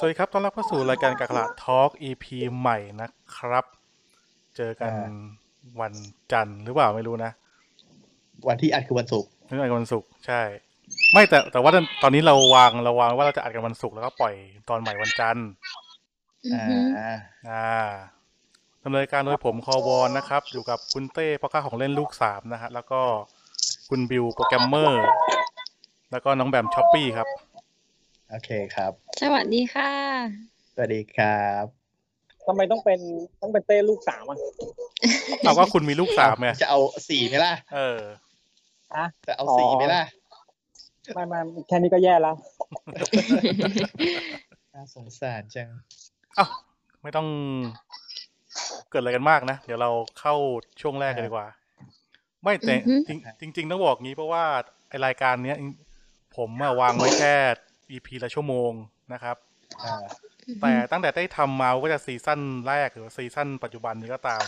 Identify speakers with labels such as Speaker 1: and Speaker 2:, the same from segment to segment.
Speaker 1: วัสดีครับ ต้อนรับเข้าสู่รายการกากละทอล์ก EP ใหม่นะครับ เจอกัน
Speaker 2: อ่า
Speaker 1: วันจันทร์หรือเปล่าไม่รู้นะ
Speaker 2: วันที่อัดคือวันศุกร์
Speaker 1: นี่อาจจะวันศุกร์ใช่ ไม่แต่แต่ว่าตอนนี้เราวางเราวางว่าเราจะอัดกันวันศุกร์แล้วก็ปล่อยตอนใหม่วันจันทร์
Speaker 2: อ่า
Speaker 1: อ่าดำเนินการโดยผมคอวอนนะครับ อยู่กับคุณเต้พ่อค้าของเล่นลูกสามนะฮะ แล้วก็คุณบิวโปรแกรมเมอร์ แล้วก็น้องแบมช้อปปี้ครับ
Speaker 2: โอเคครับ
Speaker 3: สวัสดีค่ะ
Speaker 2: สวัสดีครับ
Speaker 4: ทำไมต้องเป็นต้องเป็นเต้ลูกสามอ่ะ
Speaker 1: เอาว่าคุณมีลูกสามไง
Speaker 2: จะเอาสี่ไหมล่ะ
Speaker 1: เออ
Speaker 2: จะเอาสี่
Speaker 4: อ๋อ
Speaker 2: ไหมล่ะ
Speaker 4: ไม่ไม่แค่นี้ก็แย่แล้ว
Speaker 2: น่าสงสารจัง
Speaker 1: เอ้าไม่ต้องเกิดอะไรกันมากนะ เดี๋ยวเราเข้าช่วงแรกกันดีกว่า ไม่แต่
Speaker 3: อือฮึ
Speaker 1: จริงจริง ๆ ต้องบอกงี้เพราะว่าไอรายการเนี้ย ผมอะวางไว้แค่ EP ละชั่วโมงนะครับ
Speaker 2: อ่า
Speaker 1: แต่ตั้งแต่ได้ทำมาก็จะซีซั่นแรกหรือว่าซีซั่นปัจจุบันนี้ก็ ตาม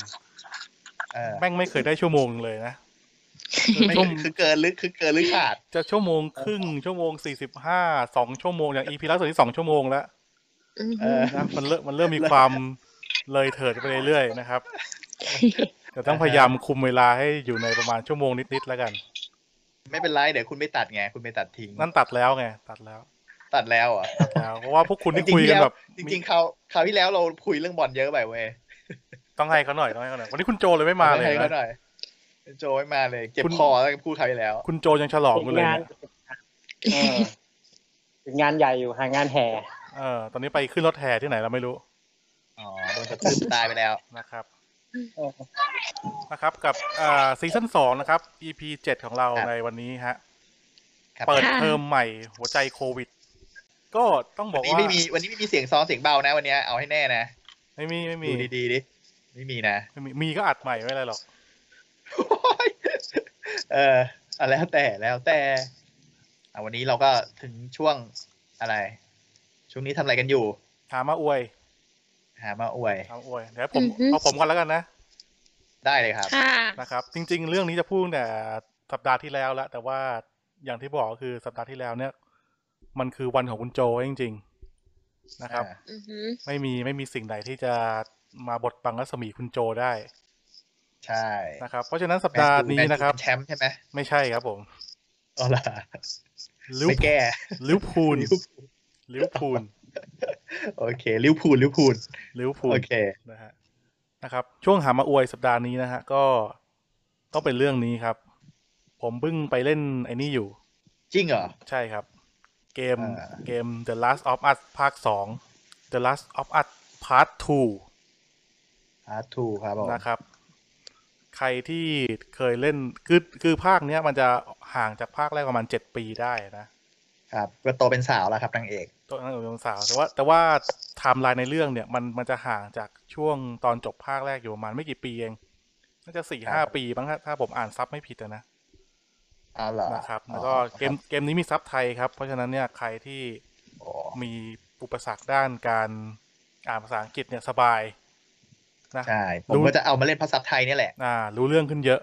Speaker 2: อ่า
Speaker 1: แม่งไม่เคยได้ชั่วโมงเลยนะ
Speaker 2: ไม่
Speaker 1: ชม
Speaker 2: คือเกินหรือคือเกินหรือขาด
Speaker 1: จะชั่วโมงครึ่งชั่วโมงสี่สิบห้าสองชั่วโมงอย่างอีพีล่าสุดที่สองชั่วโมงแล้ว
Speaker 3: อื้อ
Speaker 2: เอ
Speaker 3: หือ
Speaker 2: อ
Speaker 1: นะมันเริ่มมันเริ่มมีความเลยเถิดไปเรื่อยๆนะครับแต่ต้องพยายามคุมเวลาให้อยู่ในประมาณชั่วโมงนิดๆแล้วกัน
Speaker 2: ไม่เป็นไร เดี๋ยวคุณไม่ตัดไง คุณไม่ตัดทิ้ง
Speaker 1: นั่นตัดแล้วไงตัดแล้ว
Speaker 2: ตัดแล้วเหรอ่ะ
Speaker 1: ตัดแล้ว เพราะว่าพวกคุณที่
Speaker 2: จริ
Speaker 1: คุ
Speaker 2: ง
Speaker 1: ย
Speaker 2: ๆ
Speaker 1: กัน
Speaker 2: แล้ว
Speaker 1: แบบ
Speaker 2: จริงๆคราวคราวที่แล้วเราคุยเรื่องบอลเยอะไปเว้ย
Speaker 1: ต้องให้เขาหน่อยต้องให้เขาหน่อยวันนี้คุณโจเลยไม่มาเลย
Speaker 2: ให้เขาห
Speaker 1: นะ
Speaker 2: น่อยโจไม่มาเลย เจ็บ
Speaker 1: คุณ
Speaker 2: คอแล้วพูดคราวที่แล้ว
Speaker 1: คุณโจยังฉลองกันเลย
Speaker 4: งาน
Speaker 1: เนี่ย
Speaker 4: เออถึงงานใหญ่อยู่หางานแห่
Speaker 1: เออตอนนี้ไปขึ้นรถแห่ที่ไหนเราไม่รู้
Speaker 2: อ๋อ โดนกระทืบตายไปแล้ว
Speaker 1: นะครับ
Speaker 4: เออ
Speaker 1: นะครับกับอ่าซีซั่นสองนะครับ EP เจ็ดของเรา
Speaker 2: ครับ
Speaker 1: ในวันนี้ฮะ
Speaker 2: ครับ
Speaker 1: เปิดเทอมใหม่หัวใจโควิด ก็ต้องบอก
Speaker 2: วันนี้
Speaker 1: ว่า
Speaker 2: ไม่มี วันนี้ไม่มีเสียงซ้อมเสียงเบานะวันเนี้ยเอาให้แน่นะ
Speaker 1: ไม่มีไม่มี
Speaker 2: ดูดีๆดิ ไม่มีนะ
Speaker 1: ไม่มีมีก็อัดใหม่ไม่เป็นไรหรอก
Speaker 2: โอ้ยเอออะแล้วแต่แล้วแต่อ่ะวันนี้เราก็ถึงช่วงอะไร ช่วงนี้ทำอะไรกันอยู่
Speaker 1: หามาอวย
Speaker 2: หามาอวย
Speaker 1: หามาอวยเดี๋ยวผม
Speaker 3: อือฮึ
Speaker 1: เอาผมก่อนแล้วกันนะ
Speaker 2: ได้เลยครับ
Speaker 3: ค่ะ
Speaker 1: นะครับ จริง ๆ เรื่องนี้จะพูดแต่สัปดาห์ที่แล้วละแต่ว่าอย่างที่บอกก็คือสัปดาห์ที่แล้วเนี่ย มันคือวันของคุณโจจริง ๆ นะครับ
Speaker 2: อ่า
Speaker 3: อื้อหือ
Speaker 1: ไม่มีไม่มีสิ่งไหนที่จะมาบดบังรัศมีคุณโจได้
Speaker 2: ใช่
Speaker 1: นะครับ เพราะฉะนั้นสัปดาห์นี้นะครับ
Speaker 2: แมตช์แชมป์ใช่ไหม
Speaker 1: ไม่ใช่ครับผม
Speaker 2: อ๋อเหรอ
Speaker 1: ลิว
Speaker 2: ไม่แก้
Speaker 1: ลิวพูล
Speaker 2: ลิเวอร์ พูล
Speaker 1: ลิวพูล
Speaker 2: โอเค ลิเวอร์พูลลิเวอร์พูล
Speaker 1: ลิวพูล
Speaker 2: โอเค
Speaker 1: นะฮะนะครับ ช่วงหามาอวยสัปดาห์นี้นะฮะ ก็ต้องเป็นเรื่องนี้ครับ ผมเพิ่งไปเล่นไอ้นี่อยู่
Speaker 2: จริงเหรอ
Speaker 1: ใช่ครับ เกม
Speaker 2: อ่า
Speaker 1: เกม The Last of Us ภาค 2 The Last of Us Part
Speaker 2: ฮาร์ทูครับผม
Speaker 1: 2นะครับ ใครที่เคยเล่น คือคือภาคเนี้ยมันจะห่างจากภาคแรกประมาณ 7 ปีได้นะครับ
Speaker 2: ก็โตเป็นสาวแล้วครับนางเอก
Speaker 1: ตัวนั้นกับสาวแต่ว่าแต่ว่าไทม์ไลน์ในเรื่องเนี่ยมันมันจะห่างจากช่วงตอนจบภาคแรกอยู่ประมาณไม่กี่ปีเองน่าจะสี่ห้าปีบ้างถ้าถ้าผมอ่านซับไม่ผิดอะนะ
Speaker 2: อ๋อเหรอ
Speaker 1: นะครับแล้วก็
Speaker 2: อ๋อ
Speaker 1: เกมเกมนี้มีซับไทยครับ เพราะฉะนั้นเนี่ยใครที่
Speaker 2: โอ้
Speaker 1: มีอุปสรรคด้านการอ่านภาษาอังกฤษเนี่ยสบายนะ
Speaker 2: ใช่ ผมก็จะเอามาเล่นภาษาไทยเนี่ยแหละ
Speaker 1: อ่ารู้เรื่องขึ้นเยอะ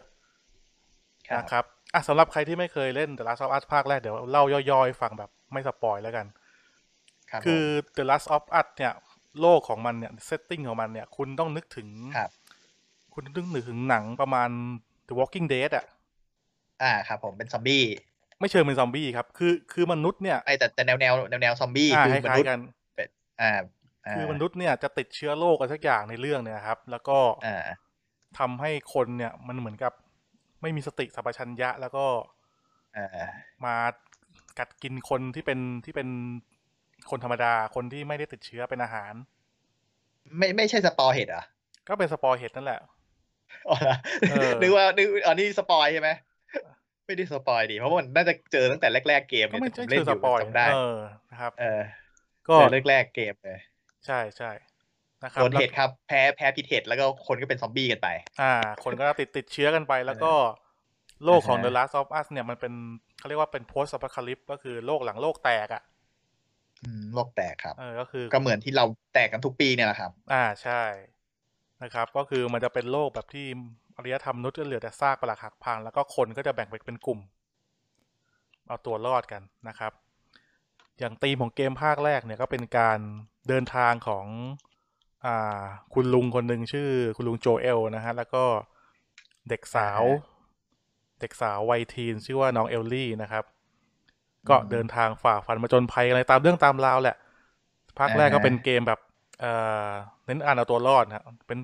Speaker 2: ครับ
Speaker 1: นะครับอ่ะสำหรับใครที่ไม่เคยเล่น The Last of Us ภาคแรก เดี๋ยวเล่าย่อยๆให้ฟังแบบไม่สปอยแล้วกัน
Speaker 2: ครับ
Speaker 1: คือ
Speaker 2: ผม
Speaker 1: The Last of Us เนี่ย โลกของมันเนี่ยเซตติ้งของมันเนี่ย คุณต้องนึกถึง
Speaker 2: ครับ
Speaker 1: คุณต้องนึกถึงหนังประมาณ The Walking Dead อะ
Speaker 2: อ่าครับผมเป็นซอมบี้
Speaker 1: ไม่เชิงเป็นซอมบี้ครับคือคือมนุษย์เนี่ย
Speaker 2: ไอแต่แต่แนวแนวแนวแนวซอมบี้
Speaker 1: อ่า
Speaker 2: คื
Speaker 1: ค
Speaker 2: อม
Speaker 1: ล้าย
Speaker 2: นุษย์
Speaker 1: ๆกัน
Speaker 2: อ่าา
Speaker 1: คือมนุษย์เนี่ยจะติดเชื้อโรคอะไรสักอย่างในเรื่องเนี่ยนะครับ แล้วก็
Speaker 2: อ่า
Speaker 1: ทำให้คนเนี่ยมันเหมือนกับไม่มีสติสัมปชัญญะ แล้วก็
Speaker 2: อ่า
Speaker 1: มากัดกินคนที่เป็นที่เป็นคนธรรมดาคนที่ไม่ได้ติดเชื้อเป็นอาหาร
Speaker 2: ไม่ไม่ใช่สปอร์เห็ดเหรอ
Speaker 1: ก็เป็นสปอร์เห็ดนั่นแหละ
Speaker 2: อ๋อเหรอ
Speaker 1: เออ
Speaker 2: นึกว่านึกอ๋อนี่สปอยใช่ไหมไม่ได้สปอยดิเพราะมันน่าจะเจอตั้งแต่แรกๆเกม
Speaker 1: ก็
Speaker 2: เนี่ย
Speaker 1: ไม่
Speaker 2: แต่ผ
Speaker 1: ใช่
Speaker 2: มเล่น
Speaker 1: เชิงส
Speaker 2: อยู่
Speaker 1: ปอย
Speaker 2: จำได้
Speaker 1: เออนะครับ
Speaker 2: เออ
Speaker 1: ก็
Speaker 2: เจอแรกๆเกมเลย
Speaker 1: ใช่ใช่นะครับ
Speaker 2: โดนเห็ด
Speaker 1: แล้ว
Speaker 2: ครับแพ้แพ้พิษเห็ดแล้วก็คนก็เป็นซอมบี้กันไป
Speaker 1: อ่า คนก็ติดติดเชื้อกันไป แล้วก็โลกของ
Speaker 2: อ่า
Speaker 1: The
Speaker 2: ฮะ
Speaker 1: Last of Us เนี่ยมันเป็นเขาเรียกว่าเป็น post apocalypse ก็คือโลกหลังโลกแตกอ่ะ
Speaker 2: อืมโลกแตกครับ
Speaker 1: เออก็คือ
Speaker 2: ก็เหมือนที่เราแตกกันทุกปีเนี่ยแหละครับ
Speaker 1: อ่าใช่นะครับ ก็คือมันจะเป็นโลกแบบที่อารยธรรมมนุษย์ก็เหลือแต่ซากปรักหักพัง แล้วก็คนก็จะแบ่งเป็นเป็นกลุ่ม เอาตัวรอดกันนะครับ อย่างธีมของเกมภาคแรกเนี่ยก็เป็นการ เดินทางของอ่าคุณลุงคนหนึ่งชื่อคุณลุงโจเอลนะฮะ แล้วก็เด็กสาว
Speaker 2: อ่าฮะ
Speaker 1: เด็กสาววัยทีน ชื่อว่าน้องเอลลี่นะครับ ก็
Speaker 2: อืม
Speaker 1: เดินทางฝ่าฟันมาจนภัยอะไรตามเรื่องตามราวแหละ ภาคแรก
Speaker 2: อ่าฮะ
Speaker 1: ก็เป็นเกมแบบเอ่อเน้นอ่านเอาตัวรอดนะฮะเป็น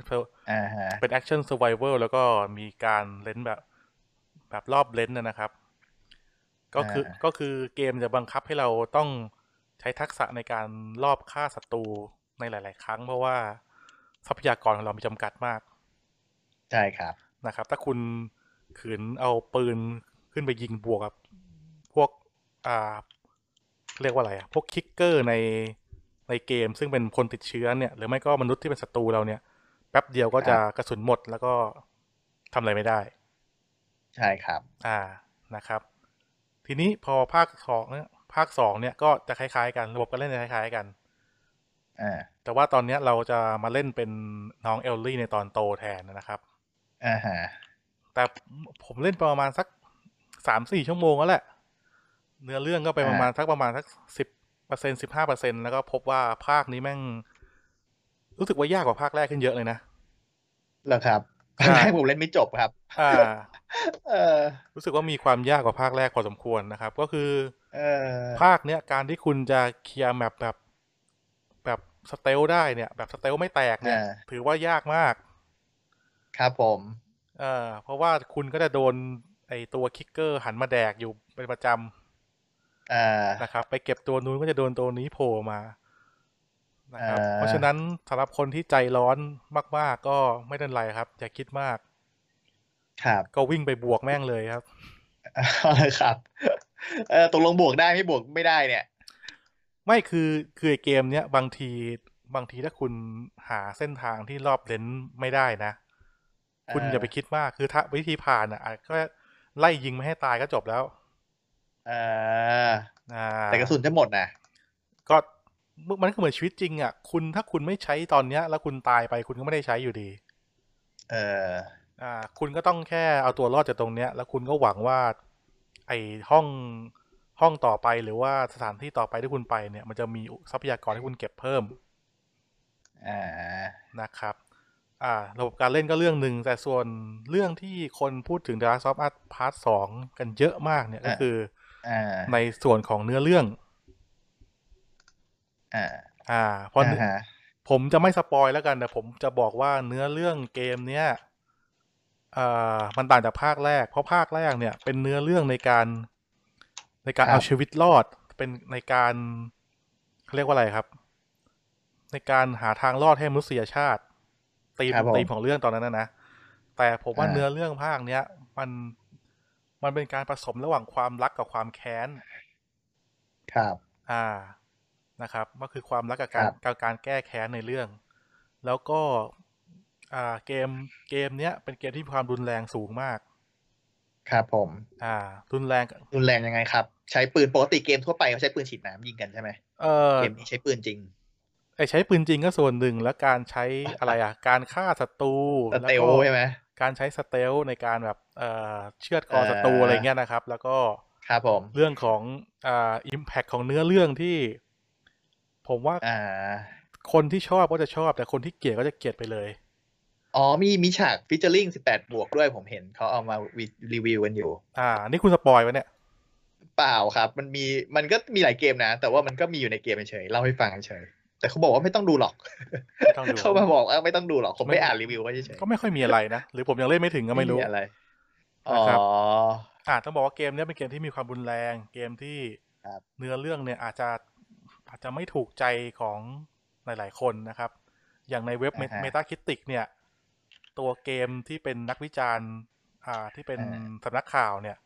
Speaker 2: อ่าฮะ
Speaker 1: เป็นแอคชั่น u r ร์ v วแล้วก็มีการเล่นแบบแบบรอบเล่นนะนะครับ ก็คืออา ก็คือเกมจะบังคับให้เราต้องใช้ทักษะในการรอบฆ่าศัตรูในหลาย ๆ ครั้ง เพราะว่าทรัพยากรของเรามีจำกัดมาก
Speaker 2: ใช่ครับ
Speaker 1: นะครับ ถ้าคุณขืนเอาปืนขึ้นไปยิงบวกกับพวกอ่าเรียกว่าอะไรอะพวกคิกเกอร์ในในเกม ซึ่งเป็นคนติดเชื้อเนี่ย หรือไม่ก็มนุษย์ที่เป็นศัตรูเราเนี่ยแป๊บเดียวก็จะกระสุนหมดแล้วก็ทำอะไรไม่ได้
Speaker 2: ใช่ครับ
Speaker 1: อ่านะครับ ทีนี้พอภาคสองเนี่ยภาคสองเนี่ยก็จะคล้ายๆกันระบบการเล่นจะคล้ายๆกัน
Speaker 2: อ่า
Speaker 1: แต่ว่าตอนเนี้ยเราจะมาเล่นเป็นน้องเอลลี่ในตอนโตแทนนะครับ
Speaker 2: อ่าฮะ
Speaker 1: แต่ผมเล่นประมาณสักสามสี่ชั่วโมงแล้วแหละ เนื้อเรื่องก็ไปประมาณสักประมาณสักสิบเปอร์เซ็นสิบห้าเปอร์เซ็นแล้วก็พบว่าภาคนี้แม่ง รู้สึกว่ายากกว่าภาคแรกขึ้นเยอะเลยนะ
Speaker 2: เหรอครับ
Speaker 1: ใช่
Speaker 2: แร กผมเล่นไม่จบครับ
Speaker 1: อ่า
Speaker 2: เออ
Speaker 1: รู้สึกว่ามีความยากกว่าภาคแรกพอสมควรนะครับ ก็คือ
Speaker 2: เออ
Speaker 1: ภาคเนี้ยการที่คุณจะเคลียร์แมปแบบแบบสเตลได้เนี่ย แบบสเตลไม่แตกเนี่ย
Speaker 2: อ่า
Speaker 1: ถือว่ายากมาก
Speaker 2: ครับผม
Speaker 1: เออเพราะว่าคุณก็จะโดนไอตัวคิกเกอร์หันมาแดกอยู่เป็นประจ
Speaker 2: เออ
Speaker 1: ำนะครับ ไปเก็บตัวนู้นก็จะโดนตัวนี้โผล่มานะครับ
Speaker 2: อ่า
Speaker 1: เพราะฉะนั้นสำหรับคนที่ใจร้อนมาก ๆ ก็ไม่เป็นไรครับ อย่าคิดมาก
Speaker 2: ครับ
Speaker 1: ก็วิ่งไปบวกแม่งเลยครับ
Speaker 2: เอาเลยครับ เออตกลงบวกได้ไม่บวกไม่ได้เนี่ย
Speaker 1: ไม่คือคือไอเกมเนี้ยบางทีบางทีถ้าคุณหาเส้นทางที่รอบเลนส์ไม่ได้นะ คุณ
Speaker 2: เออ
Speaker 1: อ
Speaker 2: อ
Speaker 1: ย่าไปคิดมากคือถ้าวิธีผ่านอ่ะอาจก็ไล่ยิงไม่ให้ตายก็จบแล้ว
Speaker 2: เออ
Speaker 1: อ่า
Speaker 2: แต่กระสุนจะหมดนะ
Speaker 1: ก็มันก็เหมือนชีวิตจริงอ่ะคุณถ้าคุณไม่ใช้ตอนเนี้ย แล้วคุณตายไปคุณก็ไม่ได้ใช้อยู่ดี
Speaker 2: เออ
Speaker 1: อ่าคุณก็ต้องแค่เอาตัวรอดจากตรงเนี้ย แล้วคุณก็หวังว่า ไอห้องห้องต่อไปหรือว่าสถานที่ต่อไปที่คุณไปเนี่ย มันจะมีทรัพยากรให้คุณเก็บเพิ่ม
Speaker 2: อ่า
Speaker 1: นะครับ อ่า ระบบการเล่นก็เรื่องหนึ่ง แต่ส่วนเรื่องที่คนพูดถึง The Last of Us Part 2 กันเยอะมากเนี่ยก็
Speaker 2: อ่ะ
Speaker 1: คือ
Speaker 2: อ่า
Speaker 1: ในส่วนของเนื้อเรื่อง
Speaker 2: อ่า
Speaker 1: อ่า เพราะ
Speaker 2: อ่าฮะ
Speaker 1: ผมจะไม่สปอยแล้วกันแต่ผมจะบอกว่าเนื้อเรื่องเกมเนี้ยอ่ามันต่างจากภาคแรก เพราะภาคแรกเนี่ยเป็นเนื้อเรื่องในการ ในการเอาชีวิตรอด เป็นในการเขาเรียกว่าอะไรครับ ในการหาทางรอดให้มนุษยชาติตีม
Speaker 2: ครับผม
Speaker 1: ตีมของเรื่องตอนนั้นนะนะแต่ผมว่า
Speaker 2: อ่า
Speaker 1: เนื้อเรื่องภาคเนี้ย มันมันเป็นการผสมระหว่างความรักกับความแค้น
Speaker 2: ครับ
Speaker 1: อ่า นะครับ ก็คือความรักกับการ
Speaker 2: ครับ
Speaker 1: กับการแก้แค้นในเรื่อง แล้วก็ อ่า เกม เกมเนี้ยเป็นเกมที่มีความรุนแรงสูงมาก
Speaker 2: ครับผม
Speaker 1: อ่า รุนแรง
Speaker 2: รุนแรงยังไงครับ ใช้ปืนปกติเกมทั่วไปเขาใช้ปืนฉีดน้ำยิงกันใช่ไหม
Speaker 1: เออ
Speaker 2: เกมนี้ใช้ปืนจริง
Speaker 1: ไอใช้ปืนจริงก็ส่วนหนึ่ง แล้วการใช้อะไรอ่ะ การฆ่าศัตรู
Speaker 2: แต่
Speaker 1: แล้ว
Speaker 2: เตล
Speaker 1: ก็
Speaker 2: ใช่ไหม
Speaker 1: การใช้สเตลในการแบบ เอ่อ เชือดคอ
Speaker 2: เอ่อ
Speaker 1: ศัตรูอะไรเงี้ยนะครับ แล้วก็
Speaker 2: ครับผม
Speaker 1: เรื่องของ อ่า อิมแพคของเนื้อเรื่องที่ ผมว่า
Speaker 2: อ่า
Speaker 1: คนที่ชอบก็จะชอบ แต่คนที่เกลียดก็จะเกลียดไปเลย
Speaker 2: อ๋อมีมีฉากฟิชเชอร์ลิง18 บวกด้วยผมเห็นเขาเอามาวิรีวิวกันอยู่
Speaker 1: อ่า นี่คุณสปอยไว้เนี่ย
Speaker 2: เปล่าครับ มันมีมันก็มีหลายเกมนะ แต่ว่ามันก็มีอยู่ในเกมเฉยๆเล่าให้ฟังเฉยๆแต่เขาบอกว่าไม่ต้องดูหรอก
Speaker 1: ไม่ต้องดู
Speaker 2: เขามาบอกว่าไม่ต้องดูหรอก ผม
Speaker 1: ไม่
Speaker 2: ไม่อ่านรีวิวเขาเฉย
Speaker 1: ก็ไม่ค่อยมีอะไรนะ หรือผมยังเล่นไม่ถึง
Speaker 2: ๆ
Speaker 1: ก็ไม่รู้
Speaker 2: อะไร อ๋อ
Speaker 1: นะครับ อ่าต้องบอกว่าเกมเนี้ยเป็นเกมที่มีความรุนแรง เกมที่
Speaker 2: ครับ
Speaker 1: เนื้อเรื่องเนี่ยอาจจะอาจจะไม่ถูกใจของหลาย ๆ คนนะครับ อย่างในเว็บ
Speaker 2: อ่าฮะ
Speaker 1: เมตาคิติกเนี่ย ตัวเกมที่เป็นนักวิจารณ์ อ่าที่เป็น
Speaker 2: อ่า
Speaker 1: สำนักข่าวเนี่ย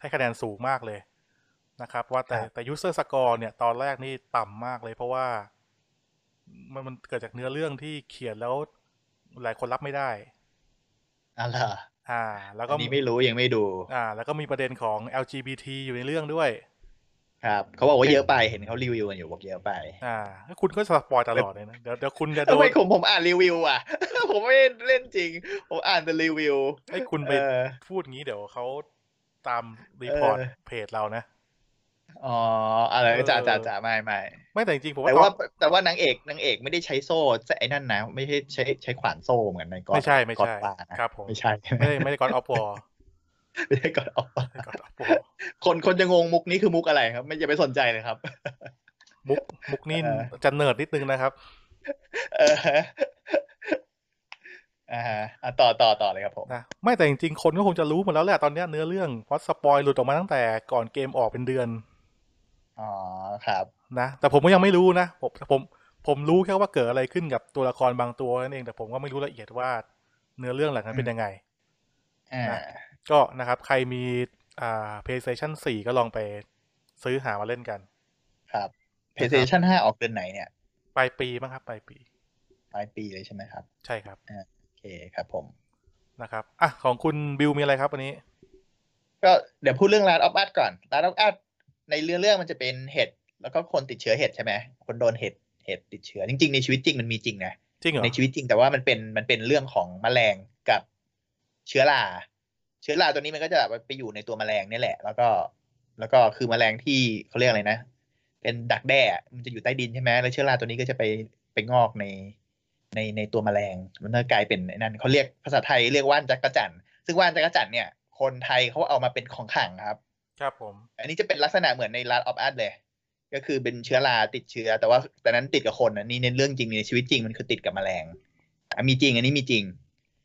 Speaker 1: ให้คะแนนสูงมากเลยนะครับ ว่าแต่
Speaker 2: ครับ
Speaker 1: แต่ user score เนี่ยตอนแรกนี่ต่ำมากเลย เพราะว่ามันมันเกิดจากเนื้อเรื่องที่เขียนแล้วหลายคนรับไม่ได้
Speaker 2: อะไร
Speaker 1: อ่า แล้วก็
Speaker 2: อันนี้ไม่รู้ยังไม่ดู
Speaker 1: อ่าแล้วก็มีประเด็นของ LGBT อยู่ในเรื่องด้วย
Speaker 2: ครับ เขาบอกว่าเยอะไป เห็นเขารีวิวกันอยู่บอกเยอะไป
Speaker 1: อ่าแล้วคุณก็สปอยตลอดเลยนะ เดี๋ยวเดี๋ยวคุณจะโด
Speaker 2: ทำไม
Speaker 1: น
Speaker 2: ผมผมอ่านรีวิวอ่ะ ผมไม่ได้เล่นจริง ผมอ่านแต่รีวิว
Speaker 1: ให้คุณไป
Speaker 2: เออ
Speaker 1: พูดงี้เดี๋ยวเขาตามรีพอร์ต
Speaker 2: เออ
Speaker 1: เพจเรานะ
Speaker 2: อ๋ออะไร
Speaker 1: เออ
Speaker 2: จ่าจ่าจ่าไม่ไม่
Speaker 1: ไม่แต่จริงๆผม
Speaker 2: แต่
Speaker 1: ว่า
Speaker 2: ว่า
Speaker 1: ตอน
Speaker 2: แต่ว่านางเอกนางเอกไม่ได้ใช้โซ่ไอ้นั่นนะไม่ใช่ใช้ใช้ขวานโซ่เหมือนในกอน
Speaker 1: ไม่ใช่ไม่ใช่
Speaker 2: กอดปลานะครับ
Speaker 1: ผม
Speaker 2: ไม่ใช่
Speaker 1: ไม่ได้ไม่ได้กอดออฟวอร์
Speaker 2: ไม่ใช่กอดออกปลา
Speaker 1: ไม่กอดออฟวอร์
Speaker 2: คนคนจะงงมุกนี้คือมุกอะไรครับ ไม่อย่าไปสนใจเลยครับ
Speaker 1: มุกมุกนี่
Speaker 2: เออ
Speaker 1: จะเนิร์ดนิดนึงนะครับ
Speaker 2: เออ อ่าฮะอ่ะต่อต่อต่อเลยครับผม
Speaker 1: นะไม่แต่จริงๆ คนก็คงจะรู้หมดแล้วแหละตอนเนี้ยเนื้อเรื่องเพราะสปอยหลุดออกมาตั้งแต่ก่อนเกมออกเป็นเดือน
Speaker 2: อ๋อครับ
Speaker 1: นะแต่ผมก็ยังไม่รู้นะผมผมผมรู้แค่ว่าเกิดอะไรขึ้นกับตัวละครบางตัวนั่นเองแต่ผมก็ไม่รู้ละเอียดว่าเนื้อเรื่องหลังนั้นเป็นยังไง
Speaker 2: อ่า
Speaker 1: นะ ก็นะครับใครมีอ่า PlayStation 4 ก็ลองไปซื้อหามาเล่นกัน
Speaker 2: ครับ PlayStation 5 ออกเดือนไหนเนี่ย
Speaker 1: ปลายปีมั้งครับปลายปี
Speaker 2: ปลายปีเลยใช่ไหมครับ
Speaker 1: ใช่ครับ
Speaker 2: โอเคครับผม
Speaker 1: นะครับอ่ะของคุณบิวมีอะไรครับวันนี้
Speaker 2: ก็เดี๋ยวพูดเรื่อง Last of Us ก่อน Last of Us ในเรื่องเรื่องมันจะเป็นเห็ด แล้วก็คนติดเชื้อเห็ดใช่ไหม คนโดนเห็ด เห็ดติดเชื้อ จริง ๆ ในชีวิตจริงมันมีจริงนะ
Speaker 1: จริงเหรอ
Speaker 2: ในชีวิตจริงแต่ว่ามันเป็นมันเป็นเรื่องของแมลงกับเชื้อราเชื้อราตัวนี้มันก็จะแบบไปอยู่ในตัวแมลงเนี่ยแหละ แล้วก็ แล้วก็คือแมลงที่เขาเรียกอะไรนะ เป็นดักแด้อะมันจะอยู่ใต้ดินใช่ไหมแล้วเชื้อราตัวนี้ก็จะไปไปงอกในในในตัวแมลง มันก็กลายเป็นไอ้นั่นเขาเรียกภาษาไทยเรียกว่านจักรจั่นซึ่งว่านจักรจั่นเนี่ย คนไทยเขาเอามาเป็นของขลังครับ
Speaker 1: ครับผม
Speaker 2: อันนี้จะเป็นลักษณะเหมือนใน Last of Us เลย ก็คือเป็นเชื้อราติดเชื้อ แต่ว่าแต่นั้นติดกับคนนะนี่ในเรื่องจริงในชีวิตจริงมันคือติดกับแมลงอ่ะมีจริง อันนี้มีจริง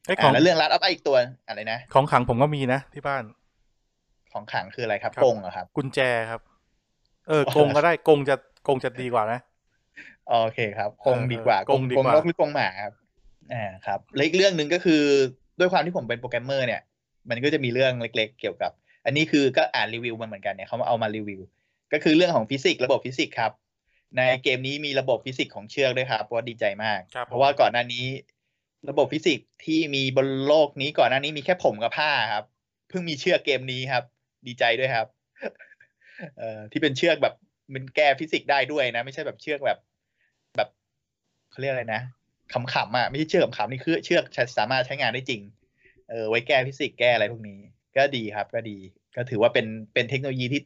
Speaker 1: ไอ้ยขอ
Speaker 2: อ่าง แล้วเรื่อง Last of Us อีกตัวอะไรนะ
Speaker 1: ของขังผมก็มีนะที่บ้าน
Speaker 2: ของขลังคืออะไรครับ
Speaker 1: ครับ
Speaker 2: กงเหรอครับ
Speaker 1: กุญแจครับ เออกงก็ได้กงจะกงจะดีกว่านะ
Speaker 2: โอเคครับกงดีกว่า
Speaker 1: เออกงดีก
Speaker 2: ก
Speaker 1: ว่า
Speaker 2: งนกหรือกงหมาครับอ่าครับแล้วอีกเรื่องหนึ่งก็คือด้วยความที่ผมเป็นโปรแกรมเมอร์เนี่ย มันก็จะมีเรื่องเล็กๆ เกี่ยวกับ อันนี้คือก็อ่านรีวิวมาเหมือนกันเนี่ยเขามาเอามารีวิว ก็คือเรื่องของฟิสิกส์ระบบฟิสิกส์ครับ ในเกมนี้มีระบบฟิสิกส์ของเชือกด้วยครับว่าะดีใจมาก
Speaker 1: ครับ
Speaker 2: เพราะว่าก่อนหน้านี้ ระบบฟิสิกส์ที่มีบนโลกนี้ก่อนหน้านี้มีแค่ผมกับผ้าครับเพิ่งมีเชือกเกมนี้ครับ ดีใจด้วยครับ เอ่อที่เป็นเชือกแบบมันแก้ฟิสิกส์ได้ด้วยนะ ไม่ใช่แบบเชือกแบบ แบบเขาเรียกอะไรนะขำๆอ่ะไม่ใช่เชือกขำๆนี่คือเชือกใช้สามารถใช้งานได้จริง เออไว้แก้ฟิสิกส์แก้อะไรพวกนี้ ก็ดีครับ ก็ดี ก็ถือว่าเป็นเป็นเทคโนโลยีที่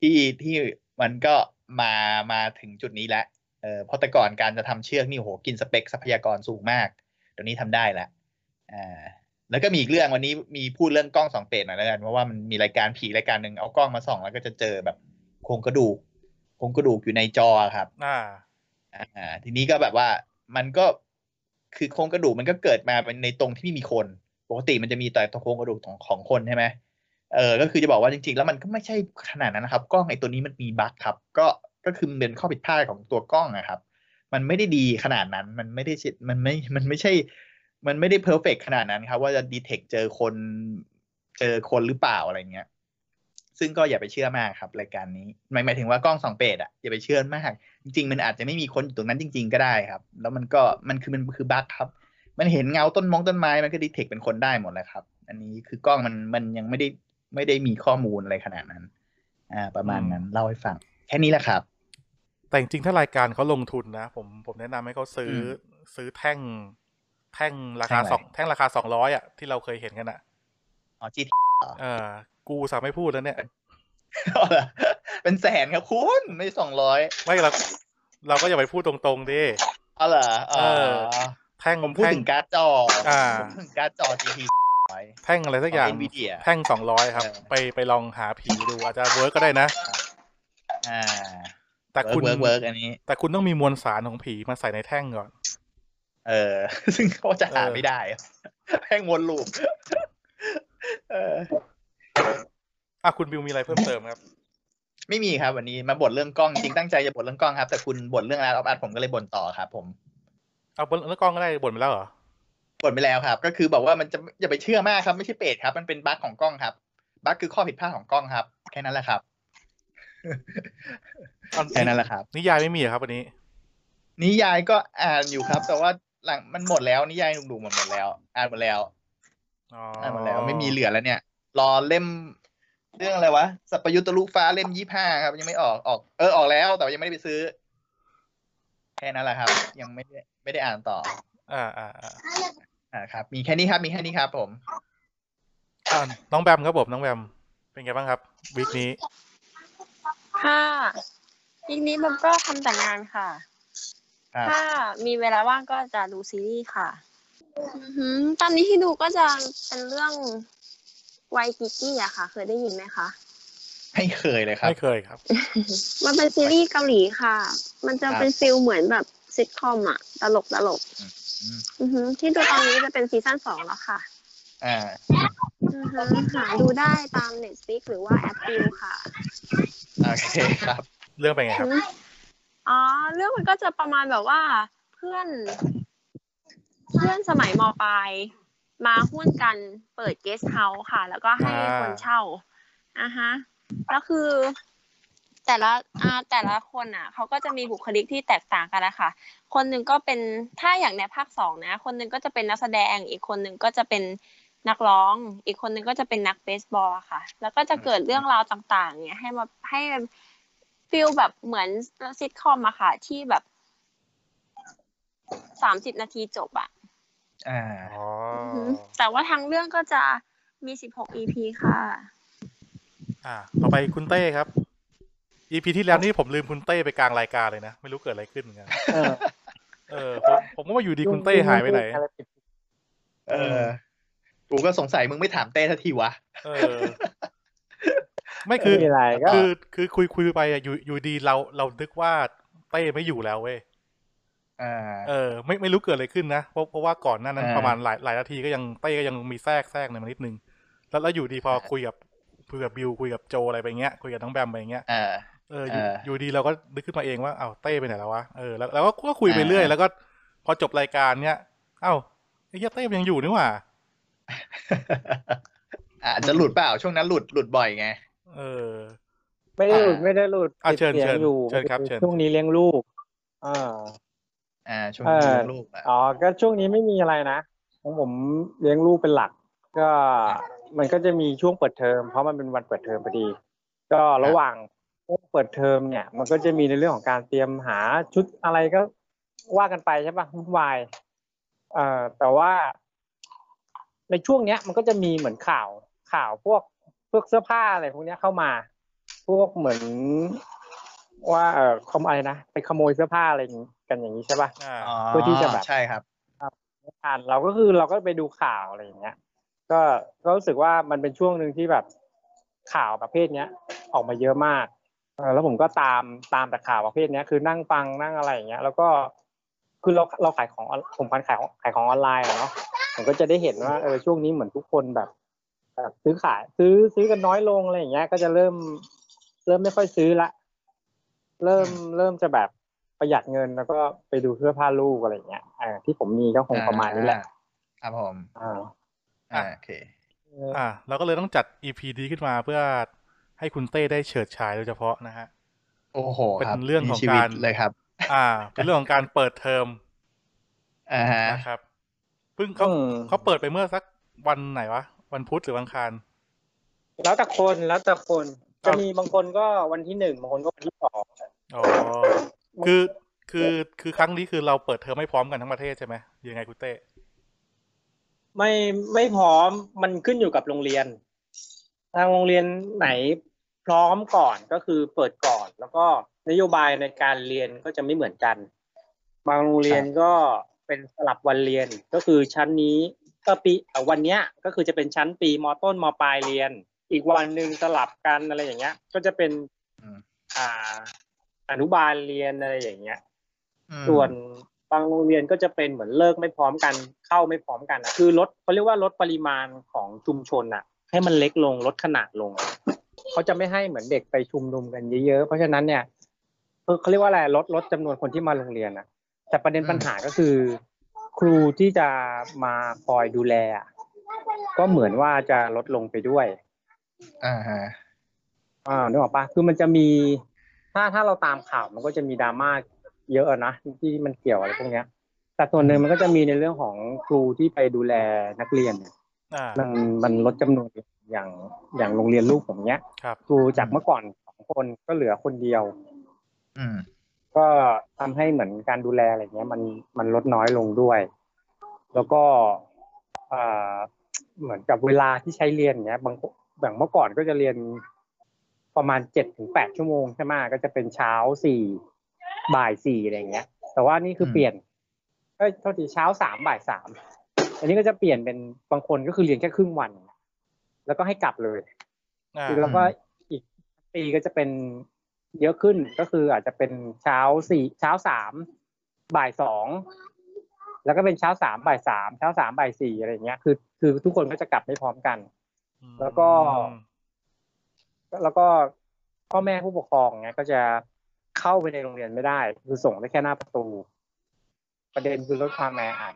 Speaker 2: ที่ที่มันก็มามาถึงจุดนี้แล้วเออเพราะแต่ก่อนการจะทำเชือกนี่โอ้โหกินสเปคทรัพยากรสูงมากเดี๋ยวนี้ทำได้ละอ่า แล้วก็มีอีกเรื่องวันนี้มีพูดเรื่องกล้องสองเปรตหน่อยแล้วกันเพราะว่ามันมีรายการผีรายการหนึ่งเอากล้องมาส่องแล้วก็จะเจอแบบโครงกระดูกโครงกระดูกอยู่ในจอครับ
Speaker 1: อ่า
Speaker 2: อ่าทีนี้ก็แบบว่ามันก็คือโครงกระดูกมันก็เกิดมาเป็นในตรงที่ไม่มีคน ปกติมันจะมีแต่ตรงโครงกระดูกของของคนใช่ไหมเออก็คือจะบอกว่าจริงๆ แล้วมันก็ไม่ใช่ขนาดนั้นนะครับ กล้องไอ้ตัวนี้มันมีบั๊กครับ ก็ก็คือมันเป็นข้อผิดพลาดของตัวกล้องนะครับ มันไม่ได้ดีขนาดนั้นมันไม่ได้ชิมันไม่มันไม่ใช่ มันไม่ได้เพอร์เฟกขนาดนั้นครับ ว่าจะดีเทคเจอคนเจอคนหรือเปล่าอะไรเงี้ย ซึ่งก็อย่าไปเชื่อมากครับรายการนี้หมายหมายถึงว่ากล้องสองเปรตอะอย่าไปเชื่อมาก จริงๆ มันอาจจะไม่มีคนอยู่ตรงนั้นจริง ๆ ก็ได้ครับ แล้วมันก็มันคือมันคือบั๊กครับ มันเห็นเงาต้นมงต้นไม้มันก็ดีเทคเป็นคนได้หมดแหละครับ อันนี้คือกล้องมันมันยังไม่ได้ไม่ได้มีข้อมูลอะไรขนาดนั้น อ่า ประมาณนั้นเล่าให้ฟัง แค่นี้แหละครับ
Speaker 1: แต่จริงๆถ้ารายการเขาลงทุนนะ ผมผมแนะนำให้เขาซื้ออซื้อแท่ง แท่งราคา
Speaker 2: แท่งอะไร
Speaker 1: สองแท่งราคาสองร้อยอ่ะที่เราเคยเห็นกันอ่ะ
Speaker 2: อ๋อจี
Speaker 1: เออกูสามไม่พูดแล้วเนี่ย
Speaker 2: เป็นแสนครับคุณไม่สองร้อย
Speaker 1: ไม่เราเราก็อย่าไปพูดตรงๆดิ
Speaker 2: อ๋อเหรออ๋อ
Speaker 1: เออ แท่ง
Speaker 2: ผมพูด
Speaker 1: แท่
Speaker 2: ถึงการ์ดจอ
Speaker 1: อ่า
Speaker 2: ผมพูดถึงการ์ดจอ GT ร้อย
Speaker 1: แท่งอะไรสักอย่าง
Speaker 2: NVIDIA
Speaker 1: แท่งสองร้อยครับ
Speaker 2: เออ
Speaker 1: ไปไปลองหาผีดูอาจจะเวิร์กก็ได้นะ
Speaker 2: อ่า
Speaker 1: แต่คุณ
Speaker 2: เวิร์กเวิร์กอันนี้
Speaker 1: แต่คุณต้องมีมวลสารของผีมาใส่ในแท่งก่อน
Speaker 2: เออ ซึ่งเขาจะหา
Speaker 1: เออ
Speaker 2: ไม่ได้อะ แม่งวนลูป เออ
Speaker 1: อ่ะคุณบิวมีอะไรเพิ่มเติมครับ
Speaker 2: ไม่มีครับวันนี้มาบ่นเรื่องกล้องจริงๆตั้งใจจะบ่นเรื่องกล้องครับ แต่คุณบ่นเรื่องร้านออฟอาร์ตผมก็เลยบ่นต่อครับ ผม
Speaker 1: เอาบนแล้วกล้องก็ได้บ่นไปแล้วเหรอ
Speaker 2: บ่นไปแล้วครับ ก็คือบอกว่ามันจะอย่าไปเชื่อมากครับไม่ใช่เปรตครับ มันเป็นบั๊กของกล้องครับบั๊กคือข้อผิดพลาดของกล้องครับ แค่นั้นแห ละครับ
Speaker 1: เอา
Speaker 2: แค่นั้นแหละครับ
Speaker 1: นิยายไม่มีเหรอครับวันนี้
Speaker 2: นิยายก็อ่านอยู่ครับ แต่ว่าหลังมันหมดแล้วนิยายหนุ่มๆหมดหมดแล้ว อ่านหมดแล้ว
Speaker 1: อ๋อ
Speaker 2: อ่านหมดแล้วไม่มีเหลือแล้วเนี่ย รอเล่ม เรื่องอะไรวะสัพยุตตลูกฟ้าเล่มยี่ห้าครับ ยังไม่ออกออกเออออกแล้วแต่ว่ายังไม่ได้ไปซื้อ แค่นั้นแหละครับ ยังไม่ได้ไม่ได้อ่านต่อ
Speaker 1: อ่าอ่าอ่า
Speaker 2: อ่าครับ มีแค่นี้ครับ มีแค่นี้ครับ ผม
Speaker 1: อ่ะน้องแบมครับผมน้องแบมเป็นไงบ้างครับวีคนี้
Speaker 3: ค่ะอีกนี้มันก็ทำแต่งานค่ะ
Speaker 2: ครับ
Speaker 3: ถ้ามีเวลาว่างก็จะดูซีรีส์ค่ะอือหือตอนนี้ที่ดูก็จะเป็นเรื่องไวกิกี้อะค่ะ เคยได้ยินไหมคะ
Speaker 2: ไม่เคยเลยครับ
Speaker 1: ไม่เคยครับ
Speaker 3: มันเป็นซีรีส์เกาหลีค่ะ มันจะ
Speaker 2: ครับ
Speaker 3: เป็นฟิลเหมือนแบบซิทคอมอะตลกตลก
Speaker 2: อืม
Speaker 3: อือหือที่ดูตอนนี้จะเป็นซีซั่นสองแล้วค่ะ
Speaker 2: อ่า
Speaker 3: อือหือหาดูได้ตาม Netflix หรือว่า Apple ค่ะ
Speaker 2: โอเคครับ
Speaker 1: เรื่องเป็นไงครับ
Speaker 3: อ๋อ เรื่องมันก็จะประมาณแบบว่า เพื่อน เพื่อนสมัยมปลายมาหุ้นกันเปิดเกสเฮาส์ค่ะ แล้วก็ให้
Speaker 1: อ่า
Speaker 3: คนเช่าอ่ะฮะแล้วคือ แต่ละอ่าแต่ละคนอ่ะเขาก็จะมีบุคลิกที่แตกต่างกันนะคะคนหนึ่งก็เป็นถ้าอย่างในภาคสองนะ คนหนึ่งก็จะเป็นนักแสดง อีกคนหนึ่งก็จะเป็นนักร้อง อีกคนหนึ่งก็จะเป็นนักเบสบอลอะค่ะ แล้วก็จะเกิดเรื่องราวต่าง ๆ เนี่ย ให้มาให้ฟิลแบบเหมือนซิทคอมอะค่ะ ที่แบบสามสิบนาทีจบอะ
Speaker 2: อ่า
Speaker 1: อ๋อ
Speaker 3: แต่ว่าทางเรื่องก็จะมี 16 EP ค่ะ
Speaker 1: อ่าต่อไปคุณเต้ครับ EP ที่แล้วนี่ผมลืมคุณเต้ไปกลางรายการเลยนะ ไม่รู้เกิดอะไรขึ้นเหมือนกัน
Speaker 4: เออ
Speaker 1: เออผมผมก็ว่าอยู่ดีคุณเต้หายไปไหน
Speaker 2: เออ กูก็สงสัยมึงไม่ถามเต้ทันทีวะ
Speaker 1: เออ ไม่
Speaker 4: ไม่
Speaker 1: คือ
Speaker 4: มีอะไรก็
Speaker 1: คือคือคุยคุยไปอะอยู่อยู่ดีเราเรานึกว่าเต้ไม่อยู่แล้วเว้ย
Speaker 2: อ่า
Speaker 1: เออไม่ไม่รู้เกิดอะไรขึ้นนะเพราะเพราะว่าก่อนหน้านั้น
Speaker 2: อ่า
Speaker 1: ประมาณหลายหลายนาทีก็ยังเต้ก็ยังมีแทรกแทรกในมานิดนึงแล้วแล้วอยู่ดีพอ
Speaker 2: ครับ
Speaker 1: คุยกับคุยกับบิวคุยกับโจอะไรไปเงี้ยคุยกับน้องแบมไปเงี้ย
Speaker 2: อ่า
Speaker 1: เอออยู่
Speaker 2: อ่า
Speaker 1: อยู่ดีเราก็นึกขึ้นมาเองว่าเอ้าเต้ไปไหนแล้ววะเออแล้วเราก็ก็คุยไป
Speaker 2: อ่า
Speaker 1: เรื่อยแล้วก็พอจบรายการเนี้ยเอ้าไอ้เหี้ยเต้มันยังอยู่นี่หว่า
Speaker 2: อาจจะหลุดเปล่า ช่วงนั้นหลุด หลุดบ่อยไง
Speaker 1: เออ
Speaker 4: ไม่ได้หลุดไม่ได้หลุด
Speaker 1: อ่ะเชิญ
Speaker 4: ติดสียง
Speaker 1: เชิญ
Speaker 4: อยู่
Speaker 1: เชิญครับเชิญ
Speaker 4: ช่วงนี้เลี้ยงลูกอ่า
Speaker 2: อ่า ช่วงนั้น
Speaker 4: เออ
Speaker 2: เลี้ยงลูกอ่ะ
Speaker 4: อ๋อ ก็ช่วงนี้ไม่มีอะไรนะของผมเลี้ยงลูกเป็นหลัก ก็มันก็จะมีช่วงเปิดเทอม เพราะมันเป็นวันเปิดเทอมพอดี ก็ระหว่างช่วงเปิดเทอมเนี่ย มันก็จะมีในเรื่องของการเตรียมหาชุดอะไรก็ว่ากันไปใช่ปะวุ่นวายเอ่อแต่ว่า ในช่วงเนี้ย มันก็จะมีเหมือนข่าวข่าวพวกพวกเสื้อผ้าอะไรพวกเนี้ยเข้ามา พวกเหมือนว่าเออขโมยอะไรนะไปขโมยเสื้อผ้าอะไรอย่างงี้กันอย่างนี้ใช่ปะ
Speaker 1: อ่า
Speaker 2: อ๋อ
Speaker 4: เพื่อที่จะแบบ
Speaker 2: ใช่ครับ
Speaker 4: อ่านเราก็คือเราก็ไปดูข่าวอะไรอย่างเงี้ย ก็ก็รู้สึกว่ามันเป็นช่วงหนึ่งที่แบบข่าวประเภทเนี้ย ออกมาเยอะมากเออแล้วผมก็ตามตามแต่ข่าวประเภทเนี้ยคือนั่งฟังนั่งอะไรอย่างเงี้ย แล้วก็คือเราเราขายของออนผมพันขายของขายของออนไลน์อะเนาะผมก็จะได้เห็นว่าเออช่วงนี้เหมือนทุกคนแบบแบบซื้อขายซื้อซื้อกันน้อยลงอะไรอย่างเงี้ย ก็จะเริ่ม เริ่มไม่ค่อยซื้อละ เริ่มเริ่มจะแบบประหยัดเงินแล้วก็ไปดูเสื้อผ้าลูกอะไรอย่างเงี้ยเออที่ผมมีก็คงประมาณนี้แหละ
Speaker 2: ครับผม
Speaker 4: อ่า
Speaker 2: อ่าโอเค
Speaker 1: อ่าเราก็เลยต้องจัด EP นี้ขึ้นมาเพื่อให้คุณเต้ได้เฉิดฉายโดยเฉพาะนะฮะ
Speaker 2: โอ้โห
Speaker 1: เป็น
Speaker 2: ครับ
Speaker 1: เรื่องของ
Speaker 2: มีชีวิต
Speaker 1: การ
Speaker 2: เลยครับ
Speaker 1: อ่า เป็นเรื่องของการเปิดเทอม
Speaker 2: อ่าฮะ
Speaker 1: นะครับเพิ่งเขา
Speaker 4: อืม
Speaker 1: เขาเปิดไปเมื่อสักวันไหนวะ วันพุธหรือวันอังคาร
Speaker 4: แล้วแต่คนแล้วแต่คน
Speaker 1: ครั
Speaker 4: จะ
Speaker 1: บ
Speaker 4: มีบางคนก็วันที่หนึ่งบางคนก็วันที่สอง
Speaker 1: อ๋อคือคือคือครั้งนี้คือเราเปิดเทอมไม่พร้อมกันทั้งประเทศใช่ไหมยังไงคุณเต้
Speaker 4: ไม่ไม่พร้อมมันขึ้นอยู่กับโรงเรียน ทางโรงเรียนไหนพร้อมก่อนก็คือเปิดก่อน แล้วก็นโยบายในการเรียนก็จะไม่เหมือนกัน บางโรงเรียนก็เป็นสลับวันเรียนก็คือชั้นนี้ก็ปีเอ่อวันเนี้ยก็คือจะเป็นชั้นปีมต้นมปลายเรียน อีกวันหนึ่งสลับกันอะไรอย่างเงี้ย ก็จะเป็น
Speaker 2: อืม
Speaker 4: อ่าอนุบาลเรียนอะไรอย่างเงี้ย
Speaker 2: อืม
Speaker 4: ส่วนบางโรงเรียนก็จะเป็นเหมือนเลิกไม่พร้อมกันเข้าไม่พร้อมกันอะคือลดเขาเรียกว่าลดปริมาณของชุมชนอ่ะ ให้มันเล็กลงลดขนาดลงอะเขาจะไม่ให้เหมือนเด็กไปชุมนุมกันเยอะๆเพราะฉะนั้นเนี่ยคือเขาเรียกว่าอะไรลดลดจำนวนคนที่มาโรงเรียนอ่ะ แต่ประเด็นปัญหาก็คือ ครูที่จะมาคอยดูแลอะก็เหมือนว่าจะลดลงไปด้วย
Speaker 2: อ่าฮะ
Speaker 4: อ่านึกออกปะคือมันจะมี ถ้าถ้าเราตามข่าวมันก็จะมีดราม่าเยอะอะนะที่มันเกี่ยวอะไรพวกเนี้ย แต่ส่วนหนึ่งมันก็จะมีในเรื่องของครูที่ไปดูแลนักเรียนเนี่ย
Speaker 1: อ่า
Speaker 4: มันมันลดจำนวนอย่างอย่างโรงเรียนลูกผมเนี้ย
Speaker 1: ครับ
Speaker 4: ครูจากเมื่อก่อนสองคนก็เหลือคนเดียว
Speaker 2: อืม
Speaker 4: ก็ทำให้เหมือนการดูแลอะไรเงี้ย มันมันลดน้อยลงด้วย แล้วก็อ่าเหมือนกับเวลาที่ใช้เรียนเงี้ย บางอย่างเมื่อก่อนก็จะเรียน ประมาณเจ็ดถึงแปดชั่วโมงใช่ไหมก็จะเป็นเช้าสี่บ่ายสี่อะไรอย่างเงี้ย แต่ว่านี่คือ
Speaker 2: ม
Speaker 4: เปลี่ยนเอ้ยโทษทีเช้าสามบ่ายสามอันนี้ก็จะเปลี่ยนเป็นบางคนก็คือเรียนแค่ครึ่งวัน แล้วก็ให้กลับเลย
Speaker 1: อ่า
Speaker 4: คือแล้วก็อีกปีก็จะเป็นเยอะขึ้นก็คืออาจจะเป็นเช้าสี่เช้าสามบ่ายสองแล้วก็เป็นเช้าสามบ่ายสามเช้าสามบ่ายสี่อะไรอย่างเงี้ยคือคือทุกคนก็จะกลับไม่พร้อมกัน แล้วก็ แล้วก็พ่อแม่ผู้ปกครองเนี้ยก็จะเข้าไปในโรงเรียนไม่ได้ คือส่งได้แค่หน้าประตู ประเด็นคือลดความแออัด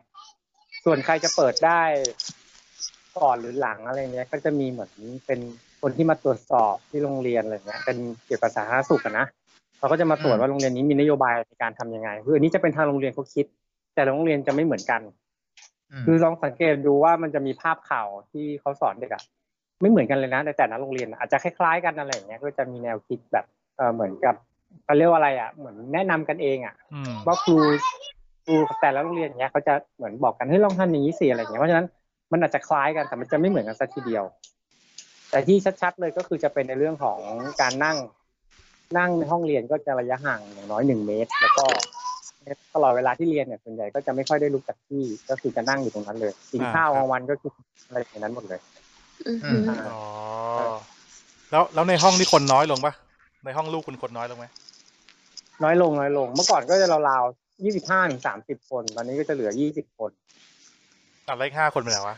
Speaker 4: ส่วนใครจะเปิดได้ก่อนหรือหลังอะไรเงี้ย ก็จะมีเหมือนเป็นคนที่มาตรวจสอบที่โรงเรียนอะไรเงี้ยเป็นเกี่ยวกับสาธารณสุขอะนะเขาก็จะมาตรวจ
Speaker 2: อืม
Speaker 4: ว่าโรงเรียนนี้มีนโยบายในการทำยังไงคืออันนี้จะเป็นทางโรงเรียนเขาคิด แต่ละโรงเรียนจะไม่เหมือนกัน
Speaker 2: ม
Speaker 4: คือลองสังเกตดูว่ามันจะมีภาพข่าวที่เขาสอนเด็กอะไม่เหมือนกันเลยนะในแต่ละโรงเรียนอะอาจจะคล้ายๆกันอะไรอย่างเงี้ยก็จะมีแนวคิดแบบเออเหมือนกับเขาเรียกว่าอะไรอะเหมือนแนะนำกันเองอะ
Speaker 1: อืม
Speaker 4: ว่าครูครูแต่ละโรงเรียนเนี้ยเขาจะเหมือนบอกกันเฮ้ยลองทำอย่างนี้สิอะไรอย่างเงี้ยเพราะฉะนั้นมันอาจจะคล้ายกันแต่มันจะไม่เหมือนกันสักทีเดียว แต่ที่ชัดๆเลยก็คือจะเป็นในเรื่องของการนั่ง นั่งในห้องเรียนก็จะระยะห่างอย่างน้อยหนึ่งเมตร แล้วก็ตลอดเวลาที่เรียนเนี่ยส่วนใหญ่ก็จะไม่ค่อยได้ลุกจากที่ก็คือจะนั่งอยู่ตรงนั้นเลยกินข้าวกลางวันก็คืออะไรอย่างนั้นหมดเลย
Speaker 3: อือหือ
Speaker 1: อ๋อแล้วแล้วในห้องนี่คนน้อยลงปะในห้องลูกคุณคนน้อยลงไหม
Speaker 4: น้อยลงน้อยลง เมื่อก่อนก็จะราวๆยี่สิบห้าถึงสามสิบคน ตอนนี้ก็จะเหลือยี่สิบคน
Speaker 1: ตัดไล่ห้าคนไปไหนวะ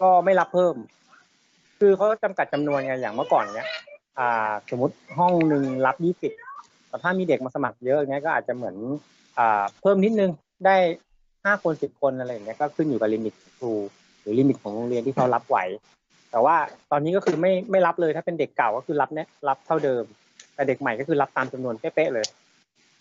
Speaker 4: ก็ไม่รับเพิ่ม คือเขาจำกัดจำนวนไงอย่างเมื่อก่อนเนี้ย อ่า สมมติห้องหนึ่งรับยี่สิบแต่ถ้ามีเด็กมาสมัครเยอะอย่างเงี้ยก็อาจจะเหมือน อ่า เพิ่มนิดนึงได้ห้าคนสิบคนอะไรอย่างเงี้ยก็ขึ้นอยู่กับลิมิตของครูหรือลิมิตของโรงเรียนที่เขารับไหว แต่ว่าตอนนี้ก็คือไม่ไม่รับเลยถ้าเป็นเด็กเก่าก็คือรับเนี่ยรับเท่าเดิม แต่เด็กใหม่ก็คือรับตามจำนวนเป๊ะๆเลย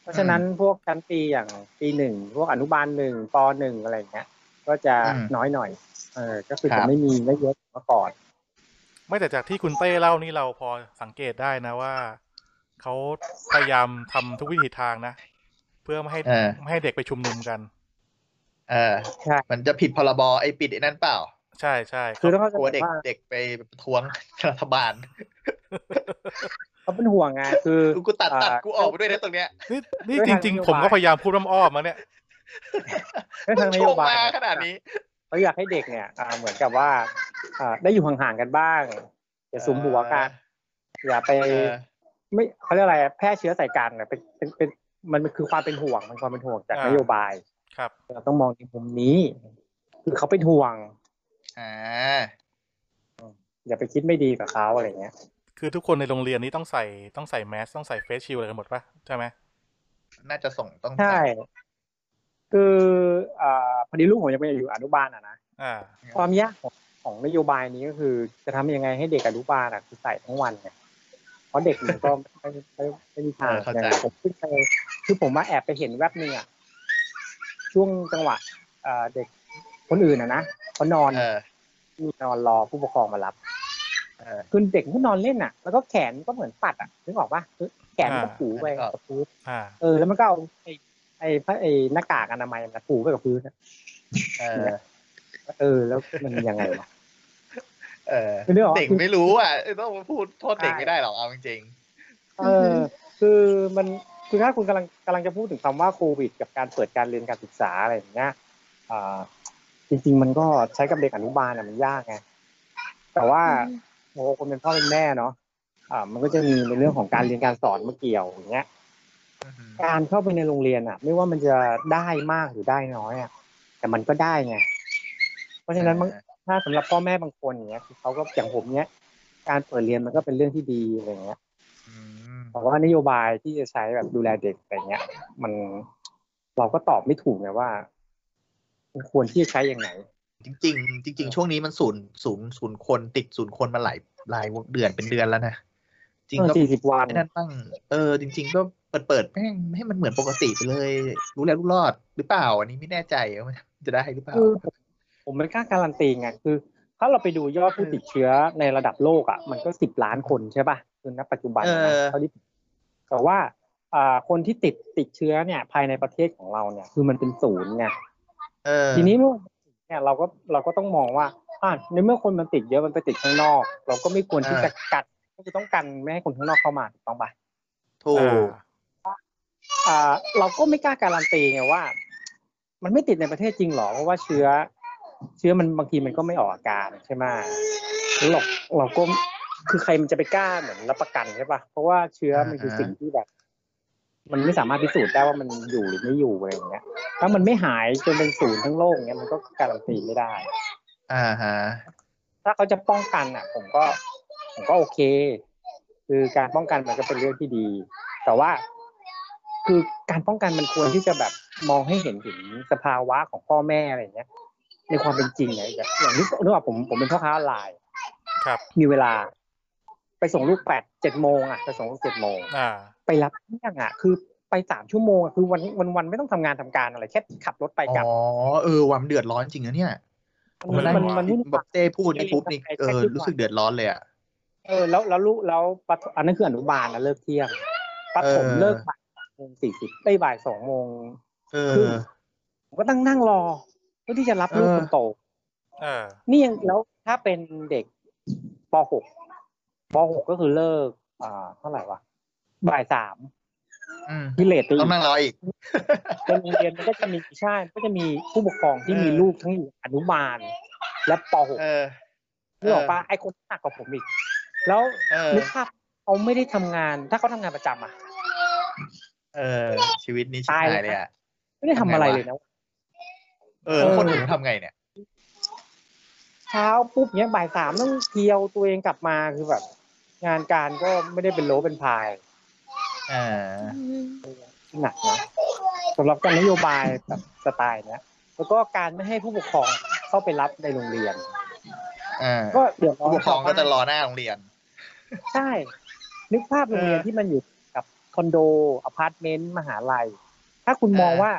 Speaker 4: เพราะฉะนั้นพวกชั้นปีอย่างปีหนึ่งพวกอนุบาลหนึ่งปหนึ่งอะไรอย่างเงี้ย ก็จะ
Speaker 2: อืม
Speaker 4: น้อยหน่อย เออ ก็คือ
Speaker 2: ครั
Speaker 4: จะ
Speaker 2: บ
Speaker 4: ไม่มีไม่เยอะเหมือนเมื่อก่อน
Speaker 1: ไม่แต่จากที่คุณเต้เล่านี่เราพอสังเกตได้นะว่าเขาพยายามทำทุกวิถีทางนะ เพื่อไม่ให้
Speaker 2: เออ
Speaker 1: ไม่ให้เด็กไปชุมนุมกัน
Speaker 2: เออ
Speaker 4: ใช่
Speaker 2: มันจะผิดพรบไอ้ปิดไอ้นั่นเปล่า
Speaker 1: ใช่ใช่
Speaker 4: คือต้องเข้าใจ
Speaker 2: กลัวเด็ก
Speaker 4: ว่า
Speaker 2: เด็กไปประท้วงรัฐบาล
Speaker 4: เขาเป็นห่วงไงคือ
Speaker 2: กูกูตัดตัด
Speaker 4: อ่า
Speaker 2: กูออกไปด้วยนะตรงเนี้ย
Speaker 1: นี่นี่
Speaker 4: ด้วย
Speaker 1: จ
Speaker 4: ทาง
Speaker 1: ริง
Speaker 4: นโย
Speaker 1: ๆ ผม
Speaker 4: บาย
Speaker 1: ก็พยายามพูดอ้อมๆมาเนี่ย
Speaker 4: เรื่องทางน
Speaker 2: โช
Speaker 4: โย
Speaker 2: ง
Speaker 4: บาย
Speaker 2: มา
Speaker 4: เนี่ย
Speaker 2: ขนาดนี้
Speaker 4: เขาอยากให้เด็กเนี่ยอ่าเหมือนกับว่าอ่าได้อยู่ห่างๆกันบ้างอย่าสุมหัวกันอย่าไป
Speaker 2: เออ
Speaker 4: ไม่เขาเรียกอะไรอะแพร่เชื้อใส่กันเนี่ยเป็นเป็นเป็นมันคือความเป็นห่วงมันความเป็นห่วงจาก
Speaker 1: อ่าน
Speaker 4: นโยบาย
Speaker 1: ครับ
Speaker 4: เราต้องมองในมุมนี้ คือเขาเป็นห่วง
Speaker 2: อ่า
Speaker 4: อย่าไปคิดไม่ดีกับเขาอะไรเงี้ย
Speaker 1: คือทุกคนในโรงเรียนนี้ต้องใส่ต้องใส่แมสต้องใส่เฟสชิลอะไรกันหมดปะใช่ไหม
Speaker 2: น่าจะส่งต้อง
Speaker 4: ใช่ คืออ่าพอดีลูกผมยังเป็นอยู่อนุบาลอ่ะนะ
Speaker 1: อ่า
Speaker 4: ความยากของของนโยบายนี้ก็คือ จะทำยังไงให้เด็กอนุบาลอ่ะคือใส่ทั้งวันไงเพราะเด็กมันก็ ไม่ไม่ไม่มีทาง
Speaker 2: เออเข้าใจ
Speaker 4: อย่างผมขึ้นไปคือผมมาแอบไปเห็นแวบหนึงอ่ะช่วงจังหวะเอ่อเด็กคนอื่นอ่ะนะเขานอน
Speaker 2: เออ
Speaker 4: มีนอนรอผู้ปกครองมารับ
Speaker 2: เออ
Speaker 4: คือเด็กก็นอนเล่นอ่ะ แล้วก็แขนก็เหมือนปัดอ่ะนึกออกปะคือแขนมันก็
Speaker 1: อ่า
Speaker 4: ถูไป
Speaker 2: นึกออก
Speaker 4: กับพื้น
Speaker 1: อ่า
Speaker 4: เออแล้วมันก็เอาไอ้ไอ้ผ้าไอ้หน้ากากอนามัยมันถูไปกับพื้นอะ
Speaker 2: เออ
Speaker 4: เออ แล้วมันยังไงวะ
Speaker 2: เออ
Speaker 4: นึกออก
Speaker 2: เด็กไม่รู้อ่ะต้องมาพูดโทษเด็กไม่ได้หรอกเอาจริง
Speaker 4: เอ
Speaker 3: อือฮึ
Speaker 4: อคือมันคือถ้าคุณกำลังกำลังจะพูดถึงคำว่าโควิด กับการเปิดการเรียนการศึกษาอะไรอย่างเงี้ยอ่าจริง ๆ มันก็ใช้กับเด็กอนุบาลอะมันยากไงแต่ว่าโอ้โหคนเป็นพ่อเป็นแม่เนาะอ่า มันก็จะมีในเรื่องของการเรียนการสอนมาเกี่ยวอย่างเงี้ย
Speaker 2: ๆอือหือ
Speaker 4: การเข้าไปในโรงเรียนอ่ะ ไม่ว่ามันจะได้มากหรือได้น้อยอ่ะแต่มันก็ได้ไงเพราะฉะนั้นมัน ถ้าสำหรับพ่อแม่บางคนอย่างเงี้ยคือเขาก็อย่างผมเนี้ย การเปิดเรียนมันก็เป็นเรื่องที่ดีอะไรอย่างเงี้ย
Speaker 2: อืม
Speaker 4: แต่ว่านโยบายที่จะใช้แบบดูแลเด็กอะไรเงี้ย มันเราก็ตอบไม่ถูกไงว่ามันควรที่จะใช้อย่างไหน
Speaker 2: จริง ๆ จริง ๆ ช่วงนี้มันศูนย์ศูนย์ศูนย์คนติดศูนย์คนมาหลายหลายเดือนเป็นเดือนแล้วนะจริง
Speaker 4: เออ
Speaker 2: ก็
Speaker 4: สี่สิบวัน
Speaker 2: ไอ้นั่นบ้างเออ จริง ๆ ก็เปิดเปิดๆแม่งให้มันเหมือนปกติไปเลย รู้แล้วรู้รอดหรือเปล่า อันนี้ไม่แน่ใจว่ามันจะได้หรือเปล่า
Speaker 4: คือผมผมไม่กล้าการันตีไงคือ ถ้าเราไปดูยอดผู้ติดเชื้อในระดับโลกอ่ะมันก็สิบล้านคนใช่ป่ะคือณปัจจุบันนะ
Speaker 2: เออ
Speaker 4: เท่าที่แต่ว่าอ่าคนที่ติดติดเชื้อเนี่ย ภายในประเทศของเราเนี่ย คือมันเป็นศูนย์ไง
Speaker 2: เออ
Speaker 4: ทีนี้เมื่อวันที่สี่เนี่ยเราก็เราก็ต้องมองว่าอ่ะในเมื่อคนมันติดเยอะมันไปติดข้างนอก เราก็ไม่ควรที่
Speaker 2: อ่า
Speaker 4: จะกัด ก็คือต้องกันไม่ให้คนข้างนอกเข้ามาถูกต้องปะ
Speaker 2: ถูก
Speaker 1: อ่า
Speaker 4: อ่าเราก็ไม่กล้าการันตีไงว่า มันไม่ติดในประเทศจริงหรอเพราะว่าเชื้อ เชื้อมันบางทีมันก็ไม่ออกอาการใช่ไหมแล้วเราเราก็คือใครมันจะไปกล้าเหมือนรับประกันใช่ปะเพราะว่าเชื้อมันคือสิ่งที่แบบ มันไม่สามารถพิสูจน์ได้ว่ามันอยู่หรือไม่อยู่อะไรอย่างเงี้ย ถ้ามันไม่หายจนเป็นศูนย์ทั้งโลกเงี้ยมันก็การันตีไม่ได้
Speaker 2: อ่าฮะ
Speaker 4: ถ้าเขาจะป้องกันอ่ะ ผมก็ผมก็โอเค คือการป้องกันมันก็เป็นเรื่องที่ดี แต่ว่า คือการป้องกันมันควรที่จะแบบมองให้เห็นถึงสภาวะของพ่อแม่อะไรอย่างเงี้ย ในความเป็นจริงไงแบบอย่างนี้นึกว่าผมผมเป็นพ่อค้าออนไลน์
Speaker 1: ครับ
Speaker 4: มีเวลา ไปส่งลูกแปดเจ็ดโมงอ่ะไปส่งลูกเจ็ดโมง
Speaker 1: อ่า
Speaker 4: ไปรับเที่ยงอ่ะ คือไปสามชั่วโมงอะคือวันวันวันไม่ต้องทำงานทำการอะไรแค่ขับรถไปกลับ
Speaker 2: อ๋อเออความนเดือดร้อนจริงนะเนี่ย
Speaker 1: ออ
Speaker 2: มัน
Speaker 4: มันมันวุ่น
Speaker 2: แบ
Speaker 4: วา
Speaker 2: บ
Speaker 4: ย
Speaker 2: เต้พูดนี่ปุ๊บนี่เออรู้สึกเดือดร้อนเลยอ่ะ
Speaker 4: เออแล้วแล้วลูกแล้วปฐอันนั้นคืออนุบาลนะเลิกเที่ยงปฐม
Speaker 2: เออ
Speaker 4: เลิกบ่ายโมงสี่สิบไอ้ยบ่ายสองโมง
Speaker 2: เอ
Speaker 4: ครึ่
Speaker 2: อ
Speaker 4: งผมก็ตั้งนั่งรอเพื่อที่จะรับลูก
Speaker 2: เออ
Speaker 4: คนโต
Speaker 1: เออ
Speaker 4: นี่ยังแล้วถ้าเป็นเด็กปหกปหกก็คือเลิก อ่าเท่าไหร่วะบ่ายสาม
Speaker 2: อืม
Speaker 4: พิเลตไป
Speaker 2: ต้องนั่งรออีก
Speaker 4: โรงเรียนมันก็จะมีใช่มันก็จะมีผู้ปกครองที่
Speaker 2: เออ
Speaker 4: มีลูกทั้งอยู่อนุบาล และปหก
Speaker 2: เออ
Speaker 4: นึกออกปะไอ้คนที่หนักกว่าผมอีก แล้ว
Speaker 2: เออ
Speaker 4: นึกภาพเขาไม่ได้ทำงาน ถ้าเขาทำงานประจำอ่ะ
Speaker 2: เออ ชีวิตนี้ชิบหายเลยอ่ะ
Speaker 4: ไม่ได้ทำอะไร
Speaker 2: ทำไงวะ
Speaker 4: เลยนะ
Speaker 2: เออแล้วคนอื่นเขาทำไงเนี่ย
Speaker 4: เช้าปุ๊บเนี้ยบ่ายสามต้องเที่ยวตัวเองกลับมาคือแบบ งานการก็ไม่ได้เป็นโลเป็นพาย
Speaker 2: อ่า
Speaker 4: หนักนะสำหรับการนโยบายแบบสไตล์เนี้ยแล้วก็การไม่ให้ผู้ปกครองเข้าไปรับในโรงเรียน
Speaker 2: อ่า
Speaker 4: ก็เดี๋ยว
Speaker 2: ผู้ปกครองก็จะรอหน้าโรงเรียน
Speaker 4: ใช่ นึกภาพโรงเรียน
Speaker 2: เออ
Speaker 4: ที่มันอยู่กับคอนโดอพาร์ตเมนต์มหาลัย ถ้าคุณมอง
Speaker 2: เออ
Speaker 4: ว่า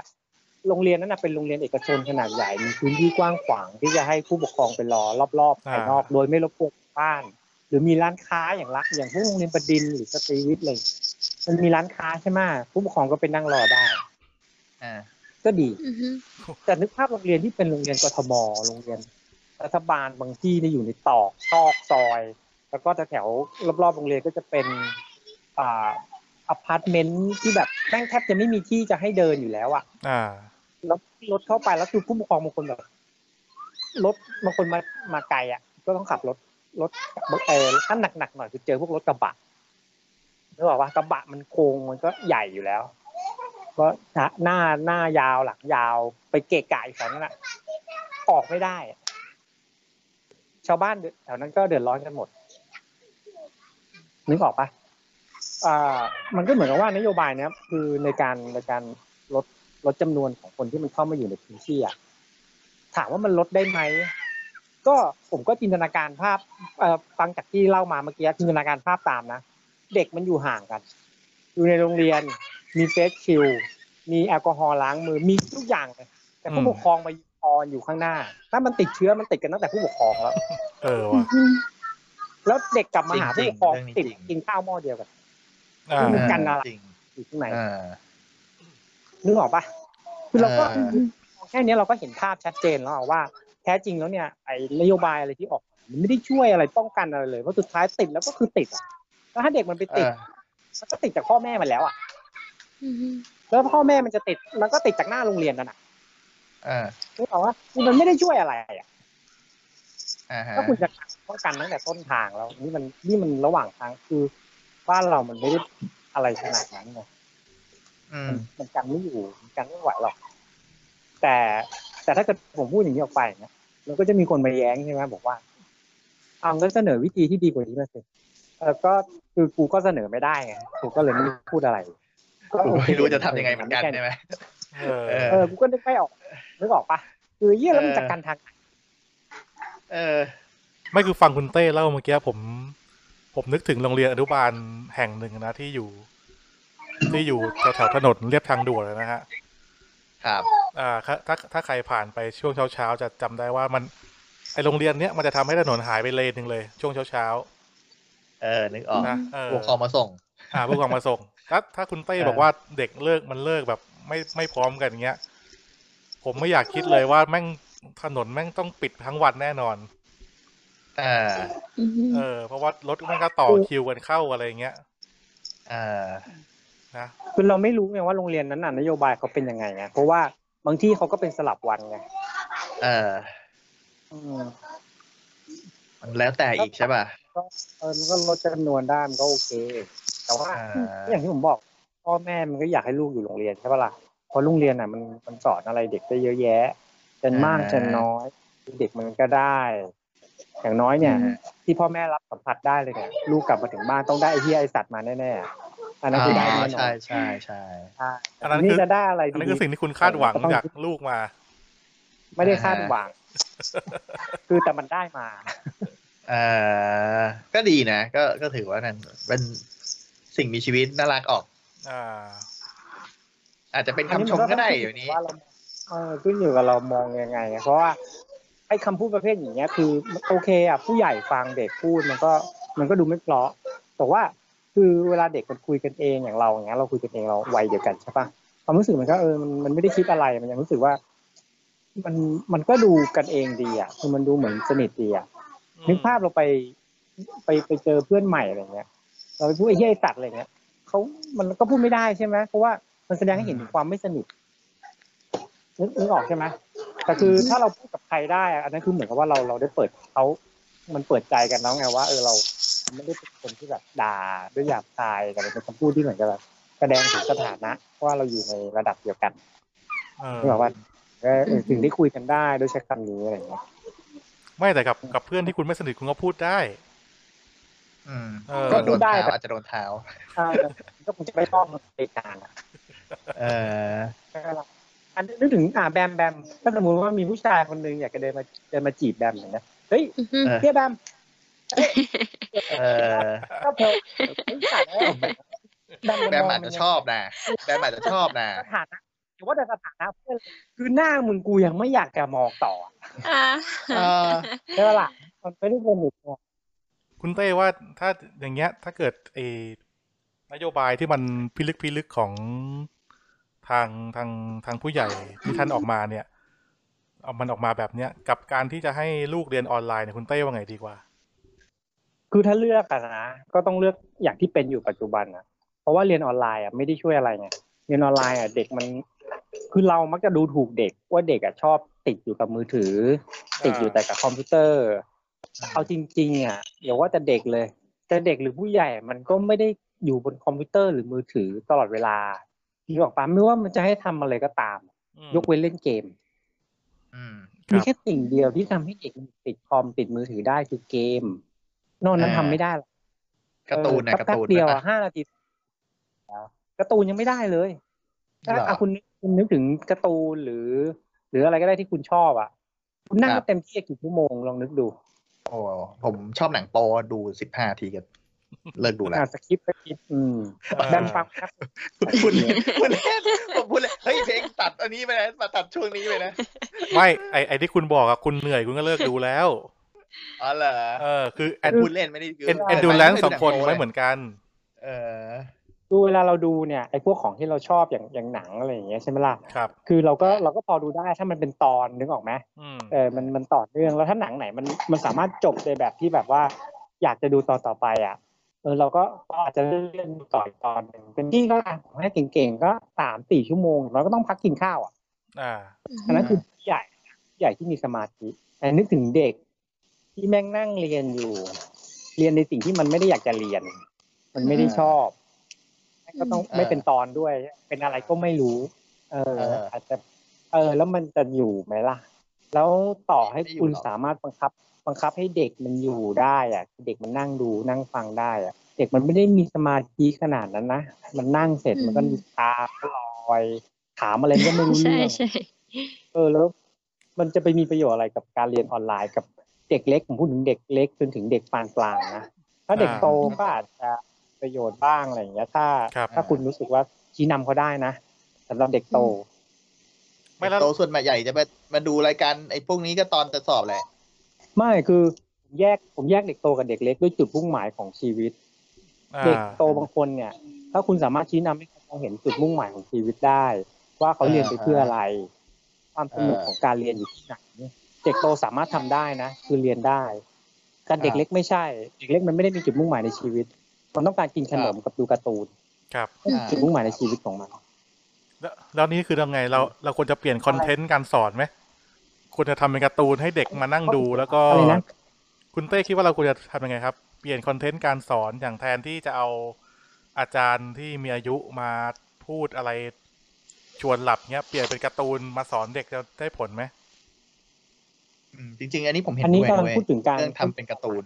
Speaker 4: โรงเรียนนั้นนะเป็นโรงเรียนเอกชนขนาดใหญ่มีพื้นที่กว้างขวางที่จะให้ผู้ปกครองไปรอรอบๆภายนอก โดยไม่รบกวนบ้าน หรือมีร้านค้าอย่างรักอย่างพวกโรงเรียนประดินหรือสตรีวิทย์เลยมันมีร้านค้าใช่ไหมผู้ปกครองก็ไปนั่งรอได้
Speaker 2: อ่า
Speaker 4: ก็ดี
Speaker 3: อือฮึ
Speaker 4: แต่นึกภาพโรงเรียนที่เป็นโรงเรียนกทมโรงเรียน รัฐบาลบางที่เนี่ยอยู่ในตอกซอกซอย แล้วก็แถวๆรอบๆโรงเรียนก็จะเป็นอ่าอพาร์ตเมนต์ที่แบบแม่งแทบจะไม่มีที่จะให้เดินอยู่แล้วอะ
Speaker 1: อ่า
Speaker 4: แล้วรถเข้าไปแล้วคือผู้ปกครองบางคนแบบรถบางคนมามาไกลอะก็ต้องขับรถรถเออถ้าหนักๆหน่อยคือเจอพวกรถกระบะนึกออกปะกระบะมันโค้งมันก็ใหญ่อยู่แล้ว ก็หน้าหน้ายาวหลังยาวไปเกะกะอีกแถวนั้นอะออกไม่ได้อะชาวบ้านแถวนั้นก็เดือดร้อนกันหมด นึกออกปะอ่า มันก็เหมือนกับว่านโยบายเนี้ยคือในการในการลดลดจำนวนของคนที่มันเข้ามาอยู่ในพื้นที่อะถามว่ามันลดได้ไหมก็ผมก็จินตนาการภาพเอ่อฟังจากที่เล่ามาเมื่อกี้จินตนาการภาพตามนะ เด็กมันอยู่ห่างกัน อยู่ในโรงเรียน มีเฟสชิลมีแอลกอฮอล์ล้างมือ มีทุกอย่างเลย แต่ผู้
Speaker 1: อืม
Speaker 4: ปกครองมายืนออนอยู่ข้างหน้า ถ้ามันติดเชื้อมันติดกันตั้งแต่ผู้ปกครองแล้ว
Speaker 1: เออว่ะ
Speaker 4: แล้วเด็กกลับมาหาผู้ปกครอง
Speaker 2: จริงๆ
Speaker 4: ติด
Speaker 2: เรื่องนี้จริง
Speaker 4: กินข้าวหม้อเดียวกัน
Speaker 1: อ่า
Speaker 4: มันกันอะไร
Speaker 2: จริง
Speaker 4: อยู่ข้างใน
Speaker 2: อ่า
Speaker 4: นึกออกปะคือเราก็
Speaker 2: เออ
Speaker 4: แค่เนี้ยเราก็เห็นภาพชัดเจนแล้วอะว่า แท้จริงแล้วเนี่ยไอ้นโยบายอะไรที่ออกมามันไม่ได้ช่วยอะไรป้องกันอะไรเลยเพราะสุดท้ายติดแล้วก็คือติดอะแล้วถ้าเด็กมันไป
Speaker 2: เอ
Speaker 4: ติด
Speaker 2: อ
Speaker 4: มันก็ติดจากพ่อแม่มันแล้วอ่ะ
Speaker 3: อือฮึ
Speaker 4: แล้วพ่อแม่มันจะติดมันก็ติดจากหน้าโรงเรียนนั่นน่ะ
Speaker 2: เออ
Speaker 4: นึกออกว่ามันไม่ได้ช่วยอะไรอ่ะ
Speaker 2: อ่าฮะ
Speaker 4: ถ้าคุณจะป้องกันตั้งแต่ต้นทางแล้วนี่มันนี่มันระหว่างทางคือบ้านเรามันไม่ได้อะไรขนาดนั้นไง
Speaker 2: อืม
Speaker 4: มันมันกันไม่อยู่มันกันไม่ไหวหรอก แต่แต่ถ้าเกิดผมพูดอย่างนี้ออกไปเนี่ยมันก็จะมีคนมาแย้งใช่ไหมบอกว่าเอาก็เสนอวิธีที่ดีกว่านี้มาสิเออก็คือกูก็เสนอไม่ได้ไงกูก็เลยไม่รู้พูดอะไร
Speaker 2: กูก็ไม่รู้จะทำยังไงเหมือนกันใช่ไหม
Speaker 1: เออ
Speaker 4: เออกูก็นึกไม่ออกนึกออกปะคือเยี่ยแล้วมัน
Speaker 2: เออ
Speaker 4: จัดการทางไหน
Speaker 2: เออ
Speaker 1: ไม่คือฟังคุณเต้เล่าเมื่อกี้ผม ผมนึกถึงโรงเรียนอนุบาลแห่งหนึ่งนะที่อยู่ ที่อยู่แถวแถวๆถนนเรียบทางด่วนนะฮะ
Speaker 2: ครับ
Speaker 1: อ่าถ้าถ้าถ้าใครผ่านไปช่วงเช้าเช้าๆจะจำได้ว่ามันไอโรงเรียนเนี้ยมันจะทำให้ถนนหายไปเลนหนึ่งเลย ช่วงเช้าเช้า
Speaker 2: เออ นึกออก
Speaker 1: ๆนะเออ
Speaker 2: ผู้ปกครองมาส่ง
Speaker 1: อ่าผู้ปกครองมาส่งถ้าถ้าคุณเต้
Speaker 2: เออ
Speaker 1: บอกว่าเด็กเลิกมันเลิกแบบไม่ไม่พร้อมกันเงี้ย ผมไม่อยากคิดเลยว่าแม่งถนนแม่งต้องปิดทั้งวันแน่นอน
Speaker 2: อ่า
Speaker 3: อือฮึ
Speaker 1: เออเพราะว่ารถมันก็ต่อคิวกันเข้าอะไรอย่างเงี้ย
Speaker 2: อ่า
Speaker 1: นะ
Speaker 4: คือเราไม่รู้ไงว่าโรงเรียนนั้นน่ะนโยบายเขาเป็นยังไงไงเพราะว่าบางที่เขาก็เป็นสลับวันไง
Speaker 2: อ่า
Speaker 4: อืม
Speaker 2: มันแล้วแต่อีกใช่ป่ะ
Speaker 4: ก็เออมันก็ลดจำนวนได้มันก็โอเค แต่ว่า
Speaker 2: อ่า
Speaker 4: อย่างที่ผมบอกพ่อแม่มันก็อยากให้ลูกอยู่โรงเรียนใช่ปะล่ะเพราะโรงเรียนน่ะมันมันสอนอะไรเด็กได้เยอะแยะจะมากจะน้อยเด็กมันก็ได้ อย่างน้อยเนี่ย ที่พ่อแม่รับสัมผัสได้เลยเนี่ยลูกกลับมาถึงบ้านต้องได้ไอ้ที่ไอสัตว์มาแน่ๆอันนั้นคือได้แน่นอน
Speaker 2: ใช่ใช่ใช่
Speaker 4: ใช่
Speaker 1: อันนั้น
Speaker 4: นี่
Speaker 1: คือ
Speaker 4: จะได้อะไร
Speaker 1: อันนั้น
Speaker 4: ดี
Speaker 1: คือสิ่งที่คุณคาดหวังจากลูกมา
Speaker 4: ไม่ได้คาดหวัง คือแต่มันได้มา
Speaker 2: อ่าก็ดีนะ ก็ก็ถือว่านั่นเป็นสิ่งมีชีวิตน่ารักออก
Speaker 1: อ่า
Speaker 2: อาจจะเป็นคำชมก็ได้อยู่นี้
Speaker 4: ว่าเราเออขึ้นอยู่กับเรามองยังไงอะเพราะว่าไอ้คำพูดประเภทอย่างเงี้ยคือโอเคอ่ะผู้ใหญ่ฟังเด็กพูดมันก็มันก็ดูไม่เพราะแต่ว่าคือเวลาเด็กมันคุยกันเองอย่างเราอย่างเงี้ยเราคุยกันเองเราวัยเดียวกันใช่ปะความรู้สึกมันก็เออมันมันไม่ได้คิดอะไรมันยังรู้สึกว่า มันมันก็ดูกันเองดีอ่ะคือมันดูเหมือนสนิทดีอ่ะ นึ
Speaker 1: นึ
Speaker 4: กภาพเราไปไปไปเจอเพื่อนใหม่อะไรเงี้ย เราไปพูดไอ้เหี้ยไอ้สัตว์อะไรเงี้ยเขามันก็พูดไม่ได้ใช่ไหมเพราะว่ามันแสดงให้เห็น
Speaker 2: อืม
Speaker 4: ความไม่สนิทนึกนึกออกใช่ไหมแต่คือถ้าเราพูดกับใครได้อะอันนั้นคือเหมือนกับว่าเราเราได้เปิดเขามันเปิดใจกันแล้วไงว่าเออเราไม่ได้เป็นคนที่แบบด่าด้วยหยาบคายแต่มันเป็นคำพูดที่เหมือนกับแบบแสดงถึงสถานะว่าเราอยู่ในระดับเดียวกัน
Speaker 1: เออ
Speaker 4: ที่แบบว่าเออเออถึงได้คุยกันได้โดยใช้คำนี้อะไรเงี้ย
Speaker 1: ไม่แต่กับกับเพื่อนที่คุณไม่สนิทคุณก็พูดได้
Speaker 2: อืม
Speaker 1: เออ
Speaker 2: ก็โดน
Speaker 4: ได้
Speaker 2: เท้า
Speaker 4: แต่
Speaker 2: อาจจะโดนเท้า
Speaker 4: ใช่ก็คงจะไม่ต้องติดการอะ
Speaker 2: เออ
Speaker 4: อันนึกถึงอ่าแบมแบมถ้าสมมติว่ามีผู้ชายคนหนึ่งอยากจะเดินมาเดินมาจีบแบมอย่างเงี้ยเฮ้ย
Speaker 3: อือฮึ
Speaker 2: เออ
Speaker 4: เฮียแบม
Speaker 2: เออ
Speaker 4: ก็ เพลขาดแล้วแบม
Speaker 2: แบมอาจจะชอบนะแบมอาจจะชอบนะ
Speaker 4: สถานะหรือว่าแต่สถานะเพื่อนคือหน้ามึงกูยังไม่อยากจะมองต่ออะ
Speaker 3: อ่า
Speaker 2: เออ
Speaker 4: ใช่ปะล่ะมันไม่ได้สนิทไง
Speaker 1: คุณเต้ว่าถ้าอย่างเงี้ย ถ้าเกิดไอ้นโยบายที่มันพิลึกพิลึกของทางทางทางผู้ใหญ่ที่ท่านออกมาเนี่ย เอามันออกมาแบบเนี้ย กับการที่จะให้ลูกเรียนออนไลน์เนี่ยคุณเต้ว่าไงดีกว่า
Speaker 4: คือถ้าเลือกอะนะก็ต้องเลือกอย่างที่เป็นอยู่ปัจจุบันนะเพราะว่าเรียนออนไลน์อะไม่ได้ช่วยอะไรไงเรียนออนไลน์อะเด็กมัน คือเรามักจะดูถูกเด็กว่าเด็กอะชอบติดอยู่กับมือถือ ติดอยู่แต่กับคอมพิวเตอร์ เอาจริงๆอ่ะอย่าว่าแต่เด็กเลย แต่เด็กหรือผู้ใหญ่มันก็ไม่ได้อยู่บนคอมพิวเตอร์หรือมือถือตลอดเวลาที่บอกปามไม่ว่ามันจะให้ทำอะไรก็ตาม
Speaker 1: อืม
Speaker 4: ยกเว้นเล่นเกม
Speaker 2: อืม
Speaker 1: ครับ
Speaker 4: มีแค่สิ่งเดียวที่ทำให้เด็กมันติดคอมติดมือถือได้คือเกม นอกนั้น
Speaker 2: อ่า
Speaker 4: ทำไม่ได้หรอก
Speaker 2: การ์ตูนนะ
Speaker 4: เออ
Speaker 2: การ์
Speaker 4: แป๊บ
Speaker 2: ตูน
Speaker 4: ๆเดียว
Speaker 2: นะ
Speaker 4: อ่ะห้านาทีการ์ตูนยังไม่ได้เลยถ้า
Speaker 2: หรอ
Speaker 4: อ่ะคุณนึกคุณนึกถึงการ์ตูนหรือ หรืออะไรก็ได้ที่คุณชอบอ่ะ คุณนั่ง
Speaker 2: ครั
Speaker 4: ก็
Speaker 2: บ
Speaker 4: เต็มที่กี่ชั่วโมงลองนึกดู
Speaker 2: โอ้ผมชอบหนังโปดูสิบห้าทีก็เลิกดูแล้ว
Speaker 4: อ่านสคริปต์สคริปต์อืม
Speaker 1: เออ
Speaker 4: แบมฟังครับ
Speaker 2: พูดเล่นพูดเล่นผมพูดเล่นเฮ้ยเพลงตัดอันนี้ไปนะมาตัดช่วงนี้ไปนะ
Speaker 1: ไม่ไอไอที่คุณบอกอะคุณเหนื่อยคุณก็เลิกดูแล้ว
Speaker 2: อ๋อเหรอ
Speaker 1: เออ คือแอ
Speaker 2: แอน นพูดเล่นไม่ได้
Speaker 1: แอนแอนดูแลน ซ์สองคนไว้เหมือนกัน
Speaker 2: เออ
Speaker 4: ดูเวลาเราดูเนี่ยไอ้พวกของที่เราชอบอย่างอย่างหนังอะไรอย่างเงี้ยใช่ไหมล่ะ
Speaker 1: ครับ
Speaker 4: คือเราก็เราก็พอดูได้ถ้ามันเป็นตอนนึกออกไหม
Speaker 1: อืม
Speaker 4: เออมันมันต่อเนื่องแล้วถ้าหนังไหนมันมันสามารถจบในแบบที่แบบว่า อยากจะดูตอนต่อไปอ่ะเออเราก็ก็อาจจะเลื่อนดูต่ออีกตอนหนึ่งเป็นที่ก็อ่ะผมให้เก่งๆก็สามสี่ชั่วโมงเราก็ต้องพักกินข้าวอ่ะ
Speaker 1: อ่า
Speaker 4: อันนั้นคือผู้ใหญ่ผู้ใหญ่ที่มีสมาธิแต่นึกถึงเด็กที่แม่งนั่งเรียนอยู่ เรียนในสิ่งที่มันไม่ได้อยากจะเรียน มันไม่ได้ชอบ ก็ต้อง
Speaker 2: อ่า
Speaker 4: ไม่เป็นตอนด้วย เป็นอะไรก็ไม่รู้ เออ
Speaker 2: เอออ
Speaker 4: อาจจะ เออ แล้วมันจะอยู่ไหมล่ะ แล้วต่อให้
Speaker 2: ไม่อยู่
Speaker 4: คุณ
Speaker 2: หรอก
Speaker 4: สามารถบังคับ บังคับให้เด็กมันอยู่ได้อะเด็กมันนั่งดูนั่งฟังได้อะเด็กมันไม่ได้มีสมาธิขนาดนั้นนะ มันนั่งเสร็จ
Speaker 3: อืม
Speaker 4: มันก็มีตาลอย ถามอะไรก็ไม่รู้
Speaker 3: ใช่
Speaker 4: เรื่อง
Speaker 3: ใช่
Speaker 4: เออ แล้ว มันจะไปมีประโยชน์อะไรกับการเรียนออนไลน์กับเด็กเล็กผมพูดถึงเด็กเล็กจนถึงเด็กปานกลางนะ ถ้าเด็ก
Speaker 1: อ่า
Speaker 4: โตก็อาจจะประโยชน์บ้างอะไรอย่างเงี้ย ถ้า
Speaker 1: ครับ
Speaker 4: ถ้าคุณรู้สึกว่าชี้นำเขาได้นะสำหรับเด็กโต
Speaker 1: ไม่แล้ว
Speaker 2: โตส่วนใหญ่จะมามาดูรายการไอ้พวกนี้ก็ตอนจะสอบแหละ
Speaker 4: ไม่คือผมแยกผมแยกเด็กโตกับเด็กเล็กด้วยจุดมุ่งหมายของชีวิต
Speaker 1: อ่า
Speaker 4: เด็กโตบางคนเนี่ย ถ้าคุณสามารถชี้นำให้เขามองเห็นจุดมุ่งหมายของชีวิตได้ ว่าเขาเรียนไปเพื่ออะไร ความสนุก
Speaker 2: เออ
Speaker 4: ของการเรียนอยู่ที่ไหนเด็กโตสามารถทำได้นะ คือเรียนได้ การเด็กเล็กไม่ใช่ เด็กเล็กมันไม่ได้มีจุดมุ่งหมายในชีวิต มันต้องการกินขนมกับดูการ์ตูน
Speaker 1: ครับ
Speaker 2: อ่า
Speaker 4: จุดมุ่งหมายในชีวิตของมัน
Speaker 1: แล้วแล้วนี่คือทำไงเราเราควรจะเปลี่ยนคอนเทนต์การสอนไหมควรจะทำเป็นการ์ตูนให้เด็กมานั่งดูแล้วก็
Speaker 4: อะไรนะ
Speaker 1: คุณเต้คิดว่าเราควรจะทำยังไงครับ เปลี่ยนคอนเทนต์การสอนอย่างแทนที่จะเอาอาจารย์ที่มีอายุมาพูดอะไรชวนหลับเนี้ยเปลี่ยนเป็นการ์ตูนมาสอนเด็กจะได้ผลไหม
Speaker 2: อืมจริง ๆ อันนี้ผมเห็น
Speaker 4: อันนี้
Speaker 2: ด้วย
Speaker 4: กำลัง
Speaker 2: เว้ย
Speaker 4: พูดถึงการ
Speaker 2: เรื่องทำเป็นการ์ตูน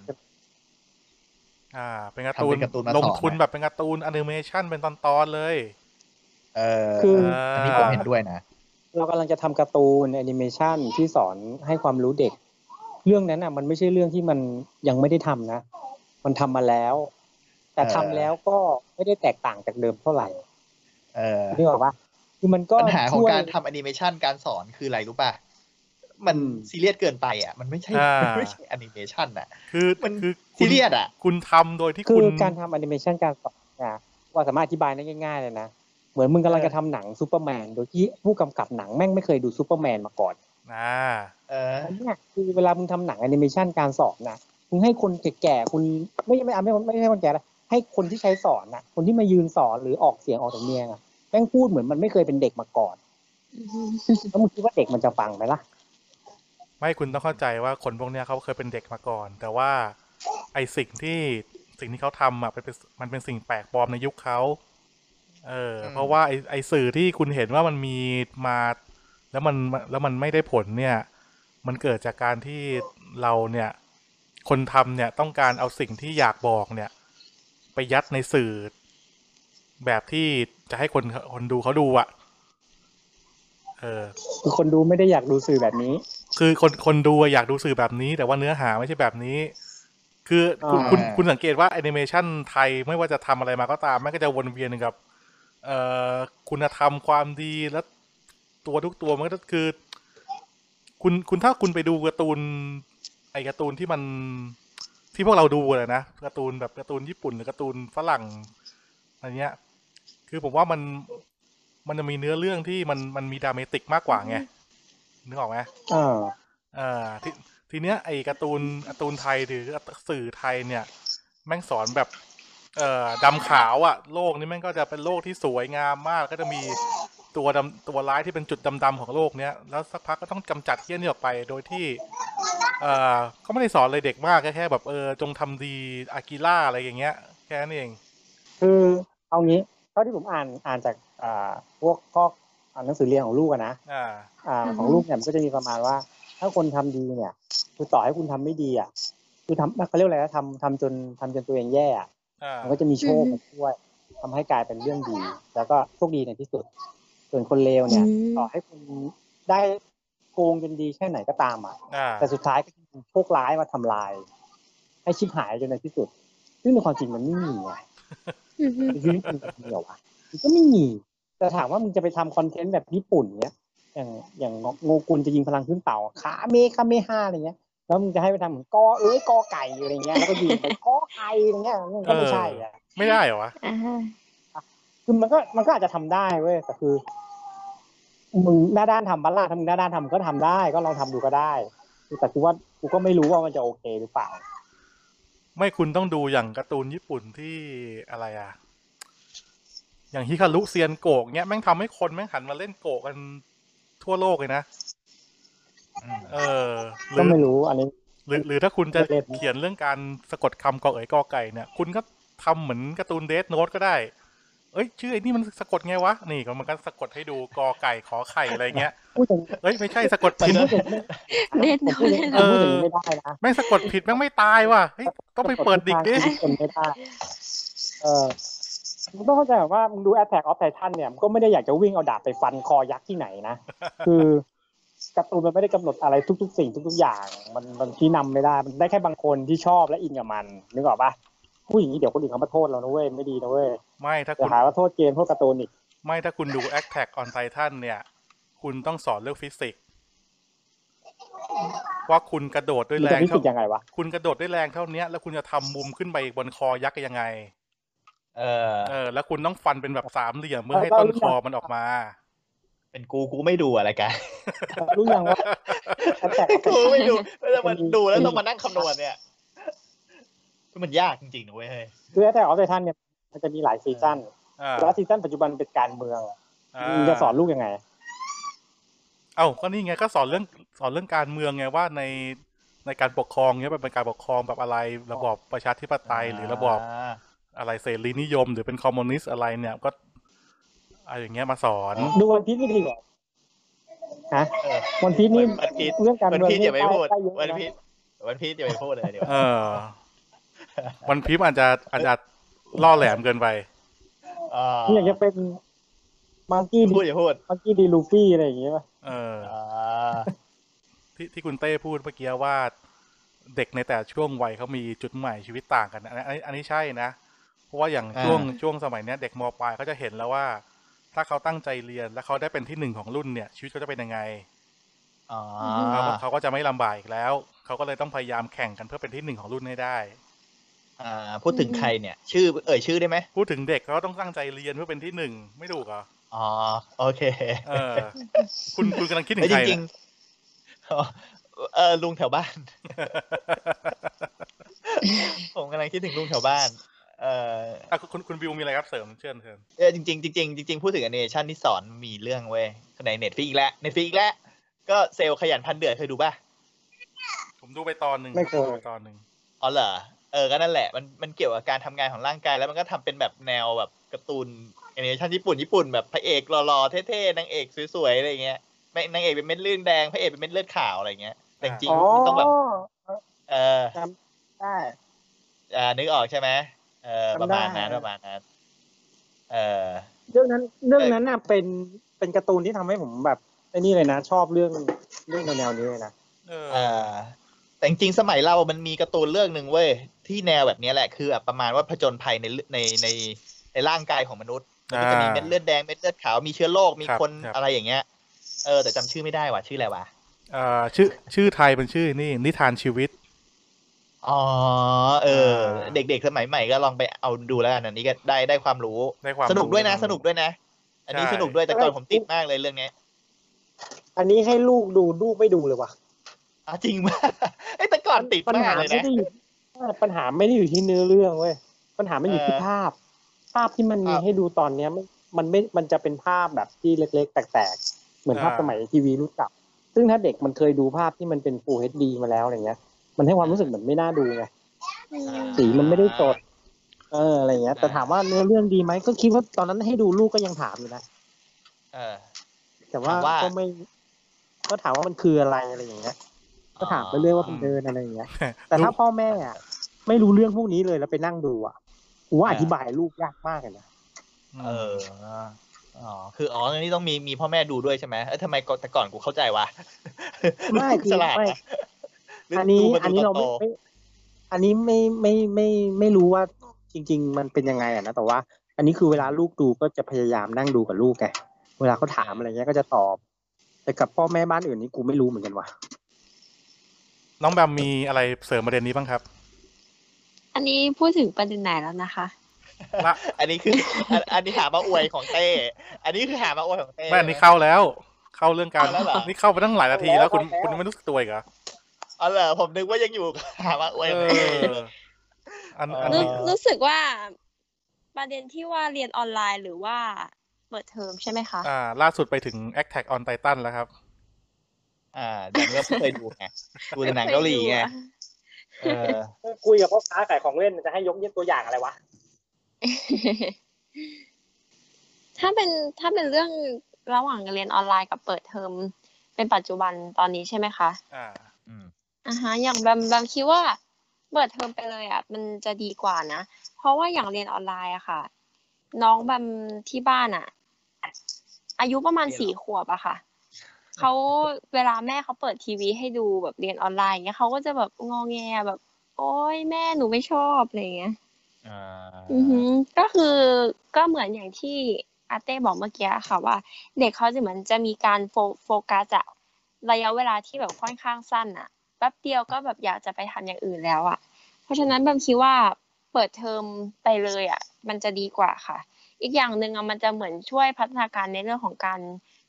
Speaker 1: อ่า เป็นการ์ตูน
Speaker 2: ทำเป็นการ์ตูนมาสอน
Speaker 1: ลงทุนแบบเป็นการ์ตูนแอนิเมชันเป็นตอนๆเลย
Speaker 2: เออ
Speaker 4: คือ
Speaker 2: อันนี้ผมเห็นด้วยนะ
Speaker 4: เรากำลังจะทำการ์ตูนแอนิเมชันที่สอนให้ความรู้เด็ก เรื่องนั้นอ่ะ มันไม่ใช่เรื่องที่มันยังไม่ได้ทำนะ มันทำมาแล้ว แต่
Speaker 2: เออ
Speaker 4: ทำแล้วก็ไม่ได้แตกต่างจากเดิมเท่าไหร่
Speaker 2: เออ
Speaker 4: นี่บอกว่าคือมันก็
Speaker 2: ปัญหาของ
Speaker 4: ช่วย
Speaker 2: การทำแอนิเมชันการสอนคืออะไรรู้ป่ะ มัน
Speaker 4: อืม
Speaker 2: ซีเรียสเกินไปอ่ะ มันไม่ใช่
Speaker 1: อ่ามั
Speaker 2: นไม่ใช่แอนิเมชันอ่ะ
Speaker 1: คือ
Speaker 2: มัน
Speaker 1: คือคุ
Speaker 2: ซี
Speaker 1: ณ
Speaker 2: เรียสอ่ะ
Speaker 1: คุณทำโดยที่
Speaker 4: คื
Speaker 1: คุณ
Speaker 4: อการทำแอนิเมชันการสอนนะว่าสามารถอธิบายได้ง่าย ๆ เลยนะ เหมือนมึงกำลังจะทำหนังซูเปอร์แมนโดยที่ผู้กำกับหนังแม่งไม่เคยดูซูเปอร์แมนมาก่อน
Speaker 1: อ่า
Speaker 2: เออ
Speaker 4: อันเนี่ยคือเวลามึงทำหนังแอนิเมชันการสอนนะมึงให้คนแก่ๆคุณไม่ไม่ไม่ไม่ใช่คนแก่นะให้คนที่ใช้สอนนะคนที่มายืนสอนหรือออกเสียงออกสำเนียงอะแม่งพูดเหมือนมันไม่เคยเป็นเด็กมาก่อนแล้วมึงคิดว่าเด็กมันจะฟังไหมล่ะ
Speaker 1: ไม่คุณต้องเข้าใจว่าคนพวกเนี้ยเขาเคยเป็นเด็กมาก่อน แต่ว่าไอสิ่งที่สิ่งที่เขาทำอ่ะมันเป็นมันเป็นสิ่งแปลกปลอมในยุคเขาเอออ
Speaker 2: ม
Speaker 1: เพราะว่าไอไอสื่อที่คุณเห็นว่ามันมีมา แล้วมันแล้วมันไม่ได้ผลเนี่ย มันเกิดจากการที่เราเนี่ย คนทำเนี่ยต้องการเอาสิ่งที่อยากบอกเนี่ย ไปยัดในสื่อ แบบที่จะให้คนคนดูเขาดูอะเออ
Speaker 4: คือคนดูไม่ได้อยากดูสื่อแบบนี้
Speaker 1: คือคนคนดูอะอยากดูสื่อแบบนี้ แต่ว่าเนื้อหาไม่ใช่แบบนี้ คือคุณ
Speaker 4: อ่า
Speaker 1: คุณคุณสังเกตว่าแอนิเมชันไทยไม่ว่าจะทำอะไรมาก็ตามแม่งก็จะวนเวียนกับ เอ่อคุณธรรมความดีและตัวทุกตัวมันก็คือ คุณคุณถ้าคุณไปดูการ์ตูน ไอการ์ตูนที่มันที่พวกเราดูอะนะการ์ตูนแบบการ์ตูนญี่ปุ่นหรือการ์ตูนฝรั่งอะไรเงี้ย คือผมว่ามันมันจะมีเนื้อเรื่องที่มันมันมีดราเมติกมากกว่าไงนึกออกไหม
Speaker 4: อ่า
Speaker 1: เอ่อทีทีเนี้ยไอ้การ์ตูนการ์ตูนไทยหรือสื่อไทยเนี่ย แม่งสอนแบบ เอ่อดำขาวอะโลกนี้แม่งก็จะเป็นโลกที่สวยงามมาก ก็จะมีตัวดำตัวร้ายที่เป็นจุดดำๆของโลกเนี้ยแล้วสักพักก็ต้องกำจัดเหี้ยนี่ออกไปโดยที่ เอ่อก็ไม่ได้สอนเลยเด็กมากแค่แค่แบบเออจงทำดีอากิล่าอะไรอย่างเงี้ย แค่นั้นเอง
Speaker 4: คือเอางี้เท่าที่ผมอ่านอ่านจากอ่าพวกข้ออ่านหนังสือเรียนของลูกอะนะ
Speaker 1: อ่า
Speaker 4: อ่า
Speaker 3: อือฮึ
Speaker 4: ของลูกเนี่ยมันก็จะมีประมาณว่า ถ้าคนทำดีเนี่ยคือต่อให้คุณทำไม่ดีอ่ะคือทำเขาเรียกอะไรนะทำทำจนทำจนตัวเองแย่อะ
Speaker 1: อ่า
Speaker 4: มันก็จะมีโชคมาช่วยทำให้กลายเป็นเรื่องดี แล้วก็โชคดีในที่สุด ส่วนคนเลวเนี่ย ต่อให้คุณได้โกงจนดีแค่ไหนก็ตามอ่ะ
Speaker 1: อ่า
Speaker 4: แต่สุดท้ายก็คือโชคร้ายมาทำลาย ให้ชิบหายจนในที่สุด ซึ่งในความจริงมันไม่มีไง ยืดเดียวอะมันก็ไม่มีแต่ถามว่ามึงจะไปทำคอนเทนต์แบบญี่ปุ่นเนี้ย อย่างอย่างโงกุลจะยิงพลังขึ้นเต่าขาเมฆาเมฮาอะไรเงี้ย แล้วมึงจะให้ไปทำเหมือนกอเอ้ยกอไก่อะไรเงี้ยแล้วก็ยิงไปกอไก่อะไรเงี้ยมันก็ไม่ใช่อะ
Speaker 1: ไม่ได้เหรอวะ
Speaker 3: อ่าฮะ
Speaker 4: คือมันก็มันก็อาจจะทำได้เว้ยแต่คือมึงหน้าด้านทำบัลล่าถ้ามึงหน้าด้านทำก็ทำได้ก็ลองทำดูก็ได้แต่กูว่ากูก็ไม่รู้ว่ามันจะโอเคหรือเปล่า
Speaker 1: ไม่คุณต้องดูอย่างการ์ตูนญี่ปุ่นที่อะไรอ่ะ อย่างฮิคารุเซียนโกกเนี้ยแม่งทำให้คนแม่งหันมาเล่นโกกกันทั่วโลกเลยนะ
Speaker 2: อืม
Speaker 1: เออห
Speaker 4: ก็
Speaker 1: รือ
Speaker 4: ไม่รู้อันนี้
Speaker 1: หรือหรือถ้าคุณจะ
Speaker 4: เล่น
Speaker 1: เขียนเรื่องการสะกดคำกอเอ๋ยกอไก่เนี่ย คุณก็ทำเหมือนการ์ตูนเด n โน e ก็ได้ เอ้ย ชื่อไอ้นี่มันสะกดไงวะ นี่ก็มันก็สะกดให้ดูกอไก่ขอไข่อะไรเงี้ย
Speaker 4: พูดอย่าง
Speaker 1: เอ้ย ไม่ใช่สะกดผิด
Speaker 4: พูดอย่างนี้
Speaker 3: เด็ด
Speaker 4: ผ
Speaker 3: โน
Speaker 4: มพูดอ
Speaker 3: เลยเหรอ
Speaker 4: ย่างนี้ผมพูดอย่างนี้ไม่ได้นะ
Speaker 1: แม่งสะกดผิดแม่งไม่ตายว่ะเฮ้ยต้องไปเปิดดิกดิ
Speaker 4: ทุกคนไม่ได้ เออมึงต้องเข้าใจก่อนว่ามึงดู Attack of Titan เนี่ย มันก็ไม่ได้อยากจะวิ่งเอาดาบไปฟันคอยักษ์ที่ไหนนะ คือการ์ตูนมันไม่ได้กำหนดอะไรทุก ๆ สิ่งทุก ๆ อย่าง มันมันชี้นำไม่ได้ มันได้แค่บางคนที่ชอบและอินกับมัน นึกออกปะผู้หญิงนี้เดี๋ยวคนอื่นเขามาโทษเรานะเว้ย ไม่ดีนะเว้ย
Speaker 1: ไม่ถ้า
Speaker 4: เดี๋ย
Speaker 1: คุ
Speaker 4: ว
Speaker 1: ณ
Speaker 4: หาว่าโทษเกมโทษการ์ตูนอีก
Speaker 1: ไม่ถ้าคุณดู a t t a c k on Titan เนี่ย คุณต้องสอนเรื่องฟิสิกส์ว่าคุณกระโดดด้วย
Speaker 4: มัน
Speaker 1: แร
Speaker 4: จะ
Speaker 1: ง
Speaker 4: พิสู
Speaker 1: เท่า
Speaker 4: จน์ยังไงวะ
Speaker 1: คุณกระโดดด้วยแรงเท่าเนี้ย แล้วคุณจะทำมุมขึ้นไปบนคอยักษ์ยังไง
Speaker 2: เออ
Speaker 1: เออ แล้วคุณต้องฟันเป็นแบบสามเหลี่ยมเพื่อให้ต้นคอมันออกมา
Speaker 2: เป็นกูกูไม่ดูอะไรกัน
Speaker 4: รู้ยังว่า Attack of
Speaker 2: กู
Speaker 4: Titan
Speaker 2: ไม่ดูแล้วมันดูแล้วต้องมานั่งคำนวณเนี่ย ที่มันยากจริงๆนะเว้ยเฮ้ย
Speaker 4: คือแต่ออฟไททันเนี่ยมันจะมีหลายซีซั่น
Speaker 1: อ่า
Speaker 4: แล้วซีซั่นปัจจุบันเป็นการเมือง
Speaker 1: อ่า
Speaker 4: มึงจะสอนลูกยังไง
Speaker 1: เอ้าก็นี่ไงก็สอนเรื่องสอนเรื่องการเมืองไงว่าในในการปกครองเนี่ยมันเป็นการปกครองแบบอะไรระบอบประชาธิปไตยหรือระบอบ อะไรเสรีนิยมหรือเป็นคอมมิวนิสต์อะไรเนี่ยก็อะไรอย่างเงี้ยมาสอน
Speaker 2: อ๋อ
Speaker 4: ดูวันพีชนี่ดีกว่าฮะ
Speaker 2: เออ
Speaker 4: วันพีชนี่
Speaker 2: วันพีช
Speaker 4: เรื่องการ
Speaker 2: วัน
Speaker 4: เมือง
Speaker 2: พีชอย่าไป
Speaker 4: นี่
Speaker 2: พูด
Speaker 4: ใกล้เยอะ
Speaker 2: วัน
Speaker 4: นะ
Speaker 2: พีชวันพีชอย่าไปพูดเลยเดี๋ยว
Speaker 1: เออ วันพีมอาจจะอาจจะล่อแหลมเกินไป
Speaker 2: เออ
Speaker 4: นี่อยากจะเป็นมังกี้
Speaker 2: พูดอย่าพูด
Speaker 4: มังกี้ดีลูฟี่อะไรอย่างเงี้ยป่ะ
Speaker 1: เออ
Speaker 2: อ่า
Speaker 1: ที่ที่คุณเต้พูดเมื่อกี้ว่าเด็กในแต่ช่วงวัยเขามีจุดหมายชีวิตต่างกันนะอันอันนี้อันนี้ใช่นะ เพราะว่าอย่างช่วงช่วงสมัยเนี้ยเด็กมปลายเขาจะเห็นแล้วว่า ถ้าเขาตั้งใจเรียนแล้วเขาได้เป็นที่หนึ่งของรุ่นเนี่ย ชีวิตเขาจะเป็นยังไง
Speaker 2: อ่า
Speaker 1: เขาก็เขาก็จะไม่ลำบากอีกแล้วเขาก็เลยต้องพยายามแข่งกันเพื่อเป็นที่หนึ่งของรุ่นให้ได้
Speaker 2: อ่า พูดถึงใครเนี่ย ชื่อเอ่ยชื่อได้ไหม
Speaker 1: พูดถึงเด็กเขาก็ต้องตั้งใจเรียนเพื่อเป็นที่หนึ่งไม่ถูกเหรอ
Speaker 2: อ๋อโอเค
Speaker 1: เออ คุณคุณกำลังคิดถึ
Speaker 2: ไม่
Speaker 1: ง
Speaker 2: จ
Speaker 1: ใคร
Speaker 2: ริง
Speaker 1: นะ
Speaker 2: ๆอ๋อเออลุงแถวบ้าน ผมกำลังคิดถึงลุงแถวบ้าน เออ
Speaker 1: อ่ะคุณคุณคุณบิวมีอะไรครับเสริมเชิญเชิญ
Speaker 2: เออจริงๆจริงๆจริงๆพูดถึงอเนชั่นที่สอนมีเรื่องเว้ยในเน็ตฟิกอีกแล้วเน็ตฟิกอีกแล้ว ก็เซลล์ขยันพันเดือดเคยดูป่ะ
Speaker 1: ผมดูไปตอนหนึ่ง
Speaker 4: ไม่เค
Speaker 1: ดู
Speaker 4: ย
Speaker 1: ไปตอนหนึ่ง
Speaker 2: อ๋อเหรอเออก็นั่นแหละมันมันเกี่ยวกับการทำงานของร่างกายแล้วมันก็ทำเป็นแบบแนวแบบการ์ตูนแอนิเมชันญี่ปุ่นญี่ปุ่นแบบพระเอกหล่อๆเท่ๆนางเอกสวยๆอะไรอย่างเงี้ยไม่นางเอกเป็นเม็ดเลือดแดงพระเอกเป็นเม็ดเลือดขาวอะไรอย่างเงี้ยแต่จริง
Speaker 4: อ๋อ
Speaker 2: ๆมันต้องแบบเออ
Speaker 4: ได้
Speaker 2: อ่านึกออกใช่ไหมเออประมาณนั้นประมาณนั้นเออ
Speaker 4: เรื่องนั้นเรื่องนั้นน่ะเป็นเป็นการ์ตูนที่ทำให้ผมแบบไอ้นี่เลยนะ ชอบเรื่องเรื่องแนวๆนี้เลยนะ
Speaker 1: เออ
Speaker 2: เออแต่จริงๆสมัยเรา มันมีการ์ตูนเรื่องหนึ่งเว้ยที่แนวแบบเนี้ยแหละคือแบบประมาณว่าผจญภัยในเรื่องในในในร่างกายของมนุษย์มันก็จะมี
Speaker 1: อ่า
Speaker 2: เม็ดเลือดแดงเม็ดเลือดขาวมีเชื้อโรคมี
Speaker 1: ครับ
Speaker 2: คน
Speaker 1: ครับ
Speaker 2: อะไรอย่างเงี้ยเออแต่จำชื่อไม่ได้ว่ะชื่ออะไรวะ
Speaker 1: เอ่อชื่อชื่อไทยเป็นชื่อนี่นิทานชีวิต
Speaker 2: อ๋อเออ
Speaker 1: อ่า
Speaker 2: เด็กๆสมัยใหม่ก็ลองไปเอาดูแล้วกันอันนี้ก็ได้ได้ความรู้
Speaker 1: ได้ความ
Speaker 2: สนุกด้วยนะ
Speaker 1: รู้
Speaker 2: สนุกด้วยนะ อันนี้
Speaker 1: ใช่
Speaker 2: สนุกด้วยแต่ก่อนผม
Speaker 4: ใช่
Speaker 2: ติดมากเลยเรื่องเนี้ย
Speaker 4: อันนี้ให้ลูกดูลูกไม่ดูเลยว่ะ
Speaker 2: อ๋อจริงมาก ไอ้ยแต่ก่อนติด
Speaker 4: ปัญ
Speaker 2: มา
Speaker 4: หาก
Speaker 2: เลย
Speaker 4: ไม่
Speaker 2: นะ
Speaker 4: ได้อยู่ปัญหาไม่ได้อยู่ที่เนื้อเรื่องเว้ยปัญหามันอยู่ที่
Speaker 2: เออ
Speaker 4: ภาพ ภาพที่มันมี
Speaker 2: ภาพ
Speaker 4: ให้ดูตอนเนี้ยมันมันไม่มันจะเป็นภาพแบบที่เล็ก ๆ แตกๆ เหมือนภาพ
Speaker 1: อ่า
Speaker 4: สมัยทีวีรุ่นเก่าซึ่งถ้าเด็กมันเคยดูภาพที่มันเป็น Full HD มาแล้วอะไรเงี้ย มันให้ความรู้สึกเหมือนไม่น่าดูไง สีมันไม่ได้สด เอออะไรเงี้ย แต่ถามว่าเนื้อเรื่องดีไหมก็คิดว่าตอนนั้นให้ดูลูกก็ยังถามอยู่นะ
Speaker 2: เออ
Speaker 4: แต่ว่า
Speaker 2: ถามว่า
Speaker 4: ก็ไม่ ก็ถามว่ามันคืออะไรอะไรอย่างเงี้ย ก็ถามไปเรื่อยว่ามันเดินอะไรอย่างเงี้ย แต่ถ้าพ่อแม่อะไม่รู้เรื่องพวกนี้เลยแล้วไปนั่งดูอ่ะกูว่าอธิบายลูกยากมากเลยนะ
Speaker 1: อืม
Speaker 2: เออ อ๋อ คือ อ๋ออันนี้ต้องมี มีพ่อแม่ดูด้วยใช่ไหมเออทำไมก่อนแต่ก่อนกูเข้าใจวะ
Speaker 4: ไม่
Speaker 2: ลูกฉลาด
Speaker 4: ไม่
Speaker 2: นะหรื
Speaker 4: อันนี้
Speaker 2: ดูมา
Speaker 4: อันนี้
Speaker 2: ดู
Speaker 4: เรา
Speaker 2: ต
Speaker 4: ไม่
Speaker 2: โต
Speaker 4: ไม่ อันนี้ไม่ไม่ไม่ไม่รู้ว่าจริง ๆ มันเป็นยังไงอ่ะนะแต่ว่า อันนี้คือเวลาลูกดูก็จะพยายามนั่งดูกับลูกไงเวลาเขาถามอะไรเงี้ยก็จะตอบ แต่กับพ่อแม่บ้านอื่นนี่กูไม่รู้เหมือนกันว่ะ
Speaker 1: น้องแบมมีอะไรเสริมประเด็นนี้บ้างครับ
Speaker 3: อันนี้พูดถึงประเด็นไหนแล้วนะคะ
Speaker 1: ละ
Speaker 2: อันนี้คืออันอันนี้หามาอวยของเต้ อันนี้คือหามาอวยของเต้
Speaker 1: แม่อันนี้เข้าแล้ว เข้าเรื่องการ
Speaker 2: เอาแล้วเหรอ
Speaker 1: นี่เข้าไปตั้งหลายนาทีแล้วคุณ
Speaker 4: เอาแล้
Speaker 1: คุ
Speaker 4: ว
Speaker 1: ณไม่รู้สึกตัวอีกเหรอ
Speaker 2: อ๋อเหรอผมนึกว่ายังอยู่ หามาอวยของเต้
Speaker 1: เอออันอัน
Speaker 3: รู้
Speaker 1: นี้
Speaker 2: เออ
Speaker 3: รู้สึกว่าประเด็นที่ว่าเรียนออนไลน์หรือว่าเปิดเทอมใช่ไหมคะ
Speaker 1: อ่า ล่าสุดไปถึง a t t a c k on Titan แล้วครับ
Speaker 2: อ่าดังเริ่มเคยดูไง ดูแต่หนังเกาหลีไง เออ
Speaker 4: คุยกับพ่อค้าขายของเล่นจะให้ยกยกตัวอย่างอะไรวะ
Speaker 3: ถ้าเป็นถ้าเป็นเรื่องระหว่างเรียนออนไลน์กับเปิดเทอมเป็นปัจจุบันตอนนี้ใช่ไหมคะ
Speaker 1: อ่า
Speaker 2: อืม
Speaker 3: อ่าฮะอย่างแบมแบมคิดว่าเปิดเทอมไปเลยอ่ะมันจะดีกว่านะ เพราะว่าอย่างเรียนออนไลน์อะค่ะ น้องแบมที่บ้านอะอายุประมาณ
Speaker 2: เรียนเหรอ
Speaker 3: สี่ขวบอะ ค่ะเขาเวลาแม่เขาเปิดทีวีให้ดูแบบเรียนออนไลน์อย่างเงี้ยเขาก็จะแบบงอแงแบบ โอ๊ยแม่หนูไม่ชอบอะไรอย่างเงี้ย
Speaker 2: อ่า
Speaker 3: อือหือก็คือก็เหมือนอย่างที่อาเต้บอกเมื่อกี้ค่ะว่า เด็กเขาจะเหมือนจะมีการโฟโฟกัสอะระยะเวลาที่แบบค่อนข้างสั้นอะแป๊บเดียวก็แบบอยากจะไปทำอย่างอื่นแล้วอะเพราะฉะนั้นแบมคิดว่าเปิดเทอมไปเลยอะมันจะดีกว่าค่ะ อีกอย่างหนึ่งอะมันจะเหมือนช่วยพัฒนาการในเรื่องของการ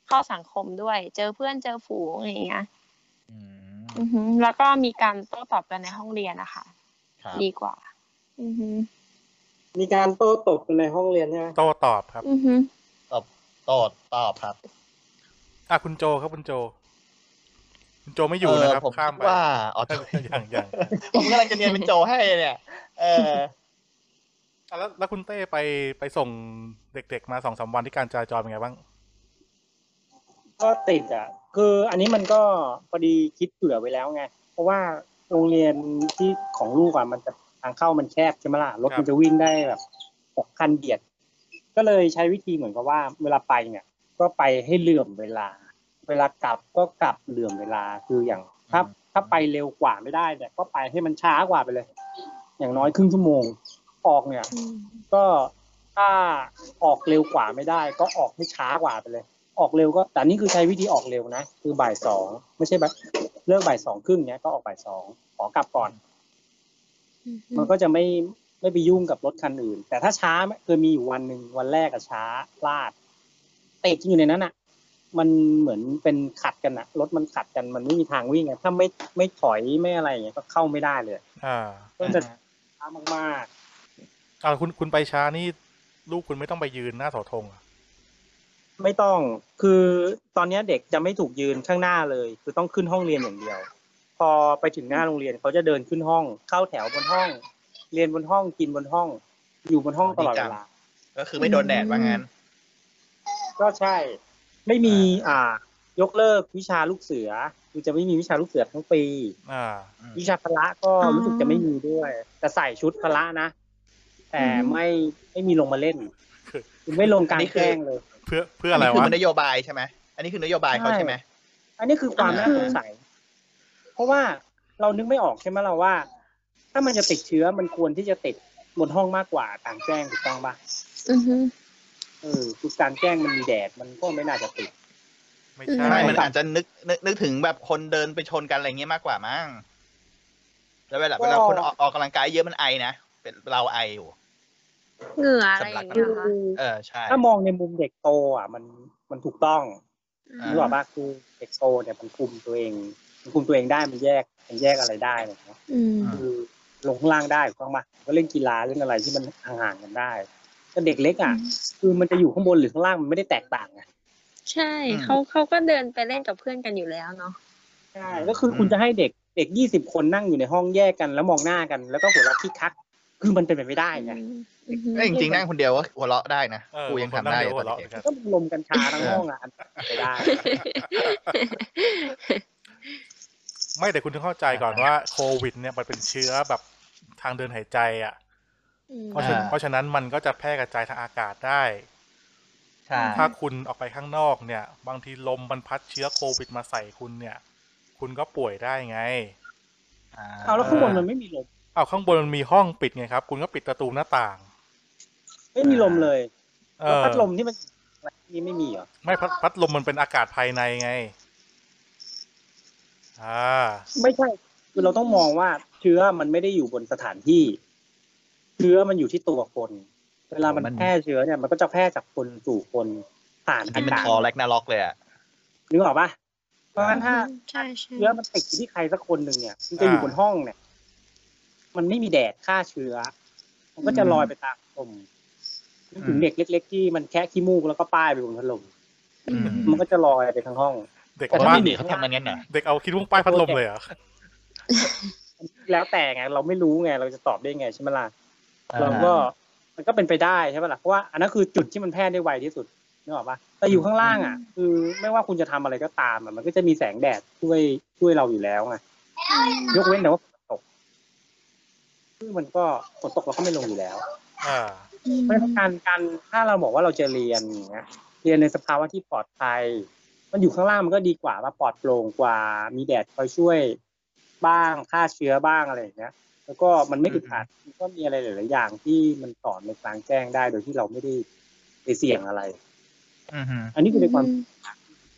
Speaker 3: เข้าสังคมด้วย เจอเพื่อนเจอฝูงอะไรอย่างเงี้ย
Speaker 2: อืม
Speaker 3: อือหือแล้วก็มีการโต้ตอบกันในห้องเรียนนะคะ
Speaker 2: ครับ
Speaker 3: ดีกว่า อือฮึ
Speaker 5: มีการโต้ตอบกันในห้องเรียนใช่ไหม
Speaker 1: โต้ตอบครับ
Speaker 3: อือฮึ
Speaker 2: ตอบตอบตอบครับ
Speaker 1: อ่ะคุณโจครับคุณโจ คุณโจไม่อยู่นะครับ
Speaker 2: เผม
Speaker 1: ข้าม
Speaker 2: ด
Speaker 1: ไป
Speaker 2: ว่าอ๋อ
Speaker 1: อย่าง อย่าง
Speaker 2: ผมกำลังจะเรียนเป็นโจให้เนี่ย เออ
Speaker 1: อ่ะแล้วแล้วคุณเต้ไปไปส่งเด็กๆมาสองสามวันที่การจราจรเป็นไงบ้าง
Speaker 4: ก็ติดอ่ะ คืออันนี้มันก็พอดีคิดเผื่อไว้แล้วไง เพราะว่าโรงเรียนที่ของลูกอ่ะมันจะทางเข้ามันแคบใช่ไหมล่ะ รถ
Speaker 1: ครับ
Speaker 4: มันจะวิ่งได้แบบหกคันเบียด ก็เลยใช้วิธีเหมือนกับว่า เวลาไปเนี่ย ก็ไปให้เหลื่อมเวลา เวลากลับก็กลับเหลื่อมเวลา คืออย่างถ้า
Speaker 2: อืม
Speaker 4: ถ้าไปเร็วกว่าไม่ได้เนี่ยก็ไปให้มันช้ากว่าไปเลย อย่างน้อยครึ่งชั่วโมง ออกเนี่ย
Speaker 3: อืม
Speaker 4: ก็ถ้าออกเร็วกว่าไม่ได้ ก็ออกให้ช้ากว่าไปเลย ออกเร็วก็แต่นี่คือใช้วิธีออกเร็วนะ คือบ่ายสองไม่ใช่แบบเลิกบ่ายสองครึ่งเนี้ยก็ออกบ่ายสองขอกลับก่อน
Speaker 3: อือฮึ
Speaker 4: มันก็จะไม่ไม่ไปยุ่งกับรถคันอื่น แต่ถ้าช้าเคยมีอยู่วันหนึ่งวันแรกอะช้าพลาดเตะอยู่ในนั้นอะมันเหมือนเป็นขัดกันอะรถมันขัดกันมันไม่มีทางวิ่งไงถ้าไม่ไม่ถอยไม่อะไรอย่างเงี้ยก็เข้าไม่ได้เลย
Speaker 1: อ่า
Speaker 4: ก็จะช้ามาก
Speaker 1: อ่าคุณคุณไปช้านี่ลูกคุณไม่ต้องไปยืนหน้าเสาธงเหรอ
Speaker 4: ๆ ไม่ต้องคือตอนเนี้ยเด็กจะไม่ถูกยืนข้างหน้าเลย คือต้องขึ้นห้องเรียนอย่างเดียว พอไปถึงหน้าโรงเรียนเขาจะเดินขึ้นห้อง เข้าแถวบนห้อง เรียนบนห้องกินบนห้อง อยู่บนห้องตลอดเวลา
Speaker 2: ก็คือไม่โดนแดดว่างั้น
Speaker 4: ก็ใช่ ไม่มี
Speaker 2: อ่า
Speaker 4: อ่ายกเลิกวิชาลูกเสือคือจะไม่มีวิชาลูกเสือทั้งปี
Speaker 1: อ่า
Speaker 4: วิชาพละก็
Speaker 3: อ๋อ
Speaker 4: รู้สึกจะไม่มีด้วย แต่ใส่ชุดพละนะ แต่
Speaker 3: อืม
Speaker 4: ไม่ไม่มีลงมาเล่น
Speaker 1: คือ
Speaker 4: คือไม่ลงกลางแจ้งเลย
Speaker 1: เพื่อเพื่ออะไร
Speaker 2: คื
Speaker 1: วะ
Speaker 2: มันนโยบายใช่ไหม อันนี้คือนโยบายเขาใช่ไหม
Speaker 4: อันนี้คือความน่าสงสัย เพราะว่าเรานึกไม่ออกใช่ไหมเราว่า ถ้ามันจะติดเชื้อมันควรที่จะติดบนห้องมากกว่าต่างแจ้งถูกต้องปะ
Speaker 3: อือฮึ
Speaker 4: เออคือการแจ้งมันมีแดดมันก็ไม่น่าจะติด
Speaker 1: ไม่
Speaker 3: ใช่
Speaker 1: ใช่
Speaker 2: ไม่ มันอาจจะนึกนึกนึกถึงแบบคนเดินไปชนกันอะไรเงี้ยมากกว่ามั้ง แล้วเวลาเวลาคนออกออกกำลังกายเยอะมันไอนะ เป็นเราไออยู่
Speaker 3: เหงื่ออะไรอย่างเงี้ยเหรอค่ะ
Speaker 2: เออ ใช่
Speaker 4: ถ้ามองในมุมเด็กโตอ่ะ มันมันถูกต้อง
Speaker 2: อ่า
Speaker 4: นึกออกปะคือเด็กโตเนี่ยมันคุมตัวเองมันคุมตัวเองได้มันแยกมันแยกอะไรได้อะไรเงี้ย
Speaker 3: อืม
Speaker 4: คือลงข้างล่างได้ถูกต้องปะก็เล่นกีฬาเล่นอะไรที่มันห่างๆกันได้แต่เด็กเล็กอ่ะ
Speaker 3: อืม
Speaker 4: คือมันจะอยู่ข้างบนหรือข้างล่างมันไม่ได้แตกต่างไง
Speaker 3: ใช่เขาเขาก็เดินไปเล่นกับเพื่อนกันอยู่แล้วเนาะ
Speaker 4: ใช่ก็คือคุณจะให้เด็กเด็กยี่สิบคนนั่งอยู่ในห้องแยกกันแล้วมองหน้ากัน แล้วก็หัวเราะคิกคัก คือมันเป็นไปไม่ได้ไง
Speaker 3: อือฮึ
Speaker 2: เอ้ยจริงๆนั่งคนเดียวก็หัวเราะได้นะ
Speaker 1: เออ
Speaker 2: กูยังทำได้
Speaker 1: คนนั่งเยวหัว
Speaker 2: ตอ
Speaker 1: น เราะ
Speaker 2: เด็ก
Speaker 1: เหมือนกัน
Speaker 4: ก็ลมกันชาทั้งห้องอ่ะอันเป็นไปได้
Speaker 1: ไม่แต่คุณต้องเข้าใจก่อนว่าโควิด เนี่ยมันเป็นเชื้อแบบทางเดินหายใจอ่ะ
Speaker 3: อืม
Speaker 1: เพราะฉะนั้นเพราะฉะนั้นมันก็จะแพร่กระจายทางอากาศได้
Speaker 2: ใช่
Speaker 1: ถ้าคุณออกไปข้างนอกเนี่ย บางทีลมมันพัดเชื้อโควิดมาใส่คุณเนี่ย คุณก็ป่วยได้ไง
Speaker 4: เอาแล้วข้างบนมันไม่มีลม
Speaker 1: เอาข้างบนมันมีห้องปิดไงครับ คุณก็ปิดประตูหน้าต่าง
Speaker 4: ไม่มีลมเลย
Speaker 1: เอ
Speaker 4: แล้ว
Speaker 1: อ
Speaker 4: พัดลมที่มันอะไรนี่ไม่มีเหรอ
Speaker 1: ไม่พัดพัดลมมันเป็นอากาศภายในไง อ่า
Speaker 4: ไม่ใช่คือเราต้องมองว่าเชื้อมันไม่ได้อยู่บนสถานที่ เชื้อมันอยู่ที่ตัวคน เวลามันแพร่เชื้อเนี่ยมันก็จะแพร่จากคนสู่คนผ่าน
Speaker 2: อัน
Speaker 4: อา
Speaker 2: นี้มัน
Speaker 4: กาศ
Speaker 2: คอแลกนาล็อกเลยอ่ะ
Speaker 4: นึกออกปะเพราะฉะนั้นถ้า
Speaker 3: ใช่ใช่
Speaker 4: เชื้อมันติดอยู่ที่ใครสักคนหนึ่งเนี่ยมันจะอยู่บนห้องเนี่ย มันไม่มีแดดฆ่าเชื้อ มันก็จะลอยไปตามลมนึกถึงเด็กเล็ก ๆ ที่มันแค่ขี้มูกแล้วก็ป้ายไปบนพัดลม
Speaker 3: อืม
Speaker 4: มันก็จะลอยไปทั้งห้อง
Speaker 1: เด็ก
Speaker 2: แต่ถ้า
Speaker 1: บ้า
Speaker 2: ไม่
Speaker 1: น
Speaker 2: หนีเขาทำกันงั้นเหรอ
Speaker 1: เด็กเอาคิดว่าป้ายพัดลมเลยเหรอ
Speaker 4: แล้วแต่ไงเราไม่รู้ไง เราจะตอบได้ไงใช่ไหมล่ะ
Speaker 2: อ่า
Speaker 4: เราก็มันก็เป็นไปได้ใช่ไหมล่ะเพราะว่าอันนั้นคือจุดที่มันแพร่ได้ไวที่สุดนึกออกปะแต่อยู่ข้างล่างอ่ะ คือไม่ว่าคุณจะทำอะไรก็ตามอะมันก็จะมีแสงแดดช่วยช่วยเราอยู่แล้วไงยกเว้นแต่ว่าฝนตกซึ่งมันก็ฝนตกเราก็ไม่ลงอยู่แล้ว
Speaker 1: อ่า
Speaker 4: เพราะฉะนั้นการการถ้าเราบอกว่าเราจะเรียนอย่างเงี้ยเรียนในสภาวะที่ปลอดภัย มันอยู่ข้างล่างมันก็ดีกว่าว่าปลอดโปร่งกว่า มีแดดคอยช่วยบ้างฆ่าเชื้อบ้างอะไรอย่างเงี้ย แล้วก็มันไม่อึดอัดมันก็มีอะไรหลาย ๆ อย่างที่มันสอนในกลางแจ้งได้โดยที่เราไม่ได้ไปเสี่ยงอะไร
Speaker 2: อือฮึ
Speaker 4: อันนี้คือในความ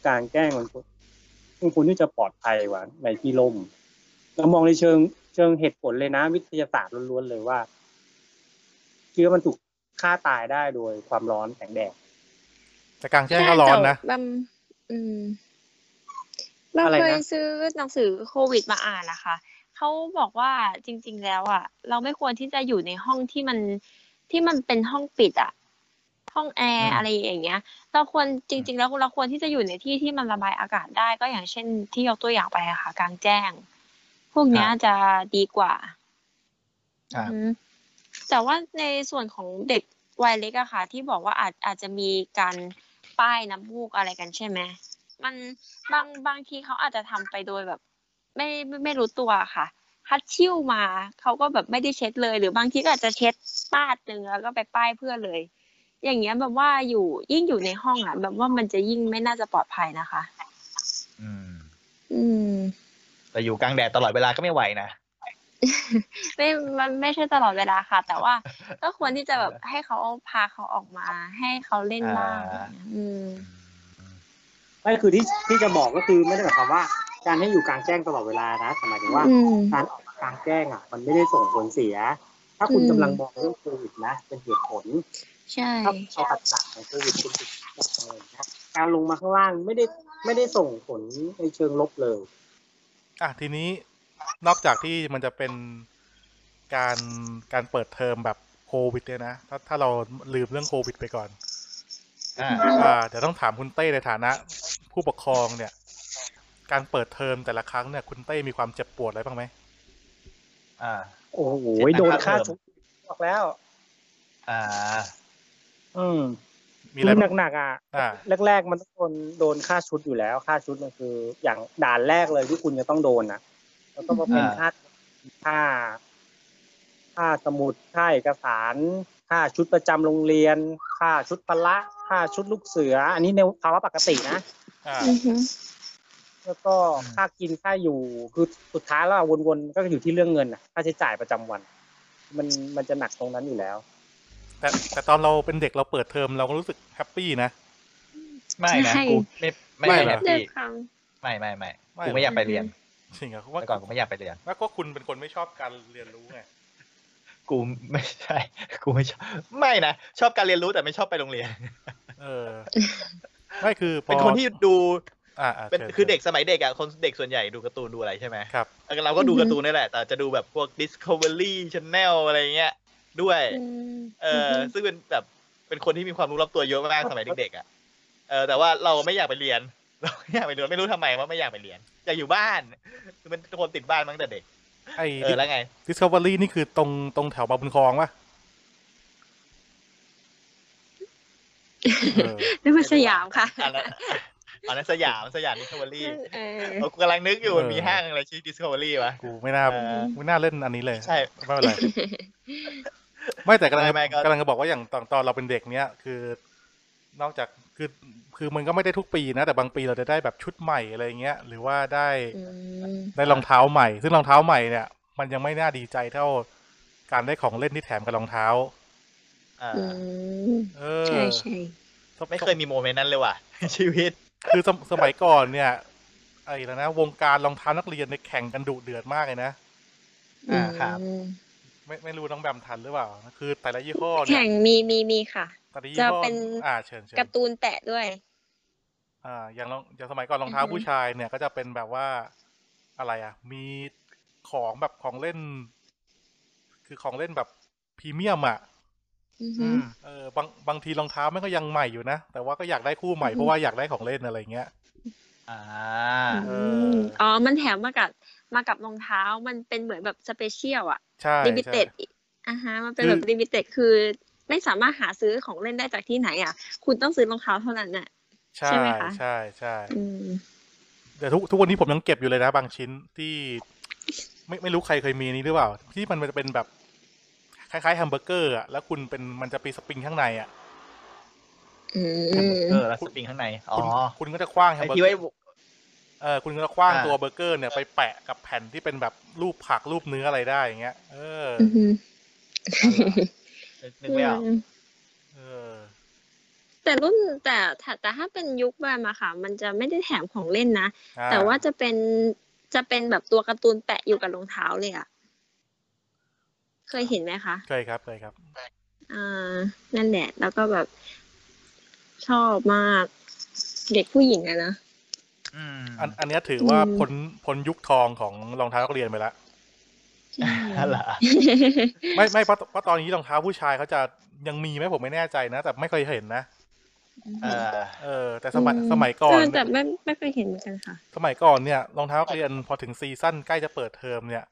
Speaker 4: กลางแจ้งมันควรมันควรที่จะปลอดภัยกว่าในที่ร่มเรามองในเชิงเชิงเหตุผลเลยนะ วิทยาศาสตร์ล้วน ๆ เลยว่า เชื้อมันถูกฆ่าตายได้โดยความร้อนแสงแดด
Speaker 1: แต่กลางแจ้งก็ร้อนนะ
Speaker 3: ใช่แต่บำอืมเรา
Speaker 4: อะไรนะ
Speaker 3: เคยซื้อหนังสือโควิดมาอ่านนะคะ เขาบอกว่าจริง ๆ แล้วอ่ะ เราไม่ควรที่จะอยู่ในห้องที่มันที่มันเป็นห้องปิดอ่ะ ห้องแอ
Speaker 2: อื
Speaker 3: ร์
Speaker 2: ม
Speaker 3: อะไรอย่างเงี้ย เราควรจริง ๆ แล้วเราควรที่จะอยู่ในที่ที่มันระบายอากาศได้ก็อย่างเช่น ที่ยกตัวอย่างไปอะค่ะ กลางแจ้ง พวกเนี้ยจะดีกว่า
Speaker 2: อ่า
Speaker 3: อืมแต่ว่าในส่วนของเด็กวัยเล็กอะค่ะ ที่บอกว่าอาจอาจจะมีการป้ายน้ำมูกอะไรกันใช่ไหมมันบางบางทีเขาอาจจะทำไปโดยแบบ ไม่ไม่ไม่รู้ตัวค่ะฮัดชิ่วมาเขาก็แบบไม่ได้เช็ดเลย หรือบางทีก็อาจจะเช็ดปาดหนึ่งแล้วก็ไปป้ายเพื่อนเลย อย่างเงี้ยแบบว่าอยู่ยิ่งอยู่ในห้องอะแบบว่ามันจะยิ่งไม่น่าจะปลอดภัยนะคะ
Speaker 2: อืม
Speaker 3: อืม
Speaker 2: แต่อยู่กลางแดดตลอดเวลาก็ไม่ไหวนะ
Speaker 3: ไม่มันไม่ใช่ตลอดเวลาค่ะ แต่ว่า ก็ควรที่จะแบบให้เขาพาเขาออกมา ให้เขาเล่นบ้าง
Speaker 2: อ่า
Speaker 3: อืม
Speaker 5: ไม่คือที่ที่จะบอกก็คือไม่ได้หมายความว่า การให้อยู่กลางแจ้งตลอดเวลานะแต่หมายถึงว่า
Speaker 3: อืม
Speaker 5: การออกกลางแจ้งอ่ะ มันไม่ได้ส่งผลเสีย ถ้าคุณ
Speaker 3: อืม
Speaker 5: กำลังมองเรื่องโควิดนะ เป็นเหตุผล
Speaker 3: ใช่
Speaker 5: ถ้าเอาปัจจัยของโควิดเป็นจุดเงินนะครับการลงมาข้างล่างไม่ได้ไม่ได้ส่งผลในเชิงลบเลย
Speaker 1: อ่ะทีนี้นอกจากที่มันจะเป็นการการเปิดเทอมแบบโควิดเนี่ยนะถ้าถ้าเราลืมเรื่องโควิดไปก่อน
Speaker 2: อ่า
Speaker 1: อ่าเดี๋ยวต้องถามคุณเต้ในฐานะ ผู้ปกครองเนี่ย การเปิดเทอมแต่ละครั้งเนี่ย คุณเต้มีความเจ็บปวดอะไรบ้างไหม
Speaker 2: อ่า
Speaker 4: โอ้โห
Speaker 2: เจ็ดพัน
Speaker 4: โดน
Speaker 2: ค่า
Speaker 4: ค่า
Speaker 2: เท
Speaker 4: ชุ
Speaker 2: อม
Speaker 4: ดบอกแล้ว
Speaker 2: อ่า
Speaker 4: อืม
Speaker 1: มีอะไรบ้าง
Speaker 4: หนักๆอ่ะ
Speaker 1: อ่า
Speaker 4: แรกๆมันต้องโดนโดนค่าชุดอยู่แล้ว ค่าชุดมันคือ อย่างด่านแรกเลยที่คุณจะต้องโดนนะแล้วก็มาเป็น
Speaker 2: อ่า
Speaker 4: ค่าค่า ค่าสมุดค่าเอกสาร ค่าชุดประจำโรงเรียน ค่าชุดพละ ค่าชุดลูกเสือ อันนี้ในภาวะปกตินะ
Speaker 1: อ่า
Speaker 3: อือฮึ
Speaker 4: แล้วก็ค่ากินค่าอยู่คือสุดท้ายแล้วอะวนๆก็อยู่ที่เรื่องเงินน่ะค่าใช้จ่ายประจำวัน มันมันจะหนักตรงนั้นอยู่แล้ว
Speaker 1: แต่แต่ตอนเราเป็นเด็กเราเปิดเทอมเราก็รู้สึกแฮปปี้นะ
Speaker 2: ไม่นะกูไม่ไม่
Speaker 1: ไม่
Speaker 2: ไม่
Speaker 1: เหรอ
Speaker 2: แฮป
Speaker 3: เลือ
Speaker 2: ปี้
Speaker 3: กค
Speaker 2: ไม่ไม่ไม่
Speaker 1: ไม่เหรอ
Speaker 2: กูไม่อยากไปเรียน
Speaker 1: จริงเหรอะเพราะว่า
Speaker 2: เมื่อก่อนกูไม่อยากไปเรียน
Speaker 1: แล้วก็คุณเป็นคนไม่ชอบการเรียนรู้ไง
Speaker 2: กูไม่ใช่ กูไม่ชอบไม่นะชอบการเรียนรู้แต่ไม่ชอบไปโรงเรียน
Speaker 1: เอ อ ไม่คือพอ
Speaker 2: เป็นคนที่ดู
Speaker 1: อ่าา
Speaker 2: เป็น
Speaker 1: ชิญ
Speaker 2: คือเด็กสมัยเด็กอ่ะคนเด็กส่วนใหญ่ดูการ์ตูนดูอะไรใช่ไหม
Speaker 1: ครับ
Speaker 2: เราก็ดู
Speaker 3: อือฮึ
Speaker 2: การ์ตูนนี่แหละ แต่จะดูแบบพวก Discovery Channel อะไรเงี้ย ด้วย
Speaker 3: ำอืม
Speaker 2: เอออ
Speaker 3: ฮึ
Speaker 2: ซึ่งเป็นแบบเป็นคนที่มีความรู้รอบตัวเยอะมากสมัยเด็กๆอ่ะเออแต่ว่าเราไม่อยากไปเรียน เราไม่อยากไปเรียนไม่รู้ทำไมว่าไม่อยากไปเรียนอยากอยู่บ้านคือมันคนติดบ้านมาตั้งแต่เด็ก
Speaker 1: ไอ้
Speaker 2: เออแล้วไง
Speaker 1: Discovery นี่คือตรงตรงแถวบางบุญคลองปะเอ อ
Speaker 3: นึกว่าสยามค่ะ
Speaker 2: อันนั้นอันนั้นสยามสยาม Discovery
Speaker 3: เออ
Speaker 2: เออกูกำลังนึกอยู่
Speaker 1: เออ
Speaker 2: มีห้างอะไรชื่อ Discovery วะ
Speaker 1: กูไม่น่า
Speaker 2: เออ
Speaker 1: ไม่น่าเล่นอันนี้เลย
Speaker 2: ใช่
Speaker 1: ไม่ เป็นไร ไม่แต่กำลัง
Speaker 2: ไม่ไม่ก็
Speaker 1: กำลังจะบอกว่าอย่างตอนตอนเราเป็นเด็กเนี้ยคือ นอกจากคือคือมันก็ไม่ได้ทุกปีนะ แต่บางปีเราจะได้แบบชุดใหม่อะไรเงี้ย หรือว่าได้
Speaker 3: อืม
Speaker 1: ได้รองเท้าใหม่ ซึ่งรองเท้าใหม่เนี่ย มันยังไม่น่าดีใจเท่าการได้ของเล่นที่แถมกับรองเท้า
Speaker 2: อ่า
Speaker 3: อืม
Speaker 1: เอ
Speaker 3: ใช่
Speaker 1: อ
Speaker 3: ใช่
Speaker 2: ไม่เคยมีโมเมนต์นั้นเลยว่ะ ชีวิต
Speaker 1: คือสมสมัยก่อนเนี่ย ไอ้แล้วนะ วงการรองเท้านักเรียนเนี่ยแข่งกันดุเดือดมากเลยนะ
Speaker 2: อ่าครับ
Speaker 3: อืม
Speaker 1: ไม่ไม่รู้น้องแบมทันหรือเปล่าคือแต่ละยี่ห้อเนี่
Speaker 3: แข่
Speaker 1: ย
Speaker 3: งมีมีมีค่ะ
Speaker 1: แต่ละยี่ห้อ
Speaker 3: จะเป็น
Speaker 1: อ่าเชิญเชิญ
Speaker 3: การ์ตูนแตะด้วย
Speaker 1: อ่าอย่างรองอย่างสมัยก่อนรองเท้า
Speaker 3: อือฮึ
Speaker 1: ผู้ชายเนี่ยก็จะเป็นแบบว่าอะไรอ่ะ มีของแบบของเล่น คือของเล่นแบบพรีเมียมอ่ะ
Speaker 3: อือฮึ
Speaker 1: เออบางบางทีรองเท้าแม่งก็ยังใหม่อยู่นะ แต่ว่าก็อยากได้คู่ใหม่
Speaker 3: อือฮึ
Speaker 1: เพราะว่าอยากได้ของเล่นอะไรเงี้ย
Speaker 2: อ่า
Speaker 1: เออ
Speaker 3: อ๋อ มันแถมมากับมากับรองเท้ามันเป็นเหมือนแบบสเปเชียลอะ
Speaker 1: ใช่
Speaker 3: ลิมิ
Speaker 1: ใช่
Speaker 3: เต็ดอ่ะฮะ มันเป็น
Speaker 1: คือ
Speaker 3: แบบลิมิเต็ดคือไม่สามารถหาซื้อของเล่นได้จากที่ไหนอ่ะ คุณต้องซื้อรองเท้าเท่านั้นน่ะ
Speaker 1: ใช่
Speaker 3: ใช่ไหมคะ
Speaker 1: ใช่ใช่
Speaker 3: อืม
Speaker 1: แต่ทุกทุกวันนี้ผมยังเก็บอยู่เลยนะ บางชิ้นที่ ไม่ไม่รู้ใครเคยมีนี้หรือเปล่า ที่มันจะเป็นแบบคล้ายๆแฮมเบอร์เกอร์อ่ะแล้วคุณเป็นมันจะปีสปริงข้างในอ่ะ
Speaker 3: อืม
Speaker 2: เออแล้วสปริงข้างใน อ๋อ
Speaker 1: คุณคุณก็จะคว้างแฮม
Speaker 2: ไอ
Speaker 1: เบอร์
Speaker 2: ที่
Speaker 1: เกอ
Speaker 2: ไว้
Speaker 1: ร์ เออคุณก็คว้าง
Speaker 2: อ่า
Speaker 1: ตัวเบอร์เกอร์เนี่ยไปแปะกับแผ่นที่เป็นแบบรูปผักรูปเนื้ออะไรได้อย่างเงี้ย เออ
Speaker 3: อือฮึ
Speaker 2: นึกไม่ออก
Speaker 1: เออ
Speaker 3: แต่รุ่นแต่ถ้าแต่ถ้าเป็นยุคแบมอะค่ะ มันจะไม่ได้แถมของเล่นนะ
Speaker 1: อ่
Speaker 3: แต่ว่าจะเป็นจะเป็นแบบตัวการ์ตูนแปะอยู่กับรองเท้าเลยอะเคยเห็นไหมคะ
Speaker 1: เคยครับเคยครับ
Speaker 3: อ่า นั่นแหละ แล้วก็แบบชอบมาก เด็กผู้หญิงอะนะ
Speaker 2: อืม
Speaker 1: อันอันเนี้ยถือว่า
Speaker 3: อืม
Speaker 1: พ้นพ้นยุคทองของรองเท้านักเรียนไปละ
Speaker 2: อะไรอ
Speaker 1: ไม่ไม่เพราะเพราะตอนนี้รองเท้าผู้ชายเขาจะยังมีไหมผมไม่แน่ใจนะ แต่ไม่เคยเห็นนะ
Speaker 2: เออ
Speaker 1: เออแต่สมัยสมัยก่อน
Speaker 3: แต่ไม่ไม่เคยเห็นเหมือนกันค่ะ
Speaker 1: สมัยก่อนเนี่ยรองเท้านักเรียนพอถึงซีซั่นใกล้จะเปิดเทอมเนี่ย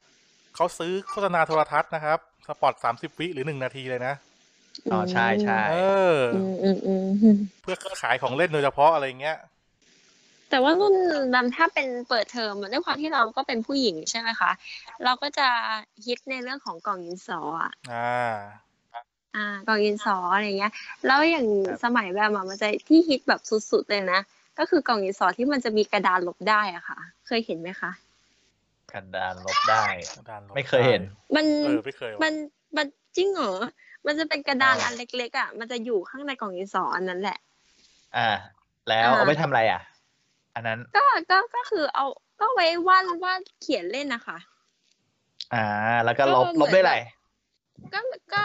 Speaker 1: เขาซื้อโฆษณาโทรทัศน์นะครับ สปอตสามสิบวิหรือหนึ่งนาทีเลยนะ
Speaker 2: อ๋อใช่ใช่
Speaker 1: เอออ
Speaker 3: อืมอืมอืม
Speaker 1: เพื่อขายของเล่นโดยเฉพาะอะไรเงี้ย
Speaker 3: แต่ว่ารุ่นดำถ้าเป็นเปิดเทอมอะด้วยความที่เราก็เป็นผู้หญิงใช่ไหมคะเราก็จะฮิตในเรื่องของกล่องยินสออะ
Speaker 1: อ่า
Speaker 3: อ่ากล่องยินสออะไรเงี้ย แล้วอย่างสมัยแบบอะมันจะที่ฮิตแบบสุดๆเลยนะก็คือกล่องยินสอที่มันจะมีกระดานลบได้อ่ะค่ะ เคยเห็นไหมคะ
Speaker 2: กันดานลบได้
Speaker 1: ด้านหลัง
Speaker 2: ไม่เคยเห็น
Speaker 3: มัน
Speaker 1: เออไม่เคยว่ะ
Speaker 3: มันมันจริงเหรอ มันจะเป็นกระดาน
Speaker 2: อ่า
Speaker 3: อันเล็กๆอ่ะ มันจะอยู่ข้างในกล่องดินสออันนั้นแหละ
Speaker 2: อ่า แล้ว
Speaker 3: อ่า
Speaker 2: เอาไว้ทำอะไรอ่ะ อันนั้น
Speaker 3: ก็ ก็ ก็คือเอา ก็ไว้วาดวาดเขียนเล่นนะคะ
Speaker 2: อ่า แล้วก็ลบ
Speaker 3: ก็เหมือน
Speaker 2: ลบด้วยอะไร
Speaker 3: ก็ ก็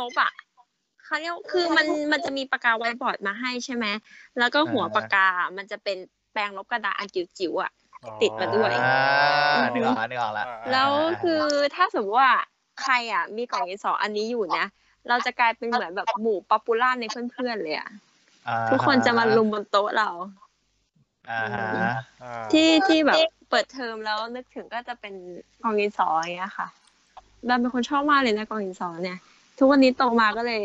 Speaker 3: ลบอ่ะเขาเรียกคือมัน มันจะมีปากกาไวท์บอร์ดมาให้ใช่ไหม แล้วก็หัวปากกา มันจะเป็นแปรงลบกระดาษอันจิ๋วๆอ่ะ
Speaker 1: อ๋อ
Speaker 3: ติดมาด้วย
Speaker 2: อ่านึกออกละนึกออกละ
Speaker 1: อ่า
Speaker 3: แล้วคือถ้าสมมติว่าใครอ่ะ มีกล่องดินสออันนี้อยู่นะ เราจะกลายเป็นเหมือนแบบหมู่ป๊อปปูล่าในเพื่อนๆเลยอ่ะ
Speaker 2: อ่า
Speaker 3: ทุกคนจะมาลุมบนโต๊ะเรา
Speaker 2: อ่าฮะ
Speaker 1: อ่า
Speaker 3: ที่ที่แบบเปิดเทอมแล้วนึกถึงก็จะเป็นกองดินสออย่างเงี้ยค่ะดันเป็นคนชอบมากเลยนะกองดินสอเนี่ย ทุกวันนี้โตมาก็เลย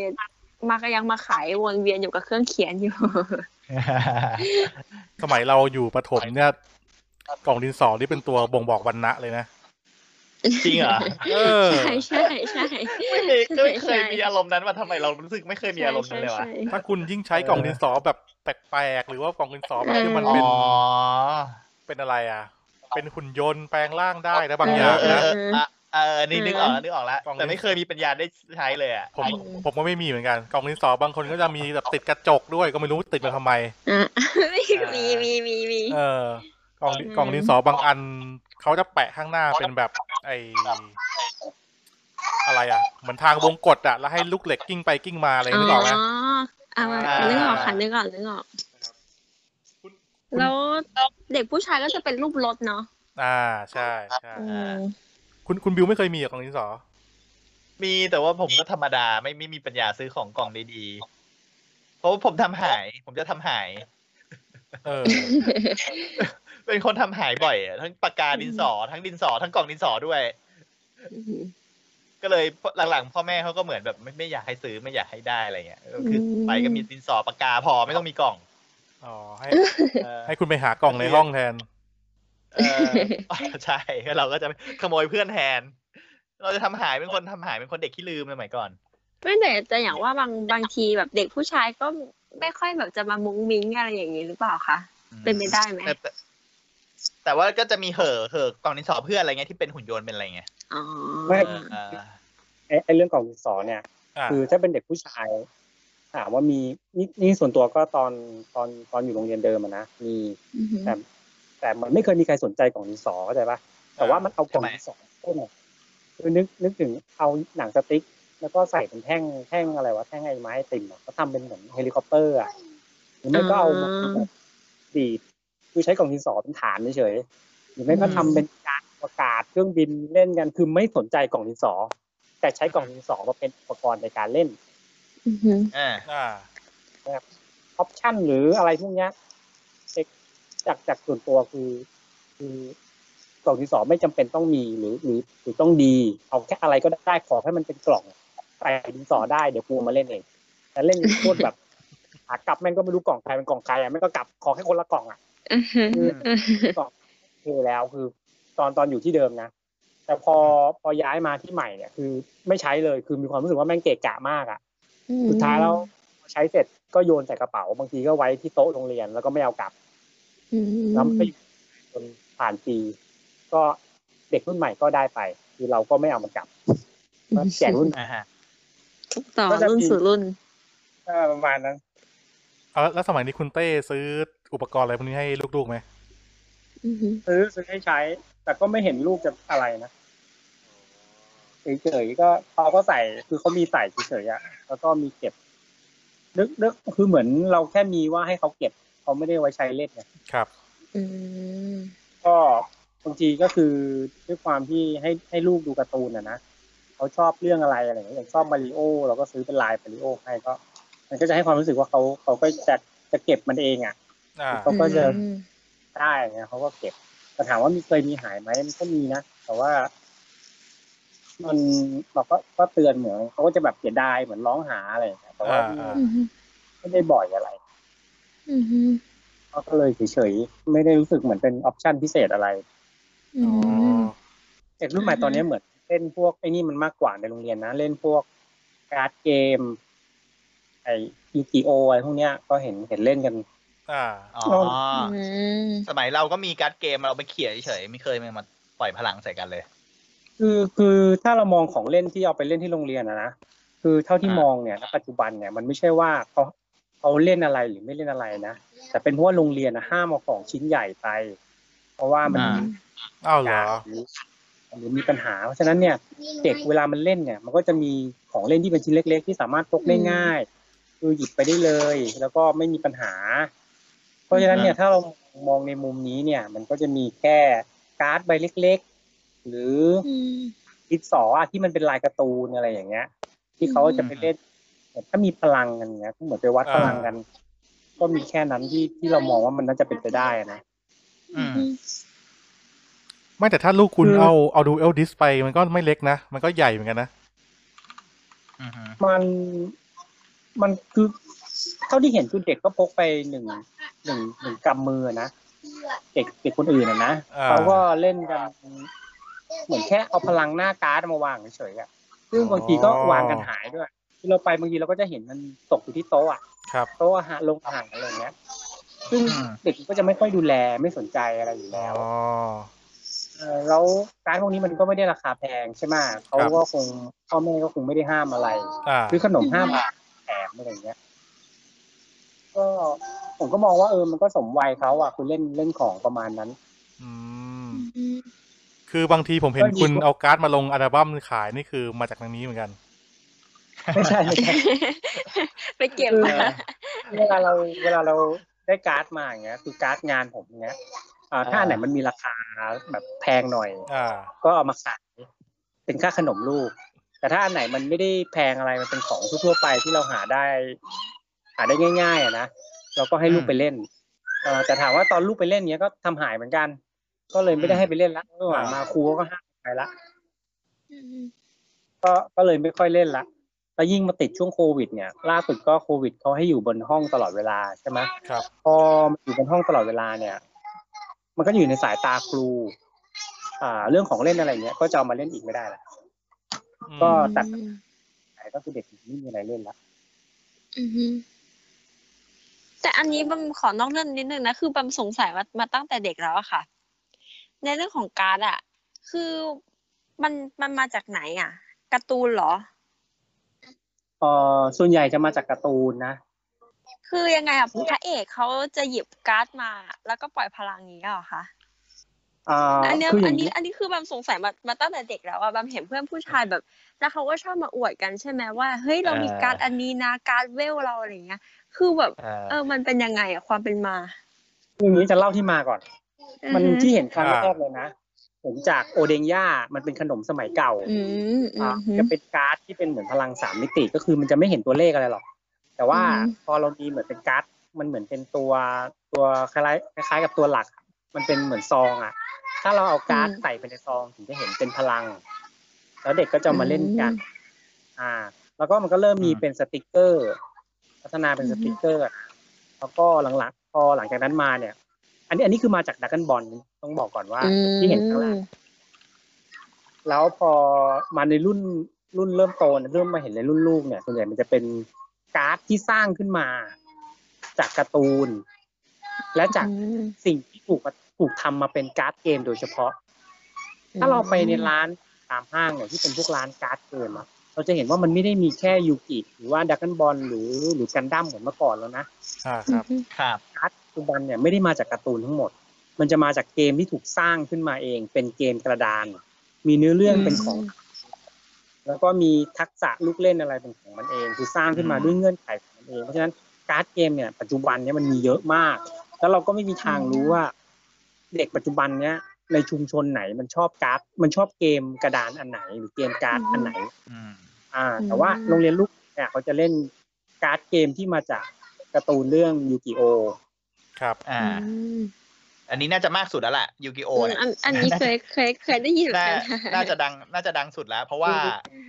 Speaker 3: มาก็ยังมาขายวนเวียนอยู่กับเครื่องเขียนอยู่
Speaker 1: สมัยเราอยู่ประถมเนี่ย กล่องดินสอนี่เป็นตัวบ่งบอกวันณะเลยนะ
Speaker 2: จริงเหรอ
Speaker 1: เออ
Speaker 3: ใช่ใช่ใช่
Speaker 2: ไม่เคย
Speaker 3: ใช่
Speaker 2: ไม่เคย
Speaker 3: ใช่
Speaker 2: มีอารมณ์นั้นมาทำไมเรารู้สึกไม่เคยมีอารมณ์นั้นเลยวะ
Speaker 3: ใช่ใช่
Speaker 1: ถ้าคุณยิ่งใช้กล่องดินสอแบบแปลกๆ หรือว่ากล่องดินสอแบบที่มัน
Speaker 2: อ๋อ
Speaker 1: เป็น เป็นอะไรอ่ะ เป็นหุ่นยนต์แปลงร่างได้นะบางอ
Speaker 2: เอย่าง อเอ
Speaker 1: นะ
Speaker 2: อเอออ่ะเออนี่นึกออกแล้วนึกออกแล้ว
Speaker 1: กล่อง
Speaker 2: แต่ไม่เคยมีปัญญาได้ใช้เลยอ่ะ
Speaker 1: ผม
Speaker 3: อืม
Speaker 1: ผมก็ไม่มีเหมือนกัน กล่องดินสอบางคนก็จะมีแบบติดกระจกด้วยก็ไม่รู้ติดมาทำไม
Speaker 3: อ่ะ มีมีมีมี
Speaker 1: เออกล่องดิ
Speaker 3: อืม
Speaker 1: กล่องดินสอบางอันเขาจะแปะข้างหน้าเป็นแบบไออะไรอ่ะ เหมือนทางวงกดอ่ะ แล้วให้ลูกเหล็กกิ้งไปกิ้งมาอะไร
Speaker 3: อ๋อ
Speaker 1: นึกออกไหม
Speaker 3: อ่ะนึกออกค่ะนึกออกนึกออกแล้วเด็กผู้ชายก็จะเป็นรูปรถเนาะ
Speaker 1: อ่าใช่ใช่
Speaker 3: อืม
Speaker 1: คุณคุณบิวไม่เคยมีเหรอกล่องดินสอ
Speaker 2: มีแต่ว่าผมก็ธรรมดาไม่ไม่มีปัญญาซื้อของกล่องดีๆเพราะว่าผมทำหาย ผมจะทำหาย
Speaker 1: เออ
Speaker 2: เป็นคนทำหายบ่อยอะทั้งปากกาดินสอทั้งดินสอทั้งกล่องดินสอด้วย ก็เลยหลังๆ พ่อแม่เขาก็เหมือนแบบไม่ไม่อยากให้ซื้อไม่อยากให้ได้อะไรเงี้ยก็คืออ
Speaker 3: ม
Speaker 2: ไปก็มีดินสอปากกาพอไม่ต้องมีกล่อง
Speaker 1: อ๋อให้
Speaker 2: เออ
Speaker 1: ให้คุณไปหากล่องในห้องแทน
Speaker 2: เออ ใช่เราก็จะขโมยเพื่อนแทน เราจะทำหายเป็นคนทำหายเป็นคนเด็กที่ลืมสมัยก่อน
Speaker 3: ไม่แต่แต่อย่างว่าบางบางทีแบบเด็กผู้ชายก็ไม่ค่อยแบบจะมามุ้งมิ้งอะไรอย่างนี้หรือเปล่าคะเป็นไปได้ไหม
Speaker 2: แต่แต่แต่ว่าก็จะมีเห่อเห่อกล่องดินสอเพื่อนอะไรเงี้ยที่เป็นหุ่นยนต์เป็นอะไรเงี้ย
Speaker 3: อ๋อ
Speaker 4: ไม่
Speaker 2: เออเออ
Speaker 4: ไอ้ไอ้เรื่องกล่องดินสอเนี่ย
Speaker 1: อ่า
Speaker 4: คือถ้าเป็นเด็กผู้ชายถามว่ามีนี่นี่ส่วนตัวก็ตอนตอนตอนอยู่โรงเรียนเดิมอะนะมี
Speaker 3: อือหือ
Speaker 4: แต่แต่มันไม่เคยมีใครสนใจกล่องดินสอเข้าใจปะแต่ว่ามันเอากล่องดินสอต้นอะคือนึกนึกถึงเอาหนังสติ๊ก แล้วก็ใส่เป็นแท่งแท่งอะไรวะแท่งไอ้ไม้ติ่มอะก็ทำเป็นเหมือนเฮลิคอปเตอร์อะหรือไม่ก็เอามาแบบดีดคือใช้กล่องดินสอเป็นฐานเฉยๆหรือไม่ก็ทำเป็นยานอวกาศเครื่องบินเล่นกันคือไม่สนใจกล่องดินสอ แต่ใช้กล่องดินสอมาเป็นอุปกรณ์ในการเล่น
Speaker 3: อือหือ
Speaker 2: อ่า
Speaker 1: อ่า
Speaker 4: ออปชั่นหรืออะไรพวกเนี้ยเช็คจากจากส่วนตัวคือคือกล่องที่สองไม่จำเป็นต้องมีหรือหรือหรือต้องดี เอาแค่อะไรก็ได้ขอให้มันเป็นกล่องใส่ดินสอได้เดี๋ยวกูมาเล่นเองแต่เล่นโคตรแบบ หากลับแม่งก็ไม่รู้กล่องใครเป็นกล่องใครอ่ะแม่งก็กลับขอแค่คนละกล่องอ่ะ
Speaker 3: อือหืออือหือก
Speaker 4: ล่องคือแล้วคือตอนตอนอยู่ที่เดิมนะ แต่พอพอย้ายมาที่ใหม่เนี่ยคือไม่ใช้เลยคือมีความรู้สึกว่าแม่งเกะกะมากอ่ะ สุดท้ายแล้วใช้เสร็จก็โยนใส่กระเป๋า บางทีก็ไว้ที่โต๊ะโรงเรียนแล้วก็ไม่เอากลับ
Speaker 3: อืม
Speaker 4: แล้วไปอยู่จนผ่านปี ก็เด็กรุ่นใหม่ก็ได้ไป คือเราก็ไม่เอามันกลับก็แจกรุ่น
Speaker 2: อ่าฮะ
Speaker 3: ต่อ
Speaker 4: ก็จะมี
Speaker 3: รุ่นสู่รุ่น
Speaker 4: เออประมาณนั้น
Speaker 1: เอาแล้วสมัยนี้คุณเต้ซื้ออุปกรณ์อะไรพวกนี้ให้ลูกๆไหม
Speaker 3: อือหือ
Speaker 4: ซื้อซื้อให้ใช้ แต่ก็ไม่เห็นลูกจะอะไรนะเฉยๆก็เขาก็ใส่คือเขามีใส่เฉยๆอ่ะแล้วก็มีเก็บนึกนึกคือเหมือนเราแค่มีว่าให้เขาเก็บเขาไม่ได้ไว้ใช้เล่นไง
Speaker 1: ครับ
Speaker 3: อืม
Speaker 4: ก็ บางทีก็คือด้วยความที่ให้ให้ลูกดูการ์ตูนอะนะเขาชอบเรื่องอะไรอะไรอย่างเงี้ยอย่างชอบมาริโอเราก็ซื้อเป็นลายมาริโอให้ก็ มันก็จะให้ความรู้สึกว่าเขาเขาก็จะจะเก็บมันเองอ่ะ
Speaker 1: อ่า
Speaker 4: เขาก็จะ
Speaker 3: อืม
Speaker 4: ได้เงี้ยเขาก็เก็บแต่ถามว่ามีเคยมีหายไหมมันก็มีนะ แต่ว่า มันเราก็ก็เตือนเหมือนเขาก็จะแบบเสียดายเหมือนร้องหาอะไรอย่างเงี้ยแต่ว่า
Speaker 1: อ่า
Speaker 4: ไม่ได้บ่อยอะไร ก็เลยเฉยๆ ไม่ได้รู้สึกเหมือนเป็นออปชันพิเศษอะไร
Speaker 1: อ๋อ
Speaker 4: เด็กรุ่นใหม่
Speaker 3: อือฮึ
Speaker 4: ตอนนี้เหมือนเล่นพวกไอ้นี่มันมากกว่าในโรงเรียนนะ เล่นพวกการ์ดเกม ไอ้ยูกิโออะไรพวกเนี้ยก็เห็นเห็นเล่นกัน
Speaker 1: อ่า
Speaker 2: อ๋อ
Speaker 3: อืม
Speaker 2: สมัยเราก็มีการ์ดเกมเราไปเขี่ยเฉยๆไม่เคยมาปล่อยพลังใส่กันเลย
Speaker 4: คือคือถ้าเรามองของเล่นที่เอาไปเล่นที่โรงเรียนอะนะคือเท่าที่
Speaker 2: อ่าม ม
Speaker 4: องเนี่ยณปัจจุบันเนี่ยมันไม่ใช่ว่าเขาเขาเล่นอะไรหรือไม่เล่นอะไรนะแต่เป็นเพราะว่าโรงเรียนนะห้ามเอาของชิ้นใหญ่ไป เพราะว่ามัน
Speaker 2: อ่า
Speaker 4: มี
Speaker 1: อ้าวเหรอ
Speaker 4: หรือหรือมีปัญหา เพราะฉะนั้นเนี่ยเด็กเวลามันเล่นเนี่ย มันก็จะมีของเล่นที่เป็นชิ้นเล็ก ๆ ที่สามารถพกได้
Speaker 3: อืม
Speaker 4: ง่าย คือหยิบไปได้เลย แล้วก็ไม่มีปัญหา เพราะฉะนั้นเนี่ยถ้าเรามองในมุมนี้เนี่ย มันก็จะมีแค่การ์ดใบเล็ก ๆ หรืออดินสออะที่มันเป็นลายการ์ตูนอะไรอย่างเงี้ย ที่เขาจะไปเล่นถ้ามีพลังกันเงี้ยก็เหมือนไปวัดพลังกัน ก็มีแค่นั้นที่ที่เรามองว่ามันน่าจะเป็นไปได้อะนะ
Speaker 2: อืม
Speaker 1: ไม่แต่ถ้าลูกคุณ
Speaker 4: คือ
Speaker 1: เอาเอาดูเอลดิสไปมันก็ไม่เล็กนะ มันก็ใหญ่เหมือนกันนะ
Speaker 2: อือฮึ
Speaker 4: มันมันคือเท่าที่เห็นคือเด็กก็พกไปหนึ่งหนึ่งหนึ่งกำมือนะเด็กเด็กคนอื่นอะนะ
Speaker 1: อ่า
Speaker 4: เขาก็เล่นกันเหมือนแค่เอาพลังหน้าการ์ดมาวางเฉยๆอะซึ่งบางทีก็วางกันหายด้วยที่เราไปบางทีเราก็จะเห็นมันตกอยู่ที่โต๊ะอะ
Speaker 1: ครับ
Speaker 4: โต๊ะอาหารลงอาหารอะไรอย่างเงี้ย ซึ่ง
Speaker 2: อืม
Speaker 4: เด็กก็จะไม่ค่อยดูแลไม่สนใจอะไรอยู่
Speaker 1: อ๋อ
Speaker 4: แล้ว เอ่อแล้วร้านพวกนี้มันก็ไม่ได้ราคาแพงใช่ไหมเขาก็คงพ่อแม่ก็คงไม่ได้ห้ามอะไร
Speaker 1: อ่า
Speaker 4: ซื้อขนมห้าบาทแถมอะไรอย่างเงี้ย ก็ผมก็มองว่าเออมันก็สมวัยเขาอ่ะคุณเล่นเล่นของประมาณนั้น
Speaker 1: อืม คือบางทีผมเห็นคุณเอาการ์ดมาลงอัลบั้มขายนี่คือมาจากทางนี้เหมือนกัน
Speaker 4: ไม่ใช่ไม่ใช่
Speaker 3: ไปเก็บ
Speaker 4: คือ
Speaker 3: มา
Speaker 4: เวลาเราเวลาเราได้การ์ดมาอย่างเงี้ย คือการ์ดงานผมอย่างเงี้ยอ่าถ้าอันไหนมันมีราคาแบบแพงหน่อย
Speaker 1: อ่า
Speaker 4: ก็เอามาขายเป็นค่าขนมลูก แต่ถ้าอันไหนมันไม่ได้แพงอะไรมันเป็นของทั่วๆไปที่เราหาได้ หาได้ง่ายๆอะนะเราก็ให้ลูกไปเล่นเอ่อแต่ถามว่าตอนลูกไปเล่นเนี้ยก็ทำหายเหมือนกัน ก็เลยไม่ได้ให้ไปเล่นละระหว่างมาครูก็ห้ามไปละก็ก็เลยไม่ค่อยเล่นละแล้วยิ่งมาติดช่วงโควิด เนี่ย ล่าสุดก็โควิดเขาให้อยู่บนห้องตลอดเวลาใช่ไหม
Speaker 1: ครับ
Speaker 4: พอมันอยู่บนห้องตลอดเวลาเนี่ย มันก็อยู่ในสายตาครู อ่า เรื่องของเล่นอะไรเงี้ยก็จะเอามาเล่นอีกไม่ได้ละ ก็ ตัด ก็คือเด็กไม่มีอะไรเล่นละ
Speaker 3: อือฮึแต่อันนี้บำขอนอกเรื่องนิดนึงนะ คือบำสงสัยมามาตั้งแต่เด็กแล้วอะค่ะ ในเรื่องของการ์ดอะคือมันมันมาจากไหนอะการ์ตูนเหรอ
Speaker 4: เอ่อส่วนใหญ่จะมาจากการ์ตูนนะ
Speaker 3: คือยังไงอะพระเอกเขาจะหยิบการ์ดมา แล้วก็ปล่อยพลังอย่างนี้ยเหรอคะ
Speaker 4: อ่า
Speaker 3: อันเนี้ย
Speaker 4: คืออ
Speaker 3: อั
Speaker 4: ย่าน ง
Speaker 3: นี้
Speaker 4: นี้
Speaker 3: อันนี้คือบำสงสัยมามาตั้งแต่เด็กแล้วอะบำเห็นเพื่อนผู้ชายแบบ แล้วเขาก็ชอบมาอวดกันใช่ไหมว่าเฮ้ยเรามีการ์ดอันนี้นะการ์ดเวลเราอะไรอย่างเงี้ย คือแบบ
Speaker 2: อ่า
Speaker 3: เออ มันเป็นยังไงอะความเป็นมา
Speaker 4: คืออย่างนี้จะเล่าที่มาก่อน
Speaker 3: อือฮึ
Speaker 4: มันที่เห็นครั้ง
Speaker 1: อ่า
Speaker 4: แรกเลยนะเห็นจากโอเดงย่ามันเป็นขนมสมัยเก่า
Speaker 3: อืมอื
Speaker 4: อ่า
Speaker 3: อฮึ
Speaker 4: จะเป็นการ์ดที่เป็นเหมือนพลังสามมิติก็คือมันจะไม่เห็นตัวเลขอะไรหรอก แต่ว่า
Speaker 3: อืม
Speaker 4: พอเรามีเหมือนเป็นการ์ดมันเหมือนเป็นตัวตัวคล้ายๆคล้ายๆกับตัวหลัก มันเป็นเหมือนซองอ่ะ ถ้าเราเอาการ์ดใส่ไปในซองถึงจะเห็นเป็นพลัง แล้วเด็กก็จะมาเล่นกัน อ่า แล้วก็มันก็เริ่มมีเป็นสติกเกอร์ พัฒนาเป็นสติกเกอร์ แล้วก็หลังๆพอหลังจากนั้นมาเนี่ย อันนี้อันนี้คือมาจากดักกันบอลต้องบอกก่อนว่า
Speaker 3: อืม
Speaker 4: ที่เห็นข้างล่าง แล้วพอมาในรุ่นรุ่นเริ่มโตเนี่ยเริ่มมาเห็นในรุ่นลูกเนี่ยส่วนใหญ่มันจะเป็นการ์ดที่สร้างขึ้นมา จากการ์ตูน และจาก
Speaker 3: อืม
Speaker 4: สิ่งที่ถูกถูกทำมาเป็นการ์ดเกมโดยเฉพาะ ถ้าเราไปในร้านตามห้างเนี่ยที่เป็นพวกร้านการ์ดเกมอะเราจะเห็นว่ามันไม่ได้มีแค่ยูกิหรือว่าดักกันบอลหรือหรือกันดั้มเหมือนเมื่อก่อนแล้วนะ
Speaker 1: อ่าครับ
Speaker 2: ครับ
Speaker 4: การ์ดปัจจุบันเนี่ยไม่ได้มาจากการ์ตูนทั้งหมด มันจะมาจากเกมที่ถูกสร้างขึ้นมาเอง เป็นเกมกระดาน มีเนื้อเรื่องเป็นของ แล้วก็มีทักษะลูกเล่นอะไรเป็นของมันเอง คือสร้างขึ้นมา
Speaker 2: อืม
Speaker 4: ด้วยเงื่อนไขของมันเอง เพราะฉะนั้นการ์ดเกมเนี่ยปัจจุบันเนี่ยมันมีเยอะมาก แล้วเราก็ไม่มีทางรู้ว่า เด็กปัจจุบันเนี่ย ในชุมชนไหนมันชอบการ์ดมันชอบเกมกระดานอันไหนหรือเกมการ์ดอันไหน
Speaker 2: อืม
Speaker 4: อ่า
Speaker 3: อืม
Speaker 4: แต่ว่าโรงเรียนลูกเนี่ยเขาจะเล่นการ์ดเกมที่มาจากการ์ตูนเรื่องยูกิโอ
Speaker 1: ครับ
Speaker 2: อ่า
Speaker 3: ม
Speaker 2: อันนี้น่าจะมากสุดแล้วล่ะยูกิโอเนี่ย
Speaker 3: อันอันนี้เคยเคยเคยได้ยินเหมือน
Speaker 2: น่าน่า
Speaker 3: กัน
Speaker 2: จะดังน่าจะดังสุดแล้ว เพราะว่า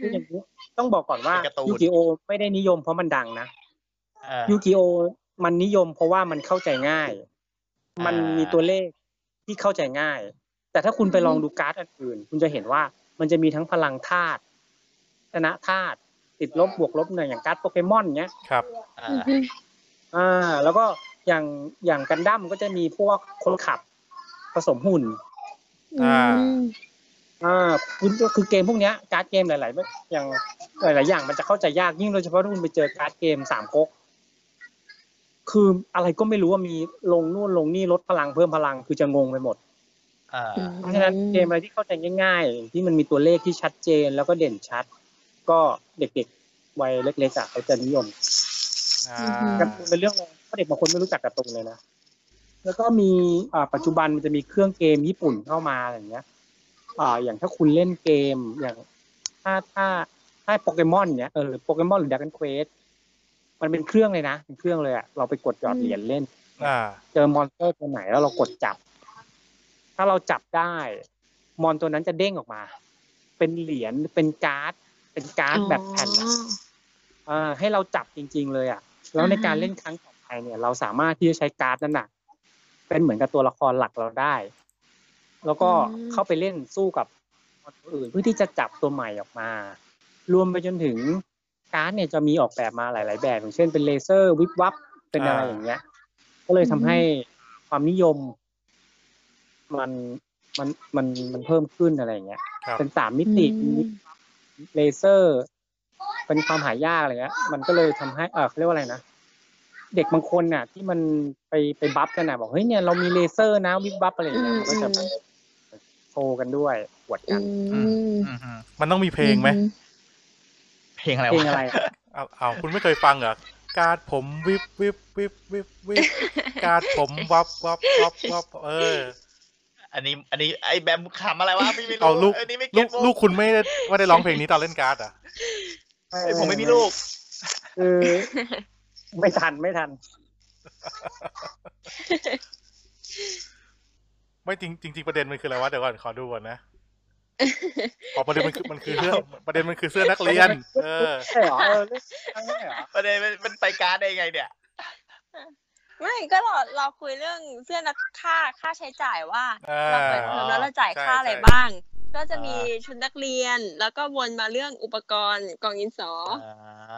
Speaker 4: ที่อย่างนี้ต้องบอกก่อนว่า
Speaker 2: เป็นการ์ตูน
Speaker 4: ยูกิโอไม่ได้นิยมเพราะมันดังนะ
Speaker 2: เอ่อ
Speaker 4: ยูกิโอมันนิยมเพราะว่ามันเข้าใจง่าย
Speaker 2: อ่ามั
Speaker 4: มันมีตัวเลขที่เข้าใจง่าย แต่ถ้าคุณไป
Speaker 3: อืม
Speaker 4: ลองดูการ์ดอันอื่น คุณจะเห็นว่ามันจะมีทั้งพลังธาตุชนะธาตุติดลบบวกลบหน่อยอย่างการ์ดโปเกมอนเนี้ย
Speaker 1: ครับ
Speaker 2: อ่า
Speaker 3: อือฮึ
Speaker 4: อ่า แล้วก็อย่างอย่างกันดั้มก็จะมีพวกคนขับผสมหุ่น
Speaker 1: อ่า
Speaker 3: ม
Speaker 4: อ่าคุณก็คือเกมพวกเนี้ยการ์ดเกมหลาย ๆ อย่างหลาย ๆ อย่างมันจะเข้าใจยากยิ่งโดยเฉพาะถ้าคุณไปเจอการ์ดเกมสามก๊กคืออะไรก็ไม่รู้ว่ามีลงนู่นลงนี่ลดพลังเพิ่มพลังคือจะงงไปหมด
Speaker 2: อ่า
Speaker 4: เพราะฉะนั้นเกมอะไรที่เข้าใจง่าย ๆ ที่มันมีตัวเลขที่ชัดเจนแล้วก็เด่นชัด ก็เด็ก ๆ วัยเล็ก ๆ อ่ะเขาจะนิยม
Speaker 1: อ่า
Speaker 3: อืม
Speaker 4: การ์ตูนเป็นเรื่องอะไรเพราะเด็กบางคนไม่รู้จักการ์ตูนเลยนะ แล้วก็มีอ่าปัจจุบันมันจะมีเครื่องเกมญี่ปุ่นเข้ามาอะไรอย่างเงี้ย อ่า อย่างถ้าคุณเล่นเกมอย่างถ้าถ้าถ้าโปเกมอนเนี้ยเออหรือโปเกมอนหรือดัก n นเควสมันเป็นเครื่องเลยนะเป็นเครื่องเลยอะเราไปกดหยอดเหรียญเล่น
Speaker 1: อ่า
Speaker 4: เจอมอนสเตอร์ตัวไหนแล้วเรากดจับ ถ้าเราจับได้ มอนตัวนั้นจะเด้งออกมา เป็นเหรียญเป็นการ์ด เป็นการ์ดแบบแผ่นอะ
Speaker 3: อ๋อ
Speaker 4: อ่าให้เราจับจริง ๆ เลยอ่ะ แล้วใน
Speaker 3: อ่าฮะ
Speaker 4: การเล่นครั้งต่อไปเนี่ย เราสามารถที่จะใช้การ์ดนั้นน่ะ เป็นเหมือนกับตัวละครหลักเราได้ แล้วก็เข้าไปเล่นสู้กับคนอื่นเพื่อที่จะจับตัวใหม่ออกมา รวมไปจนถึงการ์ดเนี่ยจะมีออกแบบมาหลาย ๆ แบบอย่างเช่นเป็นเลเซอร์วิบวับเป็นอะไร
Speaker 1: อ่า
Speaker 4: อย่างเงี้ย ก็เลยทำให้ความนิยม มันมันมันมันเพิ่มขึ้นอะไรอย่างเงี้ย
Speaker 1: ครับ
Speaker 4: เป็นสามมิติ
Speaker 3: อืม
Speaker 4: เลเซอร์ เป็นความหายากอะไรเงี้ย มันก็เลยทำให้เออเขาเรียกว่าอะไรนะ เด็กบางคนน่ะ ที่มันไปไปบัฟกันน่ะบอกเฮ้ยเนี่ยเรามีเลเซอร์นะวิบวับอะไรเงี้ย
Speaker 3: อืม
Speaker 4: มันก็จะแบบโชว์กันด้วยอวดกัน
Speaker 3: อืม
Speaker 2: อืมอืม
Speaker 1: มันต้องมีเพลงไหม
Speaker 3: อื
Speaker 2: เพลงอะไร
Speaker 4: เพล
Speaker 2: วะ
Speaker 4: งอะไรอะ
Speaker 1: เอาเอาคุณไม่เคยฟังเหรอ การดผมวิบวิบวิบวิบวิบการดผมวับวับวับวับเออ
Speaker 2: อันนี้ อันนี้ไอ้แบมขำอะไรวะพี่ไม่รู้
Speaker 1: เอาลูก
Speaker 2: นนี้ไม่
Speaker 1: ลู
Speaker 2: เก็
Speaker 1: ก
Speaker 2: ตมุ
Speaker 1: ลูกคุณไม่ได้ไม่ได้ร้องเพลงนี้ตอนเล่นการ์ดอ่ะ
Speaker 2: เอ้ยผมไม่มีลูก
Speaker 4: คือ ไม่ทันไม่ทัน
Speaker 1: ไม่จริงจริงๆประเด็นมันคืออะไรวะเดี๋ยวก่อนขอดูก่อนนะอ๋อประเด็นมันคือมันคือเสื้อประเด็นมันคือเสื้อนักเรียน เออ
Speaker 4: ใช่เหรอเออเรื่องทั้งนั้นเหรอ
Speaker 2: ประเด็นมันมันไปการได้ยังไงเนี่ย
Speaker 3: ไม่ก็เราเราคุยเรื่องเสื้อนักค่าค่าใช้จ่ายว่า
Speaker 1: อ่า
Speaker 3: เราเปิดเทอมแล้วเราจ่าย
Speaker 1: ใช่
Speaker 3: ค่าอะไร
Speaker 1: ใช่
Speaker 3: บ้าง ก็จะมีชุดนักเรียน แล้วก็วนมาเรื่องอุปกรณ์กล่องดินสออ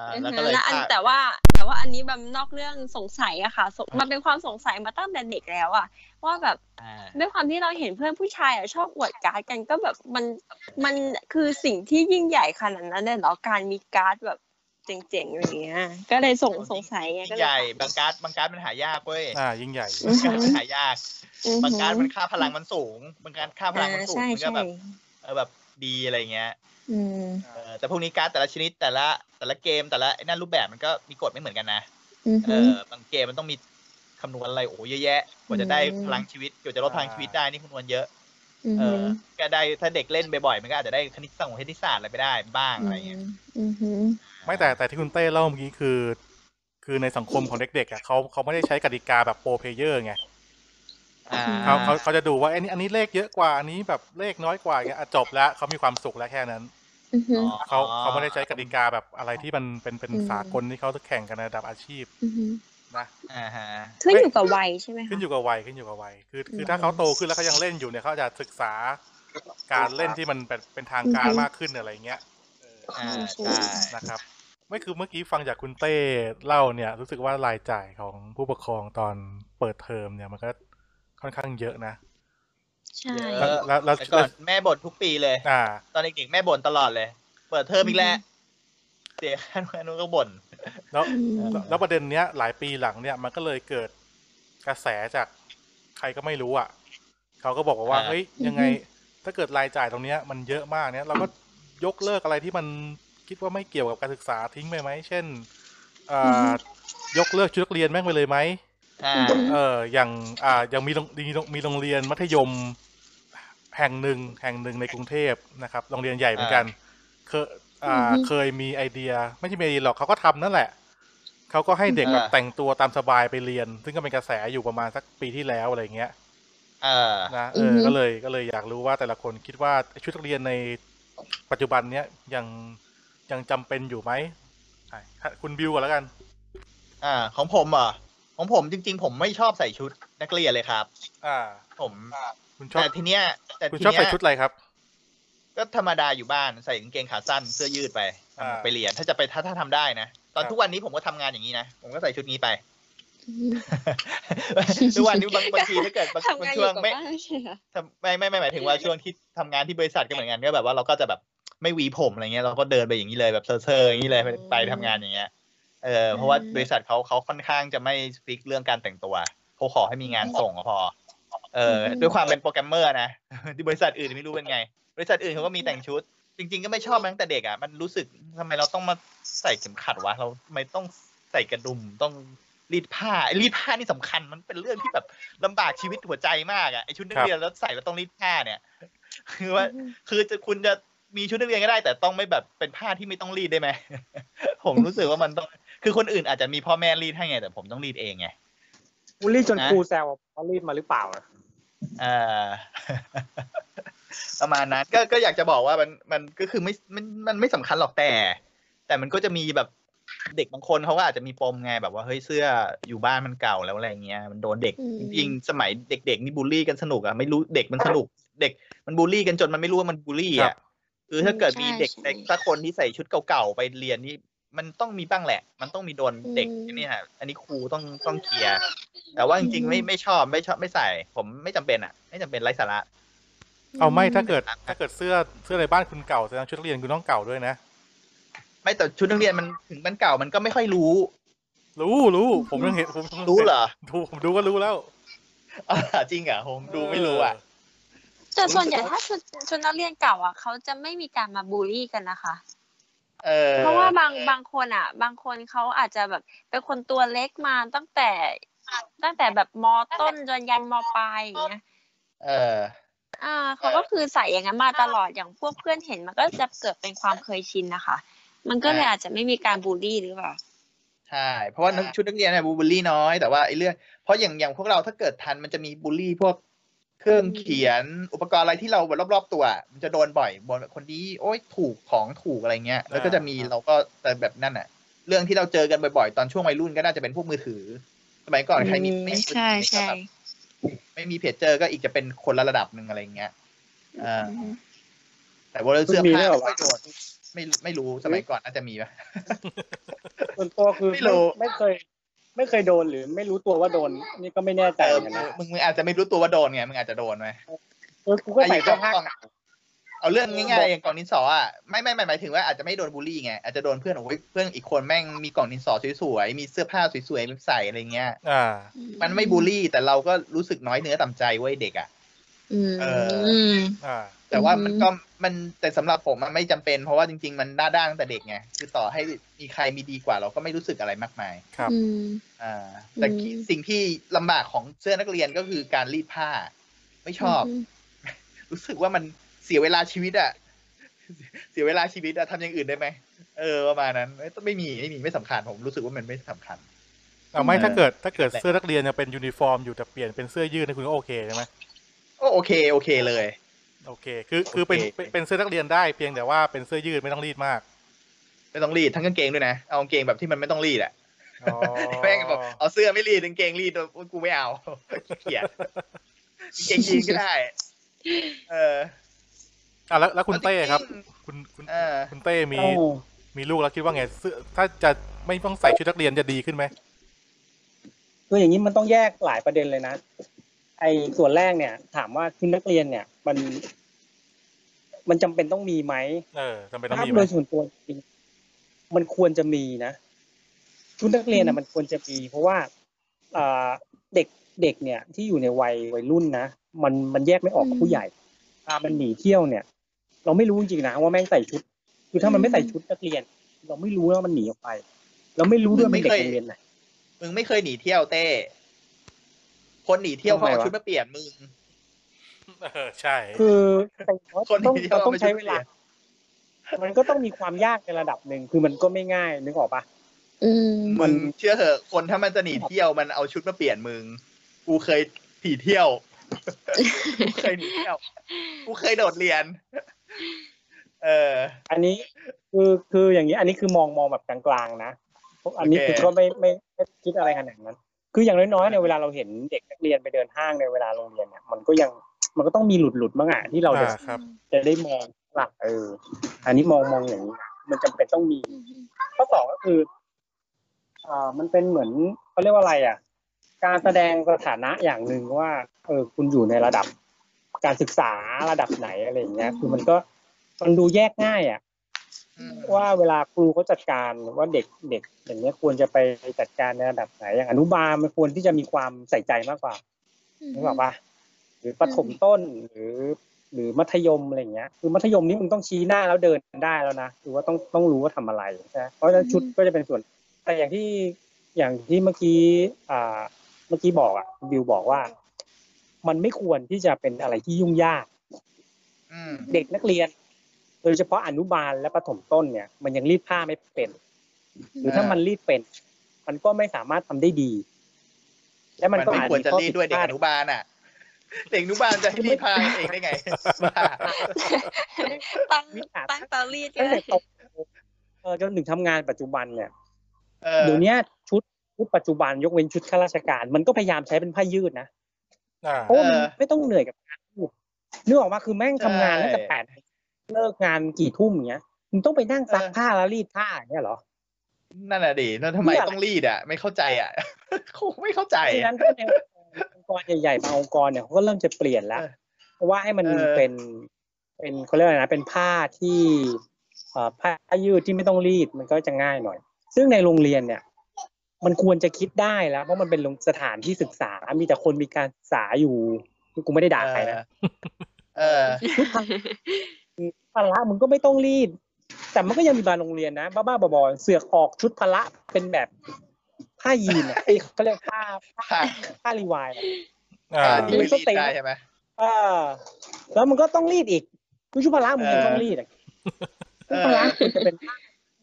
Speaker 3: า อือ
Speaker 2: แล้ว
Speaker 3: ฮึ
Speaker 2: ก็เลย
Speaker 3: และอัน
Speaker 2: พลด
Speaker 3: แต่ว่าแต่ว่าอันนี้แบบนอกเรื่องสงสัยอะค่ะสงมันเป็นความสงสัยมาตั้งแต่เด็กแล้วอะว่าแบบ
Speaker 2: อ่า
Speaker 3: ด้วยความที่เราเห็นเพื่อนผู้ชายอะชอบอวดการ์ดกันก็แบบมันมันคือสิ่งที่ยิ่งใหญ่ขนาดนั้นเลยเหรอการมีการ์ดแบบเจ๋งๆอย่างเงี้ยก็เลยสงสงสัยไง
Speaker 2: ยิ่
Speaker 3: ก็
Speaker 2: ง
Speaker 3: เลย
Speaker 2: ใหญ่บางการ์ดบางการ์ดมันหายากเว้ย
Speaker 1: อ่ายิ่งใหญ่
Speaker 3: อือฮึ
Speaker 2: การ์ดมันหายาก
Speaker 3: อือฮึ
Speaker 2: บางการ์ดมันค่าพลังมันสูง บางการ์ดค่าพลังมันสูง
Speaker 3: อ่า
Speaker 2: มันก็
Speaker 3: ใช่
Speaker 2: แบบเออแบบดีอะไรเงี้ย
Speaker 3: ๆอืม
Speaker 2: เออแต่พวกนี้การ์ดแต่ละชนิดแต่ละแต่ละเกมแต่ละไอ้นั่นรูปแบบมันก็มีกฎไม่เหมือนกันนะ
Speaker 3: อือ
Speaker 2: เอ
Speaker 3: ฮึ
Speaker 2: อบางเกมมันต้องมีคำนวณอะไรโอ้โหเยอะแยะกว่าจะได้พลังชีวิตกว่าจะลดพลังชีวิตได้นี่คำนวณเยอะ
Speaker 3: อือ
Speaker 2: เออ
Speaker 3: ฮึ
Speaker 2: ก็ได้ถ้าเด็กเล่นบ่อยๆมันก็อาจจะได้คณิตศาสตร์คณิตศาสตร์อะไรไปได้บ้างอะไรเงี้ย
Speaker 3: อือฮึ
Speaker 1: ไม่แต่แต่ที่คุณเต้เล่าเมื่อกี้คือ คือในสังคมของเด็กๆอ่ะเขาเขาไม่ได้ใช้กติกาแบบโปรเพลเยอร์ไง
Speaker 2: อ่า
Speaker 1: เขาเขาเขาจะดูว่าไอ้นี่อันนี้เลขเยอะกว่าอันนี้แบบเลขน้อยกว่าอย่างเงี้ยอ่ะจบแล้วเขามีความสุขแล้วแค่นั้น
Speaker 3: อือฮึ
Speaker 2: อ๋อ
Speaker 1: เขาเขาไม่ได้ใช้กติกาแบบอะไรที่มันเป็นเป็น
Speaker 3: อืม
Speaker 1: สากลที่เขาจะแข่งกันในระดับอาชีพ
Speaker 3: อือฮึ
Speaker 1: นะ
Speaker 2: อ่าฮะ
Speaker 3: ขึ้นอยู่กับวัยใช่ไหม
Speaker 1: ขึ้น
Speaker 3: คะ
Speaker 1: อยู่กับวัยขึ้นอยู่กับวัยคือคือ
Speaker 3: ม
Speaker 1: ถ้าเขาโตขึ้นแล้วเขายังเล่นอยู่เนี่ยเขาอาจจะศึกษาการเล่นที่มันเป็นเป็นทางการ
Speaker 3: อือฮึ
Speaker 1: มากขึ้นอะไรอย่างเงี้ย
Speaker 2: อ่า
Speaker 3: ใช่
Speaker 2: ใช่
Speaker 1: นะครับไม่คือเมื่อกี้ฟังจากคุณเต้เล่าเนี่ย รู้สึกว่ารายจ่ายของผู้ปกครองตอนเปิดเทอมเนี่ยมันก็ค่อนข้างเยอะนะ
Speaker 3: ใช่
Speaker 2: เยอะ
Speaker 1: แล้วแล้ว
Speaker 2: แต่
Speaker 1: แล้
Speaker 2: ก่อ
Speaker 1: วน
Speaker 2: แม่บ่นทุกปีเลย
Speaker 1: อ่า
Speaker 2: ตอนเด็กๆแม่บ่นตลอดเลย เปิดเทอมอีกแล้วเสียค่านู่นค่านู้นก็บ่น
Speaker 1: แล้ว
Speaker 3: อืม
Speaker 1: แล้วแล้วประเด็นเนี้ยหลายปีหลังเนี่ยมันก็เลยเกิดกระแสจากใครก็ไม่รู้อ่ะเขาก็บอกว่าว่า
Speaker 2: อ่า
Speaker 1: เฮ้ยยังไง ถ้าเกิดรายจ่ายตรงเนี้ยมันเยอะมากเนี่ยเราก็ยกเลิกอะไรที่มันคิดว่าไม่เกี่ยวกับการศึกษาทิ้งไปไหมเช่นอ่ายกเลิกชุดนักเรียนแม่งไปเลยไหม
Speaker 2: อ่า
Speaker 1: เอออย่างอ่ายังมีโรงมีโรงมีโรงเรียนมัธยม แห่งหนึ่งแห่งหนึ่งในกรุงเทพนะครับโรงเรียนใหญ่เหมือนกัน เคยอ่า
Speaker 3: อือฮึ
Speaker 1: เคยมีไอเดีย ไม่ใช่มีไอเดียหรอกเขาก็ทำนั่นแหละเขาก็ให้เด็กแบบ
Speaker 2: อ่า
Speaker 1: แต่งตัวตามสบายไปเรียน ซึ่งก็เป็นกระแสอยู่ประมาณสักปีที่แล้วอะไรอย่างเงี้ย
Speaker 2: เออ
Speaker 1: นะเอ
Speaker 3: อือ
Speaker 1: อ
Speaker 3: ฮึ
Speaker 1: ก็เลยก็เลยอยากรู้ว่าแต่ละคนคิดว่าชุดนักเรียนในปัจจุบันเนี้ยยังยังจำเป็นอยู่ไหมอ่ะคุณบิวก่อนแล้วกัน
Speaker 2: อ่า ของผมเหรอ่ะของผมจริง ๆ ผมไม่ชอบใส่ชุดนักเรียนเลยครับ
Speaker 1: อ่า
Speaker 2: ผม
Speaker 1: คุณชอบ
Speaker 2: แต่ทีเนี้ยแต่
Speaker 1: คุณ
Speaker 2: ที
Speaker 1: ชอบ
Speaker 2: เนี้
Speaker 1: ใส่
Speaker 2: ย
Speaker 1: ชุดอะไรครับ
Speaker 2: ก็ธรรมดาอยู่บ้านใส่กางเกงขาสั้นเสื้อยืดไป
Speaker 1: อ่า
Speaker 2: ไปเรียนถ้าจะไปถ้าถ้าทำได้นะตอนทุกวันนี้ผมก็ทำงานอย่างนี้นะผมก็ใส่ชุดนี้ไป ทุกวันนี้บางบางทีถ้าเกิดบางบาง
Speaker 3: ทำาง นอ
Speaker 2: ช่ว
Speaker 3: ยู่
Speaker 2: ง
Speaker 3: กับ
Speaker 2: ไม่
Speaker 3: บ้านไม่ใช่เหรอ
Speaker 2: ทำไม่ไม่ไม่หมายถึงว่าช่วงที่ทำงานที่บริษัทก็เหมือนกันก็แบบว่าเราก็จะแบบไม่หวีผมอะไรเงี้ยเราก็เดินไปอย่างนี้เลยแบบเซอร์ๆอย่างนี้เลยไปไปทำงานอย่างเงี้ยเออเพราะว่า
Speaker 3: อืม
Speaker 2: บริษัทเขาเขาค่อนข้างจะไม่ฟิกเรื่องการแต่งตัวเขาขอให้มีงานส่งก็พอ เออด้วยความเป็นโปรแกรมเมอร์นะ ที่บริษัทอื่นไม่รู้เป็นไง บริษัทอื่นเขาก็มีแต่งชุด จริง ๆ ก็ไม่ชอบมาตั้งแต่เด็กอ่ะมันรู้สึกทำไมเราต้องมาใส่เข็มขัดวะเราทำไมต้องใส่กระดุมต้องรีดผ้าไอ้รีดผ้านี่สำคัญมันเป็นเรื่องที่แบบลำบากชีวิตหัวใจมากอ่ะไอชุดนักเรียนแล้วใส่แล้วต้องรีดผ้าเนี่ย คือว่า คือจะคุณจะมีชุดนักเรียนก็ได้ แต่ต้องไม่แบบเป็นผ้าที่ไม่ต้องรีดได้ไหม ผมรู้สึกว่ามันต้อง คือคนอื่นอาจจะมีพ่อแม่รีดให้ไง แต่ผมต้องรีดเองไง
Speaker 4: บูลลี่จน
Speaker 2: นะ
Speaker 4: ครูแซวว่ารีบมาหรือเปล่านะ
Speaker 2: เอ่อ ประมาณนั้นก็ก็อยากจะบอกว่ามันมันก็คือไม่มันมันไม่สำคัญหรอกแต่ แต่มันก็จะมีแบบเด็กบางคนเขาก็อาจจะมีปมไงแบบว่าเฮ้ยเสื้ออยู่บ้านมันเก่าแล้วอะไรเงี้ยมันโดนเด็ก
Speaker 3: อืม
Speaker 2: จริงๆสมัยเด็กๆนี่บูลลี่กันสนุกอะไม่รู้เด็กมันสนุก เด็กมันบูลลี่กันจนมันไม่รู้ว่ามันบูลลี่
Speaker 1: ครั
Speaker 2: อะ
Speaker 1: บ
Speaker 2: คือถ้าเกิดมีเด็ก
Speaker 3: ใช่
Speaker 2: ในสักคนที่ใส่ชุดเก่าๆไปเรียนนี่มันต้องมีบ้างแหละ มันต้องมีโดนเด็ก
Speaker 3: อืม
Speaker 2: เนี่ยอันนี้ครูต้องต้องเคลียร์ แต่ว่าจริงๆไม่ไม่ชอบไม่ชอบไม่ใส่ ผมไม่จำเป็นอ่ะ ไม่จำเป็นไร้สาระ
Speaker 1: เอาไม่ถ้าเกิดถ้าเกิดเสื้อเสื้อในบ้านคุณเก่าแสดงว่าชุดนักเรียนคุณต้องเก่าด้วยนะ
Speaker 2: ไม่แต่ชุดนักเรียนมันถึงมันเก่ามันก็ไม่ค่อยรู้
Speaker 1: รู้รู้ผมยังเห็นผมผม
Speaker 2: รู้เหรอ
Speaker 1: ดูผมดูก็รู้แล้ว
Speaker 2: อ๋อจริงเหรอผมดูไม่รู้อ่ะ
Speaker 3: แต่ส่วนใหญ่ถ้าชุดชุดนักเรียนเก่าอ่ะเขาจะไม่มีการมาบูลลี่กันนะคะ
Speaker 2: เออ
Speaker 3: เพราะว่าบางบางคนอ่ะ บางคนเขาอาจจะแบบเป็นคนตัวเล็กมาตั้งแต่ตั้งแต่แบบมต้นจนยันมปลายอย่างเงี้ย
Speaker 2: เออ
Speaker 3: อ่าเขาก็คือใส่อย่างนั้นมาตลอดอย่างพวกเพื่อนเห็นมันก็จะเกิดเป็นความเคยชินนะคะ มันก็เลยอาจจะไม่มีการบูลลี่หรือเปล่า
Speaker 2: ใช่ เพราะว่านักชุดนักเรียนเนี่ยบูลลี่น้อยแต่ว่าไอ้เรื่องเพราะอย่างอย่างพวกเราถ้าเกิดทันมันจะมีบูลลี่พวกเครื่องเขียนอุปกรณ์อะไรที่เรารอบๆตัว มันจะโดนบ่อยบนคนนี้โอ๊ยถูกของถูกอะไรเงี้ย แล้วก็จะมีเราก็แต่แบบนั่นอ่ะ เรื่องที่เราเจอกันบ่อยๆ ตอนช่วงวัยรุ่นก็น่าจะเป็นพวกมือถือ สมัยก่อนใครมีไม่มีมือถือ
Speaker 3: ใช่
Speaker 2: นี่ก็
Speaker 3: ใช่
Speaker 2: แบบ ไม่มีเพจเจอร์ก็อีกจะเป็นคนละระดับหนึ่งอะไรอย่างเงี้ย เอ่อ
Speaker 3: อืม
Speaker 2: แต่ว่าเรื่องเสื้อผ้า
Speaker 4: มีด้วยเหรอวะ
Speaker 2: ไม่โดนไม่ไม่รู้สมัยก่อนน่าจะมีป่ะ
Speaker 4: ส่วนตัวคือ
Speaker 2: ไม่รู้
Speaker 4: ไม่ไม่เคย ไม่เคยโดนหรือไม่รู้ตัวว่าโดน นี่ก็ไม่แน่ใจ
Speaker 2: แต่
Speaker 4: เหมือนกันนะ
Speaker 2: มึงมึงอาจจะไม่รู้ตัวว่าโดนไงมึงอาจจะโดนไหม
Speaker 4: เออกูก็ใส่เสื้อผ้า
Speaker 2: เอาเรื่องง่ายๆอย่างกล่องดินสออ่ะไม่ไม่ไม่หมายถึงว่าอาจจะไม่โดนบูลลี่ไงอาจจะโดนเพื่อนโอ้ยเพื่อนอีกคนแม่งมีกล่องดินสอสวยๆมีเสื้อผ้าสวยๆใส่อะไรเงี้ย
Speaker 1: อ่า
Speaker 2: มันไม่บูลลี่แต่เราก็รู้สึกน้อยเนื้อต่ำใจเว้ยเด็กอ่ะ
Speaker 3: อืม
Speaker 2: เอ่
Speaker 1: อ่า
Speaker 2: แต่ว่ามันก็มันแต่สำหรับผมมันไม่จำเป็นเพราะว่าจริง ๆ มันด้าด้านตั้งแต่เด็กไงคือต่อให้มีใครมีดีกว่าเราก็ไม่รู้สึกอะไรมากมาย
Speaker 1: ครับ
Speaker 3: อืม
Speaker 2: อ่าแต่
Speaker 3: อืม
Speaker 2: สิ่งที่ลำบากของเสื้อนักเรียนก็คือการรีดผ้า ไม่ชอบ รู้สึกว่ามันเสียเวลาชีวิตอะ เสียเวลาชีวิตอะทำอย่างอื่นได้ไหมเออประมาณนั้นเอ้ยต้องไม่มีไม่มีไม่สำคัญผมรู้สึกว่ามันไม่สำคัญ
Speaker 1: เอาไม่
Speaker 2: เออ
Speaker 1: ถ้าเกิดถ้าเกิดเสื้อนักเรียนยังเป็นยูนิฟอร์มอยู่แต่เปลี่ยนเป็นเสื้อยืดนี่คุณก็โอเคใช่ไหม
Speaker 2: ก็โอเคโอเคเลย
Speaker 1: โอเค คือคือเป็น
Speaker 2: โอเค
Speaker 1: เป็นเป็นเสื้อนักเรียนได้เพียงแต่ว่าเป็นเสื้อยืดไม่ต้องรีดมาก
Speaker 2: ไม่ต้องรีดทั้งกางเกงด้วยนะเอากางเกงแบบที่มันไม่ต้องรีดอะ
Speaker 1: อ๋อ
Speaker 2: แม่งแบบเอาเสื้อไม่รีดกางเกงรีดกูไม่เอาเกลียดกางเกงยีนก็ได้ เออ
Speaker 1: อ่ะแล้วแล้วคุณเต้ครับ
Speaker 2: เอาจริง
Speaker 1: คุณคุณ
Speaker 2: เออ
Speaker 1: คุณเต้มีมีลูกแล้วคิดว่าไงเสื้อถ้าจะไม่ต้องใส่ชุดนักเรียนจะดีขึ้นไหม
Speaker 4: คืออย่างนี้มันต้องแยกหลายประเด็นเลยนะ ไอ้ส่วนแรกเนี่ย ถามว่าชุดนักเรียนเนี่ย มัน มันจำเป็นต้องมีไหม
Speaker 1: เออจำเป็นต้อง
Speaker 4: ภาพ
Speaker 1: มีไห
Speaker 4: โด
Speaker 1: ม
Speaker 4: ยส่วนตัวจริงมันควรจะมีนะชุดนักเรียนน่ะมันควรจะมี เพราะว่าเอ่อเด็กเด็กเนี่ย ที่อยู่ในวัยวัยรุ่นนะมันมันแยกไม่ออกกับ
Speaker 3: อืม
Speaker 4: ผู้ใหญ่พามันหนีเที่ยวเนี่ย เราไม่รู้จริงๆนะว่าแม่งใส่ชุด คือถ้ามันไม่ใส่ชุดนักเรียน เราไม่รู้ว่ามันหนีออกไป เราไม่รู้ด้วยมันเด็กโรงเรียนไหน
Speaker 2: มึงไม่เคยหนีเที่ยวเต้ คนหนีเที่ยวเขาเอาชุดมาเปลี่ยนมึง
Speaker 1: เออใช่
Speaker 6: คือ
Speaker 4: แต่ว่า
Speaker 2: คน
Speaker 4: ต้อง
Speaker 2: ที่
Speaker 4: เราต้อง
Speaker 2: ไม่
Speaker 4: ใช้
Speaker 2: ช่วย
Speaker 4: เว
Speaker 2: เหลื
Speaker 4: ลา
Speaker 2: อ
Speaker 4: มันก็ต้องมีความยากในระดับหนึ่งคือมันก็ไม่ง่ายนึกออกปะ
Speaker 3: อืม
Speaker 2: มึงเชื่อเถอะคนถ้ามันจะหนีเที่ยวมันเอาชุดมาเปลี่ยนมึง กูเคยหนีเที่ยว กูเคยหนีเที่ยว กูเคยโดดเรียน เออ
Speaker 4: อันนี้คือคืออย่างนี้อันนี้คือมองมองแบบกลางๆนะอันนี้
Speaker 2: โอเค
Speaker 4: คือก็ไม่ไม่ไม่คิดอะไรขนาดนั้น คืออย่างน้อยๆเนี่ยเวลาเราเห็นเด็กนักเรียนไปเดินห้างในยเวลาโรงเรียนเนี่ยมันก็ยังมันก็ต้องมีหลุดหลุดๆบ้างอะที่เราจะ
Speaker 1: อ่าครับ
Speaker 4: จะได้มองหลักเออ อันนี้มองมองอย่างนี้นะมันจำเป็นต้องมี ข้อสองก็คืออ่ามันเป็นเหมือนเขาเรียกว่าอะไรอ่ะ การแสดงสถานะอย่างหนึ่งว่า เออ คุณอยู่ในระดับ การศึกษาระดับไหนอะไรอย่างเงี้ย คือมันก็มันดูแยกง่ายอ่ะ
Speaker 2: อืม
Speaker 4: ว่าเวลาครูเขาจัดการว่าเด็กเด็กอย่างเงี้ยควรจะไปจัดการในระดับไหน อย่างอนุบาลมันควรที่จะมีความใส่ใจมากกว่า นึกออกปะหรือประถมต้นหรือ หรือมัธยมอะไรอย่างเงี้ย คือมัธยมนี่มึงต้องชี้หน้าแล้วเดินได้แล้วนะคือว่าต้องต้องรู้ว่าทำอะไรใช่ไหมเพราะฉะนั้น
Speaker 3: อืม
Speaker 4: ชุดก็จะเป็นส่วน แต่อย่างที่อย่างที่เมื่อกี้อ่าเมื่อกี้บอกอ่ะบิวบอกว่า มันไม่ควรที่จะเป็นอะไรที่ยุ่งยาก
Speaker 2: อืม
Speaker 4: เด็กนักเรียน โดยเฉพาะอนุบาลและประถมต้นเนี่ย มันยังรีดผ้าไม่เป็น หรือถ้า
Speaker 2: อ่ามั
Speaker 4: มันรีดเป็น มันก็ไม่สามารถทำได้ดี และ
Speaker 2: มั
Speaker 4: มันนก็
Speaker 2: ไม่
Speaker 4: อาจ
Speaker 2: ควร
Speaker 4: มี
Speaker 2: จะ
Speaker 4: ข้อ
Speaker 2: รี
Speaker 4: ผิ
Speaker 2: ด
Speaker 4: ด
Speaker 2: ด้วย
Speaker 4: พ
Speaker 2: เด็ก
Speaker 4: ลา
Speaker 2: อ
Speaker 4: ด
Speaker 2: นุบาลอ่ะ เด็กอนุบาลจะให้รีดพาเองได้ ไงบ้า
Speaker 3: ตั้ง
Speaker 4: มิจฉาชีพ
Speaker 3: ตั้งเตารีดเล
Speaker 4: ตั้งแต่
Speaker 3: ย
Speaker 4: โตเออจนถึงทำงานปัจจุบันเนี่ย
Speaker 2: เออ
Speaker 4: เดี๋ยวเนี้ยชุดชุดปัจจุบันยกเว้นชุดข้าราชการ มันก็พยายามใช้เป็นผ้ายืดนะ
Speaker 1: อ่า
Speaker 4: เพราะว่ามันไม่ต้องเหนื่อยกับการรูดนึกออกมาคือแม่งทำงานตั้งแต่แปดเลิกงานกี่ทุ่มอย่างเงี้ยมึงต้องไปนั่งซักผ้าแล้วรีดผ้าอย่างเงี้ยเหรอ
Speaker 2: นั่นแหะดิแล้วทำไม
Speaker 4: เพื่ออะไร
Speaker 2: ต้องรีดอ่ะ ไม่เข้าใจอ่ะ คงไม่เข้าใจ
Speaker 4: เพราะฉะ
Speaker 2: อ่ะ
Speaker 4: นั้นถ้าในองค์กรใหญ่ๆบางองค์กรเนี่ยเขาก็เริ่มจะเปลี่ยนแล้ว
Speaker 2: เออ
Speaker 4: เพราะว่าให้มัน
Speaker 2: เออ
Speaker 4: เป็นเป็นเขาเรียกอะไรนะเป็นผ้าที่เอ่อผ้ายืดที่ไม่ต้องรีดมันก็จะง่ายหน่อย ซึ่งในโรงเรียนเนี่ย มันควรจะคิดได้แล้ว เพราะมันเป็นโรงสถานที่ศึกษา มีแต่คนมีการศึกษาอยู่กูไม่ได้ด่าใครนะ
Speaker 2: เออ
Speaker 4: พละมึงก็ไม่ต้องรีด แต่มันก็ยังมีบางโรงเรียนนะ บ้าๆบอๆเสือกออกชุดพละเป็นแบบผ้ายีนอะเอ้ยเขาเรียกผ้าผ้าผ้ารีวายอะ
Speaker 1: อ่า
Speaker 2: เออที่ไม่รีดได้ใช่ไหม
Speaker 4: เออแล้วมันก็ต้องรีดอีกคือชุดพละมึงยัง
Speaker 2: เออ
Speaker 4: ต้องรีดอ่ะ
Speaker 2: เอ
Speaker 4: ชุ
Speaker 2: อ
Speaker 4: ดพละควรจะเป็นผ้า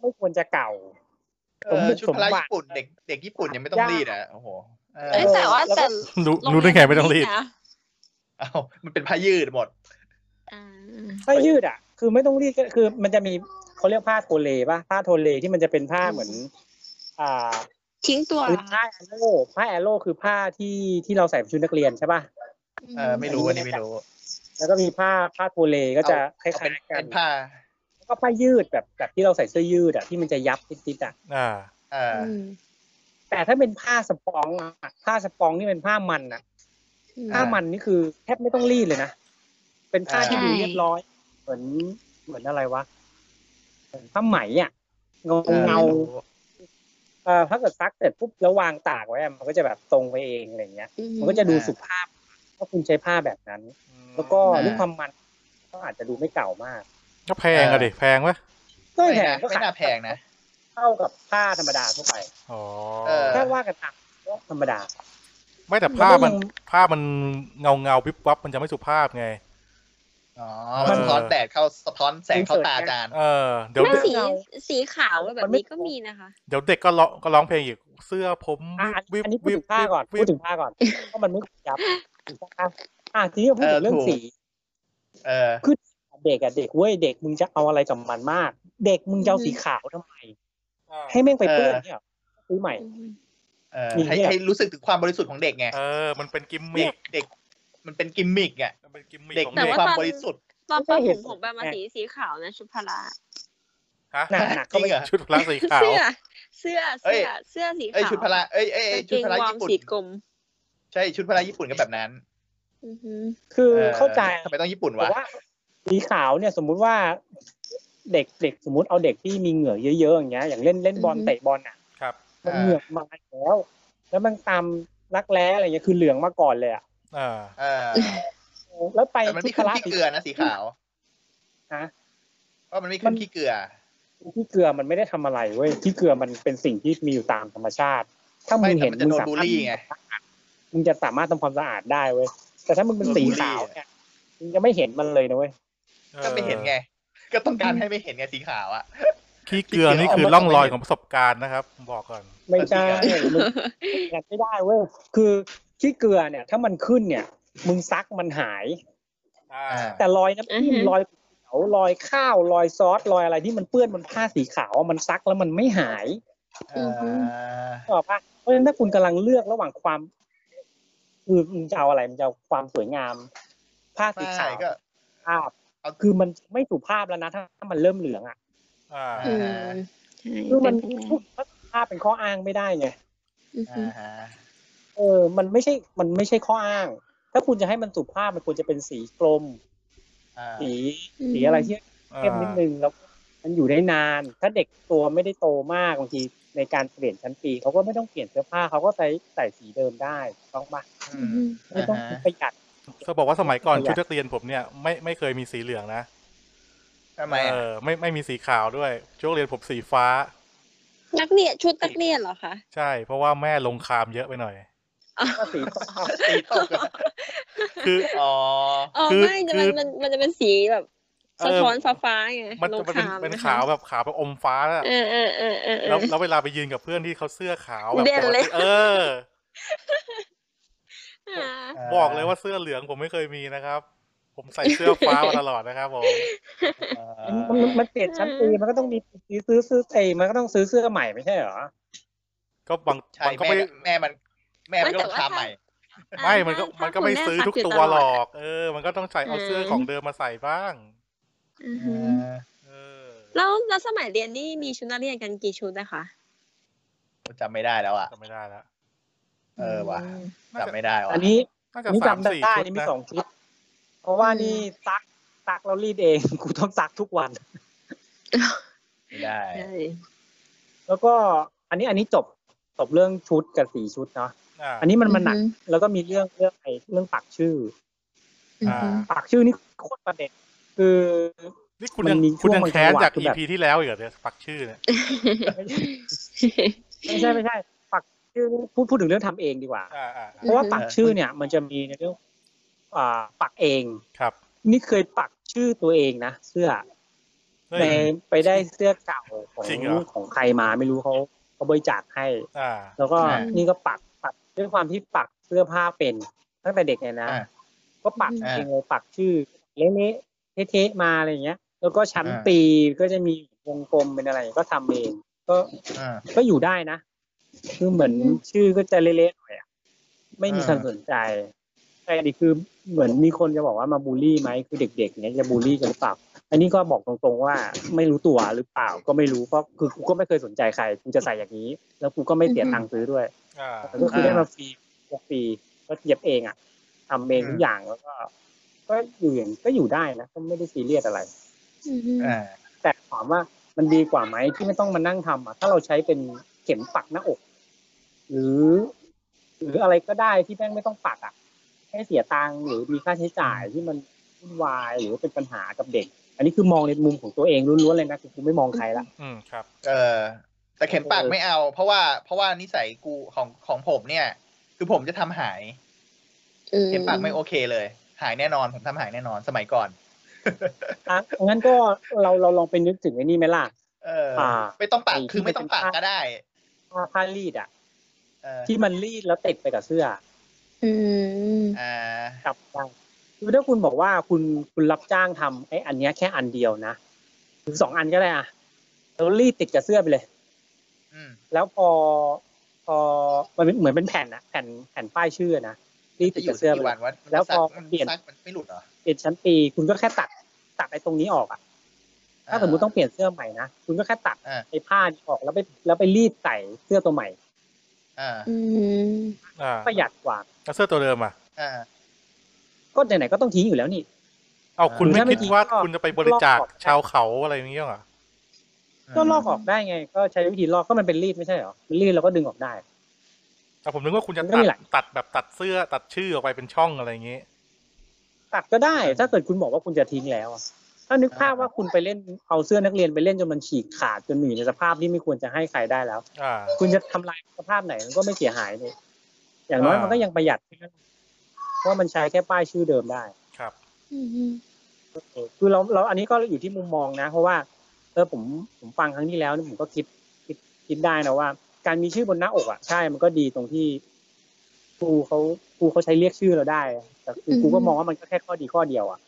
Speaker 4: ไม่ควรจะเก่า
Speaker 2: เออชุดพละญี่ปุ่นเด็กเด็กญี่ปุ่นยังไม่ต้องรีดอ่ะ โอ้โหเออ
Speaker 3: เอ้ยแต่ว่า
Speaker 4: แล้วก็
Speaker 3: แต่
Speaker 1: รู้
Speaker 3: โงเยน
Speaker 1: รู้ได้ไงไม่ต้องรีด
Speaker 3: นะ
Speaker 2: เอามันเป็นผ้ายืดหมด
Speaker 3: อ่า
Speaker 4: ถ้ายืดอ่ะ คือไม่ต้องรีดก็คือ มันจะมีเขาเรียกผ้าโทเลป่ะผ้าโทเลที่มันจะเป็นผ้าเหมือน อ่า
Speaker 3: ทิ้งตัว
Speaker 4: เขา
Speaker 3: เห
Speaker 4: เรี
Speaker 3: ร
Speaker 4: ย
Speaker 3: อก
Speaker 4: ผ้าแอโร่ผ้าแอโร่คือผ้าที่ที่เราใส่ชุดนักเรียนใช่ป่ะ
Speaker 2: เออ ไม่รู้อันนี้ไม่รู้
Speaker 4: แล้วก็มีผ้าผ้าโทเลก็จะค
Speaker 2: เอาเป็น
Speaker 4: ล้ายๆกัน
Speaker 2: เป็นผ้า
Speaker 4: แล้วก็ผ้ายืดแบบแบบที่เราใส่เสื้อยืดอ่ะที่มันจะยับติดๆอ่ะ
Speaker 1: อ่า
Speaker 2: เออ
Speaker 3: อืม
Speaker 4: แต่ถ้าเป็นผ้าสปองอะผ้าสปองนี่เป็นผ้ามันอ่ะ
Speaker 3: อืม
Speaker 4: ผ้ามันนี่คือแทบไม่ต้องรีดเลยนะ เป็นผ้าที่
Speaker 3: ใช่
Speaker 4: ดูเรียบร้อย เหมือนเหมือนอะไรวะเหมือนผ้าไหมอ่ะ เงา
Speaker 2: ออ
Speaker 4: เงา
Speaker 2: ไม่รู้
Speaker 4: เออถ้าเกิดซักเสร็จปุ๊บแล้ววางตากไว้อะมันก็จะแบบตรงไปเองอะไรอย่างเงี้ย
Speaker 3: อื
Speaker 4: มันก็จะดูสุภาพถ้าคุณใช้ผ้าแบบนั้น แล้วก็ลูกความมันก็อาจจะดูไม่เก่ามาก
Speaker 1: ก็แพงอะดิแพงปะ
Speaker 4: ก็
Speaker 2: ไม่
Speaker 4: แพง
Speaker 2: นะ
Speaker 4: ก็
Speaker 2: ไม่
Speaker 4: ขาย
Speaker 2: น่าแพงนะ
Speaker 4: เท่ากับผ้าธรรมดาทั่วไป
Speaker 1: อ๋อ
Speaker 2: เออ
Speaker 4: ถ้าว่ากันตามก็ธรรมดา
Speaker 1: ไม่แต่ผ้ามัน
Speaker 4: แล้วก็ยัง
Speaker 1: ผ้ามันเงาเงาๆวิบวับมันจะไม่สุภาพไง
Speaker 2: อ๋อ
Speaker 1: มั
Speaker 2: มัน นสะท้อนแดดเข้าสะท้อนแสงเข้าตาอาจารย์
Speaker 1: เออเดี๋ยว
Speaker 3: ไม่สี
Speaker 4: เงา
Speaker 3: สีขาวแบบ
Speaker 4: มันไม่
Speaker 3: นี้ก็มีนะคะ
Speaker 1: เดี๋ยวเด็กก็ร้องก็ร้องเพลงอีกเสื้อผม
Speaker 4: อ่ะอัน
Speaker 1: วิบ
Speaker 4: อันนี้พูด
Speaker 1: วิบ
Speaker 4: ถึงผ้าก่อน
Speaker 1: วิ
Speaker 4: พู
Speaker 1: บ
Speaker 4: ดถึงผ้าก่อนเพราะมันไม่ ยับถูกปะอ่ะอ่ะทีนี้มาพูดถึงเรื่อง
Speaker 2: เออถูก
Speaker 4: สี
Speaker 2: เออ
Speaker 4: คือเด็กอะเด็กเว้ยเด็กมึงจะเอาอะไรกับมันมาก เด็กมึงจะเอา
Speaker 3: อือฮึ
Speaker 4: สีขาวทำไม
Speaker 1: อ่า
Speaker 4: ให้แม่งไปเปื้อน
Speaker 2: เออ
Speaker 4: เนี่ยเหรอซื้อใหม่
Speaker 3: อืม
Speaker 2: เออ
Speaker 4: มี
Speaker 2: ให้
Speaker 4: เนี่ย
Speaker 2: ให้รู้สึกถึงความบริสุทธิ์ของเด็กไง
Speaker 1: เออ มันเป็นกิมมิค
Speaker 2: เด็ก มันเป็นกิมมิกไง
Speaker 1: มันเป็นกิมมิค
Speaker 2: เด็ก
Speaker 1: ของ
Speaker 2: มี
Speaker 1: เด็ก
Speaker 2: ความบริสุทธิ์
Speaker 3: ตอน
Speaker 4: ไม่
Speaker 3: ป
Speaker 4: เห็
Speaker 3: ฐ
Speaker 4: น
Speaker 3: มผมไปมา
Speaker 4: ไง
Speaker 3: สีสีขาวนะชุดพละ
Speaker 1: ฮะ
Speaker 4: หนักหนัก
Speaker 2: จริ
Speaker 4: ก็
Speaker 2: ง
Speaker 4: ไม่
Speaker 2: เหรอ
Speaker 1: ชุดพละสีขาว
Speaker 3: เสื้อเสื้อ
Speaker 2: เอ้ย
Speaker 3: เสื้อเสื้อสี
Speaker 2: เอ้ย
Speaker 3: ขาว
Speaker 2: ชุดพละเอ้ยเอ้ยเอ้ยชุด
Speaker 3: กางเกง
Speaker 2: พละ
Speaker 3: วอร์
Speaker 2: ญี่
Speaker 3: ม
Speaker 2: ปุ่น
Speaker 3: สีกลม
Speaker 2: ใช่ ชุดพละญี่ปุ่นก็แบบนั้น
Speaker 3: อือหือ
Speaker 4: คือ
Speaker 2: ออ
Speaker 4: เข้าใจ
Speaker 2: ทำไมต้องญี่ปุ่น
Speaker 4: แต่
Speaker 2: วะ
Speaker 4: ว่าสีขาวเนี่ยสมมุติว่า เด็กเด็กสมมติเอาเด็กที่มีเหงื่อเยอะๆอย่างเงี้ย อย่างเล่นเล่นบอล
Speaker 3: อือฮึ
Speaker 4: เตะบอลอ่ะ
Speaker 1: ครับ
Speaker 4: มัน
Speaker 2: อ่า
Speaker 4: เหงื่อมาแล้ว แล้วมันตามรักแร้อะไรเงี้ยคือเหลืองมาก่อนเลยอ่ะ
Speaker 1: อ่า
Speaker 2: เออ
Speaker 4: แล้วไป
Speaker 2: แต่มัน
Speaker 4: ชุ
Speaker 2: ไม่
Speaker 4: ดพ
Speaker 2: ขึ้น
Speaker 4: ละ
Speaker 2: ขี้เกลือนะสีขาว
Speaker 4: นะ
Speaker 2: เพราะมันไม่ขึ้
Speaker 4: มัน น
Speaker 2: ขี้เกลือ
Speaker 4: ที่เกลือมันไม่ได้ทำอะไรเว้ยที่เกลือมันเป็นสิ่งที่มีอยู่ตามธรรมชาติ ถ้ามึ
Speaker 2: ไม่
Speaker 4: ง
Speaker 2: แต่
Speaker 4: เห็น
Speaker 2: มันจะ
Speaker 4: มึง
Speaker 2: โดน
Speaker 4: สา
Speaker 2: บูล
Speaker 4: มารถ
Speaker 2: ลี่ไง
Speaker 4: มึงจะสามารถทำความสะอาดได้เว้ยแต่ถ้ามึงเป็น
Speaker 2: โดน
Speaker 4: สี
Speaker 2: บูลลี่
Speaker 4: ขาวเนี่ย ยังไม่เห็นมันเลยนะเว้ย
Speaker 2: ก็ไม่เห็นไง ก็ต้องการให้ไม่เห็นไงสีขาวอ่ะ
Speaker 1: ขี้เกลือนี่คือร่องรอยของประสบการณ์นะครับ บอกก่อน
Speaker 4: ไม่ใช่
Speaker 2: เออจริงอะ
Speaker 4: มึงกันไม่ได้เว้ย คือขี้เกลือเนี่ย ถ้ามันขึ้นเนี่ย มึงซักมันหาย
Speaker 1: อ่า
Speaker 4: แต่รอยน้ำจิ้ม
Speaker 3: อือฮึ
Speaker 4: รอยเขียวรอยข้าวรอยซอสรอยอะไรที่มันเปื้อนบนผ้าสีขาวอะมันซักแล้วมันไม่หาย
Speaker 3: อือฮึ
Speaker 4: นึก็ปะเพราะฉะนั้นถ้าคุณกำลังเลือกระหว่างความคือมึงจะเอาอะไรมึงจะเอาความสวยงาม ผ้าสี
Speaker 2: ไม่
Speaker 4: ขาว
Speaker 2: ก็
Speaker 4: ภาพ
Speaker 2: เอา
Speaker 4: คือมันไม่สุภาพแล้วนะถ้าถ้ามันเริ่มเหลืองอ่ะ
Speaker 1: อ่า
Speaker 3: อืมใช่
Speaker 4: คือ
Speaker 3: เป็
Speaker 4: มัน น
Speaker 3: ไปได้
Speaker 4: ภาพเป็นข้ออ้างไม่ได้ไง
Speaker 3: อือฮึ
Speaker 2: อ่าฮะ
Speaker 4: เออ มันไม่ใช่ มันไม่ใช่ข้ออ้าง ถ้าคุณจะให้มันสุภาพมันควรจะเป็นสีกลม
Speaker 2: อ่า
Speaker 4: สี
Speaker 3: อืม
Speaker 4: สีอะไรที่เข้มนิดนึง แล้วมันอยู่ได้นาน ถ้าเด็กตัวไม่ได้โตมากบางทีในการเปลี่ยนชั้นปีเขาก็ไม่ต้องเปลี่ยนเสื้อผ้าเขาก็ใส่ใส่สีเดิมได้ต้องปะ
Speaker 2: อื
Speaker 3: อื
Speaker 2: ม
Speaker 3: อฮึ
Speaker 4: ไม่ต้อง
Speaker 2: าฮะ
Speaker 4: ประหยัด
Speaker 1: จะบอกว่าสมัยก่อน
Speaker 4: ประหยั
Speaker 1: ชุ
Speaker 4: ด
Speaker 1: ดนักเรียนผมเนี่ยไม่ไม่เคยมีสีเหลืองนะ
Speaker 2: ทำไม
Speaker 1: เอ
Speaker 2: อะ
Speaker 1: อไม่ไม่มีสีขาวด้วยชุดนักเรียนผมสีฟ้า
Speaker 3: นักเรียนชุดนักเรียนเหรอคะ
Speaker 1: ใช่ เพราะว่าแม่ลงคามเยอะไปหน่อย
Speaker 4: ว่าสีตกอับ
Speaker 2: ตีตกอะ
Speaker 1: คือ
Speaker 2: อ๋อ
Speaker 3: อ๋อ
Speaker 1: คือ
Speaker 3: ไม่จะมัน
Speaker 1: คือ
Speaker 3: มันมันจะเป็นสีแบบ
Speaker 1: เออ
Speaker 3: สะท้อนฟ้าๆไง
Speaker 1: มัน
Speaker 3: ลง
Speaker 1: จะเป็น
Speaker 3: คาม
Speaker 1: เป็น
Speaker 3: นะคะ
Speaker 1: ขาวแบบขาวแบบอมฟ้าแล้ว
Speaker 3: เออเออเออเออเอ
Speaker 1: แล้ว
Speaker 3: อ
Speaker 1: แล้วเวลาไปยืนกับเพื่อนที่เขาเสื้อขาวแบบ
Speaker 3: เด่น
Speaker 1: ปก
Speaker 3: เลย
Speaker 1: ติเออ
Speaker 3: อ่า
Speaker 1: บอกเลยว่าเสื้อเหลืองผมไม่เคยมีนะครับ ผมใส่เสื้อฟ้ามาตลอดนะครับผม
Speaker 4: มันมันมันเปลี่ยนชั้นปีมันก็ต้องมีซื้อซื้อซื้อเอยมันก็ต้องซื้อเสื้อใหม่ไม่ใช่เหรอ
Speaker 1: ก็บาง
Speaker 2: ใช่
Speaker 1: บางก็
Speaker 2: แม่
Speaker 1: ไม่
Speaker 2: แม่มัน แม่มันก็ต้องทำใหม่
Speaker 1: ไม่ มันก็
Speaker 3: ถ้า
Speaker 1: มันก็
Speaker 3: คุณ
Speaker 1: ไม่
Speaker 3: แ
Speaker 1: ซื้อทุก
Speaker 3: ซัยู่
Speaker 1: ตัว
Speaker 3: ลด
Speaker 1: หรอก เออ มันก็ต้องใส่เอาเสื้อของเดิมมาใส่บ้าง
Speaker 3: อือฮึ
Speaker 1: เออ
Speaker 3: แล้วแล้วสมัยเรียนนี่มีชุดนักเรียนกันกี่ชุดนะคะ
Speaker 2: จำไม่ได้แล้วอ่ะ
Speaker 1: จำไม่ได้แล้ว
Speaker 2: เออว่ะ
Speaker 3: ม
Speaker 1: น่าจะ
Speaker 2: จำไม่ได้ว่ะ
Speaker 4: อันนี้
Speaker 1: น่าจะ
Speaker 4: นี่
Speaker 1: สาม
Speaker 4: จำได้
Speaker 1: สี่ชุด
Speaker 4: นี่มี
Speaker 1: นะ
Speaker 4: สองชุด เพราะว่า
Speaker 3: อืม
Speaker 4: นี่ซักซักแล้วรีดเอง กูต้องซักทุกวัน
Speaker 2: ไม่ได้
Speaker 3: ใช่
Speaker 4: แล้วก็อันนี้อันนี้จบจบเรื่องชุดกับสีชุดเนาะ
Speaker 1: อ่า
Speaker 4: อันนี้มันมันหนัก แล้วก็มีเรื่องเรื่องไอ้เรื่องปักชื่อ
Speaker 3: อือฮึ
Speaker 4: ปักชื่อนี่โคตรประเด็นคือ
Speaker 1: นี่คุณ
Speaker 4: มัน
Speaker 1: ยัง
Speaker 4: มี
Speaker 1: คุณยัง
Speaker 4: ช่วงบาง
Speaker 1: แค้นจาก
Speaker 4: จังห
Speaker 1: อี
Speaker 4: วะที่
Speaker 1: พี
Speaker 4: แบบ
Speaker 1: ที่แล้วอีกเหรอเนี่ยปักชื่อเนี่ย
Speaker 4: ไม่ใช่ไม่ใช่ ปักชื่อพูดพูดถึงเรื่องทำเองดีกว่า
Speaker 1: อ่าอ่า
Speaker 4: เพราะว่า
Speaker 3: อือฮึ
Speaker 4: ปักชื่อเนี่ย มันจะมีในเรื่องอ่าปักเอง
Speaker 1: ครับ
Speaker 4: นี่เคยปักชื่อตัวเองนะเสื้อ
Speaker 1: เฮ้ย
Speaker 4: ไปไปได้เสื้อเก่าของ
Speaker 1: จริงเหรอ
Speaker 4: ของใครมาไม่รู้เขาเขาบริจาคให้
Speaker 1: อ่า
Speaker 4: แล้วก็
Speaker 2: อ่า
Speaker 4: นี่ก็ปักปักด้วยความที่ปักเสื้อผ้าเป็นตั้งแต่เด็กเนี่ยนะ
Speaker 2: อ่า
Speaker 4: ก็ปัก
Speaker 2: อ่า
Speaker 4: เองเลยปักชื่อเละๆเทะๆมาอะไรอย่างเงี้ย แล้วก็ชั้น
Speaker 2: อ่า
Speaker 4: ปีก็จะมีวงกลมเป็นอะไรก็ทำเองก็
Speaker 2: อ่า
Speaker 4: ก็อยู่ได้นะ คือเหมือน
Speaker 3: อืม
Speaker 4: ชื่อก็จะเละๆหน่อยอะไม่มี
Speaker 2: อ่า
Speaker 4: ใครสนใจแต่นี่คือเหมือนมีคนจะบอกว่ามาบูลลี่ไหมคือเด็ก ๆ เนี้ยจะบูลลี่กันหรือเปล่า อันนี้ก็บอกตรงๆว่าไม่รู้ตัวหรือเปล่าก็ไม่รู้เพราะคือกูก็ไม่เคยสนใจใครกูจะใส่อย่างนี้ แล้วกูก็ไม่เสียตังค์ซื้อด้วย
Speaker 1: อ่า
Speaker 4: แต่ก็คือได้มาฟรีพกฟรีก็เย็บเองอ่ะทำเอง
Speaker 2: อืม
Speaker 4: ทุกอย่างแล้วก็ ก็อยู่อย่างก็อยู่ได้นะก็ไม่ได้ซีเรียสอะไร
Speaker 3: อือฮึ
Speaker 2: อ่า
Speaker 4: แต่ถามว่ามันดีกว่าไหมที่ไม่ต้องมานั่งทำอ่ะถ้าเราใช้เป็นเข็มปักหน้าอก หรือ หรืออะไรก็ได้ที่แม่งไม่ต้องปักอ่ะแค่เสียตังค์หรือมีค่าใช้จ่ายที่มันวุ่นวายหรือว่าเป็นปัญหากับเด็ก อันนี้คือมองในมุมของตัวเองล้วนๆเลยนะคือกูไม่มองใครละ
Speaker 1: อืมครับ
Speaker 2: เออแต่เข็มปัก
Speaker 4: เออ
Speaker 2: ไม่เอา เพราะว่าเพราะว่านิสัยกูของของผมเนี่ย คือผมจะทำหาย
Speaker 3: อื
Speaker 2: เข็มปักไม่โอเคเลย หายแน่นอนผมทำหายแน่นอนสมัยก่อน
Speaker 4: อ่ะงั้นก็เราเราลองไปนึกถึงไอ้นี่ไหมล่ะ
Speaker 2: เออ
Speaker 4: อ่า
Speaker 2: ไม่ต้องปัก
Speaker 4: ไอ้ที่
Speaker 2: คือไม่ต้องปัก
Speaker 4: มันเป็น
Speaker 2: ก็ได้
Speaker 4: ผ้าผ้ารีดอ่ะ
Speaker 2: เออ
Speaker 4: ที่มันรีดแล้วติดไปกับเสื้อ
Speaker 3: อืม
Speaker 2: อ่า
Speaker 4: จับได้คือถ้าคุณบอกว่าคุณคุณรับจ้างทำไอ้อันเนี้ยแค่อันเดียวนะหรือสองอันก็ได้อะแล้วรีดติดกับเสื้อไปเลย
Speaker 2: อืม
Speaker 4: แล้วพอพอมันเหมือนเป็นแผ่นอะแผ่นแผ่นป้ายชื่อนะรีด
Speaker 2: จะ
Speaker 4: ติด
Speaker 2: อ
Speaker 4: กับ
Speaker 2: ยู่
Speaker 4: เสื้อ
Speaker 2: ที่
Speaker 4: ไปเล
Speaker 2: วันว่า
Speaker 4: ย
Speaker 2: มัน
Speaker 4: แล้ว
Speaker 2: ซัก
Speaker 4: พอ
Speaker 2: มัน
Speaker 4: เปลี่ยน
Speaker 2: ซักมันไม่หลุดเหรอ
Speaker 4: เปลี่ยนชั้นปีคุณก็แค่ตัดตัดไอ้ตรงนี้ออกอะถ้าสมมติต้องเปลี่ยนเสื้อใหม่นะคุณก็แค่ตัด
Speaker 2: อ่า
Speaker 4: ไอ้ผ้านี้ออกแล้วไปแล้วไปรีดใส่เสื้อตัวใหม่
Speaker 2: อ่า
Speaker 3: อืม
Speaker 1: อ่า
Speaker 4: ประหยัดกว่า
Speaker 1: แล้วเสื้อตัวเดิมอ่ะ
Speaker 2: อ่า
Speaker 4: ก็ไหนๆก็ต้องทิ้งอยู่แล้วนี่
Speaker 1: เอาคุณ
Speaker 2: หรือ
Speaker 1: ไม่
Speaker 2: ถ้าไม่
Speaker 1: คิด
Speaker 2: ทิ้ง
Speaker 1: ว่า
Speaker 4: ก็
Speaker 1: คุณจะไปบริจาค
Speaker 4: ลอกออก
Speaker 1: ชาวเขาอะไรอย่างเงี้ยเหรอ
Speaker 4: ก็ลอกออกได้ไง ก็ใช้วิธีลอกก็มันเป็นรีดไม่ใช่เหรอมันรีดเราก็ดึงออกได้
Speaker 1: แต่ผมนึกว่าคุณจะ
Speaker 4: มันก็
Speaker 1: ตั
Speaker 4: มี
Speaker 1: ด
Speaker 4: หลาย
Speaker 1: ตัดแบบตัดเสื้อตัดชื่อออกไปเป็นช่องอะไรอย่างเงี้ย
Speaker 4: ตัดก็ได้ ถ้าเกิดคุณบอกว่าคุณจะทิ้งแล้วอะถ้านึกภาพว่าคุณไปเล่นเอาเสื้อนักเรียนไปเล่นจนมันฉีกขาดจนอยู่ในสภาพที่ไม่ควรจะให้ใครได้แล้ว
Speaker 1: อ่า
Speaker 4: คุณจะทำลายสภาพไหนมันก็ไม่เสียหายนี่อย่างน้อย
Speaker 1: อ่ามั
Speaker 4: มันก็ยังประหยัดเพราะมันใช้แค่ป้ายชื่อเดิมได้
Speaker 1: ครับ
Speaker 3: อืมอืม
Speaker 4: เออคือเราเราอันนี้ก็อยู่ที่มุมมองนะ เพราะว่าเออผมผมฟังครั้งที่แล้วเนี่ยผมก็คิดคิดคิดได้นะว่า การมีชื่อบนหน้าอกอ่ะใช่มันก็ดีตรงที่ครูเขาครูเขาใช้เรียกชื่อเราได้ แต่คือครูก็มองว่ามันก็แค่ข้อดีข้อเดียวอ่ะ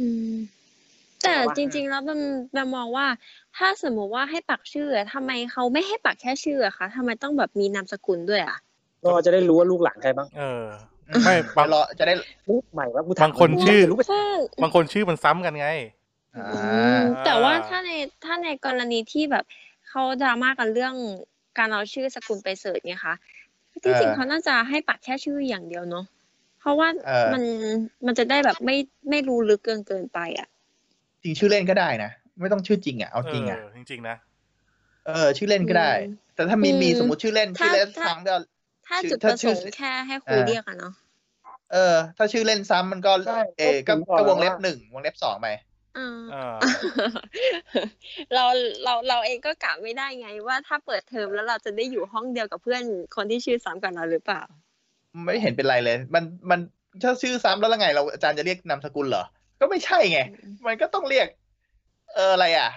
Speaker 3: อืมแต่จริง ๆ แล้วมันมันมองว่า ถ้าสมมุติว่าให้ปักชื่ออะทำไมเขาไม่ให้ปักแค่ชื่ออะคะทำไมต้องแบบมีนามสกุลด้วยอะ
Speaker 4: ก็จะได้รู้ว่าลูกหลานใครบ้าง
Speaker 1: เออ ไม่บาง
Speaker 2: จะรอจะได้
Speaker 4: ลูกใหม่ว่ากูถม
Speaker 1: บางคนชื่อ
Speaker 4: ลูกไป
Speaker 3: ใช่
Speaker 1: บางคนชื่อมันซ้ำกันไง
Speaker 2: อ่
Speaker 3: อื
Speaker 2: า
Speaker 3: มแต่ว่า
Speaker 1: อ่า
Speaker 3: ถ้าในถ้าในกรณีที่แบบเขาดราม่ากันเรื่องการเอาชื่อสกุลไปเสิร์ชไงคะจริง
Speaker 2: เออ
Speaker 3: ๆเขาน่าจะให้ปักแค่ชื่ออย่างเดียวเนาะเพราะว่า
Speaker 2: เออ
Speaker 3: มันมันจะได้แบบไม่ไม่รู้ลึกเกินเกินไปอ่ะ
Speaker 2: จริงชื่อเล่นก็ได้นะ ไม่ต้องชื่อจริงอ่ะเอาจริงอ่ะ
Speaker 1: เจริงๆนะ
Speaker 2: เออชื่อเล่นก็ได้
Speaker 3: อืม
Speaker 2: แต่ถ้ามี
Speaker 3: อืม
Speaker 2: มีสมมติชื่อเล่น
Speaker 3: ถ้า
Speaker 2: ชื่อเล่น
Speaker 3: ถ้า
Speaker 2: ซ้ำก็
Speaker 3: ถ้า
Speaker 2: ชื่อถ้า
Speaker 3: จุดประส
Speaker 2: ชื่
Speaker 3: ง
Speaker 2: อ
Speaker 3: ค์แค่ให้คุย
Speaker 2: อ่า
Speaker 3: เรียกอะเนาะ
Speaker 2: เออ ถ้าชื่อเล่นซ้ำมันก็
Speaker 4: ใช่
Speaker 2: เออก็
Speaker 4: ผมบ
Speaker 2: ก็ว
Speaker 4: แล้
Speaker 2: งเล็บ
Speaker 4: า
Speaker 2: หนึ่งวงเล็บสองไป
Speaker 3: อ่า
Speaker 1: เออ
Speaker 3: เราเราเราเองก็กะไม่ได้ไงว่าถ้าเปิดเทอมแล้วเราจะได้อยู่ห้องเดียวกับเพื่อนคนที่ชื่อซ้ำกับเราหรือเปล่า
Speaker 2: ไม่เห็นเป็นไรเลย มันมันถ้าชื่อซ้ำแล้วละไง เราอาจารย์จะเรียกนามสกุลเหรอ ก็ไม่ใช่ไง มันก็ต้องเรียก เอออะไรอ่ะ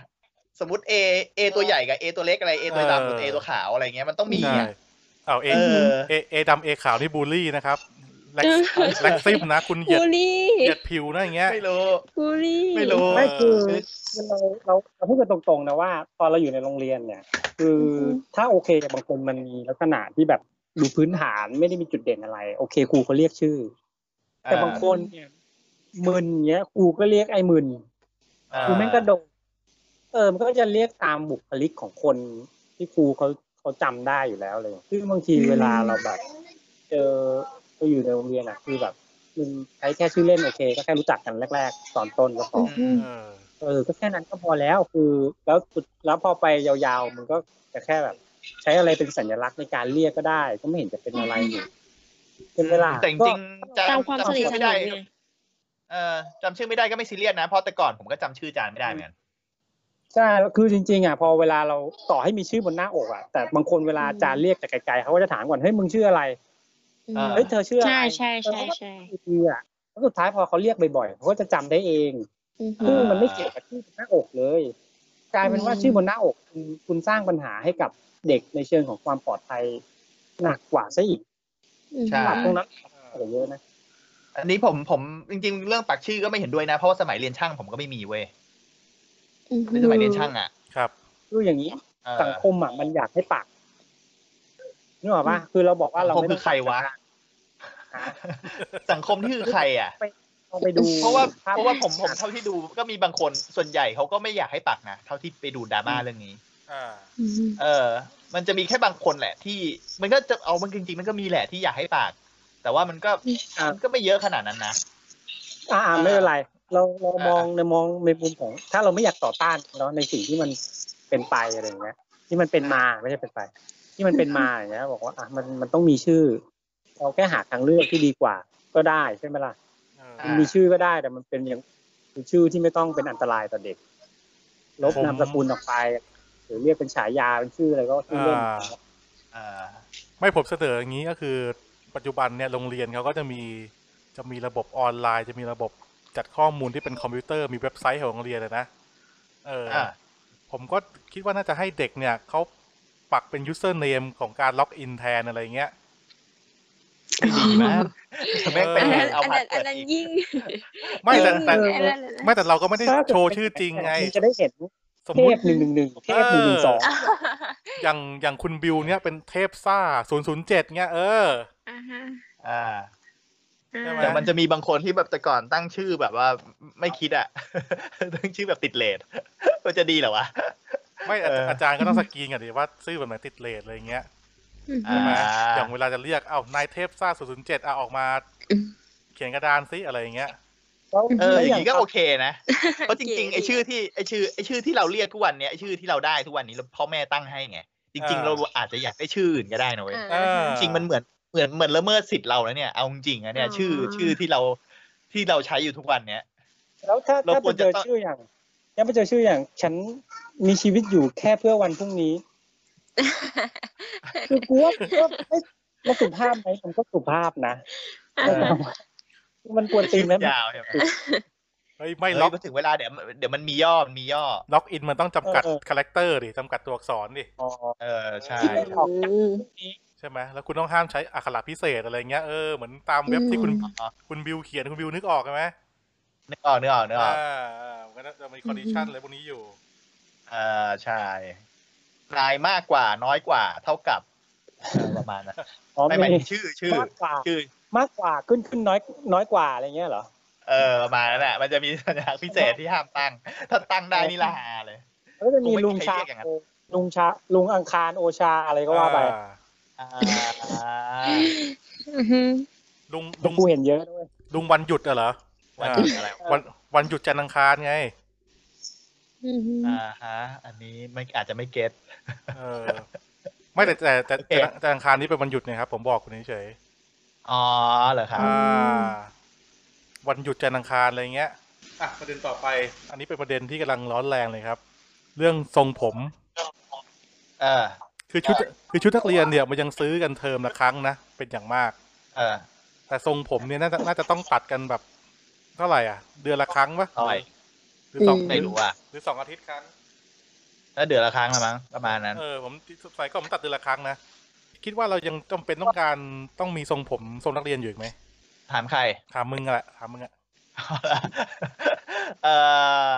Speaker 2: สมมติ A A ตัวใหญ่กับ A ตัวเล็กอะไร A ตัวดำกับ A ตัวขาวอะไรเงี้ยมันต้องมี
Speaker 1: ใช่
Speaker 2: อ่ะ
Speaker 1: เอาเอ
Speaker 2: เออ
Speaker 1: เอเอดำเอขาวนี่บูลลี่นะครับแล็ก
Speaker 3: เออ
Speaker 1: แล็กซิมนะ คุณเหยีย
Speaker 3: กู
Speaker 1: ด
Speaker 3: รี่
Speaker 1: เหยียดผิวนะอย่างเงี้ย
Speaker 2: ไม่รู้
Speaker 3: กูรี่
Speaker 2: ไม่รู้
Speaker 4: ไม่คือคือเราเราเราพูดกันตรงๆนะว่า ตอนเราอยู่ในโรงเรียนเนี่ย คือถ้าโอเคบางคนมันมีลักษณะที่แบบดูพื้นฐานไม่ได้มีจุดเด่นอะไร โอเคครูเขาเรียกชื่อ แต่บางคนเนี่ยมึนเงี้ยครูก็เรียกไอ้มึน
Speaker 2: อ่า
Speaker 4: ครูแม่งกระโดดเออมันก็จะเรียกตามบุคลิกของคนที่ครูเขาเขาจำได้อยู่แล้วอะไรอย่างเลยซึ่งบางทีเวลาเราแบบเจอเราอยู่ในโรงเรียนอะคือแบบมึงใช้แค่ชื่อเล่นโอเคก็แค่รู้จักกันแรก ๆ ตอนต้นก็พอ
Speaker 2: อืม
Speaker 1: เออ
Speaker 4: เออ ก็แค่นั้นก็พอแล้ว คือ แล้วสุดแล้วพอไปยาวๆ มันก็จะแค่แบบ ใช้อะไรเป็นสัญลักษณ์ในการเรียกก็ได้ ก็ไม่เห็นจะเป็นอะไรนี่เป็นเวลา
Speaker 2: แต่จริงๆจำ
Speaker 3: ตามความส
Speaker 2: จำ
Speaker 3: นิ
Speaker 2: ชื่
Speaker 3: ท
Speaker 2: อ
Speaker 3: ส
Speaker 2: ไม่
Speaker 3: น
Speaker 2: ได้
Speaker 3: มไง
Speaker 2: เออจำชื่อไม่ได้ก็ไม่ซีเรียสนะ เพราะแต่ก่อนผมก็จำชื่ออาจารย์ไม่ได้เหมือนกัน
Speaker 4: ใช่แล้วคือจริงๆอ่ะ พอเวลาเราต่อให้มีชื่อบนหน้าอกอ่ะ แต่บางคนเวลาอาจารย์เรียกจากไกลๆเขาก็จะถามก่อน เฮ้ย มึงชื่ออะไร
Speaker 3: อื
Speaker 2: าม
Speaker 4: เฮ้ย เธอชื่ออะไร
Speaker 3: ใช่ใช่ใช่ใช่
Speaker 4: เอออ่ะแล้วสุดท้ายพอเขาเรียกบ่อยๆเขาก็จะจำได้เอง
Speaker 3: อือ
Speaker 2: า
Speaker 3: ฮึ
Speaker 4: ซึ่งมันไม่เกี่ยวกับชื่อบนหน้าอกเลย กลายเป็นว่า
Speaker 3: อืม
Speaker 4: ชื่อบนหน้าอกคุณคุณสร้างปัญหาให้กับเด็กในเชิงของความปลอดภัยหนักกว่าซะอีก
Speaker 3: อือ
Speaker 2: ใช่
Speaker 3: ฮึ
Speaker 4: ปรับตรงนั้นเหลือเยอะนะ
Speaker 2: อันนี้ผมผมจริง ๆ เรื่องปักชื่อก็ไม่เห็นด้วยนะ เพราะว่าสมัยเรียนช่างผมก็ไม่มีเว้ย
Speaker 3: อือฮึ
Speaker 2: ในสมัยเรียนช่างอ่ะ
Speaker 1: ครับ
Speaker 4: คืออย่างนี้
Speaker 2: เออ
Speaker 4: สังคมอ่ะมันอยากให้ปักนึกออกปะคือเราบอกว่าเรา
Speaker 2: สังคม
Speaker 4: ไม่
Speaker 2: คือใครวะ
Speaker 4: หา
Speaker 2: สังคมนี่คือใครอ่ะ
Speaker 4: ลองไปดู
Speaker 2: เพราะว่า
Speaker 4: ภพ
Speaker 2: เพราะว่าผมผมเท่าที่ดูก็มีบางคนส่วนใหญ่เขาก็ไม่อยากให้ปักนะเท่าที่ไปดูดราม่าเรื่องนี้
Speaker 1: อ่า
Speaker 3: อือฮึ
Speaker 2: เออ มันจะมีแค่บางคนแหละ ที่มันก็จะเอามันจริงๆมันก็มีแหละที่อยากให้ปักแต่ว่ามันก็มันก็ไม่เยอะขนาดนั้นนะ
Speaker 4: อ่าอ่าไม่เป็นไร เราเรา
Speaker 2: อ่าม ม
Speaker 4: องในมองในมุมของ ถ้าเราไม่อยากต่อต้านเนาะในสิ่งที่มันเป็นไปอะไรอย่างเงี้ย ที่มันเป็นมาไม่ใช่เป็นไป ที่มันเป็นมาอย่างเงี้ยบอกว่าอ่ะมันมันต้องมีชื่อ เราแค่หาทางเลือกที่ดีกว่า ก็ได้ใช่ไหมล่ะ
Speaker 1: เออ
Speaker 2: อ่ามี
Speaker 4: มีชื่อก็ได้แต่มันเป็นอย่างเป็นชื่อที่ไม่ต้องเป็นอันตรายต่อเด็ก ลบ
Speaker 1: ผม
Speaker 4: นามสกุลออกไป หรือเรียกเป็นฉายาเป็นชื่ออะไรก็ชื่อเล่น
Speaker 2: เออ
Speaker 1: ไม่ผมเสนออย่างนี้ก็คือปัจจุบันเนี่ยโรงเรียนเขาก็จะมีจะมีระบบออนไลน์ จะมีระบบจัดข้อมูลที่เป็นคอมพิวเตอร์มีเว็บไซต์ของโรงเรียนเลยนะ เอออ
Speaker 2: อ่า
Speaker 1: ผมก็คิดว่าน่าจะให้เด็กเนี่ยเขาปักเป็น username ของการล็อกอินแทนอะไรเงี้ย
Speaker 2: ไม่ดีมากแม่งไป
Speaker 3: อัน
Speaker 2: แฮ
Speaker 3: นั้
Speaker 2: ก
Speaker 3: น
Speaker 2: เอา
Speaker 3: อัน
Speaker 2: พาสเวิร์ด
Speaker 3: นั้นอันนั้น
Speaker 2: อีก
Speaker 3: ยิ่ง
Speaker 1: ไม่แต่แต่
Speaker 3: ยิ่งอันนั้นอันนั้น
Speaker 1: ไม่แต่เราก็ไม่ได้
Speaker 4: ถ้าเกิด
Speaker 1: โชว์ชื่อจริงไง
Speaker 4: มันจะได้เห็น
Speaker 1: สม
Speaker 4: เท
Speaker 1: มุติ
Speaker 4: พหนึ่งหนึ่งหนึ่งเทพหนึ่งหนึ่งสอง
Speaker 1: อย่างอย่างคุณบิวเนี่ยเป็นเทพซ่าศูนย์ศูนย์เจ็ดเนี่ยเออ
Speaker 3: อ่าฮะ
Speaker 2: อ่า
Speaker 1: ใช่ไห
Speaker 2: แต่มันจะมีบางคนที่แบบแต่ก่อนตั้งชื่อแบบว่าไม่คิดอ่ะ ตั้งชื่อแบบติดเลท มันจะดีเหรอวะ
Speaker 1: ไม่อาจ
Speaker 2: เอออ
Speaker 1: อาจารย์ก็ต้องสกรีนกันดิว่าซื่อแบบไหนติดเลทอะไรเงี้ย
Speaker 3: อือฮึ
Speaker 2: อ่า
Speaker 1: ใช่ไหมอย่างเวลาจะเรียกเอ้านายเทพซ่าศูนย์ศูนย์เจ็ดอ่ะออกมา
Speaker 3: อืม
Speaker 1: เขียนกระดานซิอะไรเงี้ย
Speaker 2: เอออย่างนี้ก็โอเคนะ เพราะจริงๆ
Speaker 3: เก๋ดี
Speaker 2: ไอชื่อที่ไอชื่อไอชื่อที่เราเรียกทุกวันเนี้ยไอชื่อที่เราได้ทุกวันนี้เราพ่อแม่ตั้งให้ไงจริง
Speaker 1: อ่า
Speaker 2: ๆ เราอาจจะอยากได้ชื่ออื่นก็ได้นะเว้ย
Speaker 1: เออ
Speaker 3: อ่าฮะ
Speaker 2: จริงๆมันเหมือนเหมือนเหมือนละเมิดสิทธิ์เราแล้วเนี่ยเอาจริงๆนะเนี่ย
Speaker 3: อ๋อ
Speaker 2: ชื่อชื่อที่เราที่เราใช้อยู่ทุกวันเนี้ย
Speaker 4: แล้วถ้า
Speaker 2: เรา
Speaker 4: ถ้า
Speaker 2: ค
Speaker 4: ไป
Speaker 2: วร
Speaker 4: เจ
Speaker 2: จะ
Speaker 4: อ
Speaker 2: ต้อง
Speaker 4: ชื่ออย่างถ้าไปเจอชื่ออย่าง ฉันมีชีวิตอยู่แค่เพื่อวันพรุ่งนี้ คือกูว่าก็ไม่มันสุภาพไหมมันก็สุภาพนะ
Speaker 3: อ่า
Speaker 4: แต่
Speaker 3: ฮะ
Speaker 4: ว่า
Speaker 5: มันกวนตีนไหม
Speaker 2: ยาวใช่ไหม
Speaker 1: เฮ้ย
Speaker 2: เฮ้
Speaker 1: ไม่
Speaker 2: ย
Speaker 1: ล็อก
Speaker 2: พอถึงเวลาเดี๋ยวเดี๋ยวมันมีย่อมันมีย่อ
Speaker 1: ล็อกอินมันต้องจำกัด
Speaker 5: เออเออ
Speaker 1: คาแรคเตอร์ดิจำกัดตัวอักษรดิ
Speaker 5: อ๋อ
Speaker 2: เออใช่
Speaker 5: ออกจาก
Speaker 3: อืม
Speaker 1: ใช่ไหมแล้วคุณต้องห้ามใช้อักขระพิเศษอะไรเงี้ยเออเหมือนตามเว็บที่คุณ
Speaker 3: อืม
Speaker 2: อ๋อ
Speaker 1: คุณบิวเขียนคุณบิวนึกออกใช่ไหม
Speaker 2: นึกออกนึกออกนึกอ
Speaker 1: อ่า
Speaker 2: อก
Speaker 1: อ่ามันก็จะมีคอนดิชันอะไรพวกนี้อยู่
Speaker 2: เออใช่ลายมากกว่าน้อยกว่าเท่ากับเออประมาณนั้น
Speaker 5: อ๋อ
Speaker 2: ไม่หมายถึงชื่อชื่อ
Speaker 5: มากกว่า
Speaker 2: ชื่อ
Speaker 5: มากกว่าขึ้นขึ้นน้อยน้อยกว่าอะไรเงี้ยเหรอ
Speaker 2: เออประมาณนั้นแหละมันจะมีสัญลักษณ์พิเศษที่ห้ามตั้ง ถ้าตั้งได้นี่ละหาเลย
Speaker 5: แล้วก็จะมี
Speaker 2: คงไม่
Speaker 5: ลุง
Speaker 2: มีใคร
Speaker 5: ชา
Speaker 2: เรียกอย่างนั้น
Speaker 5: ลุงชาลุงอังคารโอชาอะไรก็ว่าไป
Speaker 1: อ่
Speaker 2: อ่า
Speaker 3: อือฮึ
Speaker 1: ลุง
Speaker 5: แต่
Speaker 1: ลุง
Speaker 5: กูเห็นเยอะด้วย
Speaker 1: ลุงวันหยุดอะเหรอ
Speaker 2: วัน
Speaker 1: อ่า
Speaker 2: หยุดอะไรวะ
Speaker 1: วันวันหยุดจันทร์อังคารไง
Speaker 3: อือฮึ
Speaker 2: อ่าฮะอันนี้ไม่อาจจะไม่เก็ต
Speaker 1: เออ ไม่แต่แต่แต่แต่
Speaker 2: โอเค
Speaker 1: แต่อังคารนี้เป็นวันหยุดนะครับ ผมบอกคุณเฉย
Speaker 2: อ๋อเหรอ
Speaker 1: ๆ
Speaker 2: ครับ
Speaker 1: อ่า
Speaker 3: ม
Speaker 1: วันหยุดจันทร์อังคารอะไรเงี้ยอ่ะประเด็นต่อไป อันนี้เป็นประเด็นที่กำลังร้อนแรงเลยครับ เรื่องทรงผม
Speaker 2: เออ
Speaker 1: คือชุด คือชุดนักเรียนเนี่ยมันยังซื้อกันเทอมละครั้งนะเป็นอย่างมาก
Speaker 2: เออ
Speaker 1: แต่ทรงผมเนี่ยน่าจะน่าจะต้องตัดกันแบบ เท่าไหร่อ่ะ เดือนละครั้งปะ
Speaker 2: หน่อย
Speaker 1: หรือสอง
Speaker 3: อื
Speaker 2: ไม่รู้อ่ะ
Speaker 1: หรือสองอาทิตย์ครั้ง
Speaker 2: ถ้าเดือนละครั้งละมั้งประมาณนั้น
Speaker 1: เออผมสมัยก่อนผมตัดเดือนละครั้งนะ คิดว่าเรายังจำเป็นต้องการต้องมีทรงผมทรงนักเรียนอยู่อีกไหม
Speaker 2: ถามใคร
Speaker 1: ถามมึงอะแหละถามมึงอะ
Speaker 2: เออ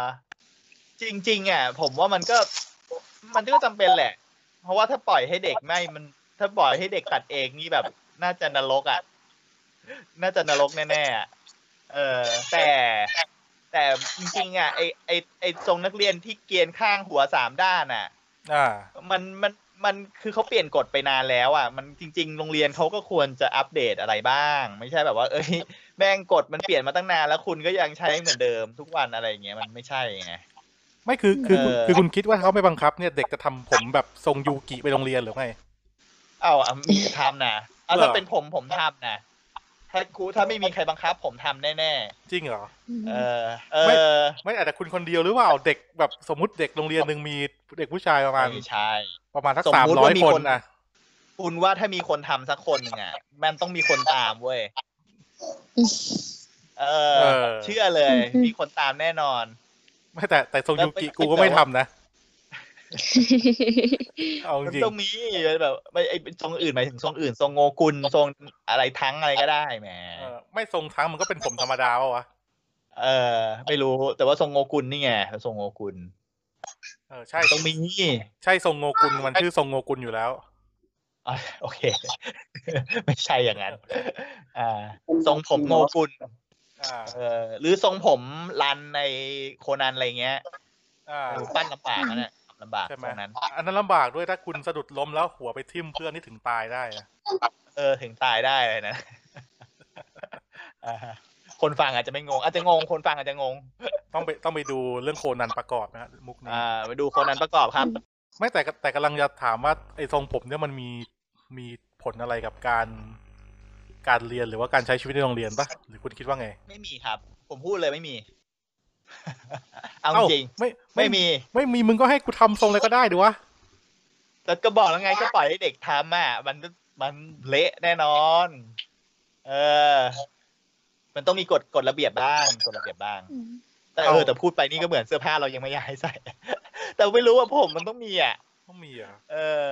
Speaker 2: จริงๆอ่ะผมว่ามันก็มันก็จำเป็นแหละ เพราะว่าถ้าปล่อยให้เด็กไม่มัน ถ้าปล่อยให้เด็กตัดเองนี่แบบ น่าจะนรกอ่ะน่าจะนรกแน่ๆอะเออ แต่ แต่จริงๆอ่ะไอไอไอทรงนักเรียนที่เกรียนข้างหัวสามด้านอ่ะ
Speaker 1: อ่า
Speaker 2: มันมันมันคือเขาเปลี่ยนกฎไปนานแล้วอ่ะมันจริง ๆ โรงเรียนเขาก็ควรจะอัปเดตอะไรบ้าง ไม่ใช่แบบว่า เอ้ยแม่งกฎมันเปลี่ยนมาตั้งนานแล้วคุณก็ยังใช้เหมือนเดิมทุกวันอะไรอย่างเงี้ยมันไม่ใช่ไง
Speaker 1: ไม่คือคือ
Speaker 2: เออ
Speaker 1: คือคุณคิดว่าเขาไม่บังคับเนี่ยเด็กจะทำผมแบบทรงยูกิไปโรงเรียนหรือไง
Speaker 2: เอ้าอ่ะมีทำ นะเอา
Speaker 1: เหรอ
Speaker 2: ถ้าเป็นผมผมทำนะถ้าครูถ้าไม่มีใครบังคับ ผมทำแน่
Speaker 1: จริงเหรอ
Speaker 2: ๆเออ เอ
Speaker 1: ไม่
Speaker 2: อ
Speaker 1: ไม่อาจจะคุณคนเดียวหรือเปล่าเด็กแบบสมมติเด็กโรงเรียนหนึ่งมีเด็กผู้ชายประมาณ
Speaker 2: ไม่ใช่
Speaker 1: ประมาณสัก
Speaker 2: สม
Speaker 1: สาม
Speaker 2: มติ
Speaker 1: ร้อ
Speaker 2: ว่าย มี
Speaker 1: คน
Speaker 2: คน
Speaker 1: นะ
Speaker 2: คุณว่าถ้ามีคนทำสักคนหนึ่งอ่ะมันต้องมีคนตามเว้ยเออ เชื่อเลย มีคนตามแน่นอน
Speaker 1: ไม่แต่แต่ทรง
Speaker 2: แล้ว
Speaker 1: ยูกิ
Speaker 2: ไม่
Speaker 1: กูก็ไม่
Speaker 2: แต่
Speaker 1: ทำ
Speaker 2: ว่า
Speaker 1: นะเอาจ
Speaker 2: มัน
Speaker 1: ริง
Speaker 2: ต้องมีแบบไม่ไอทรงอื่นหมายถึงทรงอื่นทรงโงกุลทรงอะไรทั้งอะไรก็ได้แหม
Speaker 1: เออไม่ทรงทั้งมันก็เป็นผมธรรมดาปะวะ
Speaker 2: เออ ไม่รู้แต่ว่าทรงโงกุลนี่ไงทรงโงกุล
Speaker 1: เออใช่
Speaker 2: ต้องมี
Speaker 1: ใช่ทรงโงกุลมันชื่อทรงโงกุลอยู่แล้ว
Speaker 2: อ๋อโอเค ไม่ใช่อย่างนั้น อ่า ทรงผมโงกุล
Speaker 1: อ่า
Speaker 2: เออหรือทรงผมรันในโคนันอะไรเงี้ย
Speaker 1: อ่า
Speaker 2: ปั้นลำบากนะเนี่ยลำบาก
Speaker 1: ใช่ไหม
Speaker 2: ตรงนั้น
Speaker 1: อันนั้นลำบากด้วยถ้าคุณสะดุดล้มแล้วหัวไปทิ่มเพื่อนนี่ถึงตายได้นะ
Speaker 2: เออถึงตายได้เลยนะ อ่าคนฟังอาจจะไม่งง อาจจะงงคนฟังอาจจะงง
Speaker 1: ต้องไปต้องไปดูเรื่องโคนันประกอบนะฮะมุกนี้
Speaker 2: อ่าไปดูโคนันประกอบครับ
Speaker 1: ไม่แต่แต่กำลังจะถามว่าไอ้ทรงผมเนี่ยมันมีมีผลอะไรกับการ การเรียนหรือว่าการใช้ชีวิตในโรงเรียนปะหรือคุณคิดว่าไง
Speaker 2: ไม่มีครับ ผมพูดเลยไม่มี เอา
Speaker 1: เอ้า
Speaker 2: จริง
Speaker 1: ไม่
Speaker 2: ๆไม่มี
Speaker 1: ไม่มีมึงก็ให้กูทำทรงอะไรก็ได้ดีวะ
Speaker 2: แต่ก็บอกแล้วไงก็ปล่อยให้เด็กทำอ่ะ มันมันเละแน่นอน เออ มันต้องมีกฎกฎระเบียบบ้างกฎระเบียบบ้าง แต่เออแต่พูดไปนี่ก็เหมือนเสื้อผ้าเรายังไม่อยากให้ใส่ แต่ไม่รู้ว่าผมมันต้องมีอ่ะ
Speaker 1: ต้องมีอ่ะ
Speaker 2: เออ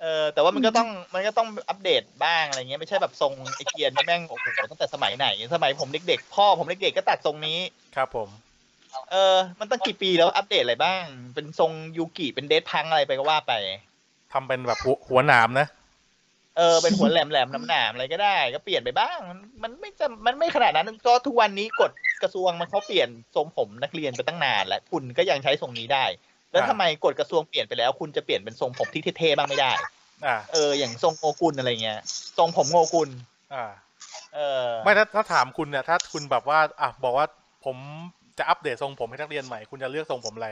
Speaker 2: เออ แต่ว่ามันก็ต้อง มันก็ต้องอัปเดตบ้างอะไรเงี้ย ไม่ใช่แบบทรงไอเกรียนนี่แม่งโอ้โหตั้งแต่สมัยไหน สมัยผมเด็กๆ พ่อผมเด็กๆ ก็ตัดทรงนี้
Speaker 1: ครับผม
Speaker 2: เออ มันตั้งกี่ปีแล้วอัปเดตอะไรบ้าง เป็นทรงยูกิ เป็นเดทพังอะไรไปก็ว่าไป
Speaker 1: ทำเป็นแบบหัวหัวหนามนะ
Speaker 2: เออ เป็นหัวแหลมแหลมๆน้ำหนามๆอะไรก็ได้ ก็เปลี่ยนไปบ้าง มันมันไม่จำมันไม่ขนาดนั้น ก็ทุกวันนี้กฎกระทรวงมันเขาเปลี่ยนทรงผมนักเรียนไปตั้งนานแล้ว คุณก็ยังใช้ทรงนี้ได้ แล้วทำไมกฎกระทรวงเปลี่ยนไปแล้ว คุณจะเปลี่ยนเป็นทรงผมที่เท่ๆบ้างไม่ได้
Speaker 1: อ่า
Speaker 2: เออ อย่างทรงโงกุลอะไรเงี้ย ทรงผมโงกุล
Speaker 1: อ่า
Speaker 2: เออ
Speaker 1: ไม่ถ้าถ้าถามคุณเนี่ยถ้าคุณแบบว่าอ่ะบอกว่าผมจะอัปเดตทรงผมให้นักเรียนใหม่คุณจะเลือกทรงผมอะไร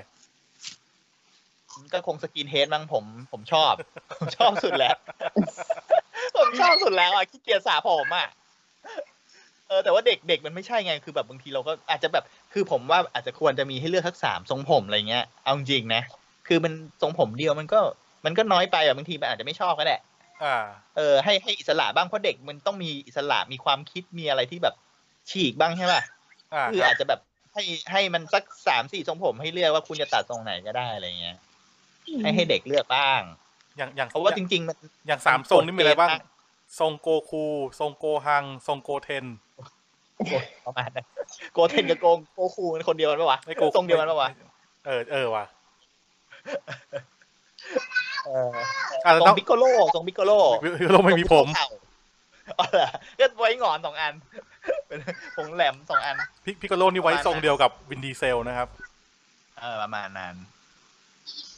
Speaker 2: ก็คงสกินเฮดมั้งผม ผมชอบ ผมชอบสุดแล้ว ผมชอบสุดแล้วอ่ะขี้เกียจสระผมอ่ะ เออแต่ว่าเด็กเด็กมันไม่ใช่ไงคือแบบบางทีเราก็อาจจะแบบคือผมว่าอาจจะควรจะมีให้เลือกทักสามทรงผมอะไรเงี้ยเอาจริงๆนะ คือมันทรงผมเดียวมันก็ มันก็น้อยไปอ่ะบางทีมันอาจจะไม่ชอบก็ได้
Speaker 1: อ่า
Speaker 2: เออให้ให้อิสระบ้างเพราะเด็กมันต้องมีอิสระมีความคิดมีอะไรที่แบบ ฉีกบ้างใช่ป่ะ
Speaker 1: อ่า
Speaker 2: คือ
Speaker 1: ครั
Speaker 2: อา
Speaker 1: บ
Speaker 2: จจะแบบให้ให้มันสักสามสี่ทรงผมให้เลือกว่าคุณจะตัดทรงไหนก็ได้อะไรเงี้ย ให้ให้เด็กเลือกบ้าง
Speaker 1: อย่างอย่าง
Speaker 2: เพราะว่าจริง ๆ มัน
Speaker 1: อย่างสามทรงนี่มีอะไรบ้าง
Speaker 2: มันกดเกมม
Speaker 1: ทรงโกคูทรงโกฮังทรงโกเทน
Speaker 2: โอ้โหประมาณนั้นโกเทนกับโกงโกคูมันคนเดียวกันปะวะ
Speaker 1: ไอ้โก
Speaker 2: ทรงเดียวกันปะวะ
Speaker 1: เออเออว่ะ
Speaker 2: เออ
Speaker 1: อ่ะ
Speaker 2: ท
Speaker 1: แล้ว
Speaker 2: ร
Speaker 1: ต้อง
Speaker 2: งบิกโกโลทรงบิกโกโล
Speaker 1: ลงไม่มีผม
Speaker 2: อ๋อเหรอก็ไว้หงอนสองอัน เป็นผมแหลมสองอัน
Speaker 1: พิพิกาโลนี่ไว้ทรงเดียวกับวินดีเซลนะครับ
Speaker 2: เออประมาณนั้น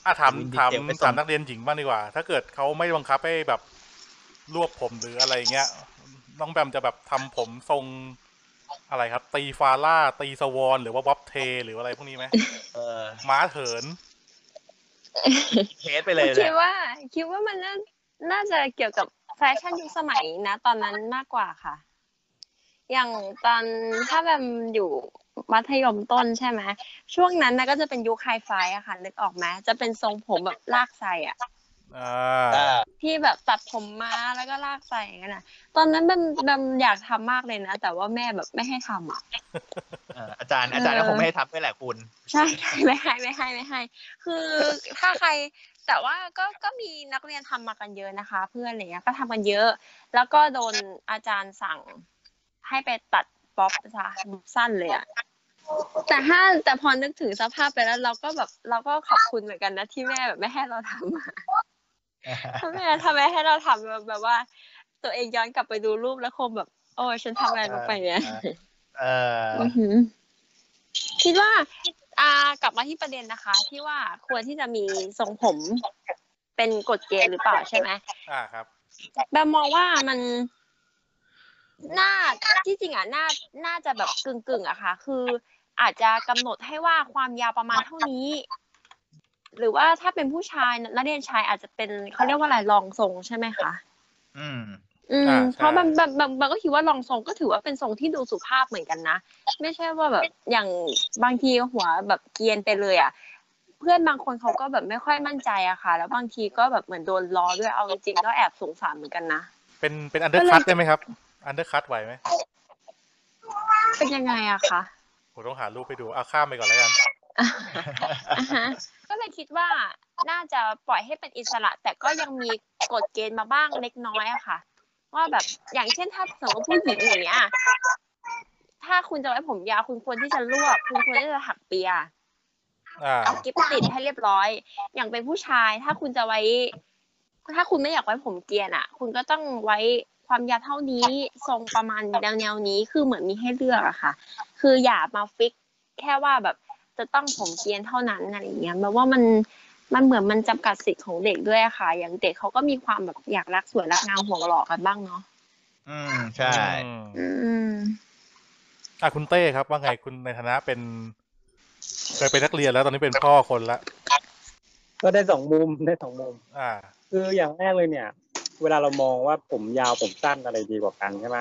Speaker 1: อ่ะถาม
Speaker 2: Vin
Speaker 1: ถาม
Speaker 2: Diesel เป็นทรง
Speaker 1: ถามนักเรียนหญิงบ้างดีกว่า ถ้าเกิดเขาไม่บังคับให้แบบรวบผมหรืออะไรเงี้ย น้องแบมจะแบบทำผมทรงอะไรครับ ตีฟาร่า ตีสวอนหรือว่าบ๊อบเท หรืออะไรพวกนี้ไหม
Speaker 2: เออ
Speaker 1: ม้าเถิน
Speaker 2: เทสไปเลยเล
Speaker 3: คิ
Speaker 2: ย
Speaker 3: ดว่า คิดว่ามันน่าน่าจะเกี่ยวกับแฟชั่นยุคสมัยนะ ตอนนั้นมากกว่าค่ะ อย่างตอนถ้าแบบอยู่มัธยมต้นใช่ไหมช่วงนั้นนะก็จะเป็นยุคไฮไฟอะค่ะนึกออกไหมจะเป็นทรงผมแบบลากไซอะ
Speaker 1: อ่
Speaker 2: อ่า
Speaker 1: า
Speaker 3: ที่แบบตัดผมมาแล้วก็ลากใส่อย่างนั้นนะตอนนั้นแบมแบมอยากทำมากเลยนะ แต่ว่าแม่แบบไม่ให้ทำอ่ะ
Speaker 2: เอออาจารย์อาจารย์ก็คงไม่ให้ทำด้วยแหละคุณ
Speaker 3: ใช่ ใช่ไม่ให้ไม่ให้ไม่ให้ คือถ้าใครแต่ว่าก็ก็มีนักเรียนทำมากันเยอะนะคะ เพื่อนอะไรเงี้ยก็ทำกันเยอะ แล้วก็โดนอาจารย์สั่งให้ไปตัดป๊อปซะสั้นเลยอะแต่ถ้าแต่พอนึกถึงสภาพไปแล้ว เราก็แบบเราก็ขอบคุณเหมือนกันนะที่แม่แบบไม่ให้เราทำอะ ทำไมอะทำไมให้เราทำแบบแบบว่า ตัวเองย้อนกลับไปดูรูปแล้วคงแบบ โอ้ยฉันทำอะไรลงไปเนี่ย
Speaker 2: เออ เออ
Speaker 3: อหือคิดว่า อ่ากลับมาที่ประเด็นนะคะ ที่ว่าควรที่จะมีทรงผมเป็นกฎเกณฑ์หรือเปล่าใช่ไหม
Speaker 1: อ่าครับ
Speaker 3: แบบมองว่ามันน่าที่จริงอ่ะน่าน่าจะแบบกึ่งกึ่งๆอะค่ะ คืออาจจะกำหนดให้ว่าความยาวประมาณเท่านี้ หรือว่าถ้าเป็นผู้ชายนักเรียนชายอาจจะเป็นเขาเรียกว่าอะไรรองทรงใช่ไหมคะ
Speaker 2: อืม
Speaker 3: อืม
Speaker 1: อ่าใช่
Speaker 3: เพราะมันมันมันมันก็คิดว่ารองทรงก็ถือว่าเป็นทรงที่ดูสุภาพเหมือนกันนะ ไม่ใช่ว่าแบบอย่างบางทีหัวแบบเกรียนไปเลยอ่ะ เพื่อนบางคนเขาก็แบบไม่ค่อยมั่นใจอะค่ะ แล้วบางทีก็แบบเหมือนโดนล้อด้วยเอาจริงๆก็แอบสงสารเหมือนกันนะ
Speaker 1: เป็นเป็นอันเดอร์คัได้ไหมครับ อันเดอร์คัไหวไหม
Speaker 3: เป็นยังไงอะคะ
Speaker 1: ผมต้องหารูปไปดูเอาข้ามไปก่อนแล้วกัน
Speaker 3: อ่าฮะก็เลยคิดว่าน่าจะปล่อยให้เป็นอิสระ แต่ก็ยังมีกฎเกณฑ์มาบ้างเล็กน้อยอะค่ะ ว่าแบบอย่างเช่นถ้าสมมติผู้หญิงอย่างเนี้ยถ้าคุณจะไว้ผมยาวคุณควรที่จะรวบคุณควรที่จะถักเปียร์
Speaker 1: อ่า
Speaker 3: เอากิ๊บติดให้เรียบร้อย อย่างเป็นผู้ชายถ้าคุณจะไว้ ถ้าคุณไม่อยากไว้ผมเกรียนอะคุณก็ต้องไว้ความยาวเท่านี้ทรงประมาณแนวแนวๆนี้คือเหมือนมีให้เลือกอะค่ะ คืออย่ามาฟิกแค่ว่าแบบจะต้องผมเกรียนเท่านั้นอะไรอย่างเงี้ยแบบว่ามันมันเหมือนมันจำกัดสิทธิ์ของเด็กด้วยอะค่ะ อย่างเด็กเขาก็มีความแบบอยากรักสวยรักงามห่วงหล่อกันบ้างเนาะ
Speaker 2: อืมใช่
Speaker 1: อืม
Speaker 3: อืม
Speaker 1: อ่ะคุณเต้ครับ ว่าไงคุณในฐานะเป็น เคยเป็นนักเรียนแล้วตอนนี้เป็นพ่อคนละ
Speaker 4: ก็ได้สองมุมได้สองมุม
Speaker 1: อ่า
Speaker 4: คืออย่างแรกเลยเนี่ย เวลาเรามองว่าผมยาวผมสั้นอะไรดีกว่ากันใช่ไหม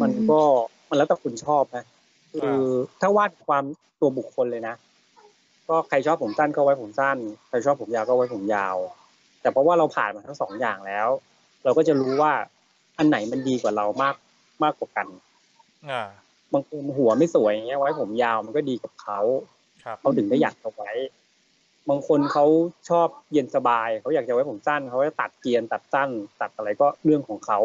Speaker 4: มันก็มันแล้วแต่คุณชอบนะคือถ้าวาดความตัวบุคคลเลยนะ ก็ใครชอบผมสั้นก็ไว้ผมสั้น ใครชอบผมยาวก็ไว้ผมยาว แต่เพราะว่าเราผ่านมาทั้งสองอย่างแล้ว เราก็จะรู้ว่าอันไหนมันดีกว่าเรามากมากกว่ากัน
Speaker 1: อ่า
Speaker 4: บางคนหัวไม่สวยอย่างเงี้ยไว้ผมยาวมันก็ดีกับเขา
Speaker 1: ครับ
Speaker 4: เขาถึงได้อยากจะไว้ บางคนเขาชอบเย็นสบาย เขาอยากจะไว้ผมสั้น เขาจะตัดเกรียนตัดสั้น ตัดอะไรก็เรื่องของเขา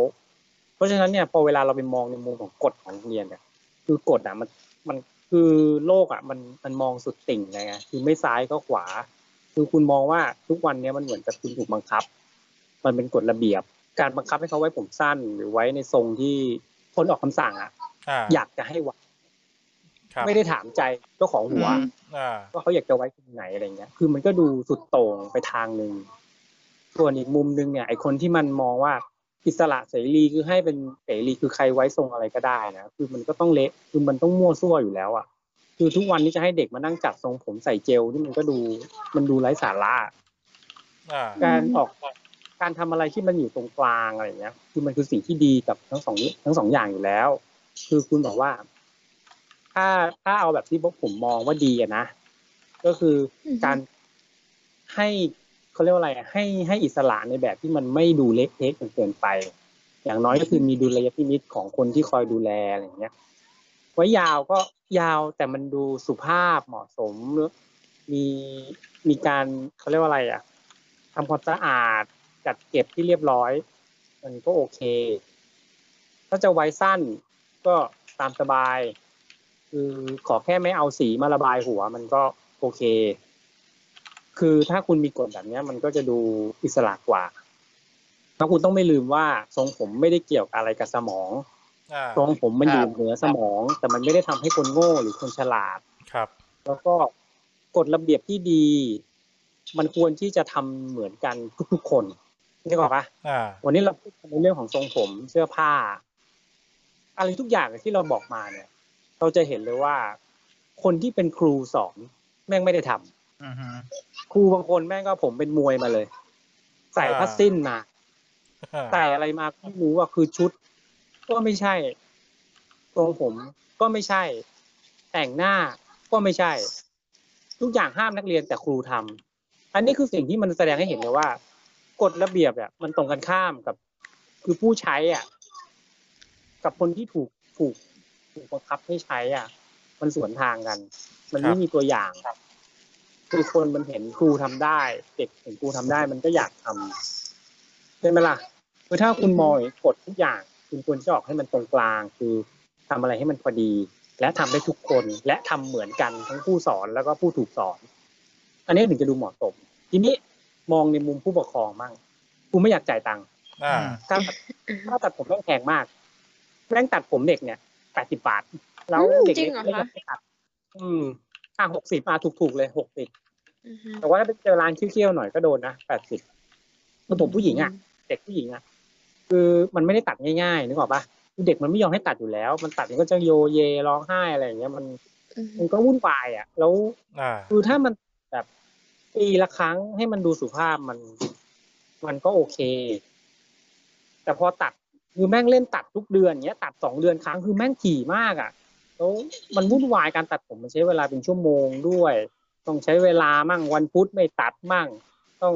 Speaker 4: เพราะฉะนั้นเนี่ยพอเวลาเราไปมองในมุมของกฎของโรงเรียนเนี่ยคือกฎอ่ะมันมันคือโลกอ่ะมันมันมองสุดติ่งไงคือไม่ซ้ายก็ขวา คือคุณมองว่าทุกวันเนี้ยมันเหมือนกับคุณถูกบังคับ มันเป็นกฎระเบียบ การบังคับให้เขาไว้ผมสั้น หรือไว้ในทรงที่คนออกคำสั่งอ่ะ
Speaker 1: อ่า
Speaker 4: อยากจะให้ไว้
Speaker 1: ครับ
Speaker 4: ไม่ได้ถามใจเจ้าของหัว
Speaker 2: อืม
Speaker 1: อ่า
Speaker 4: ว่าเขาอยากจะไว้ตรงไหนอะไรเงี้ย คือมันก็ดูสุดโต่งไปทางหนึ่ง ส่วนอีกมุมหนึ่งเนี่ยไอคนที่มันมองว่าอิสระเสรีคือให้เป็นเสรีคือใครไว้ทรงอะไรก็ได้นะ คือมันก็ต้องเละคือมันต้องมั่วซั่วอยู่แล้วอ่ะ คือทุกวันนี้จะให้เด็กมานั่งจัดทรงผมใส่เจลนี่มันก็ดูมันดูไร้สาระ
Speaker 1: อ่า
Speaker 3: ม
Speaker 4: การออกการทำอะไรที่มันอยู่ตรงกลางอะไรเงี้ย คือมันคือสิ่งที่ดีกับทั้งสองนี้ทั้งสองอย่างอยู่แล้ว คือคุณบอกว่า ถ้าถ้าเอาแบบที่พวกผมมองว่าดีอะนะก็คือการให้เขาเรียกว่าอะไรอะให้ให้อิสระในแบบที่มันไม่ดูเละเทะจนเกินไป อย่างน้อยก็คือมีดุลยพินิจของคนที่คอยดูแลอะไรเงี้ย ไว้ยาวก็ยาวแต่มันดูสุภาพเหมาะสมมีมีการเขาเรียกว่าอะไรอ่ะทำความสะอาดจัดเก็บที่เรียบร้อย มันก็โอเค ถ้าจะไว้สั้นก็ตามสบาย คือขอแค่ไม่เอาสีมาระบายหัว มันก็โอเค คือถ้าคุณมีกฎแบบเนี้ย มันก็จะดูอิสระกว่าแล้วคุณต้องไม่ลืมว่าทรงผมไม่ได้เกี่ยวอะไรกับสมอง
Speaker 1: อ่า
Speaker 4: ทรงผมมัน
Speaker 2: ค
Speaker 4: อ
Speaker 2: รับ
Speaker 4: ยู่เหนือสมอง แต่มันไม่ได้ทำให้คนโง่หรือคนฉลาด
Speaker 1: ครับ
Speaker 4: แล้วก็กฎระเบียบที่ดี มันควรที่จะทำเหมือนกันทุกๆคนนี่กออกปะ
Speaker 1: อ่า
Speaker 4: วันนี้เราพูดในเรื่องของทรงผมเสื้อผ้า อะไรทุกอย่างที่เราบอกมาเนี่ย เราจะเห็นเลยว่า คนที่เป็นครูสอนแม่งไม่ได้ทำ
Speaker 2: อือฮึ
Speaker 4: ครูบางคนแม่งก็ผมเป็นมวยมาเลย ใส่
Speaker 1: อ่า
Speaker 4: ผ้าสิ้นมาใส่อะไรมาก็ไม่รู้ว่าคือชุด ก็ไม่ใช่ทรงผมก็ไม่ใช่ แต่งหน้าก็ไม่ใช่ ทุกอย่างห้ามนักเรียนแต่ครูทำอันนี้คือสิ่งที่มันแสดงให้เห็นเลยว่ากฎระเบียบเนี่ยมันตรงกันข้ามกับ คือผู้ใช้อ่ะ กับคนที่ถูกถูกถูกบังคับให้ใช้อ่ะ มันสวนทางกัน มัน
Speaker 1: ค
Speaker 4: ไม่
Speaker 1: รับ
Speaker 4: มีตัวอย่างครับ คือคนมันเห็นครูทำได้ เด็กเห็นครูทำได้ มันก็อยากทำใช่ไหมล่ะคือถ้าคุณมองกฎทุกอย่าง คุณควรจะออกให้มันตรงกลาง คือทำอะไรให้มันพอดี และทำได้ทุกคนและทำเหมือนกันทั้งผู้สอนแล้วก็ผู้ถูกสอน อันนี้ถึงจะดูเหมาะสมทีนี้มองในมุมผู้ปกครองบ้างกูไม่อยากจ่ายตังค์
Speaker 1: อ่า
Speaker 4: ถ้าถ้าตัดผมต้องแพงมากแม่งตัดผมเด็กเนี่ยแปดสิบบาท แล้ว
Speaker 3: อืม
Speaker 4: เด็ก
Speaker 3: จริ
Speaker 4: เล็
Speaker 3: ง
Speaker 4: ก
Speaker 3: เหรอคะ
Speaker 4: ไม่อยากไปตัด อืมอ่ะหกสิบอ่ะถูกๆเลยหกสิบ
Speaker 3: อือฮึ
Speaker 4: แต่ว่าถ้าไปเจอร้านเคี้ยวๆหน่อยก็โดนนะแปดสิบผมผู้หญิงอ่ะ เด็กผู้หญิงอ่ะ คือมันไม่ได้ตัดง่ายๆนึกออกปะเด็กมันไม่ยอมให้ตัดอยู่แล้ว มันตัดมันก็จะโยเยร้องไห้อะไรอย่างเงี้ยมัน
Speaker 3: อือฮึ
Speaker 4: มันก็วุ่นวายอ่ะ แล้ว
Speaker 1: อ่า
Speaker 4: คือถ้ามันแบบปีละครั้งให้มันดูสุภาพมัน มันก็โอเค แต่พอตัดคือแม่งเล่นตัดทุกเดือนเงี้ย ตัดสองเดือนครั้งคือแม่งถี่มากอ่ะแล้วมันวุ่นวายการตัดผมมันใช้เวลาเป็นชั่วโมงด้วย ต้องใช้เวลามั่งวันพุธไม่ตัดมั่ง ต้อง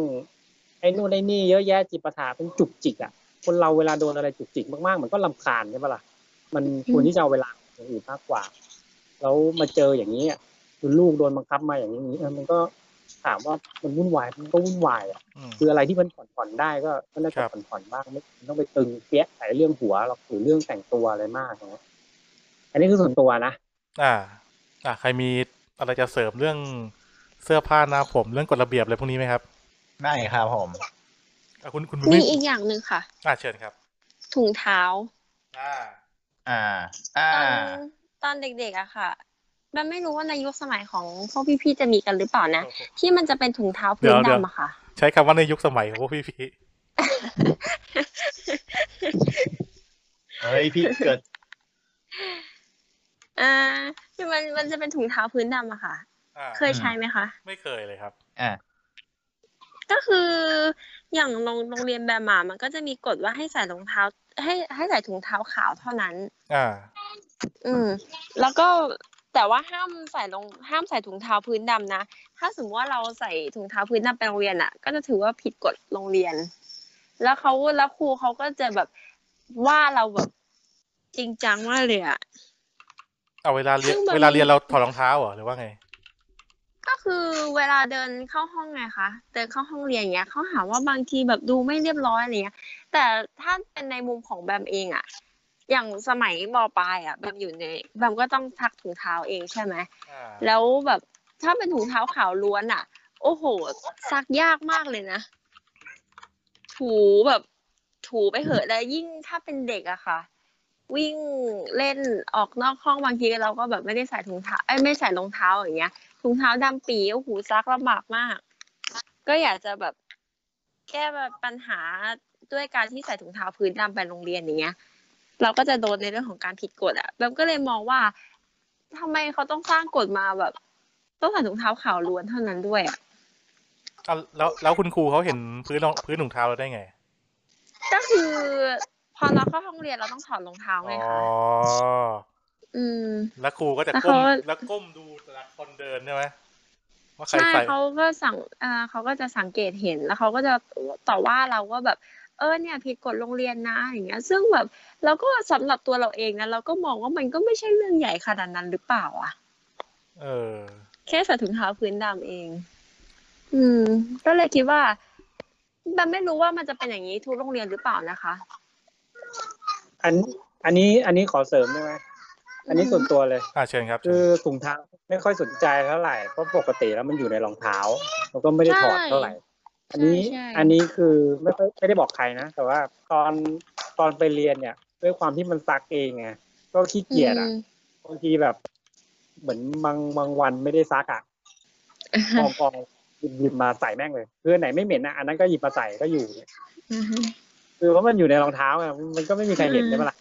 Speaker 4: ไอ้นู่นไอ้นี่เยอะแยะจิปาถาเป็นจุกจิกอ่ะคนเราเวลาโดนอะไรจุกจิกมากๆมันก็ลำคาญใช่ปะล่ะมันควรที่จะเอาเวลาอย่างอื่นมากกว่า แล้วมาเจออย่างนี้อะลูกโดนบังคับมาอย่างนี้เออมันก็ถามว่ามันวุ่นวายมันก็วุ่นวายอ่ะ
Speaker 1: อืม
Speaker 4: คืออะไรที่มันผ่อนผ่อนได้ก็ก็น่า
Speaker 1: ครั
Speaker 4: จะ
Speaker 1: บ
Speaker 4: ผ่อนผ่อนบ้างไม่ไม่ต้องไปตึงเปี้ยใส่เรื่องหัวหรอกหรือเรื่องแต่งตัวอะไรมากอย่างเงี้ยอันนี้คือส่วนตัวนะ
Speaker 1: อ่า อ่า ใครมีอะไรจะเสริมเรื่องเสื้อผ้าหน้าผมเรื่องกฎระเบียบอะไรพวกนี้ไหมครับ
Speaker 2: ได้ครับผม
Speaker 1: อ่ะคุณคุณ
Speaker 3: มี
Speaker 1: วิ
Speaker 3: อีกอย่างหนึ่งค่ะ
Speaker 1: อ่าเชิญครับ
Speaker 3: ถุงเท้า
Speaker 1: อ่า
Speaker 2: อ่า อ่า
Speaker 3: ตอนตอนเด็กๆอะค่ะ มันไม่รู้ว่าในยุคสมัยของพวกพี่ๆจะมีกันหรือเปล่านะ ที่มันจะเป็นถุงเท้าพื้น
Speaker 1: เดี๋ยวๆ
Speaker 3: ดำอะค่ะ
Speaker 1: ใช้คำว่าในยุคสมัยของพวกพี่พี่
Speaker 2: เฮ้ยพี่เกิด
Speaker 3: อ่าคือมันมันจะเป็นถุงเท้าพื้นดำอะค่ะ
Speaker 1: อ่า
Speaker 3: เคยใช้ไหมคะ
Speaker 1: ไม่เคยเลยครับ
Speaker 2: อ่า
Speaker 3: ก็คืออย่างโรงโรงเรียนแบบหมามันก็จะมีกฎว่าให้ใส่รองเท้า ให้ให้ใส่ถุงเท้าขาวเท่านั้น
Speaker 1: อ่า
Speaker 3: อืม แล้วก็แต่ว่าห้ามใส่รองห้ามใส่ถุงเท้าพื้นดำนะ ถ้าสมมติว่าเราใส่ถุงเท้าพื้นดำไปโรงเรียนอ่ะ ก็จะถือว่าผิดกฎโรงเรียน แล้วเขาแล้วครูเขาก็จะแบบว่าเราแบบจริงจังมากเลยอ่ะ
Speaker 1: เอาเวลาเรียน
Speaker 3: ซึ่งมัน
Speaker 1: เวลาเรียนเราถอดรองเท้าเหรอหรือว่าไง
Speaker 3: ก็คือเวลาเดินเข้าห้องไงคะเดินเข้าห้องเรียนอย่างเงี้ยเขาหาว่าบางทีแบบดูไม่เรียบร้อยอะไรเงี้ย แต่ถ้าเป็นในมุมของแบมเองอะอย่างสมัยมปลายอะแบมอยู่ในแบมก็ต้องทักถุงเท้าเองใช่ไหม
Speaker 1: อ่า
Speaker 3: แล้วแบบถ้าเป็นถุงเท้าขาวล้วนอ่ะ โอ้โห ซักยากมากเลยนะ ถูแบบถูไปเหอะแล้วยิ่งถ้าเป็นเด็กอะค่ะ วิ่งเล่นออกนอกห้องบางทีเราก็แบบไม่ได้ใส่ถุงเท้าเอ้ยไม่ใส่รองเท้าอย่างเงี้ยถุงเท้าดำปีโอ้โหซักลำบากมาก ก็อยากจะแบบแก้ปัญหาด้วยการที่ใส่ถุงเท้าพื้นดำไปโรงเรียนอย่างเงี้ย เราก็จะโดนในเรื่องของการผิดกฎอะแบมก็เลยมองว่าทำไมเขาต้องสร้างกฎมาแบบ ต้องใส่ถุงเท้าขาวล้วนเท่านั้นด้วยอะ
Speaker 1: อ่ะแล้วแล้วคุณครูเขาเห็นพื้นรองพื้นถุงเท้าเราได้ไง
Speaker 3: ก็คือพอเราเข้าห้องเรียนเราต้องถอดรองเท้า
Speaker 1: อ๋
Speaker 3: ไง
Speaker 1: อ
Speaker 3: คะอืม
Speaker 1: แล้วครูก็จะ
Speaker 3: แล้ว
Speaker 1: ก้ม
Speaker 3: เขา
Speaker 1: แล้วก้มดูแต่ละคนเดินใช่ไหมว่าใคร
Speaker 3: ใช่
Speaker 1: ใส่
Speaker 3: เขาก็สั่งเอ่อเขาก็จะสังเกตเห็นแล้วเขาก็จะต่อว่าเราว่าแบบ เออเนี่ยผิดกฎโรงเรียนนะอย่างเงี้ย ซึ่งแบบเราก็สำหรับตัวเราเองนะเราก็มองว่ามันก็ไม่ใช่เรื่องใหญ่ขนาดนั้นหรือเปล่าอ่ะ
Speaker 1: เออ
Speaker 3: แค่ใส่ถุงเท้าพื้นดำเอง อืม ก็เลยคิดว่ามันไม่รู้ว่ามันจะเป็นอย่างนี้ทุกโรงเรียนหรือเปล่านะคะ
Speaker 4: อันอันนี้อันนี้ขอเสริมได้ไหมอันนี้ส่วนตัวเลย
Speaker 1: อ่าเชิญครับเชิ
Speaker 4: คื
Speaker 1: ญ
Speaker 4: อถุงเท้าไม่ค่อยสนใจเท่าไหร่เพราะปกติแล้วมันอยู่ในรองเท้าเราก็ไม่ได้ถอดเท่าไหร่
Speaker 3: ใช่
Speaker 4: อันนี้
Speaker 3: ใช่
Speaker 4: อันนี้คือไม่ค่อยไม่ได้บอกใครนะแต่ว่าตอนตอนไปเรียนเนี่ย ด้วยความที่มันซักเองไงก็ขี้เกียจอ่ะบางทีแบบ เหมือนบางบางวันไม่ได้ซัก อ่ะกองกองหยิบหยิบมาใส่แม่งเลยคืออนไหนไม่เหม็นนะอันนั้นก็หยิบมาใส่ก็อยู่เนี่ย
Speaker 3: อืม
Speaker 4: คือเพราะมันอยู่ในรองเท้าไงมันก็ไม่มีใครเห็น
Speaker 3: อืม
Speaker 4: ใช่ไหมล่ะ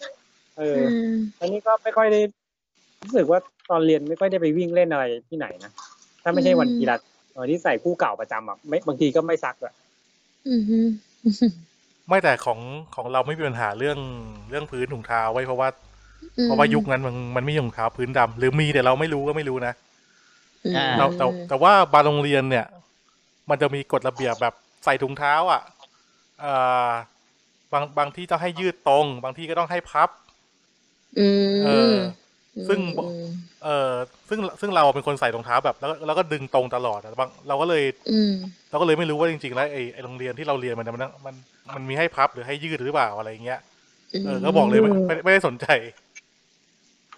Speaker 4: เอ
Speaker 3: อื
Speaker 4: ออ
Speaker 3: ม
Speaker 4: อันนี้ก็ไม่ค่อยได้รู้สึกว่าตอนเรียนไม่ค่อยได้ไปวิ่งเล่นอะไรที่ไหนนะถ้าไม่ใช่วัน
Speaker 3: อืม
Speaker 4: กีฬาเออที่ใส่คู่เก่าประจำอ่ะไม่บางทีก็ไม่ซักอ่ะ
Speaker 3: อืมฮึ
Speaker 1: ไม่แต่ของของเราไม่มีปัญหาเรื่องเรื่องพื้นถุงเท้าไว้ยเพราะว่า
Speaker 3: ม
Speaker 1: เพราะว่ายุคนั้นมันมันไม่มีถุงเท้าพื้นดำหรือมีแต่เราไม่รู้ก็ไม่รู้นะ
Speaker 3: ม
Speaker 2: อ่า
Speaker 1: เราแต่แต่ว่าบางโรงเรียนเนี่ย มันจะมีกฎระเบียบแบบใส่ถุงเท้าอ่ะเอ่อบางบางที่ต้องให้ยืดตรง บางที่ก็ต้องให้พับ
Speaker 3: อืม
Speaker 1: เออ ซึ่ง
Speaker 3: อืม
Speaker 1: เออซึ่งซึ่งเราเป็นคนใส่รองเท้าแบบแล้วก็แล้วก็ดึงตรงตลอดอะบางเราก็เลย
Speaker 3: อืม
Speaker 1: เราก็เลยไม่รู้ว่าจริงๆแล้วไอ้ไอ้โรงเรียนที่เราเรียนมันมันมันมันมีให้พับหรือให้ยืดหรือเปล่าอะไรอย่างเงี้ยเออก็บอกเลยไม่ไม่ไม่ได้สนใจ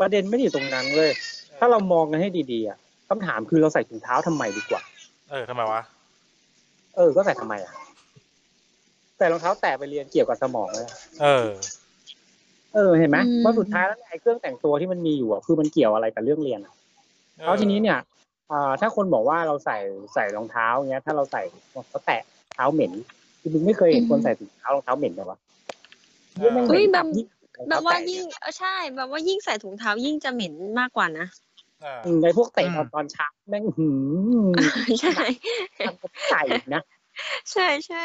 Speaker 4: ประเด็นไม่ได้อยู่ตรงนั้นเลย ถ้าเรามองกันให้ดีๆอ่ะคำถามคือเราใส่ถุงเท้าทำไมดีกว่า
Speaker 1: เออทำไมวะ
Speaker 4: เออก็ใส่ทำไมอ่ะใส่รองเท้าแตะไปเรียนเกี่ยวกับสมองเลยอะ
Speaker 1: เออ
Speaker 4: เออเห็นไหมเพราะสุดท้ายแล้วเนี่ยไอ้เครื่องแต่งตัวที่มันมีอยู่อ่ะคือมันเกี่ยวอะไรกับเรื่องเรียนอ่ะ แล้วทีนี้เนี่ยอ่าถ้าคนบอกว่าเราใส่ใส่รองเท้าเงี้ย ถ้าเราใส่รองเท้าแตะเท้าเหม็นคือมึงไม่เคยเห็นคนใส่ถุงเท้ารองเท้าเหม็นเลยวะ
Speaker 1: เออ
Speaker 4: หี้แม่งเหม็น
Speaker 3: อุ้ยแบบ
Speaker 4: ยิ่ง
Speaker 3: แบบว่ายิ่งเออใช่แบบว่ายิ่งใส่ถุงเท้ายิ่งจะเหม็นมากกว่านะ
Speaker 1: อ่า
Speaker 4: อืมไอ้พวกเตะ
Speaker 2: อืม
Speaker 4: ตอนเช้าแม่งหื ม
Speaker 3: ใช่
Speaker 4: ทำกับไก่นะ
Speaker 3: ใช่ใช่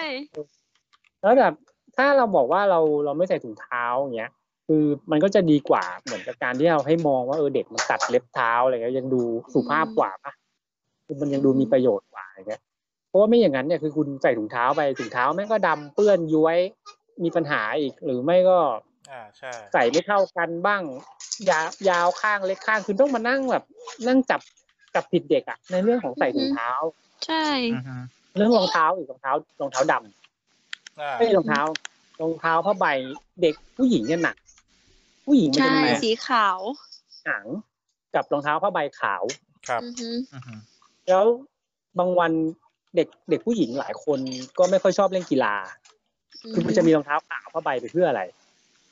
Speaker 4: แล้วแบบถ้าเราบอกว่าเราเราไม่ใส่ถุงเท้าอย่างเงี้ย คือมันก็จะดีกว่าเหมือนกับการที่เราให้มองว่าเออเด็กมันตัดเล็บเท้าอะไรเงี้ยยังดูสุภาพกว่าปะคือมันยังดูมีประโยชน์กว่าอะไรเงี้ยเพราะว่าไม่อย่างนั้นเนี่ยคือคุณใส่ถุงเท้าไปถุงเท้าแม่งก็ดำเปื้อนย้วยมีปัญหาอีกหรือไม่ก็
Speaker 1: อ่าใช่
Speaker 4: ใส่ไม่เท่ากันบ้าง ยาวยาวข้างเล็กข้างคือต้องมานั่งแบบนั่งจับจับผิดเด็กอะในเรื่องของใส่ถุงเท้า
Speaker 3: ใช่
Speaker 2: อือฮึ
Speaker 4: เรื่องรองเท้าอีกรองเท้ารองเท้าดำ
Speaker 1: อ่า
Speaker 4: ไม่ใช่รองเท้ารองเท้าผ้าใบเด็กผู้หญิงเนี่ยหนัก ผู้หญิงมัน
Speaker 3: ใช่
Speaker 4: จะมี
Speaker 3: สีขาว
Speaker 4: หนังกับรองเท้าผ้าใบขาว
Speaker 1: ครับ
Speaker 3: อือฮึ
Speaker 2: อือฮึ
Speaker 4: แล้วบางวันเด็กเด็กผู้หญิงหลายคนก็ไม่ค่อยชอบเล่นกีฬา คือมันจะมีรองเท้าขาวผ้าใบไปเพื่ออะไร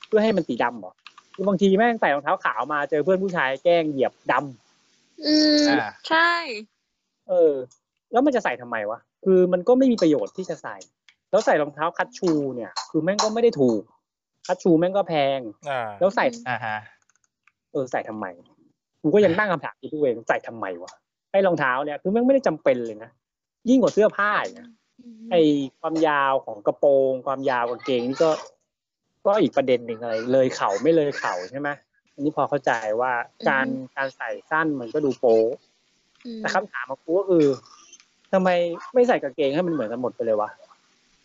Speaker 4: เพื่อให้มันสีดำเหรอคือบางทีแม่งใส่รองเท้าขาวมาเจอเพื่อนผู้ชายแกล้งเหยียบดำ
Speaker 3: อืม
Speaker 2: อ่า
Speaker 3: ใช่
Speaker 4: เออ แล้วมันจะใส่ทำไมวะคือมันก็ไม่มีประโยชน์ที่จะใส่ แล้วใส่รองเท้าคัตชูเนี่ย คือแม่งก็ไม่ได้ถูก คัตชูแม่งก็แพง
Speaker 1: อ่า
Speaker 4: แล้วใส่
Speaker 2: อ่าฮะ
Speaker 4: เออใส่ทำไม กูก็ยังตั้งคำถามอยู่ตัวเองใส่ทำไมวะไอ้รองเท้าเนี่ยคือแม่งไม่ได้จำเป็นเลยนะ ยิ่งกว่าเสื้อผ้าอีกนะไอ้ความยาวของกระโปรง ความยาวกางเกงนี่ก็ ก็อีกประเด็นหนึ่งอะไรเลยเข่าไม่เลยเข่าใช่ไหมอันนี้พอเข้าใจว่าการ
Speaker 3: อืม
Speaker 4: การใส่สั้นมันก็ดูโป๊
Speaker 3: อืม
Speaker 4: แต่คำถามของกูก็คือทำไมไม่ใส่กางเกงให้มันเหมือนกันหมดไปเลยวะ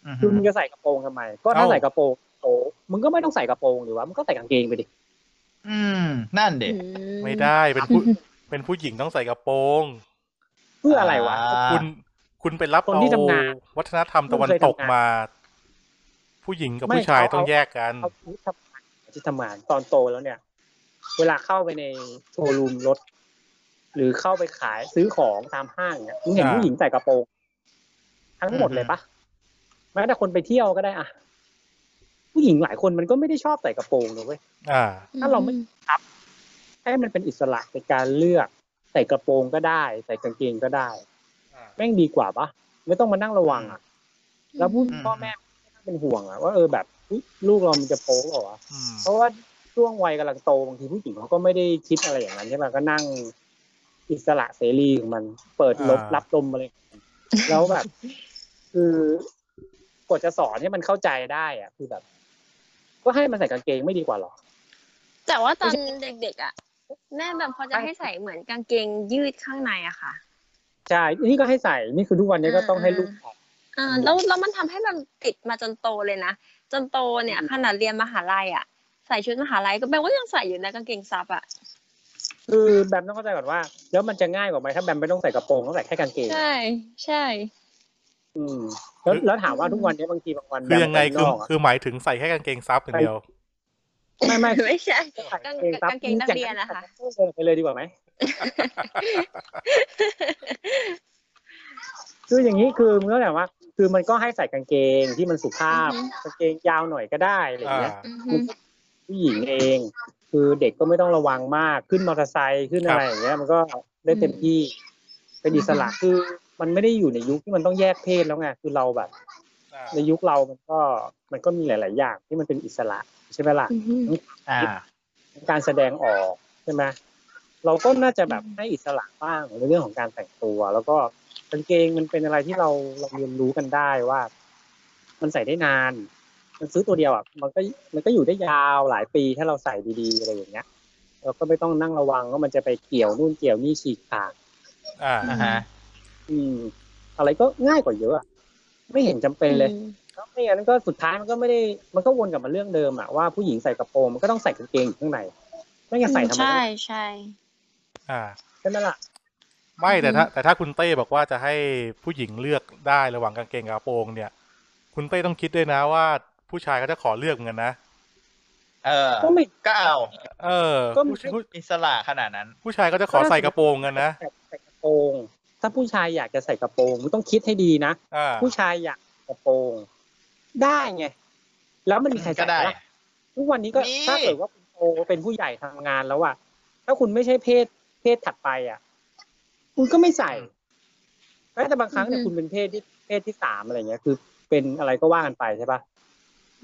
Speaker 2: อือ
Speaker 4: คื
Speaker 2: ฮึ
Speaker 4: อมึงจะใส่กระโปรงทำไม ก็ถ้าใส่กระโปรงโป๊มึงก็ไม่ต้องใส่กระโปรงหรือวะมึงก็ใส่กางเกงไปดิ
Speaker 2: อืมนั่นเด็
Speaker 3: อื
Speaker 1: ไม่ได้เป็นผู้เป็นผู้หญิงต้องใส่กระโปรง
Speaker 4: เพื่ออะไรวะ
Speaker 2: อ่า
Speaker 1: คุณคุณไปรับ
Speaker 4: คน
Speaker 1: เอา
Speaker 4: ที่ทำงาน
Speaker 1: วัฒนธรรมตะวันตกมา ผู้หญิงกับ
Speaker 4: ไม่
Speaker 1: ผู้ชาย
Speaker 4: เขาเอา
Speaker 1: ต้องแยกกัน
Speaker 4: เขาที่ทำงานที่ทำงานตอนโตแล้วเนี่ย เวลาเข้าไปในโชว์รูมรถ หรือเข้าไปขายซื้อของตามห้างเนี่ยมึงเห็น
Speaker 1: อ่า
Speaker 4: ผู้หญิงใส่กระโปรงทั้งหมด
Speaker 2: อือฮึ
Speaker 4: เลยปะแม้แต่คนไปเที่ยวก็ได้อะผู้หญิงหลายคนมันก็ไม่ได้ชอบใส่กระโปรงเลยเว้ย
Speaker 1: อ่า
Speaker 4: ถ้าเราไม่ ให้มันเป็นอิสระในการเลือก ใส่กระโปรงก็ได้ ใส่กางเกงก็ได้ แม่งดีกว่าปะไม่ต้องมานั่งระวังอะแล้วผู้
Speaker 2: อืม
Speaker 4: พ่อแม่ไม่ต้องเป็นห่วงอะว่าเออแบบอุ๊ยลูกเรามันจะโป๊ะเปล่าวะ
Speaker 1: อืม
Speaker 4: เพราะว่าช่วงวัยกำลังโตบางทีผู้หญิงเขาก็ไม่ได้คิดอะไรอย่างนั้นใช่ไหมก็นั่งอิสระเสรีของมันเปิดลบรับลมอะไรอย่างนั้นแล้วแบบ คือกดจะสอนให้มันเข้าใจได้อะคือแบบ ก็ให้มันใส่กางเกงไม่ดีกว่าหรอ
Speaker 3: แต่ว่าตอนเด็กๆอ่ะแม่แบบพอจะให้ใส่เหมือนกางเกงยืดข้างในอะค่ะ
Speaker 4: ใช่นี่ก็ให้ใส่นี่คือทุกวันนี้ก็ต้องให้ลูกใส่
Speaker 3: อ่าแล้วแล้วมันทำให้มันติดมาจนโตเลยนะ จ นโตเนี่ย ขนาดเรียนมหาลัยอ่ะ ใส่ชุดมหาลัยก็แปลว่ายังใส่อยู่นะกางเกงซับอ่ะ
Speaker 4: คือแบมต้องเข้าใจก่อนว่า แล้วมันจะง่ายกว่าไหมถ้าแบมไม่ต้องใส่กระโปรงต้องใส่แค่กางเกง
Speaker 3: ใช่ใช่
Speaker 4: อืมแล้วแล้วถามว่าทุกวันนี้บางทีบางวัน
Speaker 1: คือยังไง
Speaker 4: แบม
Speaker 1: คือ
Speaker 4: ปข้านอกอะ
Speaker 1: คือหมายถึงใส่แค่กางเกงซับอย่างเดียว
Speaker 4: ไม่ไม่
Speaker 3: ไม่ใช่
Speaker 4: ใส่
Speaker 3: กางเกงนักเรียนนะคะ
Speaker 4: เดินไปเลยดี กว่าไหม คืออย่างนี้คือมันก็แบบว่า คือมันก็ให้ใส่กางเกงที่มันสุภาพ
Speaker 3: อือฮึ
Speaker 4: กางเกงยาวหน่อยก็ได้อะไรอย่างเงี้ย
Speaker 1: อ่า
Speaker 3: อือหือ
Speaker 4: คือผู้หญิงเอง คือเด็กก็ไม่ต้องระวังมากขึ้นมอเตอร์ไซค์ขึ้นอะไรอย่างเงี้ยมันก็ได้เต็มที่เป็นอิสระคือมันไม่ได้อยู่ในยุคที่มันต้องแยกเพศแล้วไงคือเราแบบ ในยุคเรามันก็มันก็มีหลาย ๆ อย่างที่มันเป็นอิสระใช่ไหมล่ะ
Speaker 3: อือหือ
Speaker 2: อ่า
Speaker 4: การแสดงออกใช่ไหมเราก็น่าจะแบบให้อิสระบ้างในเรื่องของการแต่งตัว แล้วก็กางเกงมันเป็นอะไรที่เราเราเรียนรู้กันได้ว่า มันใส่ได้นาน มันซื้อตัวเดียวอ่ะมันก็มันก็อยู่ได้ยาวหลายปีถ้าเราใส่ดีๆอะไรอย่างเงี้ยเราก็ไม่ต้องนั่งระวังว่ามันจะไปเกี่ยวนู่นเกี่ยวนี่ฉีกขาด
Speaker 1: อ่า
Speaker 2: อ่าฮะ
Speaker 4: อืม อะไรก็ง่ายกว่าเยอะอะไม่เห็นจำเป็นเลย แล้วไม่งั้นก็สุดท้ายมันก็ไม่ได้มันก็วนกลับมาเรื่องเดิมอะว่าผู้หญิงใส่กระโปรงมันก็ต้องใส่กางเกงอยู่ข้างในไม่งั้นใส่ทำไม
Speaker 3: ใช่ใช่
Speaker 1: อ่า
Speaker 4: ใช่ไหมล่ะ
Speaker 1: ไม่แต่ถ้าแต่ถ้าคุณเต้บอกว่าจะให้ผู้หญิงเลือกได้ระหว่างกางเกงกับกระโปรงเนี่ย คุณเต้ต้องคิดด้วยนะว่าผู้ชายเขาจะขอเลือกเหมือนกันนะ
Speaker 2: เออ
Speaker 4: ก็ไม่
Speaker 2: ก็เอา
Speaker 1: เออ
Speaker 4: ก็ไม่
Speaker 1: ผู้ผู้
Speaker 2: อิสระขนาดนั้น
Speaker 1: ผู้ชายก็จะขอใส่กระโปรงกันนะ
Speaker 4: ใส่ใส่กระโปรงถ้าผู้ชายอยากจะใส่กระโปรงมึงต้องคิดให้ดีนะ
Speaker 1: อ่า
Speaker 4: ผู้ชายอยากกระโปรงได้ไงแล้วมันมีใครใส่
Speaker 2: ก็ได้
Speaker 4: ปะทุกวันนี้ก็
Speaker 2: มี
Speaker 4: ถ้าเกิดว่าคุณโตเป็นผู้ใหญ่ทำงานแล้วอะถ้าคุณไม่ใช่เพศเพศถัดไปอะคุณก็ไม่ใส่แม้แต่บางครั้งเนี่ยคุณเป็นเพศที่เพศที่สามอะไรเงี้ย คือเป็นอะไรก็ว่ากันไปใช่ปะ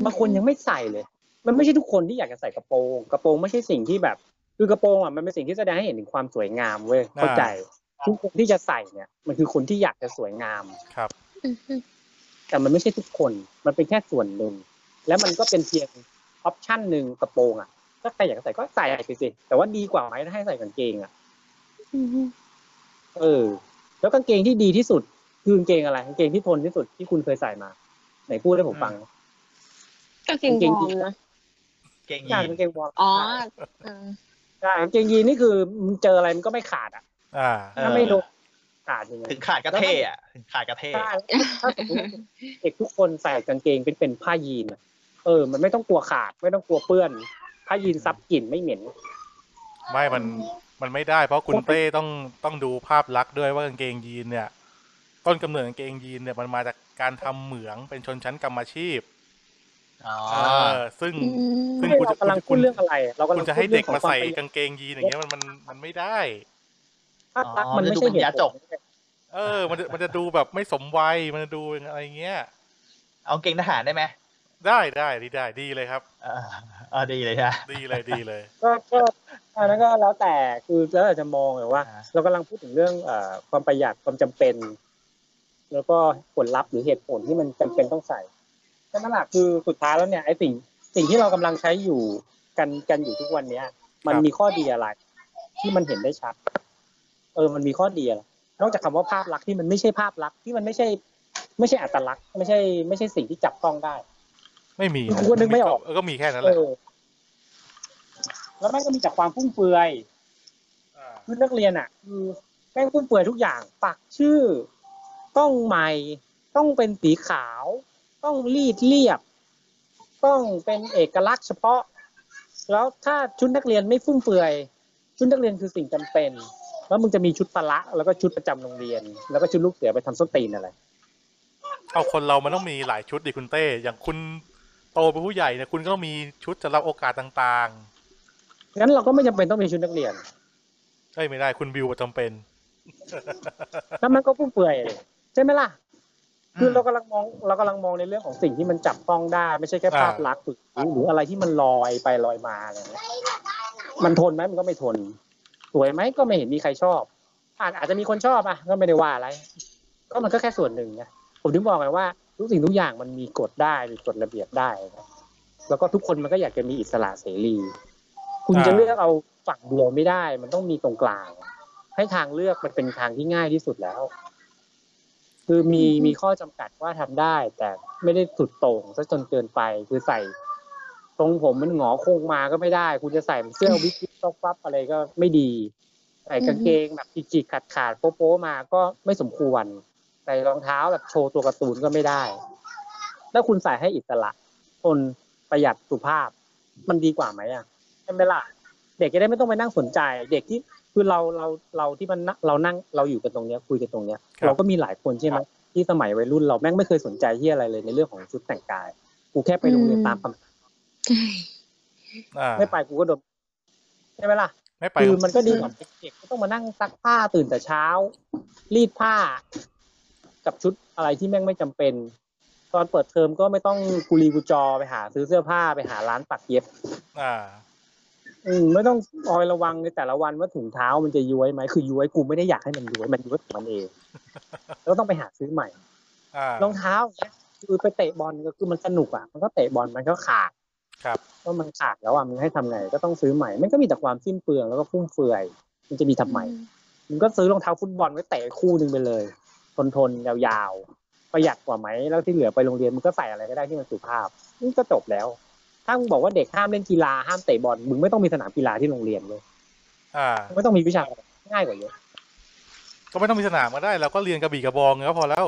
Speaker 4: บางคนยังไม่ใส่เลย มันไม่ใช่ทุกคนที่อยากจะใส่กระโปรง กระโปรงไม่ใช่สิ่งที่แบบ คือกระโปรงอ่ะมันเป็นสิ่งที่แสดงให้เห็นถึงความสวยงามเว้ย เข้าใจ ทุกคนที่จะใส่เนี่ย มันคือคนที่อยากจะสวยงาม
Speaker 1: ครับ
Speaker 3: อือหือ
Speaker 4: แต่มันไม่ใช่ทุกคน มันเป็นแค่ส่วนหนึ่ง และมันก็เป็นเพียงออปชั่นหนึ่งกระโปรงอ่ะ ถ้าใครอยากจะใส่ก็ใส่ไปสิ แต่ว่าดีกว่าไหมถ้าให้ใส่กางเกงอ่ะ
Speaker 3: อือหือ
Speaker 4: เออ แล้วกางเกงที่ดีที่สุด คือกางเกงอะไร กางเกงที่ทนที่สุดที่คุณเคยใส่มา ไหนพูดให้ผมฟัง
Speaker 3: ก็เก่งบอมนะ
Speaker 2: เก่ง
Speaker 4: กา
Speaker 2: ยีน
Speaker 4: รกางเกงวอร์ม
Speaker 3: อ๋ออืม
Speaker 4: ใช่กางเกงยีนนี่คือมึงเจออะไรมันก็ไม่ขาดอ่ะ
Speaker 1: อ่า
Speaker 2: เออ
Speaker 4: ถ้าไม่โดนขาดยังไง
Speaker 2: ถึงขาดกระเท่อะถึงขาดกระเท่
Speaker 4: ใช่ถ้าสมมติเด็กทุกคนใส่กางเกงเป็นเป็นผ้ายีนอะเออ มันไม่ต้องกลัวขาด ไม่ต้องกลัวเปื้อน ผ้ายีนซับกลิ่นไม่เหม็น
Speaker 1: ไม่มันมันไม่ได้ เพราะคุณเต้ต้องต้องดูภาพลักษณ์ด้วยว่ากางเกงยีนเนี่ย ต้นกำเนิดกางเกงยีนเนี่ยมันมาจากการทำเหมืองเป็นชนชั้นกรรมอาชีพ
Speaker 2: อ๋อ
Speaker 1: เออซึ่ง
Speaker 3: อืม
Speaker 1: ซึ่ง คุณ
Speaker 4: เรา
Speaker 1: จะ
Speaker 4: กำลัง
Speaker 1: คุ
Speaker 4: พูด
Speaker 1: ณ
Speaker 4: เรื่องอะไร เรากำ
Speaker 1: คุ
Speaker 4: ลั
Speaker 1: ณ
Speaker 4: ง
Speaker 1: จะ
Speaker 4: พู
Speaker 1: ให้
Speaker 4: ด
Speaker 1: เด็
Speaker 4: เรื่อก งของ
Speaker 1: มา
Speaker 4: ความ
Speaker 1: ใส่
Speaker 4: ประหยัด
Speaker 1: กางเกงยีนอย่างเงี้ยมันมันมันไม่ได้
Speaker 4: ภาพลักษณ์
Speaker 2: อ๋อ
Speaker 4: มันไม่
Speaker 2: ฤดู
Speaker 4: ใช่
Speaker 2: กาล
Speaker 4: เหตุ
Speaker 2: ยา
Speaker 4: ผ
Speaker 2: จ
Speaker 4: ล
Speaker 2: ก
Speaker 1: เออ มันจะมันจะดูแบบไม่สมวัยมันจะดูอะไรเงี้ย
Speaker 2: เอาเก่งทหารได้ไหม
Speaker 1: ได้ได้ดีได้ดีเลยครับ
Speaker 2: เออเออดีเลยใช่ไหม
Speaker 1: ดีเลยดีเลย
Speaker 4: ก็ก็อันนั้นก็แล้วแต่คือแล้วแต่จะมองเลยว่า
Speaker 2: อ่า
Speaker 4: เรากำลังพูดถึงเรื่องเอ่อความประหยัดความจำเป็น แล้วก็ผลลัพธ์หรือเหตุผลที่มันจำเป็นต้องใส่ฉะนั้นแหละคือสุดท้ายแล้วเนี่ยไอ้สิ่งสิ่งที่เรากำลังใช้อยู่กันกันอยู่ทุกวันเนี้ย มัน
Speaker 1: ครับ
Speaker 4: มีข้อดีอะไร ที่มันเห็นได้ชัด เออ มันมีข้อดีอะไรนอกจากคำว่าภาพลักษณ์ที่มันไม่ใช่ภาพลักษณ์ที่มันไม่ใช่ ไม่ใช่อัตลักษณ์ไม่ใช่ไม่ใช่สิ่งที่จับต้องได้
Speaker 1: ไม่มี
Speaker 4: กูก็นึกไม่ออก
Speaker 1: เก็มีแค่นั้น
Speaker 4: เอ
Speaker 1: แหละ
Speaker 4: อ แล้วแม่งก็มีแต่ความฟุ่มเฟือย คือนักเรียนอ่ะคือแม่งฟุ่มเฟือยทุกอย่างปักชื่อ ต้องใหม่ ต้องเป็นสีขาว ต้องรีดเรียบ ต้องเป็นเอกลักษณ์เฉพาะ แล้วถ้าชุดนักเรียนไม่ฟุ่มเฟือย ชุดนักเรียนคือสิ่งจำเป็น แล้วมึงจะมีชุดพละแล้วก็ชุดประจำโรงเรียน แล้วก็ชุดลูกเสือไปทำส้นตีนอะไร
Speaker 1: เอาคนเรามันต้องมีหลายชุดดิคุณเต้ อย่างคุณโตเป็นผู้ใหญ่เนี่ยคุณก็ต้องมีชุดสำหรับโอกาสต่าง
Speaker 4: งั้นเราก็ไม่จำเป็นต้องมีชุดนักเรียน
Speaker 1: ๆเอ้ยไม่ได้คุณบิวจำเป็น
Speaker 4: แล้วมันก็ฟุ่มเฟือยเลยใช่ไหมล่ะ
Speaker 2: อืม
Speaker 4: คือเรากำลังมองเรากำลังมองในเรื่องของสิ่งที่มันจับต้องได้ ไม่ใช่แค่
Speaker 1: อ่า
Speaker 4: ภาพลักษณ์ฝึกหรืออะไรที่มันลอยไปลอยมาอะไรเงี้ยมันทนไหมมันก็ไม่ทน สวยไหมก็ไม่เห็นมีใครชอบอาจอาจจะมีคนชอบอ่ะก็ไม่ได้ว่าอะไร ก็มันก็แค่ส่วนหนึ่งนะผมถึงบอกไงว่าทุกสิ่งทุกอย่างมันมีกฎได้มีกฎระเบียบได้นะแล้วก็ทุกคนมันก็อยากจะมีอิสระเสรี คุณจะ
Speaker 1: อ่า
Speaker 4: เลือกเอาฝั่งเดียวไม่ได้ มันต้องมีตรงกลาง ให้ทางเลือกมันเป็นทางที่ง่ายที่สุดแล้ว คือมี
Speaker 3: อืม
Speaker 4: มีข้อจำกัดว่าทำได้ แต่ไม่ได้สุดโต่งซะจนเกินไปคือใส่ทรงผมมันหงอโค้งมาก็ไม่ได้ คุณจะใส่เสื้อวิกวิกซอกฟับอะไรก็ไม่ดีใส่กางเกงแบบจีกๆขาดขาดๆโป๊ะๆมาก็ไม่สมควร ใส่รองเท้าแบบโชว์ตัวการ์ตูนก็ไม่ได้ ถ้าคุณใส่ให้อิสระทนประหยัดสุภาพ มันดีกว่าไหมอ่ะใช่ไหมล่ะ เด็กจะได้ไม่ต้องไปนั่งสนใจ เด็กที่คือเราเราเราที่มันนั่งเรานั่งเราอยู่กันตรงเนี้ยคุยกันตรงเนี้ย
Speaker 1: ครับ
Speaker 4: เราก็มีหลายคนใช่ไหมที่สมัยวัยรุ่นเราแม่งไม่เคยสนใจที่อะไรเลยในเรื่องของชุดแต่งกาย กูแค่ไปโรงเรียนตามค
Speaker 1: อ่า
Speaker 4: ำไม่ไปกูก็โดนใช่ไหมล่ะ
Speaker 1: ไม่ไป
Speaker 4: คือมันก็ดีกว่าเด็กๆก็ต้องมานั่งซักผ้าตื่นแต่เช้า รีดผ้า กับชุดอะไรที่แม่งไม่จำเป็น ตอนเปิดเทอมก็ไม่ต้องกุลีกุจอไปหาซื้อเสื้อผ้าไปหาร้านปักเย็บ
Speaker 1: อ่า
Speaker 4: อืมไม่ต้องคอยระวังในแต่ละวันว่าถุงเท้ามันจะย้วยไหมคือย้วยกูไม่ได้อยากให้มันย้วยมันย้วยของมันเอง แล้วต้องไปหาซื้อใหม่
Speaker 1: อ่าร
Speaker 4: องเท้าเนี่ยคือไปเตะบอลก็คือมันสนุกอ่ะ มันก็เตะบอลมันก็ขาด
Speaker 1: ครับ
Speaker 4: ก็มันขาดแล้วอ่ะมันให้ทำไงก็ต้องซื้อใหม่มันก็มีแต่ความสิ้นเปลืองแล้วก็ฟุ่มเฟือย มันจะมีทำไม มันก็ซื้อรองเท้าฟุตบอลไว้เตะคู่หนึ่งไปเลย ทนทนๆยาวๆ ประหยัดกว่าไหม แล้วที่เหลือไปโรงเรียนมันก็ใส่อะไรก็ได้ที่มันสุภาพนี่ก็จบแล้ว ถ้ามึงบอกว่าเด็กห้ามเล่นกีฬาห้ามเตะบอลมึงไม่ต้องมีสนามกีฬาที่โรงเรียนเลย
Speaker 1: อ่า
Speaker 4: มึงไม่ต้องมีวิชาง่ายกว่าเยอะ
Speaker 1: ก็ไม่ต้องมีสนามก็ได้เราก็เรียนกระบี่กระบองเนี่ยก็พอแล้ว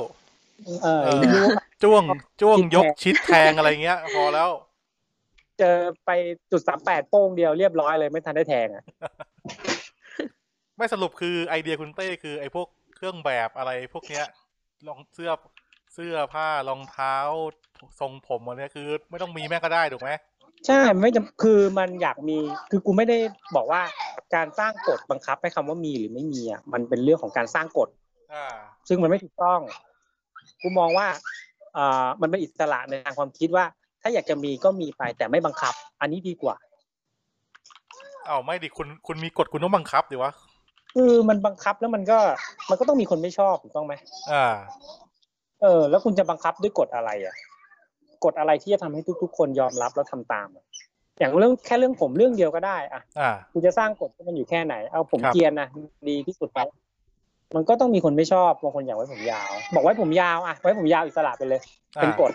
Speaker 4: เออ
Speaker 1: เออ
Speaker 4: รู้ว่า
Speaker 1: จ้วงจ้วงยกชิดแทงอะไรเงี้ย พอแล้ว
Speaker 4: เจอไปจุดสามแปดโป้งเดียวเรียบร้อยเลยไม่ทันได้แทงอ่ะ
Speaker 1: ไม่สรุปคือไอเดียคุณเต้คือไอพวกเครื่องแบบอะไรพวกเนี้ยรองเสื้อเสื้อผ้ารองเท้าทรงผมอะไรเนี้ยคือ ไม่ต้องมีแม่งก็ได้ถูกไหม
Speaker 4: ใช่ไม่จำคือมันอยากมีคือกูไม่ได้บอกว่าการสร้างกฎบังคับให้คำว่ามีหรือไม่มีอ่ะมันเป็นเรื่องของการสร้างกฎ
Speaker 1: อ่า
Speaker 4: ซึ่งมันไม่ถูกต้อง กูมองว่าเอ่อมันเป็นอิสระในทางความคิดว่า ถ้าอยากจะมีก็มีไปแต่ไม่บังคับ อันนี้ดีกว่า
Speaker 1: เอาไม่ดิคุณคุณมีกฎคุณต้องบังคับดิวะ
Speaker 4: คือมันบังคับแล้วมันก็มันก็ต้องมีคนไม่ชอบถูกต้องไหม
Speaker 1: อ่า
Speaker 4: เออแล้วคุณจะบังคับด้วยกฎอะไรอ่ะกฎอะไรที่จะทำให้ทุก ๆ คนยอมรับแล้วทำตามอะอย่างเรื่องแค่เรื่องผมเรื่องเดียวก็ได้อ่ะ
Speaker 1: อ่า
Speaker 4: คุณจะสร้างกฎให้มันอยู่แค่ไหน เอาผม
Speaker 1: ครับ
Speaker 4: เกรียนนะดีที่สุดแล้วมันก็ต้องมีคนไม่ชอบบางคนอยากไว้ผมยาว บอกไว้ผมยาวอ่ะไว้ผมยาวอิสระไปเลย
Speaker 1: อ่า
Speaker 4: เป็นกฎ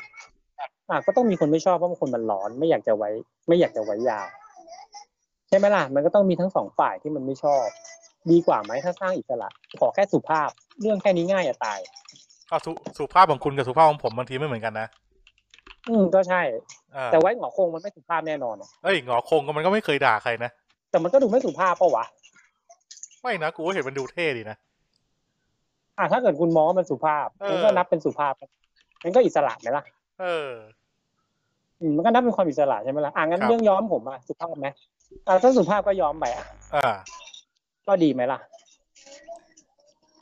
Speaker 4: อ่ะก็ต้องมีคนไม่ชอบเพราะบางคนมันร้อน ไม่อยากจะไว้ ไม่อยากจะไว้ยาว ใช่ไหมล่ะ มันก็ต้องมีทั้งสองฝ่ายที่มันไม่ชอบ ดีกว่าไหมถ้าสร้างอิสระ ขอแค่สุภาพ เรื่องแค่นี้ง่ายอะตาย
Speaker 1: เอาสุสุภาพของคุณกับสุภาพของผมบางทีไม่เหมือนกันนะ
Speaker 4: อืมก็ใช่
Speaker 1: อ่า
Speaker 4: แต่ไว้หงอโคงมันไม่สุภาพแน่นอนอะ
Speaker 1: เอ้ยหงอคงก็มันก็ไม่เคยด่าใครนะ
Speaker 4: แต่มันก็ดูไม่สุภาพเปะวะ
Speaker 1: ไม่นะกูก็เห็นมันดูเท่ดีนะ
Speaker 4: อ่ะถ้าเกิดคุณมองว่ามันสุภาพ
Speaker 1: เออ
Speaker 4: มันก็นับเป็นสุภาพมันก็อิสระไหมล่ะ
Speaker 1: เออ
Speaker 4: อืมมันก็นับเป็นความอิสระใช่ไหมล่ะอ่ะงั้น
Speaker 1: ครับ
Speaker 4: เรื่องย้อมผมอะสุภาพไหมอ่ะถ้าสุภาพก็ย้อมไปอะ
Speaker 1: อ่า
Speaker 4: ก็ดีไหมล่ะ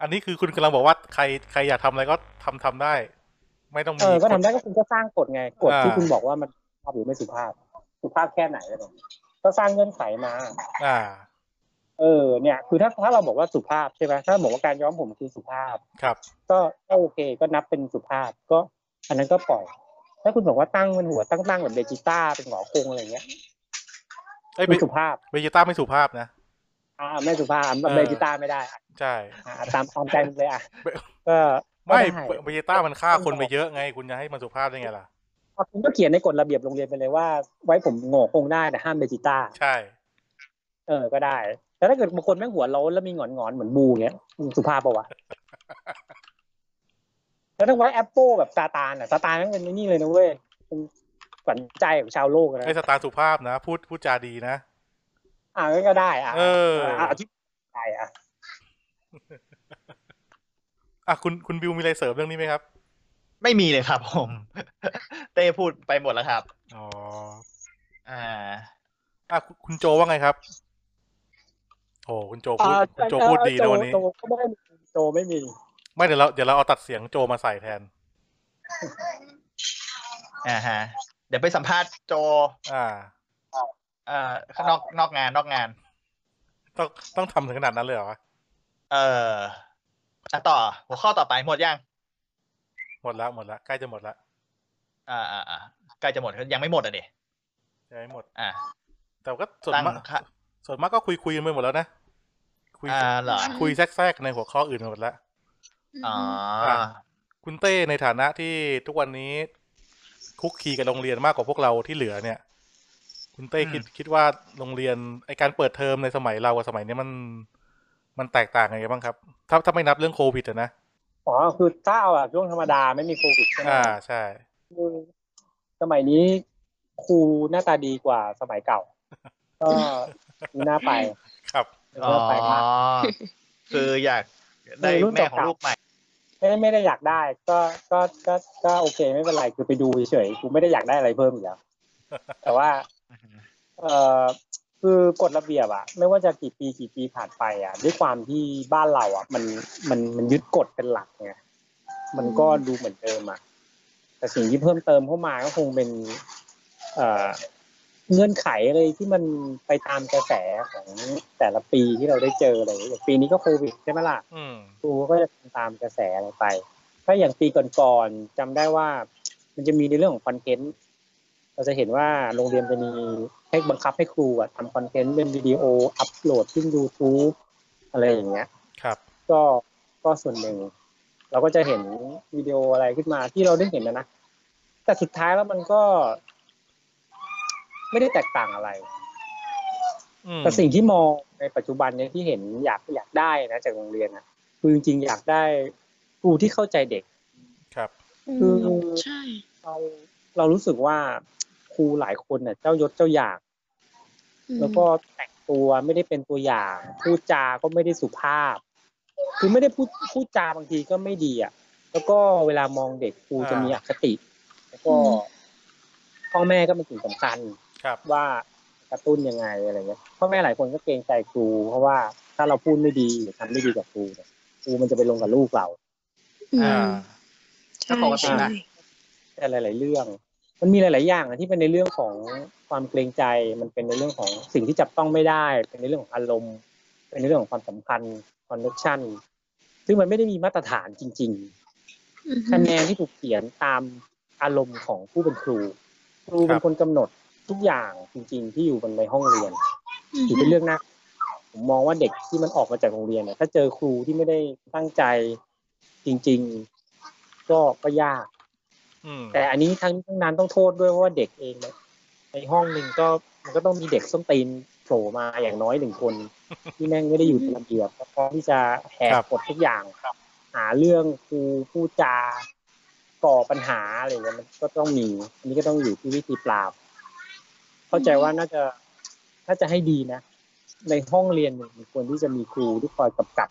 Speaker 1: อันนี้คือคุณกำลังบอกว่าใครใครอยากทำอะไรก็ทำทำได้ ไม่ต้องมี
Speaker 4: เออ ก็ทำได้
Speaker 1: ฎ
Speaker 4: ก็คุณก็สร้างกฎไง กฎ
Speaker 1: อ่า
Speaker 4: ที่คุณบอกว่ามันสุภาพหรือไม่สุภาพ สุภาพแค่ไหนอะไรแบบนี้ก็สร้างเงื่อนไขมา
Speaker 1: อ่า
Speaker 4: เออ เนี่ย คือถ้าถ้าเราบอกว่าสุภาพใช่ไหมถ้าบอกว่าการย้อมผมคือสุภาพ
Speaker 1: ครับ
Speaker 4: ก็ก็โอเค ก็นับเป็นสุภาพ ก็ อันนั้นก็ปล่อย ถ้าคุณบอกว่าตั้งเป็นหัวตั้งตั้งๆแบบเบจิต้าเป็นหงอคงอะไรเงี้ย
Speaker 1: เอ้ยเบ
Speaker 4: ไม่สุภาพ
Speaker 1: เบจิต้าไม่สุภาพนะ
Speaker 4: อ่า ไม่สุภาพ
Speaker 1: เออ
Speaker 4: เบจิต้าไม่ได้อ่ะ
Speaker 1: ใช่
Speaker 4: อ่าตามตามใจมึงเลยอ่ะ
Speaker 1: ไม่
Speaker 4: ก็
Speaker 1: ไม่เบ
Speaker 4: ด้
Speaker 1: จิต้ามันฆ่าคนไปเยอะไง คุณจะให้มันสุภาพได้ไงล่ะ
Speaker 4: อ่ะคุณก็เขียนในกฎระเบียบโรงเรียนไปเลยว่า ไว้ผมหงอคงได้แต่ห้ามเบจิต้า
Speaker 1: ใช่
Speaker 4: เออ ก็ได้ แต่ถ้าเกิดบางคนแม่งหัวโล้นแล้วมีหงอนงอนๆเหมือนบูเงี้ยมึงสุภาพปะวะ แล้วถ้าไว้แอปเปิลแบบซาตานอ่ะซาตานแม่งเป็นไอ้นี่เลยนะเว้ยเป็นขวัญใจของชาวโลกนะ
Speaker 1: ไอ้สตาร์สุภาพนะ พูดพูดจาดีนะ
Speaker 4: อ่าก็ได้อ่ะ
Speaker 1: เออ
Speaker 4: อ่ะที่ได้อ่ะ
Speaker 1: อ่ะคุณคุณบิวมีอะไรเสริมเรื่องนี้ไหมครับ
Speaker 2: ไม่มีเลยครับผม เต้พูดไปหมดแล้วครับ
Speaker 1: อ๋อ
Speaker 2: อ่า
Speaker 1: อ่ะคุณคุณโจว่าไงครับ โอ้คุณโจพูด
Speaker 4: อ่า
Speaker 1: คุณโจพูดดีนะวันนี้
Speaker 4: โจก็ไม่ได้มีโจไม่มี
Speaker 1: ไม่เดี๋ยวเราเดี๋ยวเราเอาตัดเสียงโจมาใส่แทน
Speaker 2: อ่าฮะ เดี๋ยวไปสัมภาษณ์โจ
Speaker 1: อ่า
Speaker 2: เอ่อข้างนอกนอกงานนอกงาน
Speaker 1: ต้องต้องทำถึงขนาดนั้นเลยเหรอวะ
Speaker 2: เอ่ออ่ะต่อ หัวข้อต่อไปหมดยัง
Speaker 1: หมดละหมดละใกล้จะหมดละ
Speaker 2: อ่าอ่าอ่าใกล้จะหมดยังไม่หมดอ่ะดิ
Speaker 1: ยังไม่หมด
Speaker 2: อ่า
Speaker 1: แต่ก็ส่วน
Speaker 2: ตั้ง
Speaker 1: มาก
Speaker 2: ค่ะ
Speaker 1: ส่วนมากก็คุยคุยกันไปหมดแล้วนะ คุย
Speaker 2: อ่าเหรอ
Speaker 1: คุยแทรกๆในหัวข้ออื่นหมดละ
Speaker 2: อ๋อ
Speaker 1: คุณเต้ในฐานะที่ทุกวันนี้คุกคีกับโรงเรียนมากกว่าพวกเราที่เหลือเนี่ย คุณเต้คิดคิดว่าโรงเรียนไอการเปิดเทอมในสมัยเรากับสมัยเนี้ยมัน มันแตกต่างยังไงบ้างครับ ถ้าถ้าไม่นับเรื่องโควิดอะนะ
Speaker 4: อ๋อคือถ้าเอาแบบช่วงธรรมดาไม่มีโควิดใช่ไหม
Speaker 1: อ่าใช่
Speaker 4: คือสมัยนี้ครูหน้าตาดีกว่าสมัยเก่า ก็มีหน้าไป
Speaker 1: ครับ
Speaker 2: อ๋อคืออยากได้
Speaker 4: มีรุ่น
Speaker 2: แม่
Speaker 4: เก่าๆ
Speaker 2: ของลูกใหม่
Speaker 4: ไม่ได้ไม่ได้อยากได้ก็ก็ก็ก็โอเคไม่เป็นไรคือไปดูเฉยๆกูไม่ได้อยากได้อะไรเพิ่มอีก แล้วแต่ว่า เอ่อคือกฎระเบียบอะไม่ว่าจะกี่ปีกี่ปีผ่านไปอะด้วยความที่บ้านเราอะมันมันมันยึดกฎเป็นหลักไงมันก็ดูเหมือนเดิมอะแต่สิ่งที่เพิ่มเติมเข้ามาก็คงเป็น เอ่อเงื่อนไขอะไรที่มันไปตามกระแสของแต่ละปีที่เราได้เจออะไรอย่างเงี้ยอย่างปีนี้ก็โควิดใช่ไหมล่ะ
Speaker 1: อืม
Speaker 4: ครูก็จะทำตามกระแสอะไรไป ถ้าอย่างปีก่อนๆจำได้ว่ามันจะมีในเรื่องของคอนเทนต์เราจะเห็นว่าโรงเรียนจะมีให้บังคับให้ครูอะทำคอนเทนต์เป็นวิดีโออัพโหลดขึ้น YouTube อะไรอย่างเงี้ย
Speaker 1: ครับ
Speaker 4: ก็ก็ส่วนหนึ่ง เราก็จะเห็นวิดีโออะไรขึ้นมาที่เราได้เห็นนะนะ แต่สุดท้ายแล้วมันก็ ไม่ได้แตกต่างอะไร
Speaker 1: อืม
Speaker 4: แต่สิ่งที่มองในปัจจุบันเนี่ยที่เห็นอยากอยากได้นะจากโรงเรียนนะคือจริงๆอยากได้ครูที่เข้าใจเด็ก
Speaker 1: ครับ
Speaker 4: คือ
Speaker 3: ใช่
Speaker 4: เราเรารู้สึกว่าครูหลายคนเนี่ยเจ้ายศเจ้าอย่าง แล้วก็แต่งตัวไม่ได้เป็นตัวอย่าง พูดจาก็ไม่ได้สุภาพ คือไม่ได้พูดพูดจาบางทีก็ไม่ดีอ่ะแล้วก็เวลามองเด็กครูจะมีอคติ แล้วก็
Speaker 3: อืม
Speaker 4: พ่อแม่ก็เป็นสิ่งสำคัญ
Speaker 1: ครับ
Speaker 4: ว่ากระตุ้นยังไงอะไรเงี้ยพ่อแม่หลายคนก็เกรงใจครู เพราะว่าถ้าเราพูดไม่ดีหรือทำไม่ดีกับครูเนี่ยครูมันจะไปลงกับลูกเรา
Speaker 3: อื
Speaker 1: อ่า
Speaker 3: ม
Speaker 2: ก็ปกตินะ
Speaker 3: ใช่
Speaker 4: แต่หลาย ๆ เรื่อง มันมีหลาย ๆ อย่างนะที่เป็นในเรื่องของความเกรงใจ มันเป็นในเรื่องของสิ่งที่จับต้องไม่ได้ เป็นในเรื่องของอารมณ์ เป็นในเรื่องของความสัมพันธ์คอนเนคชั่นซึ่งมันไม่ได้มีมาตรฐานจริง
Speaker 3: อืม
Speaker 4: ๆ คะแนนที่ถูกเขียนตามอารมณ์ของผู้เป็นครู ครูเป็
Speaker 1: ค
Speaker 4: น
Speaker 1: รับ
Speaker 4: คนกำหนดทุกอย่างจริง ๆ ที่อยู่บนในห้องเรียน
Speaker 3: อืม
Speaker 4: ถือเป็นเรื่องน่าผมมองว่าเด็กที่มันออกมาจากโรงเรียนเนี่ยถ้าเจอครูที่ไม่ได้ตั้งใจจริง ๆ ก็ก็ยาก
Speaker 1: อืม
Speaker 4: แต่อันนี้ทั้งทั้งนั้นต้องโทษด้วยว่าเด็กเองเนี่ยในห้องหนึ่งก็มันก็ต้องมีเด็กส้นตีนโผล่มาอย่างน้อยหนึ่งคน ที่แม่งไม่ได้อยู่ในระเบียบแล้วก็ที่จะแหกกฎทุกอย่างครับ หาเรื่องครูผู้จาก่อปัญหาอะไรเงี้ยมันก็ต้องมี อันนี้ก็ต้องอยู่ที่วิธีปราบ เข้าใจว่าน่าจะน่าจะให้ดีนะ ในห้องเรียนหนึ่งควรที่จะมีครูที่คอยกำกับ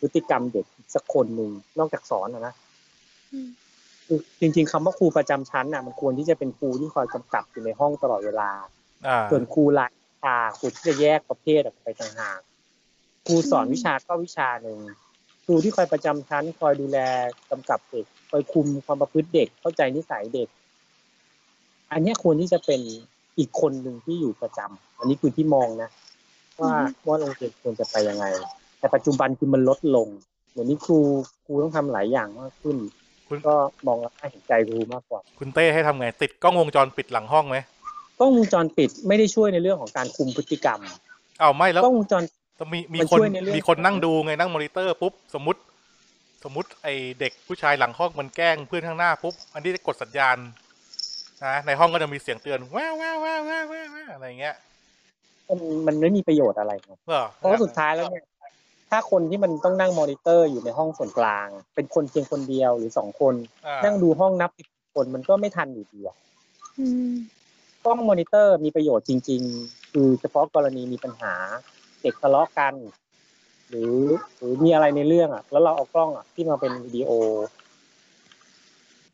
Speaker 4: พฤติกรรมเด็กอีกสักคนหนึ่งนอกจากสอนนะนะ
Speaker 3: อืม
Speaker 4: คือจริงๆคำว่าครูประจำชั้นน่ะมันควรที่จะเป็นครูที่คอยกำกับอยู่ในห้องตลอดเวลา
Speaker 1: อ่า
Speaker 4: ส่วนครูรายวิชาครูที่จะแยกประเภทออกไปต่างหากครูสอนวิชาก็วิชาหนึ่งครูที่คอยประจำชั้น คอยดูแลกำกับเด็กคอยคุมความประพฤติเด็กเข้าใจนิสัยเด็ก อันเนี้ยควรที่จะเป็นอีกคนหนึ่งที่อยู่ประจำอันนี้คือที่มองนะ ว่าว่าโรงเรียนควรจะไปยังไง แต่ปัจจุบันคือมันลดลงเดี๋ยวนี้ครูครูต้องทำหลายอย่างมากขึ้น
Speaker 1: คุณ
Speaker 4: ก็มองแล้วน่าเห็นใจครูมากกว่า
Speaker 1: คุณเต้ให้ทำไง ติดกล้องวงจรปิดหลังห้องไหม
Speaker 4: กล้องวงจรปิดไม่ได้ช่วยในเรื่องของการคุมพฤติกรรม
Speaker 1: อ้าวไม่แล้ว
Speaker 4: กล้องวงจร
Speaker 1: ต้องมีมี
Speaker 4: มัน
Speaker 1: คน
Speaker 4: ช่วยในเรื่อง
Speaker 1: มีคน
Speaker 4: ของ
Speaker 1: นั่งดูไงนั่งมอนิเตอร์ปุ๊บสมมติ สมมติไอเด็กผู้ชายหลังห้องมันแกล้งเพื่อนข้างหน้าปุ๊บอันนี้จะกดสัญญาณนะในห้องก็จะมีเสียงเตือนแว้าวแว้าวแว้าวแว้าวแว้วแว้วอะไรเงี้ย
Speaker 4: มันมันไม่มีประโยชน์อะไรนะ
Speaker 1: เหรอ
Speaker 4: เพราะว่าสุดท้ายแล้วเนี่ยถ้าคนที่มันต้องนั่งมอนิเตอร์อยู่ในห้องส่วนกลาง เป็นคนเพียงคนเดียวหรือสองคน
Speaker 1: อ่า
Speaker 4: นั่งดูห้องนับสิบคนมันก็ไม่ทันอยู่ดีอะ
Speaker 3: อืม
Speaker 4: กล้องมอนิเตอร์มีประโยชน์จริง ๆ คือเฉพาะกรณีมีปัญหา เด็กทะเลาะกัน หรือหรือมีอะไรในเรื่องอ่ะ แล้วเราเอากล้องอ่ะที่มาเป็นวิดีโอ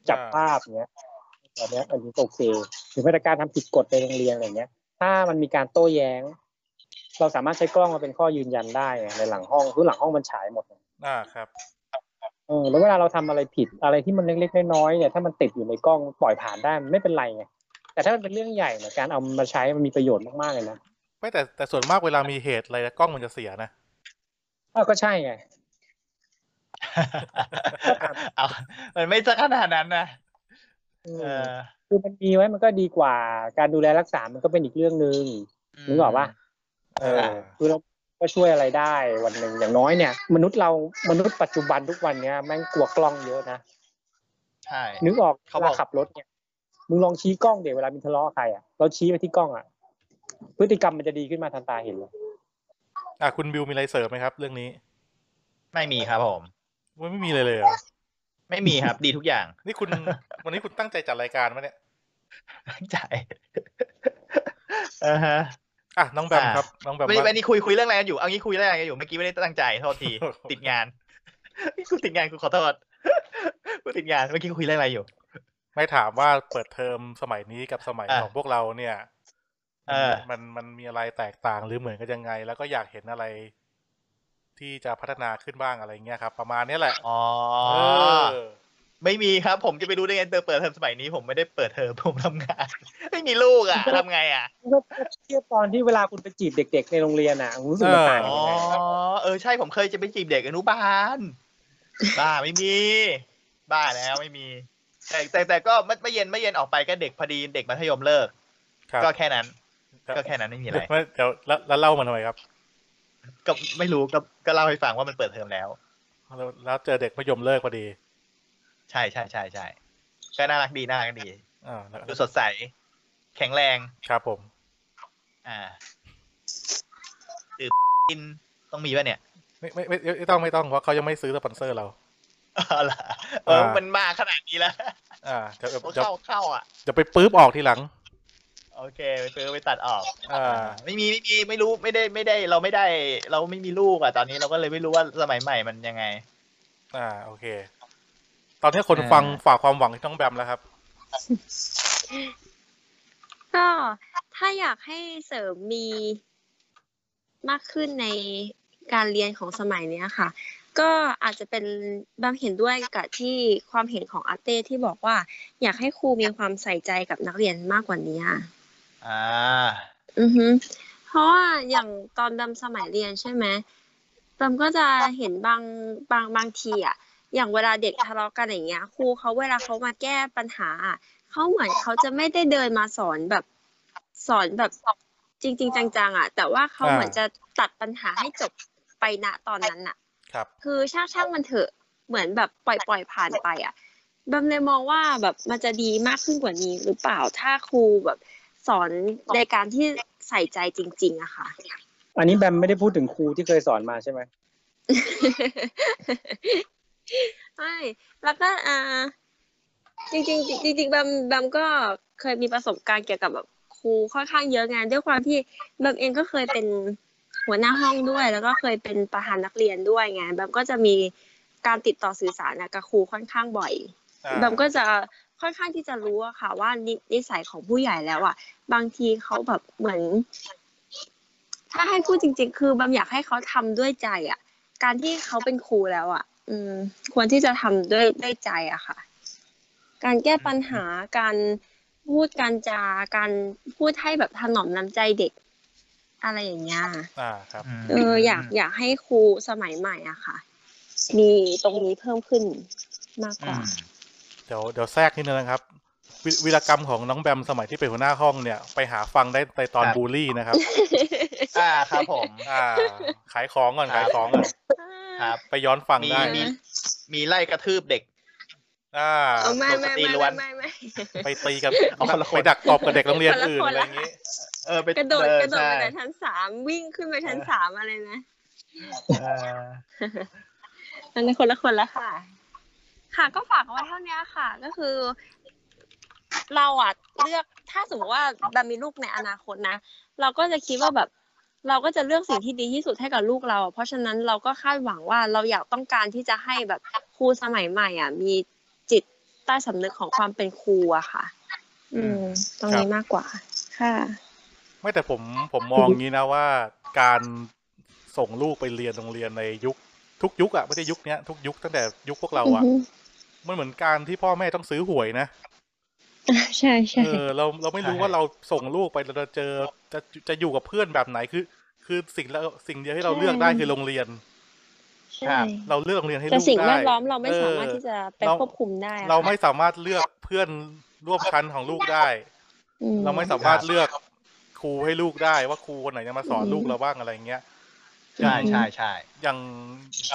Speaker 4: จับภาพเนี้ยแบบเนี้ยอันนี้ก็โอเคหรือมาตรการทำผิดกฎในโรงเรียนอะไรเงี้ย ถ้ามันมีการโต้แย้ง เราสามารถใช้กล้องมาเป็นข้อยืนยันได้ไงในหลังห้องคือหลังห้องมันฉายหมดไง
Speaker 1: อ่าครับ
Speaker 4: เออแล้วเวลาเราทำอะไรผิดอะไรที่มันเล็กๆน้อยๆเนี่ยถ้ามันติดอยู่ในกล้องปล่อยผ่านได้มันไม่เป็นไรไงแต่ถ้ามันเป็นเรื่องใหญ่เนี่ยการเอามาใช้มันมีประโยชน์มากๆเลยนะ
Speaker 1: ไม่แต่แต่ส่วนมากเวลามีเหตุอะไรนะกล้องมันจะเสียนะ
Speaker 4: อ้าวก็ใช่ไง
Speaker 2: เอามันไม่จะขนาดนั้นนะเออ
Speaker 4: คือมันมีไว้มันก็ดีกว่า การดูแลรักษา มันก็เป็นอีกเรื่องหนึ่ง นึกออกปะ เอ
Speaker 1: เอ
Speaker 4: อ
Speaker 1: อ
Speaker 4: คือเราก็ช่วยอะไรได้วันหนึ่งอย่างน้อยเนี่ย มนุษย์เรามนุษย์ปัจจุบันทุกวันเนี้ยแม่งกลัวกล้องเยอะนะ
Speaker 2: ใช่
Speaker 4: นึกออก
Speaker 2: เขาบอ
Speaker 4: เวลาก ขับรถเนี่ยมึงลองชี้กล้องเดี๋ยวเวลามีทะเลาะกับใครอ่ะเราชี้ไปที่กล้องอ่ะ พฤติกรรมมันจะดีขึ้นมาทันตาเห็นเลย
Speaker 1: อ่ะคุณบิวมีอะไรเสริมไหมครับ เรื่องนี้
Speaker 2: ไม่มีครับผม
Speaker 1: ว่าไม่มีเลยเลยเหรอ
Speaker 2: ไม่มีครับ ดีทุกอย่าง
Speaker 1: นี่คุณ วันนี้คุณตั้งใจจัดรายการมาเนี่ย
Speaker 2: จ่าย อ่าฮะ
Speaker 1: อ่ะน้องแบมครับ น้องแบม
Speaker 2: วันนี้
Speaker 1: ว่า
Speaker 2: วันนี้คุยคุยเรื่องอะไรกันอยู่ เอางี้คุยเรื่องอะไรกันอยู่ เมื่อกี้ไม่ได้ตั้งใจโทษที ติดงาน กูติดงานกูขอโทษ กูติดงาน เมื่อกี้คุยเรื่องอะไรอยู่
Speaker 1: ไม่ถามว่าเปิดเทอมสมัยนี้กับสมัย
Speaker 2: อ่ะ
Speaker 1: ของพวกเราเนี่ย
Speaker 2: เออ
Speaker 1: มันมันมันมีอะไรแตกต่างหรือเหมือนกันยังไง แล้วก็อยากเห็นอะไร ที่จะพัฒนาขึ้นบ้างอะไรเงี้ยครับ ประมาณเนี้ยแหละ
Speaker 2: อ๋อ
Speaker 1: เออ
Speaker 2: ไม่มีครับ ผมจะไปรู้ได้ไงเติมเปิดเทอมสมัยนี้ ผมไม่ได้เปิดเทอม ผมทำงาน ไม่มีลูก อ่ะทำไงอ่ะ
Speaker 4: ก็เทียบตอนที่เวลาคุณไปจีบเด็ก ๆ ในโรงเรียนอ่ะคุณรู้สึกมันต่าง
Speaker 2: อ๋
Speaker 4: กัน
Speaker 2: อ
Speaker 4: ยังไง
Speaker 2: เออ ใช่ผมเคยจะไปจีบเด็กอนุบาล บ้าไม่มี บ้าแล้วไม่มี แต่แต่แต่ก็ไม่ไม่เย็นไม่เย็นออกไปก็เด็กพอดีเด็กมัธยมเลิก
Speaker 1: ครับ
Speaker 2: ก็แค่นั้น ก็
Speaker 1: เ
Speaker 2: แค่นั้นไม่มี
Speaker 1: ดี๋
Speaker 2: อะ
Speaker 1: ยว
Speaker 2: ไร
Speaker 1: เดี๋ยวแล้วแล้วเล่ามันทำไมครับ
Speaker 2: ก็ไม่รู้ก็ก็เล่าให้ฟังว่ามันเปิดเทอมแล้ว
Speaker 1: แล้วแล้วเจอเด็กพยมเลิกพอดี
Speaker 2: ใช่ใช่ใช่ใช่ก็น่ารักดีน่ารักดี
Speaker 1: อ่าแล้ว
Speaker 2: ดูสดใส แข็งแรง
Speaker 1: ครับผม
Speaker 2: อ่าดื่มกินต้องมีป่ะเนี่ย
Speaker 1: ไม่ไม่ไม่ไม่ต้องไม่ต้องเพราะเขายังไม่ซื้อสปอนเซอร์เรา
Speaker 2: อ๋อเหรอเออ
Speaker 1: อ่ามั
Speaker 2: มันมาขนาดนี้แล้ว
Speaker 1: อ่าจะจะจะ
Speaker 2: เข้าเข้าอ่ะ
Speaker 1: จะไปปื๊บออกทีหลัง
Speaker 2: โอเคไปซื้อไปตัดออก
Speaker 1: อ่า
Speaker 2: ไม่มีไม่มีไม่รู้ไม่ได้ไม่ได้เราไม่ได้ เราไม่มีลูกอ่ะตอนนี้เราก็เลยไม่รู้ว่าสมัยใหม่มันยังไง
Speaker 1: อ่าโอเค ตอนนี้คน
Speaker 2: อ่า
Speaker 1: ฟังฝากความหวังที่น้องแบมแล้วครับ
Speaker 3: ก็ถ้าอยากให้เสริมมีมากขึ้นในการเรียนของสมัยเนี้ยค่ะ ก็อาจจะเป็นบางเห็นด้วยกับที่ความเห็นของอาเต้ที่บอกว่า อยากให้ครูมีความใส่ใจกับนักเรียนมากกว่านี้
Speaker 2: อ่า
Speaker 3: อือฮึเพราะว่าอย่างตอนดำสมัยเรียนใช่ไหมดำก็จะเห็นบางบางบางทีอ่ะ อย่างเวลาเด็กทะเลาะกันอย่างเงี้ย ครูเขาเวลาเขามาแก้ปัญหาอะเขาเหมือนเขาจะไม่ได้เดินมาสอนแบบสอนแบบจริง ๆ จังๆอ่ะ แต่ว่าเขา
Speaker 1: อ่า
Speaker 3: เหมือนจะตัดปัญหาให้จบไปณตอนนั้นอ่ะ
Speaker 1: ครับ
Speaker 3: คือช่างช่างมันเถอะเหมือนแบบปล่อยปล่อยผ่านไปอ่ะแบมเลยมองว่าแบบมันจะดีมากขึ้นกว่านี้หรือเปล่าถ้าครูแบบสอนในการที่ใส่ใจจริง ๆอะค่ะ
Speaker 4: อันนี้แบมไม่ได้พูดถึงครูที่เคยสอนมาใช่ไหม
Speaker 3: ไม่แล้วก็อ่าจริงๆจริงๆแบมแบมก็เคยมีประสบการณ์เกี่ยวกับแบบครูค่อนข้างเยอะงาน ด้วยความที่แบมเองก็เคยเป็นหัวหน้าห้องด้วย แล้วก็เคยเป็นประธานนักเรียนด้วยไงแบมก็จะมีการติดต่อสื่อสารกับครูค่อนข้างบ่อย
Speaker 1: อ่า
Speaker 3: แบมก็จะค่อนข้างที่จะรู้อะค่ะ ว่านินิสัยของผู้ใหญ่แล้วอะบางทีเขาแบบเหมือน ถ้าให้พูดจริง ๆ คือแบมอยากให้เขาทำด้วยใจอะการที่เขาเป็นครูแล้วอะอืม ควรที่จะทำด้วยด้วยใจอะค่ะ การแก้ปัญหาการพูดการจาการพูดให้แบบถนอมน้ำใจเด็ก อะไรอย่างเงี้ย
Speaker 1: อ่าครับ
Speaker 3: เอออยากอยากให้ครูสมัยใหม่อะค่ะ มีตรงนี้เพิ่มขึ้นมากกว่า
Speaker 1: เดี๋ยวเดี๋ยวแทรกนิดนึงนะครับววิรกรรมของน้องแบมสมัยที่เป็นหัวหน้าห้องเนี่ย ไปหาฟังได้ในตอน
Speaker 2: ครับ
Speaker 1: บูลลี่นะครับ
Speaker 2: อ่าครับผม
Speaker 1: อ่า ขายของก่อน
Speaker 2: ค
Speaker 1: ขา
Speaker 2: รับ
Speaker 1: ยของก่อน
Speaker 2: ครับ
Speaker 1: ไปย้อนฟัง
Speaker 2: มี
Speaker 1: ได้
Speaker 2: มีมีไล่กระทืบเด็ก
Speaker 1: อ่า
Speaker 3: เอาไม่
Speaker 2: ปก
Speaker 3: ไม่
Speaker 2: ติ
Speaker 3: ไม่
Speaker 2: ล้วน
Speaker 3: ไม่ไม่
Speaker 1: ไปตีกับ
Speaker 2: เอาคนละคน
Speaker 1: ไปดักตบกับเด็กโรงเรียนอื่น
Speaker 3: คน
Speaker 1: อะ
Speaker 3: ละคน
Speaker 1: ไรอย่างนี้
Speaker 2: เออไป
Speaker 3: ไม่กระโดด
Speaker 2: เออก
Speaker 3: ระโดด
Speaker 2: ใช่
Speaker 3: ไปแต่ชั้นสามวิ่งขึ้นไปชั้น
Speaker 2: เออ
Speaker 3: สามอะไรนะ
Speaker 2: เออ
Speaker 3: อันนั้นคนละคนละค่ะ ค่ะก็ฝากเอาไว้เท่านี้ค่ะ ก็คือ เราอ่ะเลือกถ้าสมมติว่าแบบมีลูกในอนาคตนะเราก็จะคิดว่าแบบ เราก็จะเลือกสิ่งที่ดีที่สุดให้กับลูกเรา เพราะฉะนั้นเราก็คาดหวังว่าเราอยากต้องการที่จะให้แบบครูสมัยใหม่อ่ะ มีจิตใต้สำนึกของความเป็นครูอะค่ะ อืม ตรงนี้มากกว่า ค่ะ
Speaker 1: ไม่แต่ผมผมมองงี้นะว่า การส่งลูกไปเรียนโรงเรียนในยุค ทุกยุคอะไม่ใช่ยุคเนี้ยทุกยุคตั้งแต่ยุคพวกเราอะ
Speaker 3: อือฮึ
Speaker 1: มันเหมือนการที่พ่อแม่ต้องซื้อหวยนะ
Speaker 3: ใช่ใช่
Speaker 1: เออเราเราไม่รู้
Speaker 2: ใช่
Speaker 1: ว่าเราส่งลูกไปเราจะเจอจะจะอยู่กับเพื่อนแบบไหนคือ คือสิ่งเราสิ่งเดียวที่เรา
Speaker 3: ใช่
Speaker 1: เลือกได้คือโรงเรียน
Speaker 3: ใช่
Speaker 1: เราเลือกโรงเรียนให้ลูก
Speaker 3: แต่
Speaker 1: ได้
Speaker 3: สิ่งแวดล้อมเราไม่สามารถ
Speaker 1: เออ
Speaker 3: ที่จะไป
Speaker 1: เรา
Speaker 3: ควบคุมได้อะ
Speaker 1: เราไม่สามารถเลือกเพื่อนร่วมชั้นของลูกได้
Speaker 3: อื
Speaker 1: เราไม่สามารถเลือกครูให้ลูกได้ว่าครูคนไหนจะมาสอนลูกเราบ้างอะไรเงี้ย
Speaker 2: ใช่ใช่ใช่
Speaker 1: อย่าง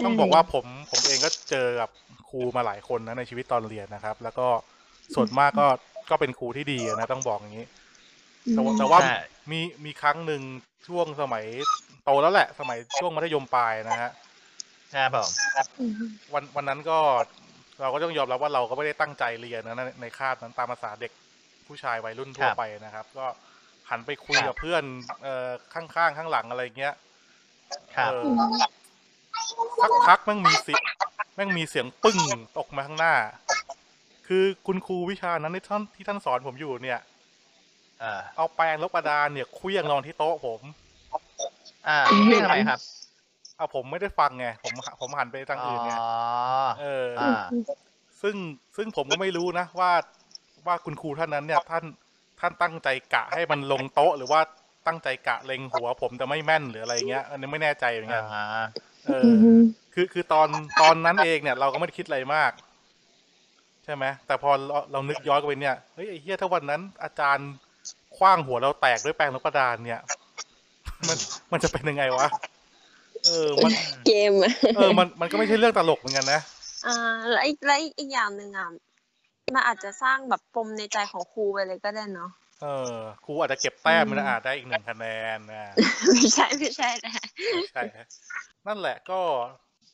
Speaker 1: ต้องบอกว่าผมผมเองก็เจอกับ ครูมาหลายคนนะในชีวิตตอนเรียนนะครับ แล้วก็ส่วนมากก็ก็เป็นครูที่ดีอะนะต้องบอกอย่างนี้ แต่ว่าแต่ว่า
Speaker 2: ใช่
Speaker 1: มีมีครั้งหนึ่งช่วงสมัยโตแล้วแหละ สมัยช่วงมัธยมปลายนะฮะ
Speaker 2: ครับผม
Speaker 3: อืม
Speaker 1: วันวันนั้นก็เราก็ต้องยอมรับว่าเราก็ไม่ได้ตั้งใจเรียนนะในในคาบนั้นตามภาษาเด็กผู้ชายวัยรุ่นทั่วไปนะครับ ก็หันไปคุยกับเพื่อนเอ่อข้างๆข้างหลังอะไรเงี้ย
Speaker 2: ครับ
Speaker 1: เออสักพักแม่งมีเสียงแม่งมีเสียงปึ้งตกมาข้างหน้า คือคุณครูวิชานั้นที่ท่านที่ท่านสอนผมอยู่เนี่ย
Speaker 2: อ่า
Speaker 1: เอาแปรงลบกระดานเนี่ยเคลี้ยงลงที่โต๊ะผม
Speaker 2: อ่าเรื่องอะไรครับ
Speaker 1: เอาผมไม่ได้ฟังไงผมผมหันไปทาง
Speaker 2: อ๋อ
Speaker 1: อื่นไงเออ
Speaker 2: อ่า
Speaker 1: ซึ่งซึ่งผมก็ไม่รู้นะว่าว่าคุณครูท่านนั้นเนี่ยท่านท่านตั้งใจกะให้มันลงโต๊ะ หรือว่าตั้งใจกะเล็งหัวผมแต่ไม่แม่นหรืออะไรเงี้ยอันนี้ไม่แน่ใจเหมือนกัน
Speaker 2: อ่า
Speaker 1: เออคือคือตอนตอนนั้นเองเนี่ย เราก็ไม่ได้คิดอะไรมาก ใช่ไหมแต่พอเราเรานึกย้อนกลับไปเนี่ยเฮ้ยไอ้เฮียถ้าวันนั้น อาจารย์คว้างหัวเราแตกด้วยแปรงลบกระดานเนี่ย มันมันจะเป็นยังไงวะเออมัน
Speaker 3: เกมอะ
Speaker 1: เออมันมันก็ไม่ใช่เรื่องตลกเหมือนกันนะ
Speaker 3: อ่าแล้วอีกแล้วอีกอย่างหนึ่งอ่ะมันอาจจะสร้างแบบปมในใจของครูไปเลยก็ได้เนาะ
Speaker 1: เออครูอาจจะเก็บแต้ม
Speaker 3: อืม
Speaker 1: มันอาจได้อีกหนึ่งคะแนนนะ
Speaker 3: ไม่ใช่ไม่ใช่นะ
Speaker 1: ใช่ฮะนั่นแหละก็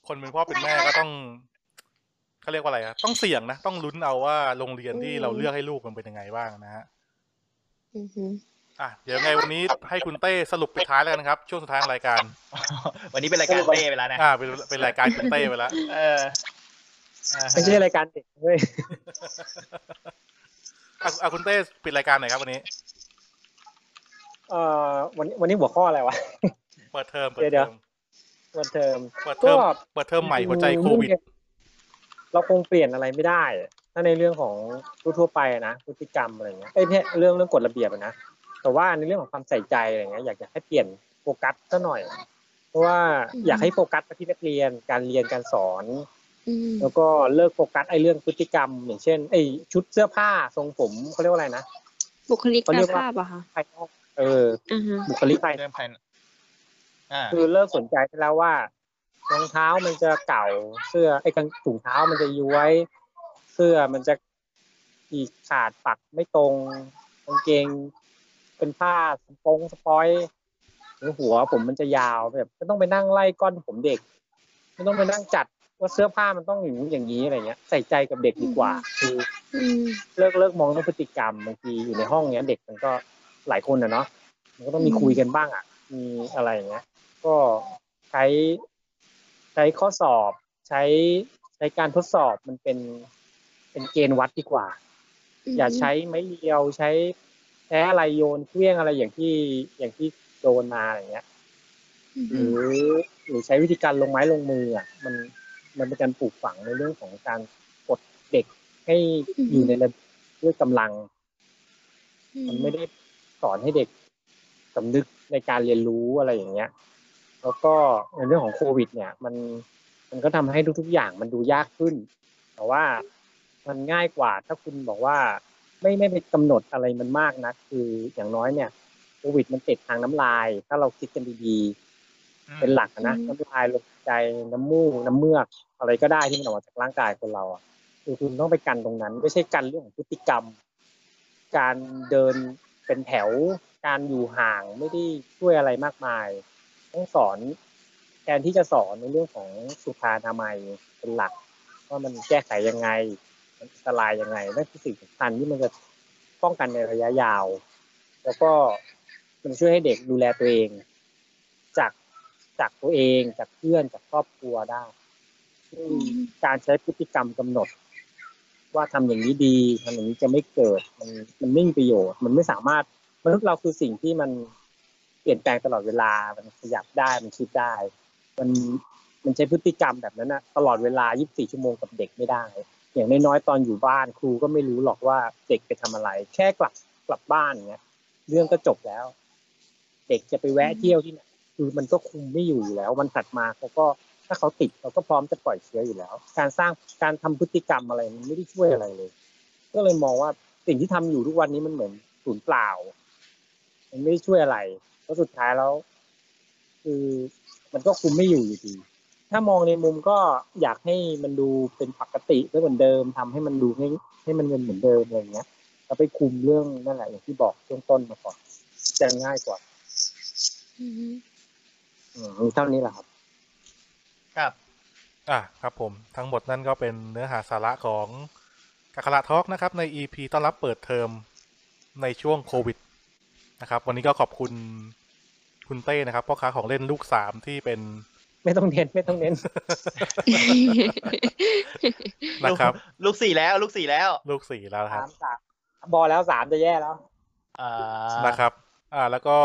Speaker 1: คนเป็นพ่อเป็นแม่ก็ต้องเขาเรียกว่าอะไรอะต้องเสี่ยงนะ ต้องลุ้นเอาว่าโรงเรียนที่เราเลือกให้ลูกมันเป็นยังไงบ้างนะฮะ
Speaker 3: อือฮึ
Speaker 1: อ่ะเดี๋ยวไงวันนี้ให้คุณเต้สรุปปิดท้ายแล้วกันะครับ ช่วงสุดท้ายของรายการ
Speaker 2: วันนี้เป็นรายการเต้ไปแล้วนะ
Speaker 1: อ่าเป็นเป็นรายการคุณเต้ไปแล้ว
Speaker 2: เอออ่า
Speaker 4: ไม่ใช่รายการเด็กเว้ย
Speaker 1: อ่ะอ่ะคุณเต้ปิดรายการหน่อยครับวันนี้
Speaker 4: เอ่อวันนี้วันนี้หัวข้ออะไรวะ
Speaker 1: เปิดเทอมเปิด
Speaker 4: เดี๋
Speaker 1: เท
Speaker 4: ย
Speaker 1: อ
Speaker 4: ว
Speaker 1: ม
Speaker 4: วันเทอม
Speaker 1: เปิดเทอม
Speaker 4: ก็
Speaker 1: เปิดเทอมใหม่หัวใจโควิด
Speaker 4: เราคงเปลี่ยนอะไรไม่ได้ ถ้าในเรื่องของทั่วๆไปนะพฤติกรรมอะไรเงี้ยเอ้ยเนี่ยเรื่องเรื่องกฎระเบียบอะนะ แต่ว่าในเรื่องของความใส่ใจอะไรเงี้ยอยากจะให้เปลี่ยนโฟกัสซะหน่อย เพราะว่าอยากให้โฟกัสไปที่นักเรียน การเรียนการสอน
Speaker 3: อืม
Speaker 4: แล้วก็เลิกโฟกัสไอ้เรื่องพฤติกรรม อย่างเช่นไอ้ชุดเสื้อผ้าทรงผมเขาเรียกว่าอะไรนะ
Speaker 3: บุคลิก
Speaker 4: เขาเรียกว่า
Speaker 3: ภาพอะค่ะ
Speaker 4: ภายนอกเออ
Speaker 3: อือฮะ
Speaker 4: บุคลิกภายนอก
Speaker 2: เรื่องภายในอ่า
Speaker 4: คือเลิกสนใจไปแล้วว่ารองเท้ามันจะเก่าเสื้อไอ้กางถุงเท้ามันจะย้วยเสื้อมันจะอีกขาดปักไม่ตรงกางเกง เป็นผ้าสปงสปอยหรือหัวผมมันจะยาวแบบไม่ต้องไปนั่งไล่ก้อนผมเด็ก ไม่ต้องไปนั่งจัดว่าเสื้อผ้ามันต้องอย่างนี้อย่างนี้อะไรเงี้ย ใส่ใจกับเด็กดีกว่า คือ
Speaker 3: อืม
Speaker 4: เลิกเลิกมองเรื่องพฤติกรรมบางทีอยู่ในห้องเนี้ย เด็กมันก็หลายคนนะเนาะมันก็ต้องมี
Speaker 3: อืม
Speaker 4: คุยกันบ้างอ่ะ มีอะไรอย่างเงี้ย ก็ใช้ใช้ข้อสอบ ใช้ใช้การทดสอบมันเป็นเป็นเกณฑ์วัดดีกว่า อย่าใช้ไม้เรียวใช้แช้อะไรโยนเครื่องอะไรอย่างที่อย่างที่โดนมาอะไรอย่างเงี้ย
Speaker 3: อือ
Speaker 4: ห
Speaker 3: ฮึ
Speaker 4: รือหรือใช้วิธีการลงไม้ลงมืออ่ะมันมันเป็นการปลูกฝังในเรื่องของการกดเด็กให้อยู่ในระดับด้วยกำลัง มันไม่ได้สอนให้เด็กสำนึกในการเรียนรู้อะไรอย่างเงี้ย แล้วก็ในเรื่องของโควิด เนี่ย มันมันก็ทำให้ทุกๆอย่างมันดูยากขึ้น แต่ว่ามันง่ายกว่าถ้าคุณบอกว่าไม่ไม่ไปกำหนดอะไรมันมากนะคืออย่างน้อยเนี่ยโควิดมันติดทางน้ำลาย ถ้าเราคิดกันดี
Speaker 2: อืม
Speaker 4: ๆ เป็นหลักอะนะน้ำลายลมหายใจน้ำมูกน้ำเมือก อะไรก็ได้ที่มันออกมาจากร่างกายคนเราอะคือคุณต้องไปกันตรงนั้น ไม่ใช่กันเรื่องของพฤติกรรม การเดินเป็นแถว การอยู่ห่างไม่ได้ช่วยอะไรมากมาย ต้องสอนแทนที่จะสอนในเรื่องของสุขอนามัยเป็นหลัก ว่ามันแก้ไขยังไง มันอันตรายยังไงนั่นคือสิ่งสำคัญที่มันจะป้องกันในระยะยาว แล้วก็มันช่วยให้เด็กดูแลตัวเอง จากจากตัวเองจากเพื่อนจากครอบครัวได้ซึ่งการใช้พฤติกรรมกำหนด ว่าทำอย่างนี้ดีทำอย่างนี้จะไม่เกิด มันมันไม่มีประโยชน์ มันไม่สามารถมนุษย์เราคือสิ่งที่มันเปลี่ยนแปลงตลอดเวลา มันขยับได้มันคิดได้ มันมันใช้พฤติกรรมแบบนั้นนะตลอดเวลา 24 ชั่วโมงกับเด็กไม่ได้ อย่างน้อยๆตอนอยู่บ้านครูก็ไม่รู้หรอกว่าเด็กไปทำอะไร แค่กลับกลับบ้านเนี้ย เรื่องก็จบแล้ว เด็กจะไปแวะเที่ยวที่ไหนคือมันก็คุมไม่อยู่อยู่แล้ว วันถัดมาเขาก็ถ้าเขาติดเขาก็พร้อมจะปล่อยเชื้ออยู่แล้ว การสร้างการทำพฤติกรรมอะไรมันไม่ได้ช่วยอะไรเลย ก็เลยมองว่าสิ่งที่ทำอยู่ทุกวันนี้มันเหมือนศูนย์เปล่า มันไม่ได้ช่วยอะไรแล้วสุดท้ายแล้ว คือมันก็คุมไม่อยู่อยู่ดี ถ้ามองในมุมก็อยากให้มันดูเป็นปกติก็เหมือนเดิมทำให้มันดูให้ให้มันเป็นเหมือนเดิมอะไรอย่างเงี้ยแล้วไปคุมเรื่องนั่นแหละอย่างที่บอกช่วงต้นมาก่อนจะง่ายกว่า
Speaker 3: อือฮึ
Speaker 4: อืมมีเท่านี้แหละครับ
Speaker 2: ครับ
Speaker 1: อ่ะครับผมทั้งหมดนั่นก็เป็นเนื้อหาสาระของกัคละทอกนะครับ ใน EP ต้อนรับเปิดเทอมในช่วงโควิดนะครับ วันนี้ก็ขอบคุณคุณเต้นะครับพ่อค้าของเล่นลูกสามที่เป็น
Speaker 4: ไม่ต้องเน้นไม่ต้องเน้น
Speaker 1: นะครับ
Speaker 2: ลูกสี่แล้วลูกสี่แล้ว
Speaker 1: ลูกสี่แล้วนะค
Speaker 4: สา
Speaker 1: รับ
Speaker 4: มสามบอแล้วสามจะแย่แล้ว
Speaker 2: อ่า
Speaker 1: นะครับ อ่า แล้วก็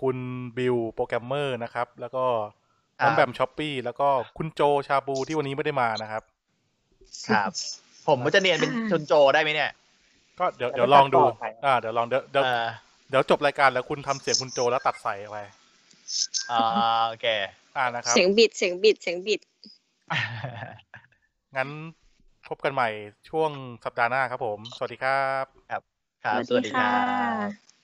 Speaker 1: คุณบิวโปรแกรมเมอร์นะครับ แล้วก็น้องแบมช้อปปี้แล้วก็คุณโจชาบูที่วันนี้ไม่ได้มานะครับ
Speaker 2: ครับ ผมก็จะเนียนเป็นชนโจได้ไหมเนี่ย
Speaker 1: ก็เดี๋ยวเดี๋ยวลองดู
Speaker 4: แล้วก็ตัดต่อไป
Speaker 1: อ่า เดี๋ยวลองเดี๋ยวเดี๋ยว
Speaker 2: เออ
Speaker 1: เดี๋ยวจบรายการแล้วคุณทำเสียงคุณโจแล้วตัดใส่ไป
Speaker 2: อ่าโอเค
Speaker 1: อ่านะครับ
Speaker 3: เสียงบิดเสียงบิดเสียงบิด
Speaker 1: งั้นพบกันใหม่ช่วงสัปดาห์หน้าครับผม สวัสดีครับ
Speaker 2: ครับ สวัสดีครับ